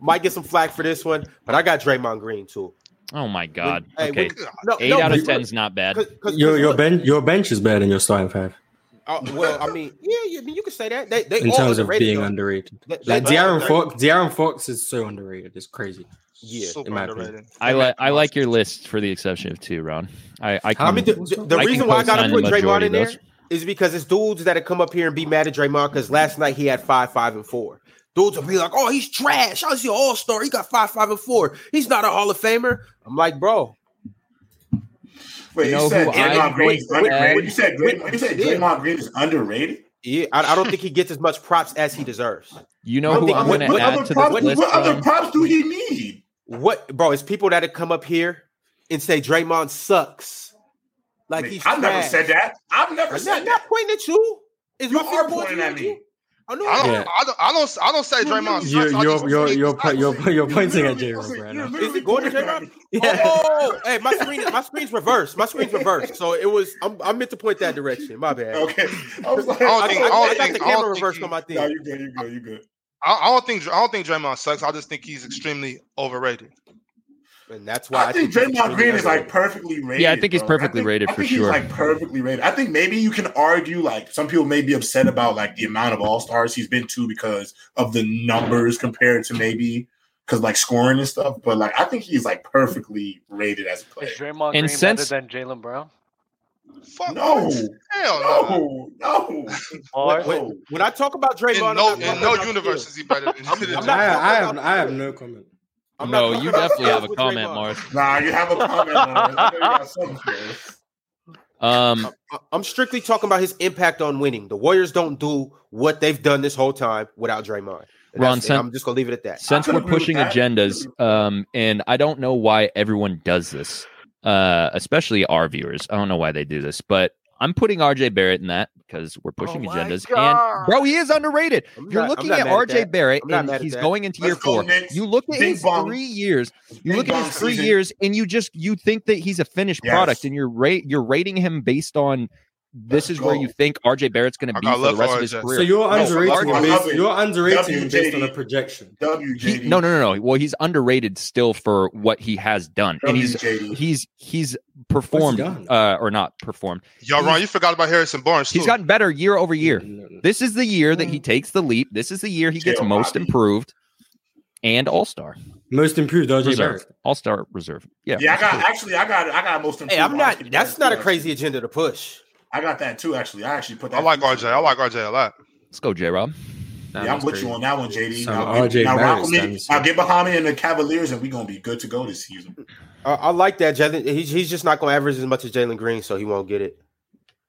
Speaker 3: might get some flack for this one, but I got Draymond Green too.
Speaker 2: Oh my god.
Speaker 3: Hey,
Speaker 2: okay,
Speaker 3: we- No,
Speaker 2: eight
Speaker 3: no,
Speaker 2: out of
Speaker 3: but-
Speaker 2: ten's not bad.
Speaker 3: Cause, cause,
Speaker 6: Your your
Speaker 3: look,
Speaker 6: bench your bench is better than your starting five
Speaker 3: uh, well, I mean, yeah, you, I mean, you can say that. They, they
Speaker 6: in
Speaker 3: all
Speaker 6: terms of
Speaker 3: underrated,
Speaker 6: being
Speaker 3: though.
Speaker 6: underrated.
Speaker 3: They- they
Speaker 6: Like
Speaker 3: all
Speaker 6: De'Aaron
Speaker 3: underrated.
Speaker 6: Fox, De'Aaron Fox is so underrated. It's crazy.
Speaker 3: Yeah.
Speaker 5: super
Speaker 6: in my
Speaker 5: underrated.
Speaker 2: I like I like your list for the exception of two, Ron. I I can,
Speaker 3: I mean, the, the- the
Speaker 2: Um, I can
Speaker 3: reason why I got to
Speaker 2: co-sign the
Speaker 3: put Draymond
Speaker 2: majority
Speaker 3: in
Speaker 2: of
Speaker 3: there
Speaker 2: those.
Speaker 3: is because it's dudes that come up here and be mad at Draymond because last night he had five, five, and four. Dudes will be like, "Oh, he's trash. How's he an all star? He got five, five, and four. He's not a Hall of Famer." I'm like, bro,
Speaker 4: Wait,
Speaker 2: You
Speaker 4: you,
Speaker 2: know
Speaker 4: said
Speaker 2: who I
Speaker 4: Draymond Green is
Speaker 2: would add-
Speaker 4: underrated. You said Draymond, you said
Speaker 3: Yeah.
Speaker 4: Draymond Green is underrated.
Speaker 3: yeah, I, I don't think he gets as much props as he deserves.
Speaker 2: You know who
Speaker 3: think-
Speaker 2: I'm
Speaker 3: what-
Speaker 2: going to
Speaker 4: what
Speaker 2: add
Speaker 4: other
Speaker 2: to
Speaker 4: props-
Speaker 2: this list?
Speaker 4: What other
Speaker 2: Ron?
Speaker 4: props do he need?
Speaker 3: What, bro? It's people that come up here and say Draymond sucks, like he's.
Speaker 4: I've never
Speaker 3: trash.
Speaker 4: said that. I've never
Speaker 3: I'm
Speaker 4: said
Speaker 3: not,
Speaker 4: that.
Speaker 3: not pointing at you. Is
Speaker 4: You
Speaker 3: my finger
Speaker 4: are
Speaker 3: pointing
Speaker 4: pointing at me.
Speaker 3: Oh no,
Speaker 5: I don't,
Speaker 6: Yeah.
Speaker 5: I don't, I don't, I don't say Draymond.
Speaker 4: That's
Speaker 6: You're
Speaker 5: sucks, I
Speaker 6: you're
Speaker 5: just
Speaker 6: you're
Speaker 5: say
Speaker 6: you're,
Speaker 5: he's not
Speaker 6: pu- you're,
Speaker 5: good.
Speaker 6: you're pointing at J
Speaker 4: You're
Speaker 6: Rob
Speaker 4: literally-
Speaker 6: right
Speaker 4: you're
Speaker 6: now.
Speaker 4: literally
Speaker 3: Is it going to
Speaker 4: pointing
Speaker 3: J-Rob?
Speaker 4: at me.
Speaker 6: Yeah.
Speaker 3: Oh, hey, my screen, my screen's reversed. My screen's reversed. So it was. I'm, I meant to point that direction. My bad.
Speaker 4: Okay, I was like,
Speaker 5: I
Speaker 3: I,
Speaker 5: don't think-
Speaker 3: I- I got
Speaker 5: don't think-
Speaker 3: the
Speaker 5: I don't
Speaker 3: camera
Speaker 5: think
Speaker 3: reversed
Speaker 5: he-
Speaker 3: on my thing.
Speaker 4: no, you good, you good, you good.
Speaker 5: I, I don't think I don't think Draymond sucks. I just think he's extremely overrated.
Speaker 3: and that's why
Speaker 4: I, think
Speaker 3: he's
Speaker 4: Draymond Green is like
Speaker 3: underrated.
Speaker 4: perfectly rated.
Speaker 2: Yeah, I think he's
Speaker 4: bro.
Speaker 2: perfectly
Speaker 4: I think-
Speaker 2: rated
Speaker 4: I
Speaker 2: for
Speaker 4: think
Speaker 2: sure.
Speaker 4: He's like perfectly rated. I think maybe you can argue like some people may be upset about like the amount of All Stars he's been to because of the numbers compared to maybe because like scoring and stuff. But like I think he's like perfectly rated as a player.
Speaker 1: Is Draymond Green
Speaker 2: And since-
Speaker 1: better than Jalen Brown?
Speaker 5: Fuck
Speaker 4: No,
Speaker 5: hell no.
Speaker 4: no, no.
Speaker 1: Or
Speaker 3: Wait,
Speaker 4: no.
Speaker 3: When I talk about Draymond,
Speaker 5: In
Speaker 3: I'm
Speaker 5: no,
Speaker 3: not talking
Speaker 5: in no
Speaker 3: about
Speaker 5: universe
Speaker 3: skills.
Speaker 5: is he better than
Speaker 3: I'm
Speaker 6: I,
Speaker 3: not-
Speaker 6: I have I have no comment.
Speaker 3: I'm not
Speaker 2: no,
Speaker 3: talking
Speaker 2: you
Speaker 3: about
Speaker 2: definitely
Speaker 3: skills
Speaker 2: have a
Speaker 3: with
Speaker 2: comment,
Speaker 3: Draymond.
Speaker 2: Mars.
Speaker 4: Nah, you have a comment on it. I know you got something for us.
Speaker 2: Um,
Speaker 3: I- I'm strictly talking about his impact on winning. The Warriors don't do what they've done this whole time without Draymond. And
Speaker 2: Ron,
Speaker 3: that's-
Speaker 2: sen-
Speaker 3: I'm just gonna leave it at that.
Speaker 2: since
Speaker 4: could
Speaker 2: we're
Speaker 4: agree with
Speaker 2: pushing
Speaker 4: that.
Speaker 2: agendas, um, and I don't know why everyone does this, uh, especially our viewers. I don't know why they do this, but I'm putting RJ Barrett in that because we're pushing
Speaker 1: my
Speaker 2: agendas.
Speaker 1: God.
Speaker 2: And bro, he is underrated.
Speaker 3: I'm
Speaker 2: You're
Speaker 3: not- I'm
Speaker 2: looking
Speaker 3: not
Speaker 2: at
Speaker 3: mad
Speaker 2: RJ
Speaker 3: that.
Speaker 2: Barrett,
Speaker 3: I'm not
Speaker 2: and
Speaker 3: mad at
Speaker 2: he's
Speaker 3: that.
Speaker 2: going into
Speaker 4: Let's
Speaker 2: year
Speaker 4: go,
Speaker 2: four.
Speaker 4: Knicks.
Speaker 2: You look at
Speaker 4: Big
Speaker 2: his
Speaker 4: bong.
Speaker 2: three years. You
Speaker 4: Big
Speaker 2: look at
Speaker 4: bong
Speaker 2: his three
Speaker 4: season.
Speaker 2: years, and you just you think that he's a finished
Speaker 4: Yes.
Speaker 2: product, and you're rate you're rating him based on this
Speaker 4: Let's
Speaker 2: is where
Speaker 4: go.
Speaker 2: you think RJ Barrett's going
Speaker 5: I
Speaker 2: to be
Speaker 5: got
Speaker 2: for the
Speaker 5: love
Speaker 2: rest
Speaker 5: for
Speaker 2: of his
Speaker 5: RJ.
Speaker 2: career.
Speaker 6: So you're
Speaker 2: No,
Speaker 6: underrating
Speaker 4: I
Speaker 6: him
Speaker 4: love
Speaker 6: based
Speaker 4: it.
Speaker 6: you're underrating him based on
Speaker 4: WJD.
Speaker 6: a projection.
Speaker 4: W
Speaker 2: He-
Speaker 4: JD.
Speaker 2: no, no, no, no. Well, he's underrated still for what he has done,
Speaker 4: Oh,
Speaker 2: and he's
Speaker 4: WJD.
Speaker 2: he's he's performed
Speaker 6: done?
Speaker 2: uh, or not performed.
Speaker 5: Y'all wrong. You forgot about Harrison Barnes too.
Speaker 2: He's gotten better year over
Speaker 4: Mm-hmm.
Speaker 2: year.
Speaker 6: No, no.
Speaker 2: This is the year that he takes the leap. This is the year he gets
Speaker 4: Jail,
Speaker 2: most
Speaker 4: Bobby.
Speaker 2: improved and all star
Speaker 6: Most improved RJ
Speaker 2: reserve.
Speaker 6: Barrett.
Speaker 2: All star reserve. Yeah.
Speaker 4: Yeah, I got actually I got I got most improved.
Speaker 3: Hey, I'm not.
Speaker 4: honestly,
Speaker 3: That's
Speaker 4: bro.
Speaker 3: not a crazy agenda to push.
Speaker 4: I got that too. Actually, I actually put that.
Speaker 5: I like RJ. I like RJ a lot.
Speaker 2: Let's go, J Rob.
Speaker 4: Yeah,
Speaker 6: Nah,
Speaker 4: I'm
Speaker 6: that's
Speaker 4: with
Speaker 6: crazy.
Speaker 4: you on that one, JD.
Speaker 6: So
Speaker 4: Now,
Speaker 6: RJ
Speaker 4: now, rock
Speaker 6: Barrett
Speaker 4: with me.
Speaker 6: stands-
Speaker 4: now get behind me and the Cavaliers, and we're gonna be good to go this season.
Speaker 3: I, I like that. Jalen, he's, he's just not gonna average as much as Jalen Green, so he won't get it.
Speaker 1: I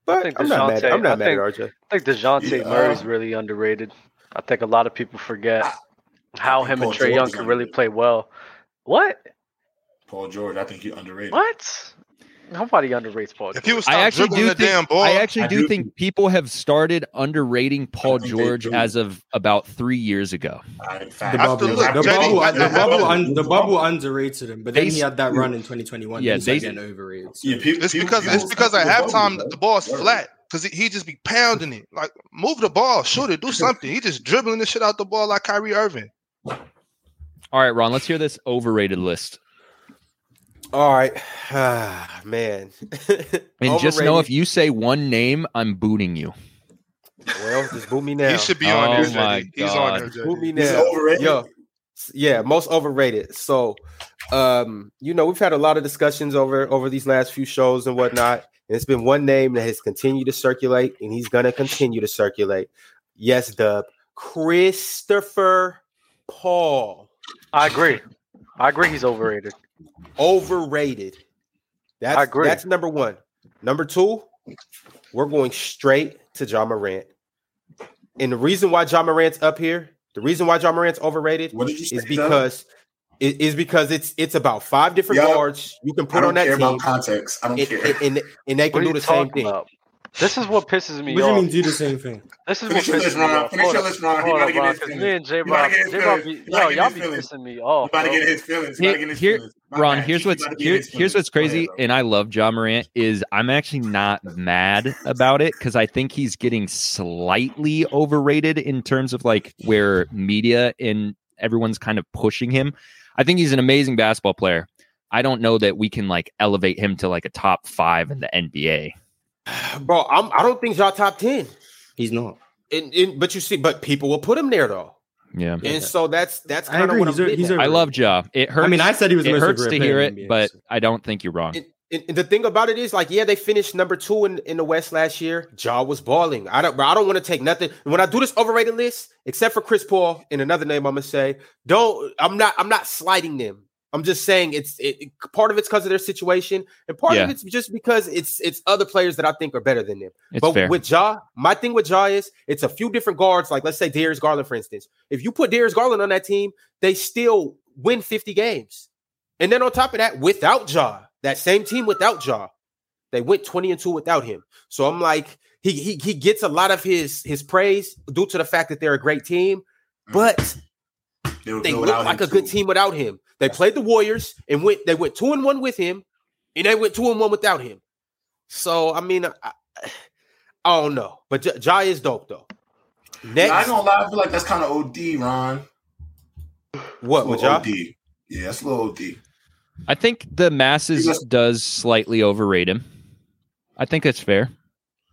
Speaker 3: But
Speaker 1: think
Speaker 3: I'm not mad.
Speaker 1: DeJounte-
Speaker 3: I'm not
Speaker 1: I
Speaker 3: mad at RJ.
Speaker 1: I think Dejounte
Speaker 4: Yeah.
Speaker 1: Murray's really underrated. I think a lot of people forget
Speaker 4: I-
Speaker 1: how
Speaker 4: I think
Speaker 1: him and
Speaker 4: Ah. Paul
Speaker 1: Trey
Speaker 4: George
Speaker 1: Young
Speaker 4: is
Speaker 1: can really
Speaker 4: underrated.
Speaker 1: play well. What?
Speaker 4: Paul George, I think he's underrated.
Speaker 1: What? Nobody underrates Paul.
Speaker 5: If
Speaker 1: George.
Speaker 5: he was
Speaker 2: I
Speaker 5: stop
Speaker 2: actually
Speaker 5: dribbling
Speaker 2: do
Speaker 5: the
Speaker 2: think-
Speaker 5: damn ball,
Speaker 2: I actually
Speaker 4: I
Speaker 2: do
Speaker 4: do-
Speaker 2: think people have started underrating Paul
Speaker 4: think they
Speaker 2: George
Speaker 4: do.
Speaker 2: as of about three years ago.
Speaker 4: I,
Speaker 6: The
Speaker 4: fact, I
Speaker 6: bubble,
Speaker 4: still
Speaker 5: look-
Speaker 4: like
Speaker 6: the
Speaker 5: JD,
Speaker 6: bubble, uh,
Speaker 5: I-
Speaker 6: the
Speaker 5: I-
Speaker 6: bubble,
Speaker 4: I-
Speaker 6: un, the bubble underrated him, but then
Speaker 2: They-
Speaker 6: he had that run in 2021.
Speaker 2: Yeah,
Speaker 6: Yeah,
Speaker 2: they-
Speaker 6: they getting overrated. so-
Speaker 4: Yeah, people,
Speaker 5: it's
Speaker 4: people-
Speaker 5: because it's
Speaker 4: people-
Speaker 5: because at
Speaker 4: people voted,
Speaker 5: halftime
Speaker 4: bro.
Speaker 5: the ball is
Speaker 4: Word.
Speaker 5: flat because he, he just be pounding it. Like move the ball, shoot it, do something. He just dribbling the shit out the ball like Kyrie Irving.
Speaker 2: All right, Ron, let's hear this overrated list.
Speaker 3: All right, ah, man.
Speaker 2: And just know if
Speaker 3: Overrated.
Speaker 2: you say one name, I'm booting you.
Speaker 3: well, just boot me now.
Speaker 5: He should be
Speaker 2: Oh
Speaker 5: on there.
Speaker 2: my
Speaker 5: JD. He's
Speaker 2: God.
Speaker 5: on there.
Speaker 3: Boot me
Speaker 5: JD.
Speaker 4: This is
Speaker 3: now.
Speaker 4: overrated.
Speaker 3: Yo, s- yeah, most overrated. So, um, you know, we've had a lot of discussions over over these last few shows and whatnot. And it's been one name that has continued to circulate, and he's gonna continue to circulate. Yes, Dub, Christopher Paul,
Speaker 1: I agree. I agree. He's overrated.
Speaker 3: overrated. That's
Speaker 1: I agree.
Speaker 3: that's number one. Number two, we're going straight to John Morant. And the reason why John Morant's up here, the reason why John Morant's overrated
Speaker 4: What did you say?
Speaker 3: is
Speaker 4: Doug?
Speaker 3: because it is because it's it's about five different
Speaker 4: Yeah.
Speaker 3: guards you can
Speaker 4: I
Speaker 3: put
Speaker 4: don't
Speaker 3: on that
Speaker 4: care about
Speaker 3: team,
Speaker 4: context. I don't
Speaker 3: and,
Speaker 4: care.
Speaker 3: and, and- and they
Speaker 1: What
Speaker 3: can
Speaker 1: are
Speaker 3: do
Speaker 1: you
Speaker 3: the same
Speaker 1: talking
Speaker 3: thing.
Speaker 1: about? This is what pisses me
Speaker 6: What do you
Speaker 1: off.
Speaker 6: mean do the same thing?
Speaker 1: This is what
Speaker 4: Finish your
Speaker 1: pisses
Speaker 4: list,
Speaker 1: me
Speaker 4: Ron.
Speaker 1: off.
Speaker 4: Finish
Speaker 1: Hold
Speaker 4: your
Speaker 1: up.
Speaker 4: list, Ron. He
Speaker 1: Hold
Speaker 4: about
Speaker 1: up,
Speaker 4: to get
Speaker 1: Ron,
Speaker 4: his
Speaker 1: 'cause me
Speaker 4: feelings.
Speaker 1: and J
Speaker 4: You about
Speaker 1: Rob,
Speaker 4: to get his
Speaker 1: J Rob,
Speaker 4: feelings.
Speaker 1: be,
Speaker 4: You about
Speaker 1: yo,
Speaker 4: to
Speaker 1: y'all
Speaker 4: get
Speaker 1: be
Speaker 4: his feelings.
Speaker 1: pissing me
Speaker 4: You
Speaker 1: off.
Speaker 4: about to
Speaker 1: bro.
Speaker 4: get his feelings. You
Speaker 2: Here-
Speaker 4: about to get his
Speaker 2: here-
Speaker 4: feelings. My
Speaker 2: Ron,
Speaker 4: bad.
Speaker 2: here's
Speaker 4: He's
Speaker 2: what's
Speaker 4: about to get
Speaker 2: here,
Speaker 4: his
Speaker 2: here's
Speaker 4: feelings.
Speaker 2: what's
Speaker 4: Go ahead,
Speaker 2: crazy, eh,
Speaker 4: bro.
Speaker 2: and I love John Morant. Is I'm actually not mad about it because I think he's getting slightly overrated in terms of like where media and everyone's kind of pushing him. I think he's an amazing basketball player. I don't know that we can like elevate him to like a top five in the NBA.
Speaker 3: Bro, I'm I don't think y'all top ten.
Speaker 6: He's not.
Speaker 3: And, and but you see, but people will put him there though.
Speaker 2: Yeah,
Speaker 6: Yeah.
Speaker 3: And so that's that's
Speaker 6: I
Speaker 3: kind of
Speaker 6: agree,
Speaker 3: what I'm
Speaker 6: he's a-
Speaker 3: getting
Speaker 6: he's
Speaker 3: at.
Speaker 6: a-
Speaker 2: I love Ja. It hurts.
Speaker 6: I mean, I said he was. the
Speaker 2: it
Speaker 6: most
Speaker 2: hurts to
Speaker 6: overrated
Speaker 2: hear
Speaker 6: player
Speaker 2: it,
Speaker 6: in the NBA,
Speaker 2: but
Speaker 6: so-
Speaker 2: I don't think you're wrong.
Speaker 3: And, and- and the thing about it is, like, yeah, they finished number two in, in the West last year. Jaw was balling. I don't, bro, I don't want to take nothing. When I do this overrated list, except for Chris Paul and another name, I'm gonna say, don't. I'm not. I'm not sliding them. I'm just saying it's it, it- part of it's because of their situation, and part
Speaker 2: Yeah.
Speaker 3: of it's just because it's it's other players that I think are better than them.
Speaker 2: It's
Speaker 3: but
Speaker 2: fair.
Speaker 3: with Ja, my thing with Ja is it's a few different guards. Like let's say Darius Garland, for instance. If you put Darius Garland on that team, they still win 50 games. And then on top of that, without Ja, that same team without Ja, They went 20 and 2 without him. So I'm like, he he he gets a lot of his his praise due to the fact that they're a great team,
Speaker 2: Mm-hmm.
Speaker 3: but
Speaker 4: They, would
Speaker 3: they
Speaker 4: go
Speaker 3: look
Speaker 4: without him
Speaker 3: like a good
Speaker 4: too.
Speaker 3: team without him. They played the Warriors and went they went two and one with him, and they went two and one without him. So I mean, I, I don't know, but J- Jai is dope though. Next,
Speaker 4: Yeah, I ain't gonna lie. I feel like that's kind of OD, Ron.
Speaker 3: what with Jai?
Speaker 4: Little OD. Yeah, that's a little OD.
Speaker 2: I think the masses
Speaker 4: Because-
Speaker 2: does slightly overrate him. I think that's fair.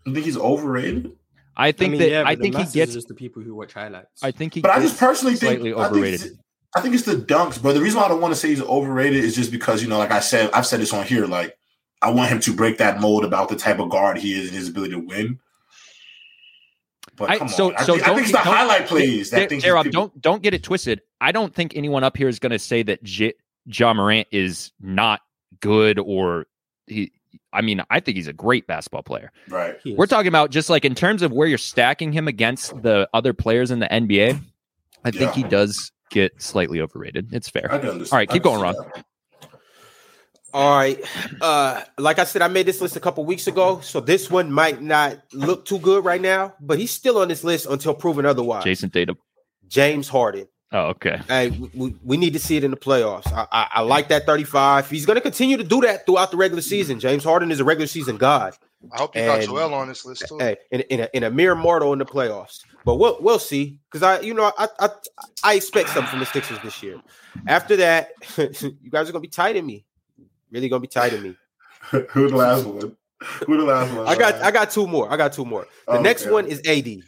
Speaker 4: I think he's overrated.
Speaker 2: I think
Speaker 6: mean,
Speaker 2: that
Speaker 6: yeah,
Speaker 2: I
Speaker 6: but the
Speaker 2: think he
Speaker 6: masses
Speaker 2: gets.
Speaker 6: are just the people who watch highlights.
Speaker 2: I think he.
Speaker 4: But I
Speaker 2: gets
Speaker 4: just personally think
Speaker 2: slightly
Speaker 4: I think
Speaker 2: overrated.
Speaker 4: it's- I think it's the dunks, but the reason why I don't want to say he's overrated is just because you know, like I said, I've said this on here. Like, I want him to break that mold about the type of guard he is and his ability to win. But
Speaker 2: I-
Speaker 4: come
Speaker 2: so-
Speaker 4: on, I,
Speaker 2: so
Speaker 4: think, I
Speaker 2: don't-
Speaker 4: think it's the
Speaker 2: don't-
Speaker 4: highlight plays
Speaker 2: J-
Speaker 4: that think he's
Speaker 2: J-Rob,
Speaker 4: good.
Speaker 2: don't don't get it twisted. I don't think anyone up here is going to say that J- Ja Morant is not good or he. I mean, I think he's a great basketball player.
Speaker 4: right.
Speaker 6: He is.
Speaker 2: We're talking about just like in terms of where you're stacking him against the other players in the NBA. I think
Speaker 4: Yeah.
Speaker 2: he does get slightly overrated. It's
Speaker 4: I
Speaker 2: fair.
Speaker 4: can understand.
Speaker 2: All right, keep
Speaker 4: I can
Speaker 2: going,
Speaker 4: see that.
Speaker 3: All right. Uh, like I said, I made this list a couple weeks ago, so this one might not look too good right now, but he's still on this list until proven otherwise.
Speaker 2: Jason Tatum.
Speaker 3: James Harden.
Speaker 2: Oh, okay.
Speaker 3: Hey, we- we, we need to see it in the playoffs. I, I, I like that 35. He's going to continue to do that throughout the regular season. James Harden is a regular season god.
Speaker 5: I hope you got
Speaker 3: And-
Speaker 5: Joel on this list too.
Speaker 3: Hey, in, in, a, in a mere mortal in the playoffs. But we'll we'll see because I you know I, I I expect something from the Sixers this year. After that, you guys are gonna be tight in me. Really gonna be tight in me.
Speaker 4: Who the last one? Who the last one?
Speaker 3: I got I got two more. I got two more. The
Speaker 4: Oh,
Speaker 3: next
Speaker 4: okay.
Speaker 3: one is AD.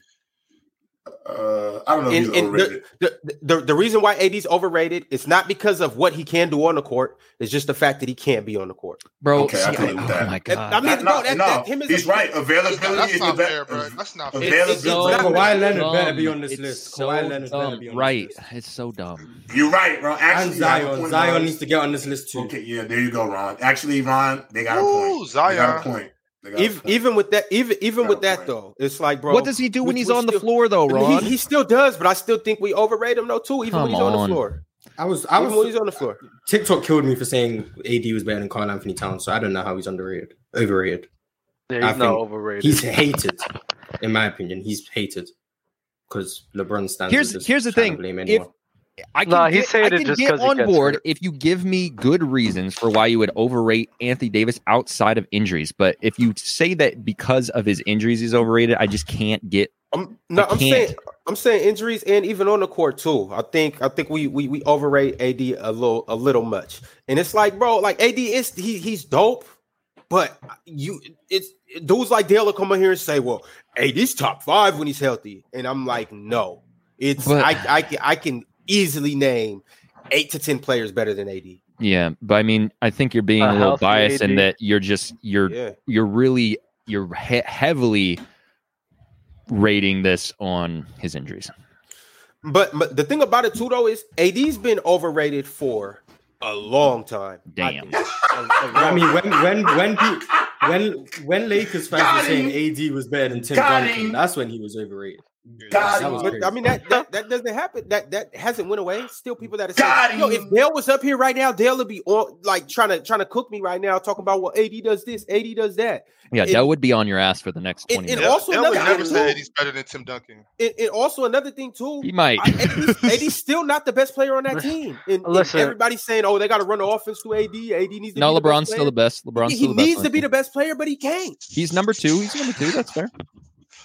Speaker 4: Uh, I don't know. if
Speaker 3: And-
Speaker 4: he's
Speaker 3: and the-
Speaker 4: overrated.
Speaker 3: The, the the reason why AD's overrated is not because of what he can do on the court. It's just the fact that he can't be on the court.
Speaker 2: Bro,
Speaker 4: Okay, I
Speaker 2: see,
Speaker 4: feel
Speaker 2: I-
Speaker 4: you
Speaker 2: oh
Speaker 4: with that.
Speaker 2: my
Speaker 3: And-
Speaker 2: god.
Speaker 3: I mean,
Speaker 4: Not-
Speaker 3: no,
Speaker 4: not-
Speaker 3: that-
Speaker 4: no,
Speaker 3: that- him is
Speaker 4: he's
Speaker 3: a-
Speaker 4: right. Availability
Speaker 5: That's
Speaker 4: is
Speaker 5: not
Speaker 4: the
Speaker 5: fair,
Speaker 4: best.
Speaker 5: bro. That's not
Speaker 4: It's-
Speaker 5: fair.
Speaker 4: Taylor it's Swift- so
Speaker 6: Kawhi Leonard better be on this
Speaker 2: It's
Speaker 6: list.
Speaker 2: so
Speaker 6: Kawhi Leonard better
Speaker 2: dumb.
Speaker 6: be on this
Speaker 2: right.
Speaker 6: list.
Speaker 2: It's so dumb.
Speaker 4: You're right, bro. Actually,
Speaker 6: and
Speaker 4: you have a
Speaker 6: Zion.
Speaker 4: point,
Speaker 6: Zion
Speaker 4: Ron.
Speaker 6: needs to get on this list too.
Speaker 4: Okay, yeah, there you go, Ron. Actually, Ron, they got a
Speaker 5: Ooh,
Speaker 4: point. They got a
Speaker 5: Zion.
Speaker 4: point. They got a
Speaker 3: Even,
Speaker 4: point.
Speaker 3: even with that, even even
Speaker 4: Got
Speaker 3: with
Speaker 4: a
Speaker 3: that
Speaker 4: point.
Speaker 3: though, it's like bro.
Speaker 2: what does he do when
Speaker 3: we-
Speaker 2: he's
Speaker 3: we
Speaker 2: on the
Speaker 3: still-
Speaker 2: floor though,
Speaker 3: He,
Speaker 2: Ron?
Speaker 3: he still does, but I still think we overrate him though too. Even when
Speaker 2: Come
Speaker 3: he's on.
Speaker 2: on.
Speaker 3: the floor,
Speaker 6: I was I
Speaker 3: even when
Speaker 6: was
Speaker 3: he's on the floor.
Speaker 6: TikTok killed me for saying AD was better than Carl Anthony Towns, so I don't know how he's underrated. Overrated.
Speaker 1: He's
Speaker 6: I
Speaker 1: not
Speaker 6: think
Speaker 1: overrated.
Speaker 6: He's hated, in my opinion. He's hated because LeBron stands.
Speaker 2: Here's-
Speaker 6: and just
Speaker 2: here's the
Speaker 6: trying to
Speaker 2: thing.
Speaker 6: Blame
Speaker 2: If-
Speaker 6: anyone.
Speaker 2: I can
Speaker 1: Nah,
Speaker 2: get,
Speaker 1: he's saying
Speaker 2: I
Speaker 1: it
Speaker 2: can
Speaker 1: just
Speaker 2: get
Speaker 1: 'cause he
Speaker 2: on
Speaker 1: gets
Speaker 2: board
Speaker 1: hurt.
Speaker 2: if you give me good reasons for why you would overrate Anthony Davis outside of injuries. But if you say that because of his injuries he's overrated, I just can't get.
Speaker 3: I'm no,
Speaker 2: I
Speaker 3: I'm
Speaker 2: can't.
Speaker 3: saying I'm saying injuries and even on the court too. I think I think we we we overrate AD a little a little much, and it's like bro, like AD is he he's dope, but you it's dudes like Dale will come on here and say, well, AD's top five when he's healthy, and I'm like, no, it's
Speaker 2: But-
Speaker 3: I I can I can easily name eight to ten players better than AD.
Speaker 2: Yeah, but I mean, I think you're being
Speaker 1: A
Speaker 2: a, little
Speaker 1: healthy
Speaker 2: biased in
Speaker 1: AD.
Speaker 2: that you're just you're
Speaker 3: Yeah.
Speaker 2: you're really you're he- heavily rating this on his injuries.
Speaker 3: But, but the thing about it too, though, is AD's been overrated for a long time.
Speaker 2: Damn.
Speaker 3: I, think. A- a
Speaker 6: I
Speaker 3: long-
Speaker 6: mean, when when when pe- when when Lakers
Speaker 4: Got
Speaker 6: fans were
Speaker 4: him.
Speaker 6: saying AD was better than Tim
Speaker 4: Got
Speaker 6: Duncan,
Speaker 4: him.
Speaker 6: that's when he was overrated.
Speaker 4: Got
Speaker 6: That
Speaker 4: him.
Speaker 6: was
Speaker 3: but,
Speaker 6: crazy.
Speaker 3: I mean that, that that doesn't happen. That that hasn't went away. Still, people that are
Speaker 4: Got
Speaker 3: saying, "Yo,
Speaker 4: him.
Speaker 3: if Dale was up here right now, Dale would be on like trying to trying to cook me right now, talking about well, AD does this, AD does that."
Speaker 2: Yeah,
Speaker 3: It-
Speaker 2: that would be on your ass for the next
Speaker 3: it-
Speaker 2: twenty
Speaker 3: it
Speaker 2: minutes.
Speaker 5: They-
Speaker 3: also
Speaker 5: they
Speaker 3: another
Speaker 5: would never
Speaker 3: thing,
Speaker 5: say
Speaker 3: too.
Speaker 5: he's better than Tim Duncan.
Speaker 3: And, and also another thing too,
Speaker 2: He might.
Speaker 3: I, AD's, AD's still not the best player on that team. And, and
Speaker 1: Listen.
Speaker 3: everybody's saying, "Oh, they got to run the offense to AD. AD needs to
Speaker 2: no,
Speaker 3: be the
Speaker 2: LeBron's
Speaker 3: best
Speaker 2: still the
Speaker 3: player."
Speaker 2: best. LeBron's
Speaker 3: He,
Speaker 2: still the best.
Speaker 3: needs
Speaker 2: on
Speaker 3: to be
Speaker 2: team.
Speaker 3: the best player, but he can't.
Speaker 2: He's number two. He's number two. That's fair.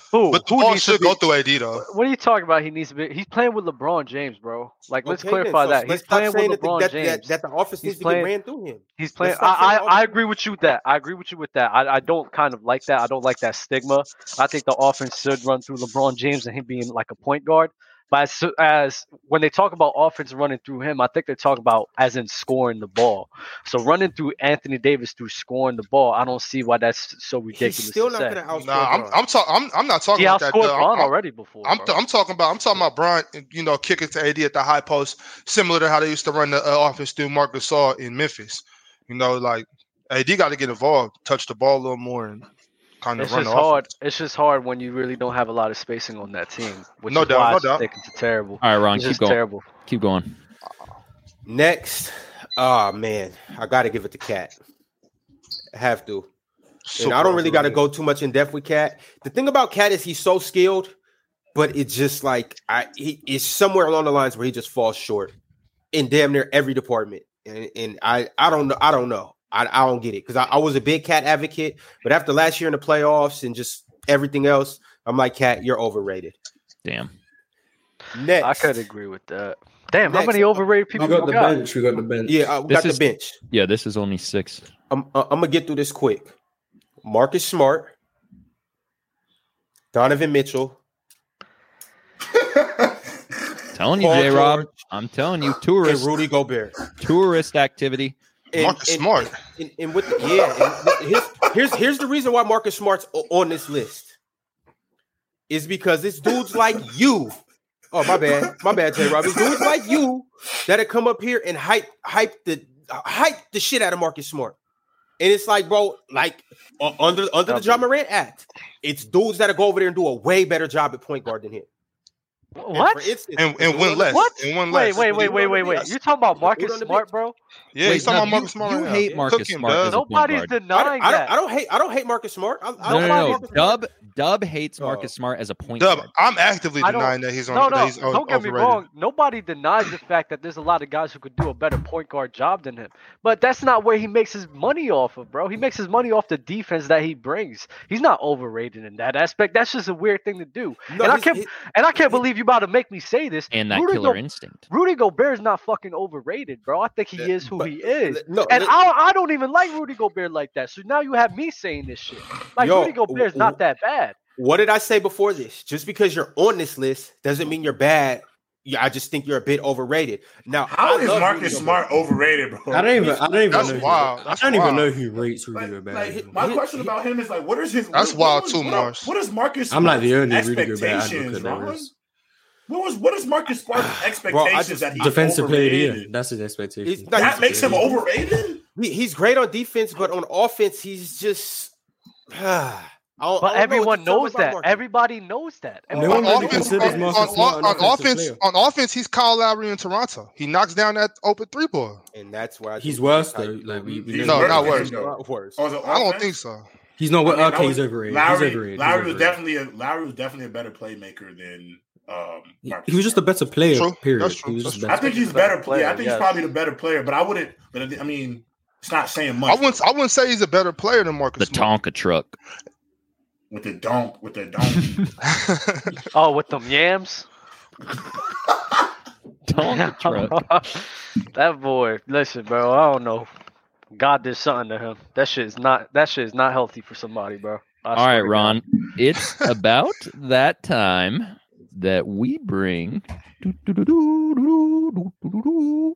Speaker 1: who?
Speaker 5: But the
Speaker 1: who
Speaker 5: ball
Speaker 1: needs to
Speaker 5: should
Speaker 1: be-
Speaker 5: go through AD though.
Speaker 1: What are you talking about? He needs to be. He's playing with LeBron James, bro. Like, let's
Speaker 3: Okay, then.
Speaker 1: clarify
Speaker 3: So
Speaker 1: that. He's
Speaker 3: let's stop
Speaker 1: playing
Speaker 3: saying
Speaker 1: with
Speaker 3: that the-
Speaker 1: LeBron
Speaker 3: that,
Speaker 1: James.
Speaker 3: That, that the office
Speaker 1: He's
Speaker 3: needs to
Speaker 1: playing-
Speaker 3: get ran through him.
Speaker 1: He's playing.
Speaker 3: stop
Speaker 1: I,
Speaker 3: saying all
Speaker 1: I I
Speaker 3: that.
Speaker 1: agree with you with that. I agree with you with that. I, I don't kind of like that. I don't like that stigma. I think the offense should run through LeBron James and him being like a point guard. But as, so- as when they talk about offense running through him, I think they're talking about as in scoring the ball. So running through Anthony Davis through scoring the ball, I don't see why that's so ridiculous.
Speaker 3: He's still
Speaker 1: to
Speaker 3: not
Speaker 1: say.
Speaker 3: going to outscore.
Speaker 5: Nah, I'm
Speaker 3: LeBron.
Speaker 5: I'm talking. I'm, I'm not talking
Speaker 1: He
Speaker 5: about that.
Speaker 1: outscored
Speaker 5: Though. I'm,
Speaker 1: Bron
Speaker 5: I'm,
Speaker 1: already before.
Speaker 5: I'm,
Speaker 1: bro.
Speaker 5: I'm talking about. I'm talking about Brian. You know, kicking to AD at the high post, similar to how they used to run the uh, offense through Marc Gasol in Memphis. You know, like AD got to get involved, touch the ball a little more, and kind of
Speaker 1: It's
Speaker 5: run
Speaker 1: just
Speaker 5: the
Speaker 1: hard.
Speaker 5: offense.
Speaker 1: It's just hard when you really don't have a lot of spacing on that team, which
Speaker 5: No
Speaker 1: is
Speaker 5: doubt,
Speaker 1: why
Speaker 5: no
Speaker 1: it's
Speaker 5: doubt.
Speaker 1: taken to terrible.
Speaker 2: All right, Ron,
Speaker 1: It's
Speaker 2: keep
Speaker 1: just
Speaker 2: going.
Speaker 1: terrible.
Speaker 2: Keep going.
Speaker 3: ah, Next, oh man, I got to give it to Cat. I have to. and I don't really got to go too much in depth with Cat. The thing about Cat is he's so skilled, but it's just like I he is somewhere along the lines where he just falls short in damn near every department. And and I I don't know I don't know I I don't get it because I, I was a big Cat advocate, but after last year in the playoffs and just everything else, I'm like Cat, you're overrated.
Speaker 2: Damn.
Speaker 3: Next,
Speaker 1: I could agree with that. Damn, how
Speaker 3: Next.
Speaker 1: many overrated
Speaker 6: We
Speaker 1: people
Speaker 6: got
Speaker 1: we
Speaker 6: the
Speaker 1: got?
Speaker 6: bench. We got the bench.
Speaker 3: yeah, I we
Speaker 2: This
Speaker 3: got
Speaker 2: is-
Speaker 3: the bench.
Speaker 2: Yeah, this is only six.
Speaker 3: I'm I- I'm gonna get through this quick. Marcus Smart, Donovan Mitchell,
Speaker 2: Telling you,
Speaker 3: Paul
Speaker 2: J Rob.
Speaker 3: George.
Speaker 2: I'm telling you,
Speaker 3: and
Speaker 2: tourist
Speaker 3: Rudy Gobert.
Speaker 2: tourist activity.
Speaker 3: And-
Speaker 5: Marcus
Speaker 3: and-
Speaker 5: Smart.
Speaker 3: And, and with the, yeah, and with- here's, here's here's the reason why Marcus Smart's o- on this list is because it's dudes like you. Oh my bad, my bad, Tay Rob. It's dudes like you that'll come up here and hype hype the hype the shit out of Marcus Smart. And it's like, bro, like u- under under the John Morant Act, it's dudes that'll go over there and do a way better job at point guard than him. And
Speaker 1: What?
Speaker 3: for instance-
Speaker 5: And, and one less.
Speaker 1: What?
Speaker 5: And one
Speaker 1: Wait,
Speaker 5: less.
Speaker 1: wait, wait, wait, wait, wait. You talking about Marcus
Speaker 3: on the
Speaker 1: Smart,
Speaker 3: bench.
Speaker 1: bro?
Speaker 5: Yeah, he's talking
Speaker 2: no,
Speaker 5: about Marcus Smart.
Speaker 2: You,
Speaker 5: right
Speaker 2: you
Speaker 5: now.
Speaker 2: hate Marcus
Speaker 5: Cook him,
Speaker 2: Smart.
Speaker 5: Doug.
Speaker 2: As a point
Speaker 1: Nobody's
Speaker 2: guard.
Speaker 3: I
Speaker 1: denying
Speaker 3: don't, I don't,
Speaker 1: that.
Speaker 3: I don't hate I don't hate Marcus Smart. I, I
Speaker 2: No,
Speaker 3: don't
Speaker 2: no,
Speaker 1: Nobody's
Speaker 3: mind
Speaker 2: no, no.
Speaker 3: Marcus Smart.
Speaker 2: Dub, Dub hates
Speaker 3: Oh.
Speaker 2: Marcus Smart as a point
Speaker 5: Dub,
Speaker 2: guard.
Speaker 5: I'm actively
Speaker 1: I don't-
Speaker 5: denying that he's on.
Speaker 1: No,
Speaker 5: that
Speaker 1: no,
Speaker 5: he's o-
Speaker 1: don't get me
Speaker 5: overrated.
Speaker 1: wrong. Nobody denies the fact that there's a lot of guys who could do a better point guard job than him. But that's not where he makes his money off of, bro. He makes his money off the defense that he brings. He's not overrated in that aspect. That's just a weird thing to do. and
Speaker 3: No,
Speaker 1: I
Speaker 3: his-
Speaker 1: can't,
Speaker 3: his-
Speaker 1: and I can't believe you about to make me say this.
Speaker 2: And that
Speaker 1: Rudy
Speaker 2: killer
Speaker 1: Go-
Speaker 2: instinct.
Speaker 1: Rudy Gobert is not fucking overrated, bro. I think he
Speaker 3: Yeah,
Speaker 1: is who
Speaker 3: but-
Speaker 1: he is.
Speaker 3: No,
Speaker 1: And
Speaker 3: li-
Speaker 1: I, I don't even like Rudy Gobert like that. So now you have me saying this shit. Like
Speaker 3: Yo,
Speaker 1: Rudy Gobert's
Speaker 3: w-
Speaker 1: not that bad.
Speaker 3: what did I say before this? Just because you're on this list doesn't mean you're bad. Yeah, I just think you're a bit overrated. Now,
Speaker 4: How
Speaker 3: I
Speaker 4: is
Speaker 3: love
Speaker 4: Marcus
Speaker 3: Rudy
Speaker 4: Smart
Speaker 3: Gobert.
Speaker 4: overrated, bro?
Speaker 6: I don't even. I don't even.
Speaker 5: That's
Speaker 6: know who-
Speaker 5: wild. That's
Speaker 6: I don't
Speaker 5: wild.
Speaker 6: even know who rates Rudy
Speaker 4: Like,
Speaker 6: Gobert.
Speaker 4: like, my question about him is like, what is his?
Speaker 5: That's
Speaker 4: what-
Speaker 5: wild
Speaker 4: what
Speaker 5: too,
Speaker 4: was- what
Speaker 5: Mars.
Speaker 4: What is Marcus?
Speaker 6: I'm not the only
Speaker 4: Smart's
Speaker 6: Rudy Gobert
Speaker 4: expectations,
Speaker 6: advocate there
Speaker 4: Ron?
Speaker 6: is.
Speaker 4: What was what is Marcus Smart's expectations
Speaker 3: just-
Speaker 4: that he's
Speaker 6: Defensive player of the year.
Speaker 4: overrated?
Speaker 6: That's his expectation.
Speaker 3: It's not-
Speaker 4: That makes him overrated.
Speaker 3: He- he's great on defense, but on offense, he's just. I don't- I don't know
Speaker 1: But
Speaker 3: what
Speaker 1: everyone
Speaker 3: to tell
Speaker 1: knows
Speaker 3: about
Speaker 1: that.
Speaker 3: Marcus.
Speaker 1: Everybody knows that.
Speaker 6: No
Speaker 1: Everybody
Speaker 6: one really
Speaker 1: knows
Speaker 5: offense-
Speaker 1: that.
Speaker 6: considers
Speaker 5: on-
Speaker 6: Marcus
Speaker 5: on-
Speaker 6: Smart an
Speaker 5: on
Speaker 6: offensive
Speaker 5: offense,
Speaker 6: player.
Speaker 5: on offense, he's Kyle Lowry in Toronto. He knocks down that open three ball.
Speaker 3: and that's why I
Speaker 6: He's
Speaker 3: think
Speaker 6: worse,
Speaker 3: how you
Speaker 6: though.
Speaker 3: do
Speaker 6: Like,
Speaker 3: it.
Speaker 6: we- we
Speaker 4: He's
Speaker 5: No, not
Speaker 4: worse.
Speaker 3: He's a lot worse.
Speaker 4: On the
Speaker 5: I don't
Speaker 4: offense?
Speaker 5: think so.
Speaker 6: He's not.
Speaker 4: I mean,
Speaker 6: okay, he's
Speaker 4: Lowry-
Speaker 6: overrated. he's
Speaker 4: Lowry,
Speaker 6: overrated.
Speaker 4: Lowry
Speaker 6: he's
Speaker 4: was
Speaker 6: overrated.
Speaker 4: definitely a Lowry was definitely a better playmaker than um.
Speaker 6: He-
Speaker 4: Marcus
Speaker 6: He was just a
Speaker 4: Smart.
Speaker 6: better player.
Speaker 5: True.
Speaker 6: Period.
Speaker 5: That's true.
Speaker 6: He was just
Speaker 5: That's
Speaker 6: better.
Speaker 4: I think he's
Speaker 1: He's a better
Speaker 4: better. player. Yeah, I
Speaker 1: player,
Speaker 4: think
Speaker 1: yes.
Speaker 4: he's probably the better player, but I wouldn't. But I thi- I mean, it's not saying much.
Speaker 5: I wouldn't. I wouldn't say he's a better player than
Speaker 2: The
Speaker 5: Marcus. Smart.
Speaker 2: Tonka truck.
Speaker 4: with the donk, with the donk.
Speaker 1: Oh, with them yams.
Speaker 2: Tonka truck.
Speaker 1: that boy, listen, bro. I don't know. God did something to him. That shit is not. That shit is not healthy for somebody, bro. I
Speaker 2: All right,
Speaker 1: swear to
Speaker 2: Ron. It's about that time that we bring. All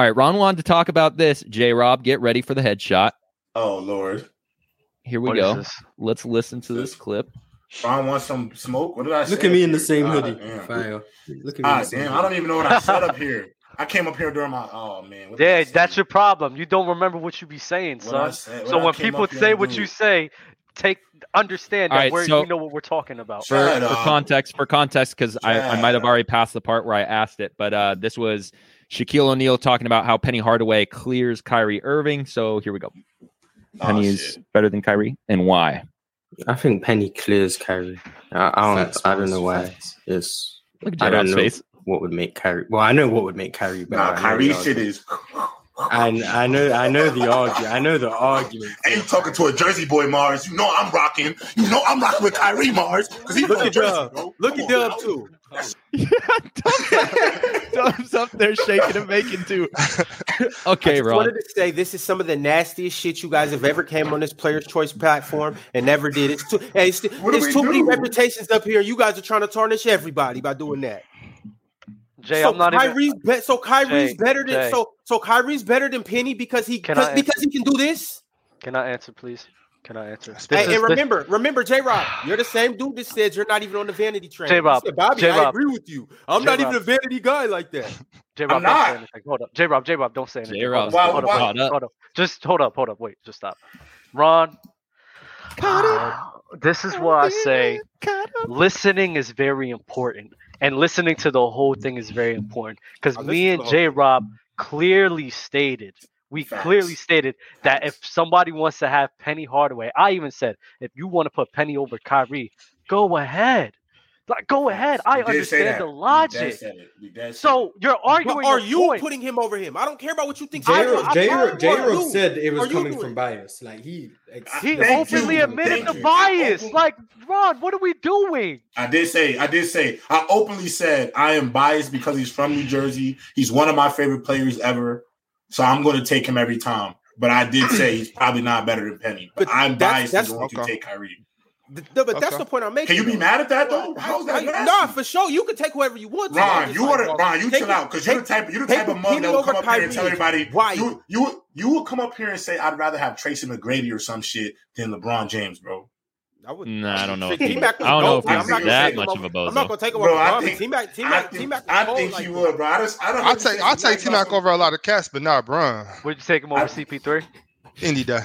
Speaker 2: right, Ron wanted to talk about this. J Rob, get ready for the headshot.
Speaker 4: oh Lord,
Speaker 2: Here
Speaker 1: God.
Speaker 2: we
Speaker 1: What is
Speaker 2: go.
Speaker 1: this?
Speaker 2: Let's listen to this clip.
Speaker 4: Ron wants some smoke. What did I say?
Speaker 6: Look at me in the same
Speaker 4: God
Speaker 6: hoodie.
Speaker 4: damn.
Speaker 6: Fire. Look at me. in
Speaker 4: Ah,
Speaker 6: the same
Speaker 4: damn!
Speaker 6: hoodie.
Speaker 4: I don't even know what I said up here. I came up here during my. Oh man. what did I
Speaker 1: Yeah,
Speaker 4: say?
Speaker 1: that's your problem. You don't remember what you be saying,
Speaker 4: What I
Speaker 1: son.
Speaker 4: said- what
Speaker 1: So
Speaker 4: I
Speaker 1: when
Speaker 4: came
Speaker 1: people
Speaker 4: up here
Speaker 1: say
Speaker 4: and
Speaker 1: what
Speaker 4: do.
Speaker 1: you say, take understand
Speaker 2: All
Speaker 1: that
Speaker 2: right,
Speaker 1: we're,
Speaker 2: so-
Speaker 1: we know what we're talking about.
Speaker 2: For,
Speaker 4: Shut
Speaker 2: for
Speaker 4: up.
Speaker 2: context, for context, because I, I might have
Speaker 4: Shut
Speaker 2: already passed the part where I asked it, but uh, this was Shaquille O'Neal talking about how Penny Hardaway clears Kyrie Irving. So here we go.
Speaker 4: Oh,
Speaker 2: Penny
Speaker 4: shit.
Speaker 2: is better than Kyrie, and why?
Speaker 6: I think Penny clears Kyrie. I, I don't.
Speaker 5: Facts,
Speaker 6: I don't
Speaker 5: boys,
Speaker 6: know why.
Speaker 5: facts.
Speaker 6: It's
Speaker 2: Look at
Speaker 6: I don't
Speaker 2: J-Rob's
Speaker 6: know
Speaker 2: face.
Speaker 6: what would make Kyrie. Well, I know what would make Kyrie better.
Speaker 4: Nah,
Speaker 6: I know
Speaker 4: Kyrie
Speaker 6: the
Speaker 4: shit
Speaker 6: argument.
Speaker 4: is.
Speaker 6: I, I know. I know the argument. I know the argument.
Speaker 4: And you talking to a Jersey boy, Mars. You know I'm rocking. You know I'm rocking with Kyrie, Mars, because he's
Speaker 3: Look
Speaker 4: from
Speaker 3: at
Speaker 4: Jersey,
Speaker 3: Dub.
Speaker 4: bro.
Speaker 3: Look at
Speaker 4: Come on,
Speaker 3: Dub
Speaker 4: now.
Speaker 3: too.
Speaker 2: Thumbs up there, shaking and making too.
Speaker 3: I
Speaker 2: Okay,
Speaker 3: just
Speaker 2: Ron.
Speaker 3: wanted to say this is some of the nastiest shit you guys have ever came on this Players Choice platform and never did. It's too, hey, it's,
Speaker 4: What do
Speaker 3: it's
Speaker 4: we
Speaker 3: too many
Speaker 4: do?
Speaker 3: reputations up here. You guys are trying to tarnish everybody by doing that.
Speaker 1: Jay,
Speaker 3: so
Speaker 1: I'm not even.
Speaker 3: Kyrie's be- so Kyrie's
Speaker 1: Jay,
Speaker 3: better than
Speaker 1: Jay.
Speaker 3: so so Kyrie's better than Penny because he
Speaker 1: Can
Speaker 3: cause-
Speaker 1: I
Speaker 3: because he can do this.
Speaker 1: Can I answer, please? Can I answer?
Speaker 5: That's
Speaker 1: This
Speaker 3: Hey,
Speaker 1: is-
Speaker 3: and
Speaker 1: this-
Speaker 3: remember, remember, J Rob, you're the same dude that said you're not even on the vanity train. You
Speaker 1: J-Rob,
Speaker 3: said, Bobby, I
Speaker 1: J-Rob.
Speaker 3: agree with you. I'm not even a
Speaker 1: J-Rob.
Speaker 3: vanity guy like that.
Speaker 1: J Rob, don't
Speaker 4: I'm not.
Speaker 1: say anything. Hold up. J Rob, J Rob, don't say anything. Hold
Speaker 2: J-Rob's
Speaker 1: up, hold
Speaker 4: caught
Speaker 1: up,
Speaker 4: up.
Speaker 1: hold up, hold up. Just hold up, hold up. Wait, just stop. Ron, um, this is why I say listening is very important, and listening to the whole thing is very important because
Speaker 3: I
Speaker 1: me
Speaker 3: listened to
Speaker 1: and
Speaker 3: the whole
Speaker 1: J Rob clearly stated We
Speaker 4: Facts.
Speaker 1: clearly stated that if somebody wants to have Penny Hardaway, I even said if you want to put Penny over Kyrie, go ahead. Like go ahead. I
Speaker 4: You did
Speaker 1: understand
Speaker 4: say that.
Speaker 1: the
Speaker 4: You dead
Speaker 1: logic.
Speaker 4: said it. You dead said it.
Speaker 1: So you're arguing.
Speaker 3: But are
Speaker 1: your
Speaker 3: you
Speaker 1: point.
Speaker 3: putting him over him? I don't care about what you think.
Speaker 1: I-
Speaker 3: I,
Speaker 1: J-Rob-
Speaker 3: I,
Speaker 1: J-Rob-
Speaker 3: I-
Speaker 1: J-Rob
Speaker 3: you.
Speaker 6: said it
Speaker 3: Are
Speaker 6: was
Speaker 3: you
Speaker 6: coming
Speaker 3: doing?
Speaker 6: from bias. Like he,
Speaker 1: He
Speaker 4: Thank
Speaker 1: openly
Speaker 4: you.
Speaker 1: admitted
Speaker 4: Thank
Speaker 1: the
Speaker 4: you.
Speaker 1: bias.
Speaker 4: Open-
Speaker 1: Like, Ron, what are we doing?
Speaker 4: I did say, I did say, I openly said I am biased because he's from New Jersey. He's one of my favorite players ever. So I'm going to take him every time. But I did say he's probably not better than Penny. But,
Speaker 3: But
Speaker 4: I'm
Speaker 3: that's-
Speaker 4: biased
Speaker 3: that's-
Speaker 4: and going to
Speaker 5: okay.
Speaker 4: take Kyrie.
Speaker 3: Th- no, but that's
Speaker 5: Okay.
Speaker 3: the point I'm making.
Speaker 4: Can you be
Speaker 3: though.
Speaker 4: mad at that though?
Speaker 3: I-
Speaker 4: How's that?
Speaker 3: I-
Speaker 4: nasty?
Speaker 3: Nah, for sure. You can take whoever you want. to. I'm
Speaker 4: Ron,
Speaker 3: just
Speaker 4: you
Speaker 3: like,
Speaker 4: are the,
Speaker 3: well,
Speaker 4: Ron, you
Speaker 3: take
Speaker 4: chill
Speaker 3: it-
Speaker 4: out because you're the
Speaker 3: take-
Speaker 4: type you are the
Speaker 3: take
Speaker 4: type of
Speaker 3: Penny
Speaker 4: mug that will
Speaker 3: over
Speaker 4: come up here and tell
Speaker 3: Kyrie.
Speaker 4: everybody
Speaker 3: Why?
Speaker 4: you you would- you would come up here and say I'd rather have Tracy McGrady or some shit than LeBron James, bro.
Speaker 3: I would.
Speaker 2: Nah, I don't know. If
Speaker 3: Shit,
Speaker 2: he,
Speaker 3: T-Mac was
Speaker 2: I don't know if
Speaker 3: gold. I'm
Speaker 2: he's
Speaker 3: not gonna
Speaker 2: that
Speaker 3: take him
Speaker 2: much of
Speaker 3: over-
Speaker 2: a
Speaker 3: I'm not
Speaker 2: bozo.
Speaker 3: gonna take
Speaker 4: Bro,
Speaker 3: away
Speaker 4: I
Speaker 3: from
Speaker 4: think-
Speaker 3: T-Mac.
Speaker 4: I
Speaker 3: T-Mac.
Speaker 4: think,
Speaker 3: T-Mac.
Speaker 4: I think you would, bro. I just I don't.
Speaker 5: I take I take T Mac over a lot of cats, but not Bron.
Speaker 1: Would you take him over
Speaker 4: I-
Speaker 1: CP3?
Speaker 5: Any day,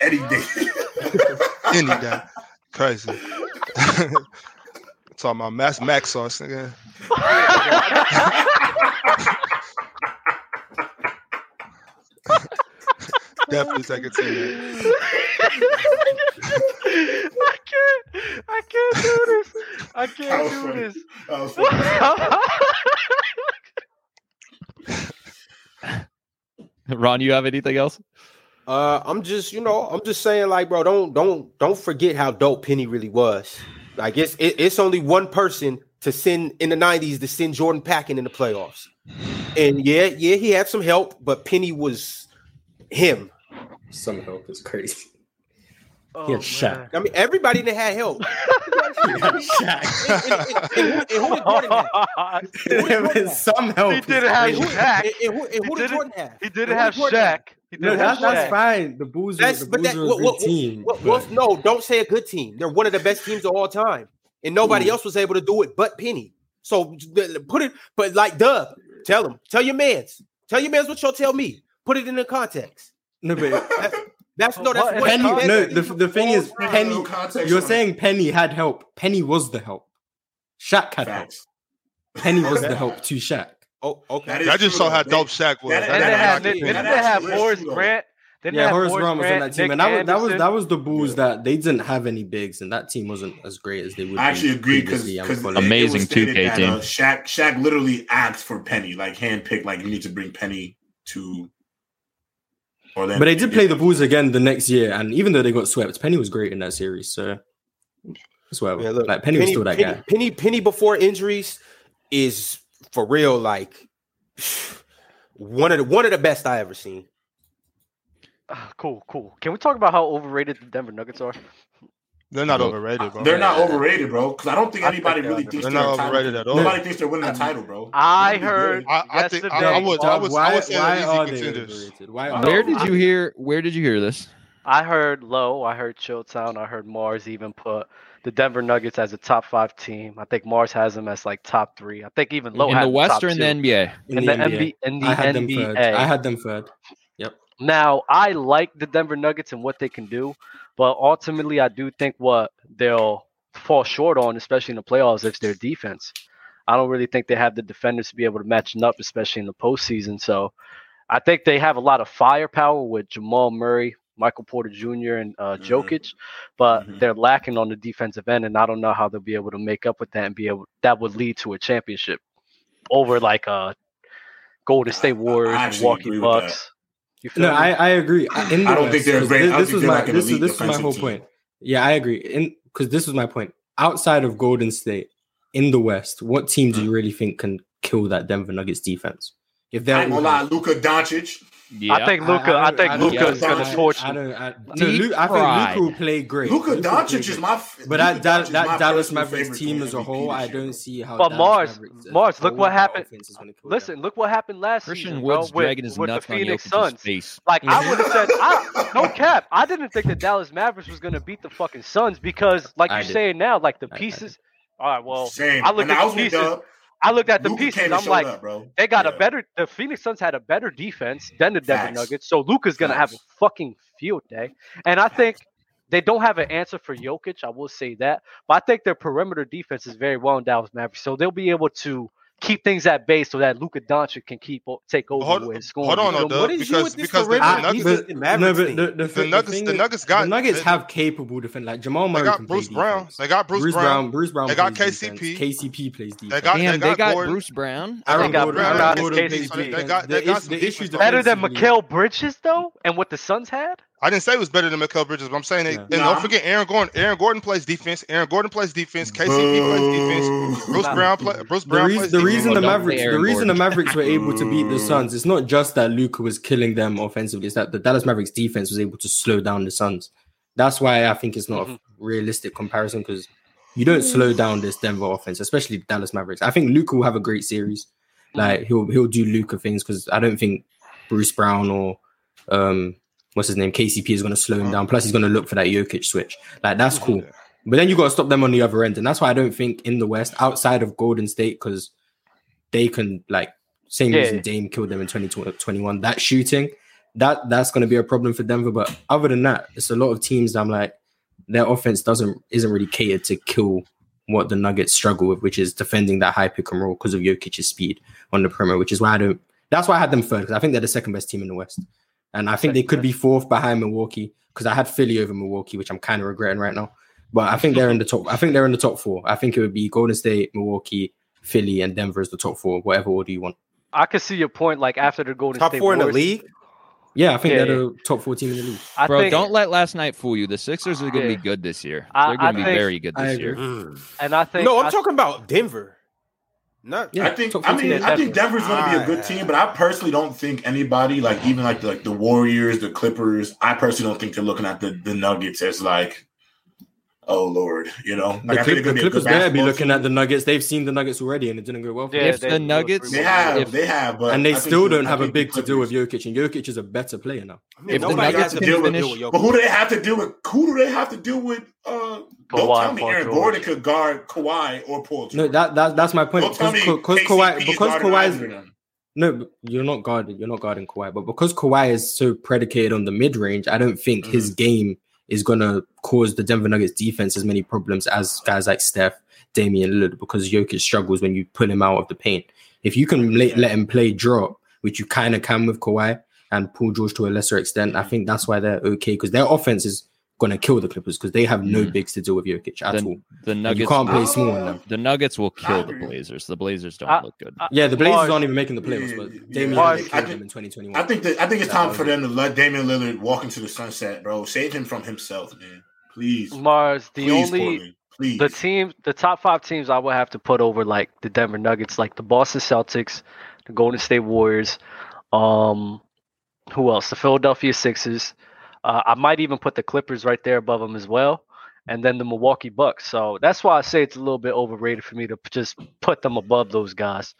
Speaker 4: Eddie Davis.
Speaker 5: any day, crazy. Talking about Max Max sauce, nigga. Definitely take a T Mac.
Speaker 1: I can't. I can't do this. I
Speaker 4: That
Speaker 1: can't
Speaker 4: was
Speaker 1: do
Speaker 4: funny.
Speaker 1: this.
Speaker 4: Oh, fuck.
Speaker 2: Ron, you have anything else?
Speaker 3: Uh, I'm just, you know, I'm just saying, like, bro, don't, don't, don't forget how dope Penny really was. Like, it's, it, it's only one person to send in the '90s to send Jordan Packing in the playoffs, and yeah, yeah, he had some help, but Penny was him.
Speaker 6: some help is crazy.
Speaker 1: Oh,
Speaker 6: Get shot.
Speaker 1: man.
Speaker 3: I mean, everybody that had help. And, and- and- and who and who did Jordan have? Who did Jordan have?
Speaker 6: some help.
Speaker 1: He
Speaker 6: is
Speaker 1: did have
Speaker 6: crazy.
Speaker 3: And who-
Speaker 1: Shaq.
Speaker 3: and- and who- and
Speaker 1: He
Speaker 3: who did
Speaker 1: didn't-
Speaker 3: Jordan have?
Speaker 1: He didn't
Speaker 3: And who
Speaker 1: have
Speaker 3: did Jordan
Speaker 1: Shaq. He
Speaker 6: No,
Speaker 1: didn't have
Speaker 6: that, that's
Speaker 1: Shaq.
Speaker 6: fine. The Bulls, are
Speaker 3: That's
Speaker 6: the
Speaker 3: but
Speaker 6: Bulls
Speaker 3: that
Speaker 6: are
Speaker 3: what,
Speaker 6: a
Speaker 3: what,
Speaker 6: good team.
Speaker 3: what-
Speaker 6: but-
Speaker 3: what- no, don't say a good team. They're one of the best teams of all time, and nobody else was able to do it but Penny. So th- th- put it, but like Dub, tell him, tell your man's, tell your man's what you'll tell me. Put it in the context.
Speaker 6: No, but
Speaker 3: That's no, that's
Speaker 1: What?
Speaker 3: Oh, what
Speaker 6: Penny.
Speaker 1: Penny-
Speaker 6: No, the, the thing is,
Speaker 4: Bro, no
Speaker 6: Penny.
Speaker 4: context
Speaker 6: You're
Speaker 4: on it.
Speaker 6: saying Penny had help. Penny was the help. Shaq had help.
Speaker 4: Facts.
Speaker 6: Penny was
Speaker 4: Okay.
Speaker 6: the help to Shaq.
Speaker 3: Oh, okay.
Speaker 4: That is
Speaker 5: I just
Speaker 4: true,
Speaker 5: saw how
Speaker 4: though.
Speaker 5: dope Shaq was.
Speaker 4: That-
Speaker 5: I
Speaker 1: And they
Speaker 4: that-
Speaker 5: didn't
Speaker 1: had,
Speaker 5: knock
Speaker 4: that-
Speaker 5: it
Speaker 1: didn't
Speaker 5: in.
Speaker 1: they
Speaker 4: that-
Speaker 1: have
Speaker 4: That's
Speaker 1: Horace
Speaker 4: true, though.
Speaker 1: Grant? Didn't they
Speaker 6: Yeah,
Speaker 1: have
Speaker 6: Horace Grant was on
Speaker 1: Grant,
Speaker 6: that team,
Speaker 1: Nick
Speaker 6: and that was, that was
Speaker 1: Anderson?
Speaker 6: that was the Bulls
Speaker 4: Yeah.
Speaker 6: that they didn't have any bigs, and that team wasn't as great as they would.
Speaker 4: I actually
Speaker 6: be
Speaker 4: agree because
Speaker 6: previously, I'm following.
Speaker 2: Amazing. 2K team.
Speaker 4: uh, Shaq Shaq literally asked for Penny, like handpicked, like you need to bring Penny to Orlando.
Speaker 6: But they did play the Bulls again the next year, and even though they got swept, Penny was great in that series. So that's whatever.
Speaker 3: Yeah, look,
Speaker 6: Oh, like Penny, was still that
Speaker 3: Penny,
Speaker 6: guy.
Speaker 3: Penny, Penny before injuries is for real, like one of the one of the best I ever seen.
Speaker 1: Ah, Cool, cool. Can we talk about how overrated the Denver Nuggets are?
Speaker 5: They're not
Speaker 2: Bro.
Speaker 5: overrated, bro.
Speaker 4: They're not overrated, bro. Because I don't think
Speaker 1: I
Speaker 4: anybody
Speaker 1: think
Speaker 4: really
Speaker 1: they're
Speaker 4: thinks
Speaker 5: They're
Speaker 4: they're
Speaker 5: not
Speaker 4: entitled-
Speaker 5: overrated at all.
Speaker 4: Nobody thinks they're
Speaker 6: Um,
Speaker 4: winning a title, bro.
Speaker 1: I heard
Speaker 5: I, I think I, I
Speaker 1: Yesterday,
Speaker 5: would. I
Speaker 1: dog,
Speaker 5: was.
Speaker 6: why
Speaker 5: I would say
Speaker 6: why
Speaker 5: they're
Speaker 6: are
Speaker 5: easy
Speaker 6: they
Speaker 5: contenders.
Speaker 6: overrated? Why are
Speaker 2: Where
Speaker 1: Oh,
Speaker 2: did
Speaker 1: I-
Speaker 2: you hear? Where did you hear this?
Speaker 1: I heard Low, I heard Chilltown, I heard Mars even put the Denver Nuggets as a top five team. I think Mars has them as like top three. I think even Low
Speaker 2: in
Speaker 1: had
Speaker 2: the
Speaker 1: them top
Speaker 2: Western,
Speaker 1: two.
Speaker 2: the NBA.
Speaker 6: in
Speaker 1: in
Speaker 6: the
Speaker 1: the
Speaker 6: NBA?
Speaker 1: NBA. In the
Speaker 6: I had them
Speaker 1: NBA.
Speaker 6: third. I had them third.
Speaker 1: Now, I like the Denver Nuggets and what they can do, but ultimately, I do think what they'll fall short on, especially in the playoffs, is their defense. I don't really think they have the defenders to be able to match up, especially in the postseason. So, I think they have a lot of firepower with Jamal Murray, Michael Porter Jr., and uh,
Speaker 4: Mhm.
Speaker 1: Jokic, but
Speaker 4: Mhm.
Speaker 1: they're lacking on the defensive end, and I don't know how they'll be able to make up with that and be able that would lead to a championship over like a Golden State Warriors,
Speaker 4: actually
Speaker 1: Milwaukee
Speaker 4: agree with that.
Speaker 1: Bucks. You feel
Speaker 6: No,
Speaker 1: me?
Speaker 6: I, I agree. I- In the
Speaker 4: I don't think they're
Speaker 6: West, 'cause
Speaker 4: great- I
Speaker 6: This,
Speaker 4: don't
Speaker 6: this
Speaker 4: think
Speaker 6: was
Speaker 4: they're
Speaker 6: my
Speaker 4: like an
Speaker 6: this,
Speaker 4: elite
Speaker 6: this was my
Speaker 4: defensive
Speaker 6: whole
Speaker 4: team.
Speaker 6: point. Yeah, I agree. In because this was my point. Outside of Golden State, in the West, what team
Speaker 4: Hmm.
Speaker 6: do you really think can kill that Denver Nuggets defense? If
Speaker 4: I
Speaker 6: they're
Speaker 4: ain't gonna lie, Luka Doncic.
Speaker 2: Yeah.
Speaker 1: I think Luca. I,
Speaker 6: don't-
Speaker 1: think
Speaker 6: don't-
Speaker 1: Luca's
Speaker 6: I-
Speaker 1: gonna
Speaker 6: I-
Speaker 1: torch
Speaker 6: I
Speaker 1: them.
Speaker 6: don't. I, no,
Speaker 2: Deep
Speaker 6: Luke, I
Speaker 2: fried.
Speaker 6: think Luca will play great.
Speaker 4: Luka
Speaker 6: Luka will play
Speaker 4: Doncic is
Speaker 6: great.
Speaker 4: my. f-
Speaker 6: But
Speaker 4: Luka
Speaker 6: that, that,
Speaker 4: Doncic is my
Speaker 6: that Dallas
Speaker 4: personal
Speaker 6: Mavericks
Speaker 4: favorite
Speaker 6: team
Speaker 4: to win
Speaker 6: as a
Speaker 4: MVP
Speaker 6: whole,
Speaker 4: this
Speaker 6: I
Speaker 4: year, bro.
Speaker 6: don't see how.
Speaker 1: But
Speaker 6: Dallas
Speaker 1: Mars-
Speaker 6: Mavericks as a
Speaker 1: Mars, look
Speaker 6: whole,
Speaker 1: what
Speaker 6: their
Speaker 1: happened.
Speaker 6: offense is gonna kill them.
Speaker 1: Listen, look what happened last
Speaker 2: Christian
Speaker 1: season,
Speaker 2: Woods
Speaker 1: bro,
Speaker 2: dragging
Speaker 1: with,
Speaker 2: his
Speaker 1: with the
Speaker 2: nuts on
Speaker 1: Phoenix
Speaker 2: Jokic's
Speaker 1: Suns.
Speaker 2: face.
Speaker 1: Like I
Speaker 4: Mhm.
Speaker 1: would have said, I, no cap. I didn't think the Dallas Mavericks was gonna beat the fucking Suns because, like
Speaker 6: I
Speaker 1: you're
Speaker 6: did.
Speaker 1: saying now, like the
Speaker 6: I- I
Speaker 1: pieces. All right, well,
Speaker 4: Same.
Speaker 1: I looked
Speaker 4: When
Speaker 1: at
Speaker 4: I
Speaker 1: the
Speaker 4: was with
Speaker 1: pieces,
Speaker 4: Dub,
Speaker 1: I looked at the
Speaker 4: Luka
Speaker 1: pieces
Speaker 4: came
Speaker 1: and
Speaker 4: and
Speaker 1: I'm
Speaker 4: showed
Speaker 1: like,
Speaker 4: up, bro.
Speaker 1: they got
Speaker 4: Yeah.
Speaker 1: a better. The Phoenix Suns had a better defense than the Denver
Speaker 4: Facts.
Speaker 1: Nuggets, so Luca's gonna have
Speaker 4: Facts.
Speaker 1: a fucking field day. And I think they don't have an answer for Jokic. I will say that, but I think their perimeter defense is very well in Dallas Mavericks, so they'll be able to keep things at bay so that Luka Doncic can keep o- take over
Speaker 5: Hold-
Speaker 1: with scoring.
Speaker 5: Hold on,
Speaker 1: You know,
Speaker 5: though,
Speaker 3: what
Speaker 5: Doug,
Speaker 3: is you
Speaker 5: Uh, because
Speaker 3: with this
Speaker 5: because the
Speaker 3: Corinthians?
Speaker 6: I-
Speaker 5: Nuggets
Speaker 3: but- the Mavericks
Speaker 6: but
Speaker 3: team.
Speaker 6: the, the,
Speaker 5: The Nuggets- the
Speaker 6: is-
Speaker 5: Nuggets got-
Speaker 6: the Nuggets
Speaker 5: they-
Speaker 6: have capable defense. Like Jamal
Speaker 5: they
Speaker 6: Murray
Speaker 5: got
Speaker 6: can
Speaker 5: Bruce
Speaker 6: play
Speaker 5: Brown.
Speaker 6: defense.
Speaker 5: They got Bruce,
Speaker 6: Bruce
Speaker 5: Brown.
Speaker 6: Brown. Bruce Brown.
Speaker 5: They got
Speaker 6: plays
Speaker 5: KCP.
Speaker 6: defense. KCP plays defense.
Speaker 5: They got
Speaker 2: Damn,
Speaker 5: they got, Gordon.
Speaker 2: Bruce Brown.
Speaker 1: They got
Speaker 6: Gordon-
Speaker 1: Brown
Speaker 6: Aaron
Speaker 1: as
Speaker 6: Gordon
Speaker 1: KCP.
Speaker 6: plays defense.
Speaker 5: They got- they
Speaker 6: The
Speaker 5: got
Speaker 6: is-
Speaker 5: some
Speaker 6: the
Speaker 5: defense
Speaker 6: issues
Speaker 5: though.
Speaker 1: better than
Speaker 6: defensively-
Speaker 1: Mikael Bridges though, and what the Suns had.
Speaker 5: I didn't say it was better than Mikael Bridges, but I'm saying they,
Speaker 6: Yeah.
Speaker 5: and
Speaker 4: Nah.
Speaker 5: don't forget Aaron Gordon. Aaron Gordon plays defense. Aaron Gordon plays defense. KCP plays defense.
Speaker 4: Boo.
Speaker 5: Bruce
Speaker 1: Nah.
Speaker 5: Brown play, Bruce
Speaker 6: The,
Speaker 5: Brown
Speaker 6: reas-
Speaker 5: plays
Speaker 6: the
Speaker 5: defense.
Speaker 6: reason the
Speaker 2: Don't play
Speaker 6: Mavericks, the
Speaker 2: Aaron
Speaker 6: reason the
Speaker 2: Gordon.
Speaker 6: Mavericks were able to beat the Suns, it's not just that Luca was killing them offensively; it's that the Dallas Mavericks defense was able to slow down the Suns. That's why I think it's not a realistic comparison because you don't slow down this Denver offense, especially the Dallas Mavericks. I think Luca will have a great series. Like he'll he'll do Luca things because I don't think Bruce Brown or um what's his name KCP is going to slow him down. Plus he's going to look for that Jokic switch. Like that's cool. But then you got to stop them on the other end, and that's why I don't think in the West, outside of Golden State, because they can like same
Speaker 1: Yeah.
Speaker 6: reason Dame killed them in 2021. That shooting, that that's going to be a problem for Denver. But other than that, it's a lot of teams. That I'm like, their offense doesn't isn't really catered to kill what the Nuggets struggle with, which is defending that high pick and roll because of Jokic's speed on the perimeter. Which is why I don't. That's why I had them third because I think they're the second best team in the West, and I think they could be fourth behind Milwaukee because I had Philly over Milwaukee, which I'm kind of regretting right now. But I think they're in the top. I think they're in the top four. I think it would be Golden State, Milwaukee, Philly, and Denver is the top four. Whatever order you want.
Speaker 1: I could see your point. Like after the Golden
Speaker 3: Top
Speaker 1: State
Speaker 3: four in the
Speaker 1: Warriors-
Speaker 3: league.
Speaker 6: Yeah, I think
Speaker 1: Yeah,
Speaker 6: they're the top four team in the league.
Speaker 1: I
Speaker 2: Bro,
Speaker 1: think,
Speaker 2: don't let last night fool you. The Sixers are going to
Speaker 1: Yeah.
Speaker 2: be good this year.
Speaker 1: I-
Speaker 2: They're going
Speaker 1: I
Speaker 2: to be
Speaker 1: think-
Speaker 2: very good
Speaker 6: I
Speaker 2: this
Speaker 6: agree.
Speaker 2: year.
Speaker 1: And I think
Speaker 3: No,
Speaker 1: I-
Speaker 5: Mm.
Speaker 3: I'm talking about Denver. Not
Speaker 6: Yeah,
Speaker 4: I think
Speaker 6: top
Speaker 4: I
Speaker 6: four team
Speaker 4: mean
Speaker 6: in the
Speaker 4: I
Speaker 6: league.
Speaker 4: think Denver's going to be a good team, but I personally don't think anybody like even like the, like the Warriors, the Clippers. I personally don't think they're looking at the, the Nuggets as like, oh lord, you know. Like
Speaker 6: the,
Speaker 4: I
Speaker 6: Clip-
Speaker 4: think they're
Speaker 6: the
Speaker 4: going to be a
Speaker 6: Clippers
Speaker 4: good
Speaker 6: better be
Speaker 4: basketball
Speaker 6: looking
Speaker 4: team.
Speaker 6: at the Nuggets. They've seen the Nuggets already, and it didn't go well for
Speaker 1: Yeah,
Speaker 6: them.
Speaker 2: if
Speaker 1: they-
Speaker 2: the Nuggets-
Speaker 4: They have,
Speaker 2: if-
Speaker 4: they have, but
Speaker 6: and they
Speaker 4: I think
Speaker 6: still
Speaker 4: the-
Speaker 6: don't
Speaker 4: I
Speaker 6: have a
Speaker 4: think the
Speaker 6: big to deal with
Speaker 4: Clippers-
Speaker 6: Jokic, and Jokic is a better player now.
Speaker 3: I mean,
Speaker 2: If the
Speaker 3: nobody
Speaker 2: Nuggets
Speaker 3: has to
Speaker 2: can
Speaker 3: deal with
Speaker 2: finish-
Speaker 3: Jokic.
Speaker 4: But who do they have to deal with? Who do they have to deal with? Uh, don't
Speaker 1: Kawhi
Speaker 4: tell me
Speaker 1: Paul
Speaker 4: Aaron
Speaker 1: George.
Speaker 4: Gordon could guard Kawhi or Paul George.
Speaker 6: No, that, that that's my point.
Speaker 4: don't tell
Speaker 6: Because,
Speaker 4: me
Speaker 6: Ka- because
Speaker 4: KCP
Speaker 6: Kawhi,
Speaker 4: is
Speaker 6: because
Speaker 4: guarding
Speaker 6: Kawhi's
Speaker 4: either of them.
Speaker 6: No, but you're not guarding. You're not guarding Kawhi, but because Kawhi is so predicated on the mid range, I don't think
Speaker 4: Mm-hmm.
Speaker 6: his game is gonna cause the Denver Nuggets defense as many problems as guys like Steph, Damian Lillard, because Jokic struggles when you pull him out of the paint. If you can let, let him play drop, which you kind of can with Kawhi and Paul George to a lesser extent,
Speaker 4: Mm-hmm.
Speaker 6: I think that's why they're okay because their offense is gonna kill the Clippers because they have no
Speaker 4: Mm-hmm.
Speaker 2: Mm.
Speaker 6: bigs to deal with Jokic at all.
Speaker 2: The, the
Speaker 6: And you
Speaker 2: Nuggets.
Speaker 6: can't play
Speaker 4: Ah.
Speaker 2: Will,
Speaker 6: small on them.
Speaker 2: the Nuggets will kill the
Speaker 4: I agree.
Speaker 2: Blazers. The Blazers don't
Speaker 1: I-
Speaker 2: look good.
Speaker 1: I-
Speaker 6: Yeah, the Blazers
Speaker 1: Marge,
Speaker 6: aren't even making the playoffs,
Speaker 4: Yeah,
Speaker 6: but
Speaker 4: yeah,
Speaker 6: Damian
Speaker 1: yeah.
Speaker 6: Lillard
Speaker 4: I
Speaker 6: killed
Speaker 4: think-
Speaker 6: them in 2021.
Speaker 4: I think that I think it's time for them to let Damian Lillard walk into the sunset, bro. Save him from himself, man. Please,
Speaker 1: Mars the
Speaker 4: please,
Speaker 1: only
Speaker 4: Portland. please.
Speaker 1: the team the top five teams I would have to put over like the Denver Nuggets, like the Boston Celtics, the Golden State Warriors, um, who else? The Philadelphia Sixers. Uh, I might even put the Clippers right there above them as well, and then the Milwaukee Bucks. So that's why I say it's a little bit overrated for me to p- just put them above those guys,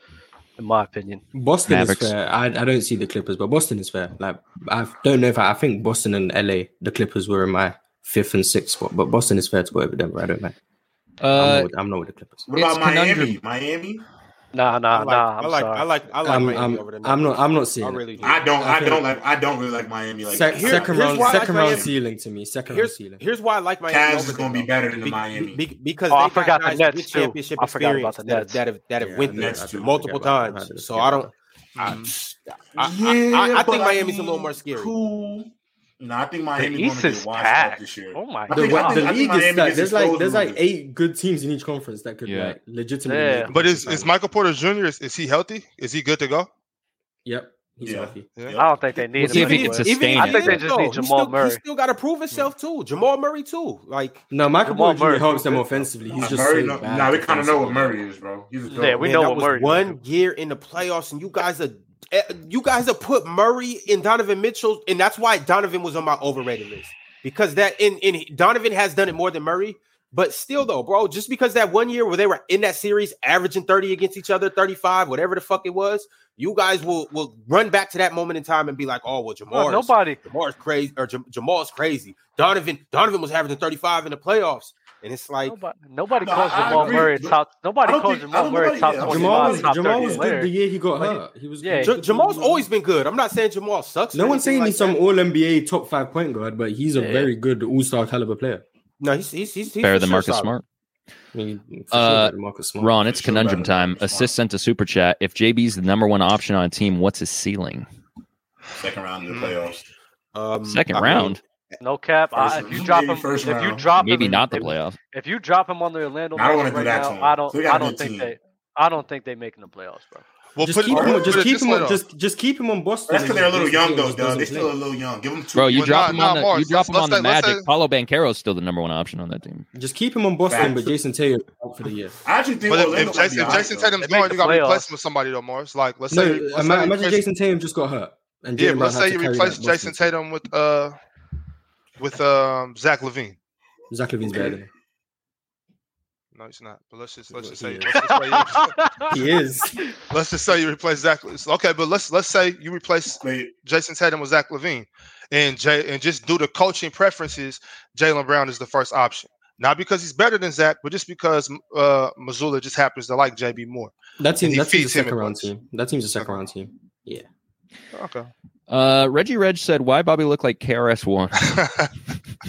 Speaker 1: in my opinion.
Speaker 6: Boston
Speaker 2: Mavericks.
Speaker 6: is fair. I, I don't see the Clippers, but Boston is fair. Like I don't know if I, I think Boston and LA, the Clippers were in my fifth and sixth spot, but Boston is fair to go over Denver. I don't mind. I'm, not
Speaker 2: Uh,
Speaker 6: with, I'm not with the Clippers.
Speaker 4: what about
Speaker 2: it's
Speaker 4: Miami?
Speaker 2: conundrum.
Speaker 4: Miami?
Speaker 1: Nah, nah,
Speaker 3: I like,
Speaker 1: nah. I'm
Speaker 3: I like,
Speaker 1: sorry.
Speaker 3: I like, I like
Speaker 6: I'm,
Speaker 3: Miami
Speaker 6: I'm,
Speaker 3: over the
Speaker 6: I'm not.
Speaker 3: Nuggets.
Speaker 6: I'm not seeing.
Speaker 3: I
Speaker 6: it.
Speaker 3: really do.
Speaker 4: I don't. I,
Speaker 6: I
Speaker 4: don't
Speaker 6: think-
Speaker 4: like. I don't really like Miami. Like
Speaker 6: Sec-
Speaker 4: that.
Speaker 3: here-
Speaker 6: second
Speaker 3: here's
Speaker 6: round,
Speaker 3: why I
Speaker 6: second
Speaker 3: like
Speaker 6: round
Speaker 3: Miami.
Speaker 6: ceiling to me. Second round
Speaker 3: here's
Speaker 6: ceiling.
Speaker 3: here's why I like Miami.
Speaker 4: Cavs
Speaker 3: over
Speaker 4: is going to
Speaker 3: them,
Speaker 4: be better than
Speaker 3: though. Be-
Speaker 4: the Miami.
Speaker 3: be- because
Speaker 1: Oh, I
Speaker 3: they got
Speaker 1: forgot the
Speaker 3: guys
Speaker 1: Nets,
Speaker 3: with
Speaker 1: too.
Speaker 3: championship
Speaker 1: I forgot about
Speaker 3: experience
Speaker 1: the
Speaker 3: that have-
Speaker 1: Nets.
Speaker 3: that have that have
Speaker 6: Yeah,
Speaker 3: went
Speaker 6: I
Speaker 3: there
Speaker 4: Nets, too.
Speaker 3: multiple
Speaker 6: forgot about
Speaker 3: times.
Speaker 6: that.
Speaker 3: So I don't. I, I,
Speaker 4: Yeah,
Speaker 3: I, I
Speaker 4: but
Speaker 3: think Miami's a little more scary.
Speaker 4: Cool. No, I think
Speaker 1: the
Speaker 4: Miami going
Speaker 1: East
Speaker 4: to get
Speaker 1: is
Speaker 4: washed up
Speaker 1: packed.
Speaker 4: this year.
Speaker 1: Oh my
Speaker 4: I
Speaker 6: The,
Speaker 4: think-
Speaker 1: god.
Speaker 6: what, the
Speaker 4: I think
Speaker 6: league is
Speaker 4: Miami
Speaker 6: stacked.
Speaker 4: gets
Speaker 6: There's like
Speaker 4: exposed
Speaker 6: there's
Speaker 4: a
Speaker 6: like
Speaker 4: little bit.
Speaker 6: eight good teams in each conference that could
Speaker 2: Yeah.
Speaker 6: like legitimately.
Speaker 1: Yeah.
Speaker 6: make it
Speaker 5: But
Speaker 6: to
Speaker 5: is
Speaker 6: the
Speaker 5: is
Speaker 6: final.
Speaker 5: Michael Porter Jr. Is, is he healthy? Is he good to go?
Speaker 6: Yep, he's
Speaker 4: Yeah.
Speaker 6: healthy.
Speaker 1: I don't think they need
Speaker 2: We'll see
Speaker 1: him
Speaker 2: if he
Speaker 1: anyway.
Speaker 2: can sustain
Speaker 1: I think
Speaker 2: it.
Speaker 1: they just need
Speaker 3: he
Speaker 1: Jamal
Speaker 3: still,
Speaker 1: Murray.
Speaker 3: He still got to prove himself too. Jamal Murray too. Like
Speaker 6: No, Michael
Speaker 1: Jamal
Speaker 6: Porter
Speaker 1: Murray.
Speaker 6: Jr. helps them offensively. He's
Speaker 4: Nah,
Speaker 6: just
Speaker 4: Murray,
Speaker 6: so
Speaker 4: no,
Speaker 6: bad
Speaker 4: nah, we kind of know what
Speaker 6: defensively.
Speaker 4: Murray is, bro. He's a
Speaker 1: Yeah,
Speaker 4: dog.
Speaker 1: we
Speaker 3: man,
Speaker 1: know
Speaker 3: that
Speaker 1: what
Speaker 3: was
Speaker 1: Murray.
Speaker 3: one year in the playoffs, and you guys are eh, you guys have put Murray and Donovan Mitchell, and that's why Donovan was on my overrated list because that in in Donovan has done it more than Murray. But still, though, bro, just because that one year where they were in that series, averaging thirty against each other, thirty-five, whatever the fuck it was, you guys will will run back to that moment in time and be like, "Oh, well, Jamal,
Speaker 1: Well, nobody.
Speaker 3: Jamal's crazy, or Jam- Jamal's crazy." Donovan, Donovan was averaging thirty-five in the playoffs, and it's like,
Speaker 1: Nobody, nobody
Speaker 4: No,
Speaker 1: calls
Speaker 4: I- I
Speaker 1: Jamal
Speaker 4: agree.
Speaker 1: Murray a top. Nobody
Speaker 4: I don't
Speaker 1: calls
Speaker 4: think- I
Speaker 1: Jamal
Speaker 4: don't-
Speaker 1: Murray a
Speaker 4: nobody-
Speaker 1: top
Speaker 4: yeah, I don't
Speaker 6: Jamal
Speaker 1: twenty-five,
Speaker 6: was,
Speaker 1: top
Speaker 6: Jamal
Speaker 1: thirty
Speaker 6: was
Speaker 1: player.
Speaker 6: good the year he got
Speaker 1: But he-
Speaker 6: hurt. He was
Speaker 1: yeah.
Speaker 6: good.
Speaker 3: Ja- Jamal's always been good. I'm not saying Jamal sucks. or
Speaker 6: No one's
Speaker 3: anything
Speaker 6: saying
Speaker 3: like
Speaker 6: he's some
Speaker 3: that.
Speaker 6: All NBA top five point guard, but he's a
Speaker 1: Yeah.
Speaker 6: very good All Star caliber player.
Speaker 3: No, he's he's he's, he's
Speaker 2: Better
Speaker 3: for
Speaker 2: than
Speaker 3: sure
Speaker 2: Marcus
Speaker 3: solid.
Speaker 2: Smart.
Speaker 6: I mean, for
Speaker 2: Uh,
Speaker 6: sure, Marcus Smart.
Speaker 2: Ron, it's
Speaker 4: Sure,
Speaker 2: conundrum
Speaker 4: better.
Speaker 2: time.
Speaker 4: Smart.
Speaker 2: Assist sent a super chat. If JB's the number one option on a team, what's his ceiling?
Speaker 4: Second round of the playoffs.
Speaker 3: Um,
Speaker 2: Second
Speaker 3: I mean,
Speaker 2: round,
Speaker 1: No cap. I,
Speaker 4: First-
Speaker 1: if you drop
Speaker 4: maybe
Speaker 1: him,
Speaker 4: first
Speaker 1: if you
Speaker 4: round.
Speaker 1: drop
Speaker 2: maybe
Speaker 1: him,
Speaker 2: not the
Speaker 1: if-
Speaker 2: playoffs.
Speaker 1: If you drop him on the Orlando
Speaker 4: I don't wanna
Speaker 1: Magic
Speaker 4: do
Speaker 1: right
Speaker 4: that to
Speaker 1: now,
Speaker 4: him.
Speaker 1: I don't.
Speaker 4: They got
Speaker 1: I
Speaker 4: a
Speaker 1: don't
Speaker 4: good
Speaker 1: think
Speaker 4: team.
Speaker 1: they. I don't think they making the playoffs, bro.
Speaker 5: Well,
Speaker 6: just keep
Speaker 4: or-
Speaker 6: him.
Speaker 4: or
Speaker 6: Just keep him.
Speaker 5: on.
Speaker 6: on- Just just keep him on Boston.
Speaker 4: That's because they're a little
Speaker 6: Jason
Speaker 4: young
Speaker 6: Tatum
Speaker 4: though,
Speaker 6: just
Speaker 4: Doug.
Speaker 6: doesn't
Speaker 4: They're still a
Speaker 6: play.
Speaker 4: little young. Give them two.
Speaker 2: Bro, you
Speaker 5: Well,
Speaker 2: drop
Speaker 5: nah,
Speaker 2: him
Speaker 5: nah,
Speaker 2: on the, you
Speaker 5: Morris,
Speaker 2: drop him
Speaker 5: let's
Speaker 2: on the
Speaker 5: say- let's
Speaker 2: Magic.
Speaker 5: say-
Speaker 2: Paulo Banquero's still the number one option on that team.
Speaker 6: Just keep him on Boston,
Speaker 4: Facts.
Speaker 6: but Jason Tatum out for the year.
Speaker 4: I actually think
Speaker 5: But if,
Speaker 4: Orlando
Speaker 5: if Jason,
Speaker 4: might
Speaker 5: if
Speaker 4: be
Speaker 5: Jason
Speaker 4: all right,
Speaker 5: Tatum's
Speaker 1: They make
Speaker 5: going,
Speaker 1: the
Speaker 5: you got to
Speaker 1: playoffs.
Speaker 5: replace him with somebody though, Morris. Like let's
Speaker 6: No,
Speaker 5: say, let's
Speaker 6: ima-
Speaker 5: say you
Speaker 6: imagine
Speaker 5: replace-
Speaker 6: Jason Tatum just got hurt, and
Speaker 5: yeah,
Speaker 6: Jalen
Speaker 5: but
Speaker 6: Brown
Speaker 5: let's
Speaker 6: had
Speaker 5: say
Speaker 6: to
Speaker 5: you
Speaker 6: carry
Speaker 5: replace
Speaker 6: that Boston
Speaker 5: Jason
Speaker 6: team.
Speaker 5: Tatum with uh with um Zach Levine.
Speaker 6: Zach Levine's better than him.
Speaker 5: No, he's not. But let's just let's
Speaker 6: Well,
Speaker 5: just
Speaker 6: he
Speaker 5: say
Speaker 6: is.
Speaker 5: let's just say, you,
Speaker 6: He is.
Speaker 5: let's just say you replace Zach. Okay, but let's let's say you replace
Speaker 4: but- but
Speaker 5: Jason Tatum with Zach Levine, and Jay and just due to coaching preferences, Jalen Brown is the first option. Not because he's better than Zach, but just because uh, Missoula just happens to like JB more.
Speaker 6: That
Speaker 5: And
Speaker 6: team.
Speaker 5: he
Speaker 6: That team's a
Speaker 5: feeds him
Speaker 6: second
Speaker 5: at
Speaker 6: round
Speaker 5: once.
Speaker 6: team. That team's a second round team.
Speaker 5: Okay.
Speaker 2: Uh, Reggie Reg said, "Why Bobby look like KRS One?"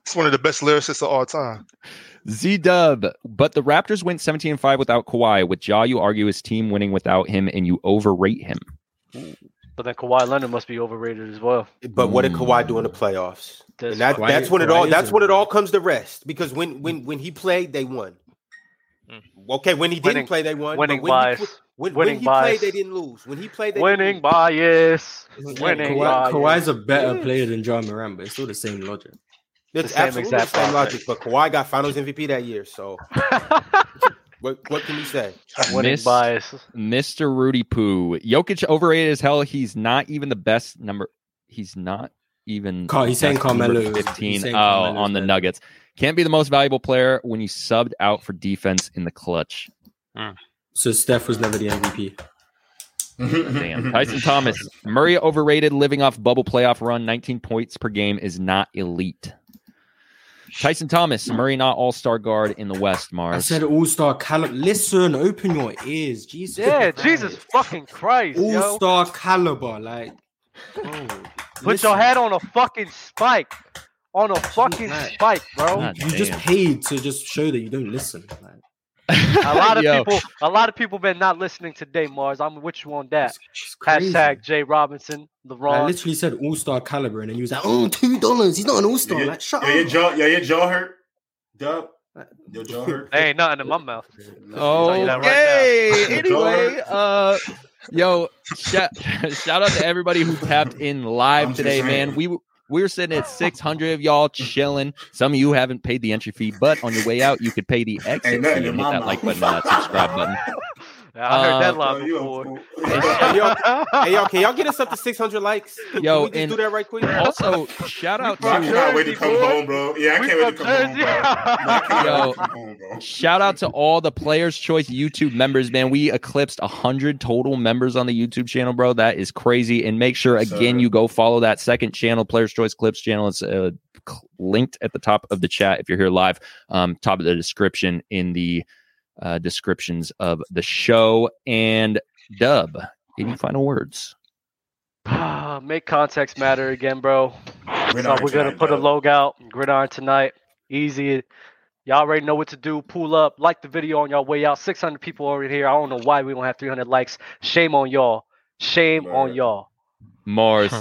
Speaker 5: it's one of the best lyricists of all time.
Speaker 2: Z Dub, but the Raptors went 17 and 5 without Kawhi. With Ja, you argue his team winning without him and you overrate him.
Speaker 1: But then Kawhi Leonard must be overrated as well.
Speaker 3: But what did
Speaker 2: Mm.
Speaker 3: Kawhi do in the playoffs?
Speaker 1: That's
Speaker 3: and that,
Speaker 6: Kawhi-
Speaker 3: that's when it
Speaker 6: Kawhi
Speaker 3: all
Speaker 6: is
Speaker 3: that's
Speaker 6: in
Speaker 3: when it
Speaker 6: the-
Speaker 3: all comes to rest because when when when he played they won.
Speaker 5: Mm.
Speaker 3: Okay, when he didn't
Speaker 1: Hmm. Winning-
Speaker 3: play they won. but
Speaker 1: winning
Speaker 3: when he pl-
Speaker 1: bias.
Speaker 3: when, when
Speaker 1: Winning
Speaker 3: he
Speaker 1: bias.
Speaker 3: played they didn't lose. When he played they
Speaker 1: Winning
Speaker 3: didn't lose.
Speaker 1: bias.
Speaker 6: Yeah,
Speaker 1: Winning
Speaker 6: Kawhi,
Speaker 1: bias.
Speaker 6: Kawhi's a better
Speaker 3: Yeah.
Speaker 6: player than John Moran, but it's still the same logic.
Speaker 3: That's
Speaker 1: the same
Speaker 3: absolutely the
Speaker 1: exact
Speaker 3: same logic.
Speaker 1: process.
Speaker 3: But Kawhi got Finals MVP that year, so what what can you say?
Speaker 1: winning
Speaker 2: Miss-
Speaker 1: bias.
Speaker 2: Mr. Rudy Poo. Jokic overrated as hell. He's not even the best number. He's not even.
Speaker 6: Car- he's
Speaker 2: the
Speaker 6: saying
Speaker 2: best number
Speaker 6: Carmelo is- he's
Speaker 2: 15
Speaker 6: saying
Speaker 2: oh,
Speaker 6: Carmelo's
Speaker 2: on the
Speaker 6: better.
Speaker 2: Nuggets. Can't be the most valuable player when you subbed out for defense in the clutch.
Speaker 6: So Steph was never the MVP.
Speaker 2: Damn. Tyson Thomas. Murray overrated, living off bubble playoff run. 19 points per game is not elite. Tyson Thomas, Murray not all star guard in the West, Mars.
Speaker 6: Hmm. I said All Star caliber. Listen, open your ears, Jesus.
Speaker 1: Yeah, Jesus fucking Christ,
Speaker 6: All
Speaker 1: yo.
Speaker 6: Star caliber, like. bro,
Speaker 1: Put
Speaker 6: listen.
Speaker 1: your head on a fucking spike. On a fucking
Speaker 6: man.
Speaker 1: spike, bro.
Speaker 2: God
Speaker 6: You just
Speaker 2: damn.
Speaker 6: paid to just show that you don't listen. Like,
Speaker 1: A lot of
Speaker 2: Yo.
Speaker 1: people, a lot of people been not listening today, Mars. I'm with you on that.
Speaker 6: it's, it's crazy.
Speaker 1: Hashtag Jay Robinson,
Speaker 6: I
Speaker 1: LeBron.
Speaker 6: literally said All Star caliber, and then you was like, "Oh, two dollars. He's not an All Star."
Speaker 4: Yeah,
Speaker 6: Like, shut
Speaker 4: yeah, your
Speaker 6: up.
Speaker 4: jaw, yeah, your jaw hurt, Dub. Your jaw hurt.
Speaker 1: There ain't nothing in my mouth. Tell you that right
Speaker 2: Okay.
Speaker 4: now.
Speaker 2: anyway, uh, yo, shout, shout out to everybody who tapped in
Speaker 4: I'm
Speaker 2: live
Speaker 4: just
Speaker 2: today, man.
Speaker 4: saying.
Speaker 2: We w- we were sitting at 600 of y'all chilling. Some of you haven't paid the entry fee, but on your way out, you could pay the exit
Speaker 4: Ain't
Speaker 2: fee
Speaker 4: nothing
Speaker 2: and hit
Speaker 4: in my
Speaker 2: that
Speaker 4: mouth.
Speaker 2: like button and that subscribe button.
Speaker 1: I heard
Speaker 2: Uh,
Speaker 1: that
Speaker 4: Bro,
Speaker 1: line
Speaker 4: you a
Speaker 1: before.
Speaker 4: fool.
Speaker 3: Hey, yo, hey, yo, can y'all get us up to 600 likes? Can
Speaker 2: Yo,
Speaker 3: we just
Speaker 2: and
Speaker 3: do that right quick?
Speaker 2: Also, shout out
Speaker 4: Bro, I
Speaker 2: to
Speaker 4: cannot wait to come
Speaker 1: Jersey, boy.
Speaker 4: home, bro. Yeah, I
Speaker 1: We
Speaker 4: can't wait to
Speaker 1: from
Speaker 4: come home,
Speaker 1: Jersey.
Speaker 4: bro. I can't wait to
Speaker 2: Yo.
Speaker 4: come home, bro.
Speaker 2: Shout out to all the Players Choice YouTube members, man. We eclipsed 100 total members on the YouTube channel, bro. That is crazy. And make sure,
Speaker 4: Yes,
Speaker 2: again,
Speaker 4: sir.
Speaker 2: you go follow that second channel, Players Choice Clips channel. It's uh, cl- linked at the top of the chat if you're here live, um, top of the description in the uh, descriptions of the show. And Dub, any final words?
Speaker 1: Make context matter again, bro. So
Speaker 4: Gridiron
Speaker 1: we're gonna
Speaker 4: tonight,
Speaker 1: put a
Speaker 4: bro.
Speaker 1: log out, gridiron tonight. Easy. Y'all already know what to do. Pull up, like the video on y'all way out. 600 people already here. I don't know why we don't have 300 likes. Shame on y'all. Shame on
Speaker 4: Word.
Speaker 1: y'all.
Speaker 2: Mars,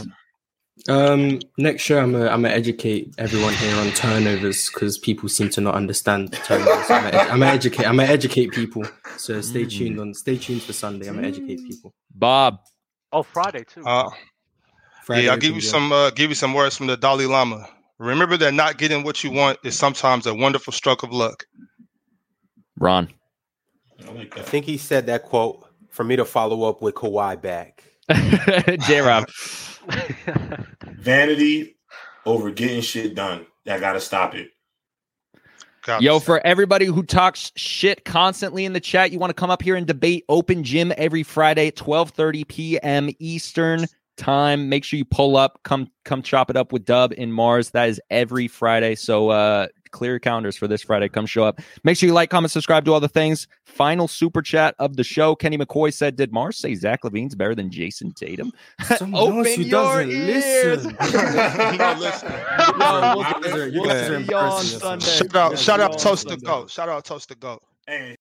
Speaker 6: Um, next year I'm gonna I'm gonna educate everyone here on turnovers because people seem to not understand turnovers. I'm gonna, I'm gonna educate. I'm gonna educate people. So stay
Speaker 2: Mm.
Speaker 6: tuned on. Stay tuned for Sunday. I'm gonna educate people.
Speaker 2: Bob,
Speaker 1: Oh, Friday too.
Speaker 5: Uh, yeah, I'll give you
Speaker 6: opens up.
Speaker 5: some uh, give you some words from the Dalai Lama. Remember that not getting what you want is sometimes a wonderful stroke of luck.
Speaker 2: Ron.
Speaker 4: I like
Speaker 3: I
Speaker 4: that.
Speaker 3: think he said that quote for me to follow up with Kawhi back.
Speaker 2: J Rob.
Speaker 4: Uh, Vanity over getting shit done. I gotta stop it.
Speaker 5: God,
Speaker 2: Yo, for everybody who talks shit constantly in the chat, you want to come up here and debate open gym every Friday at 12:30 p.m. Eastern time. Make sure you pull up, come come chop it up with Dub in Mars. That is every Friday. So uh clear counters for this Friday. Come show up. Make sure you like, comment, subscribe, do all the things. Final super chat of the show. Kenny McCoy said, "Did Mars say Zach Levine's better than Jason Tatum?"
Speaker 6: Someone else
Speaker 2: Open
Speaker 6: who
Speaker 2: your
Speaker 6: doesn't
Speaker 2: ears.
Speaker 6: listen.
Speaker 5: no, listen.
Speaker 2: Yo,
Speaker 6: You guys are-
Speaker 2: We'll see
Speaker 6: you guys are
Speaker 2: you on
Speaker 6: embarrassing yourself.
Speaker 2: Sunday.
Speaker 5: Shout out, shout out,
Speaker 2: We'll see you on
Speaker 5: toast the
Speaker 2: Sunday.
Speaker 5: goat. Shout out, toast the goat.
Speaker 4: Hey,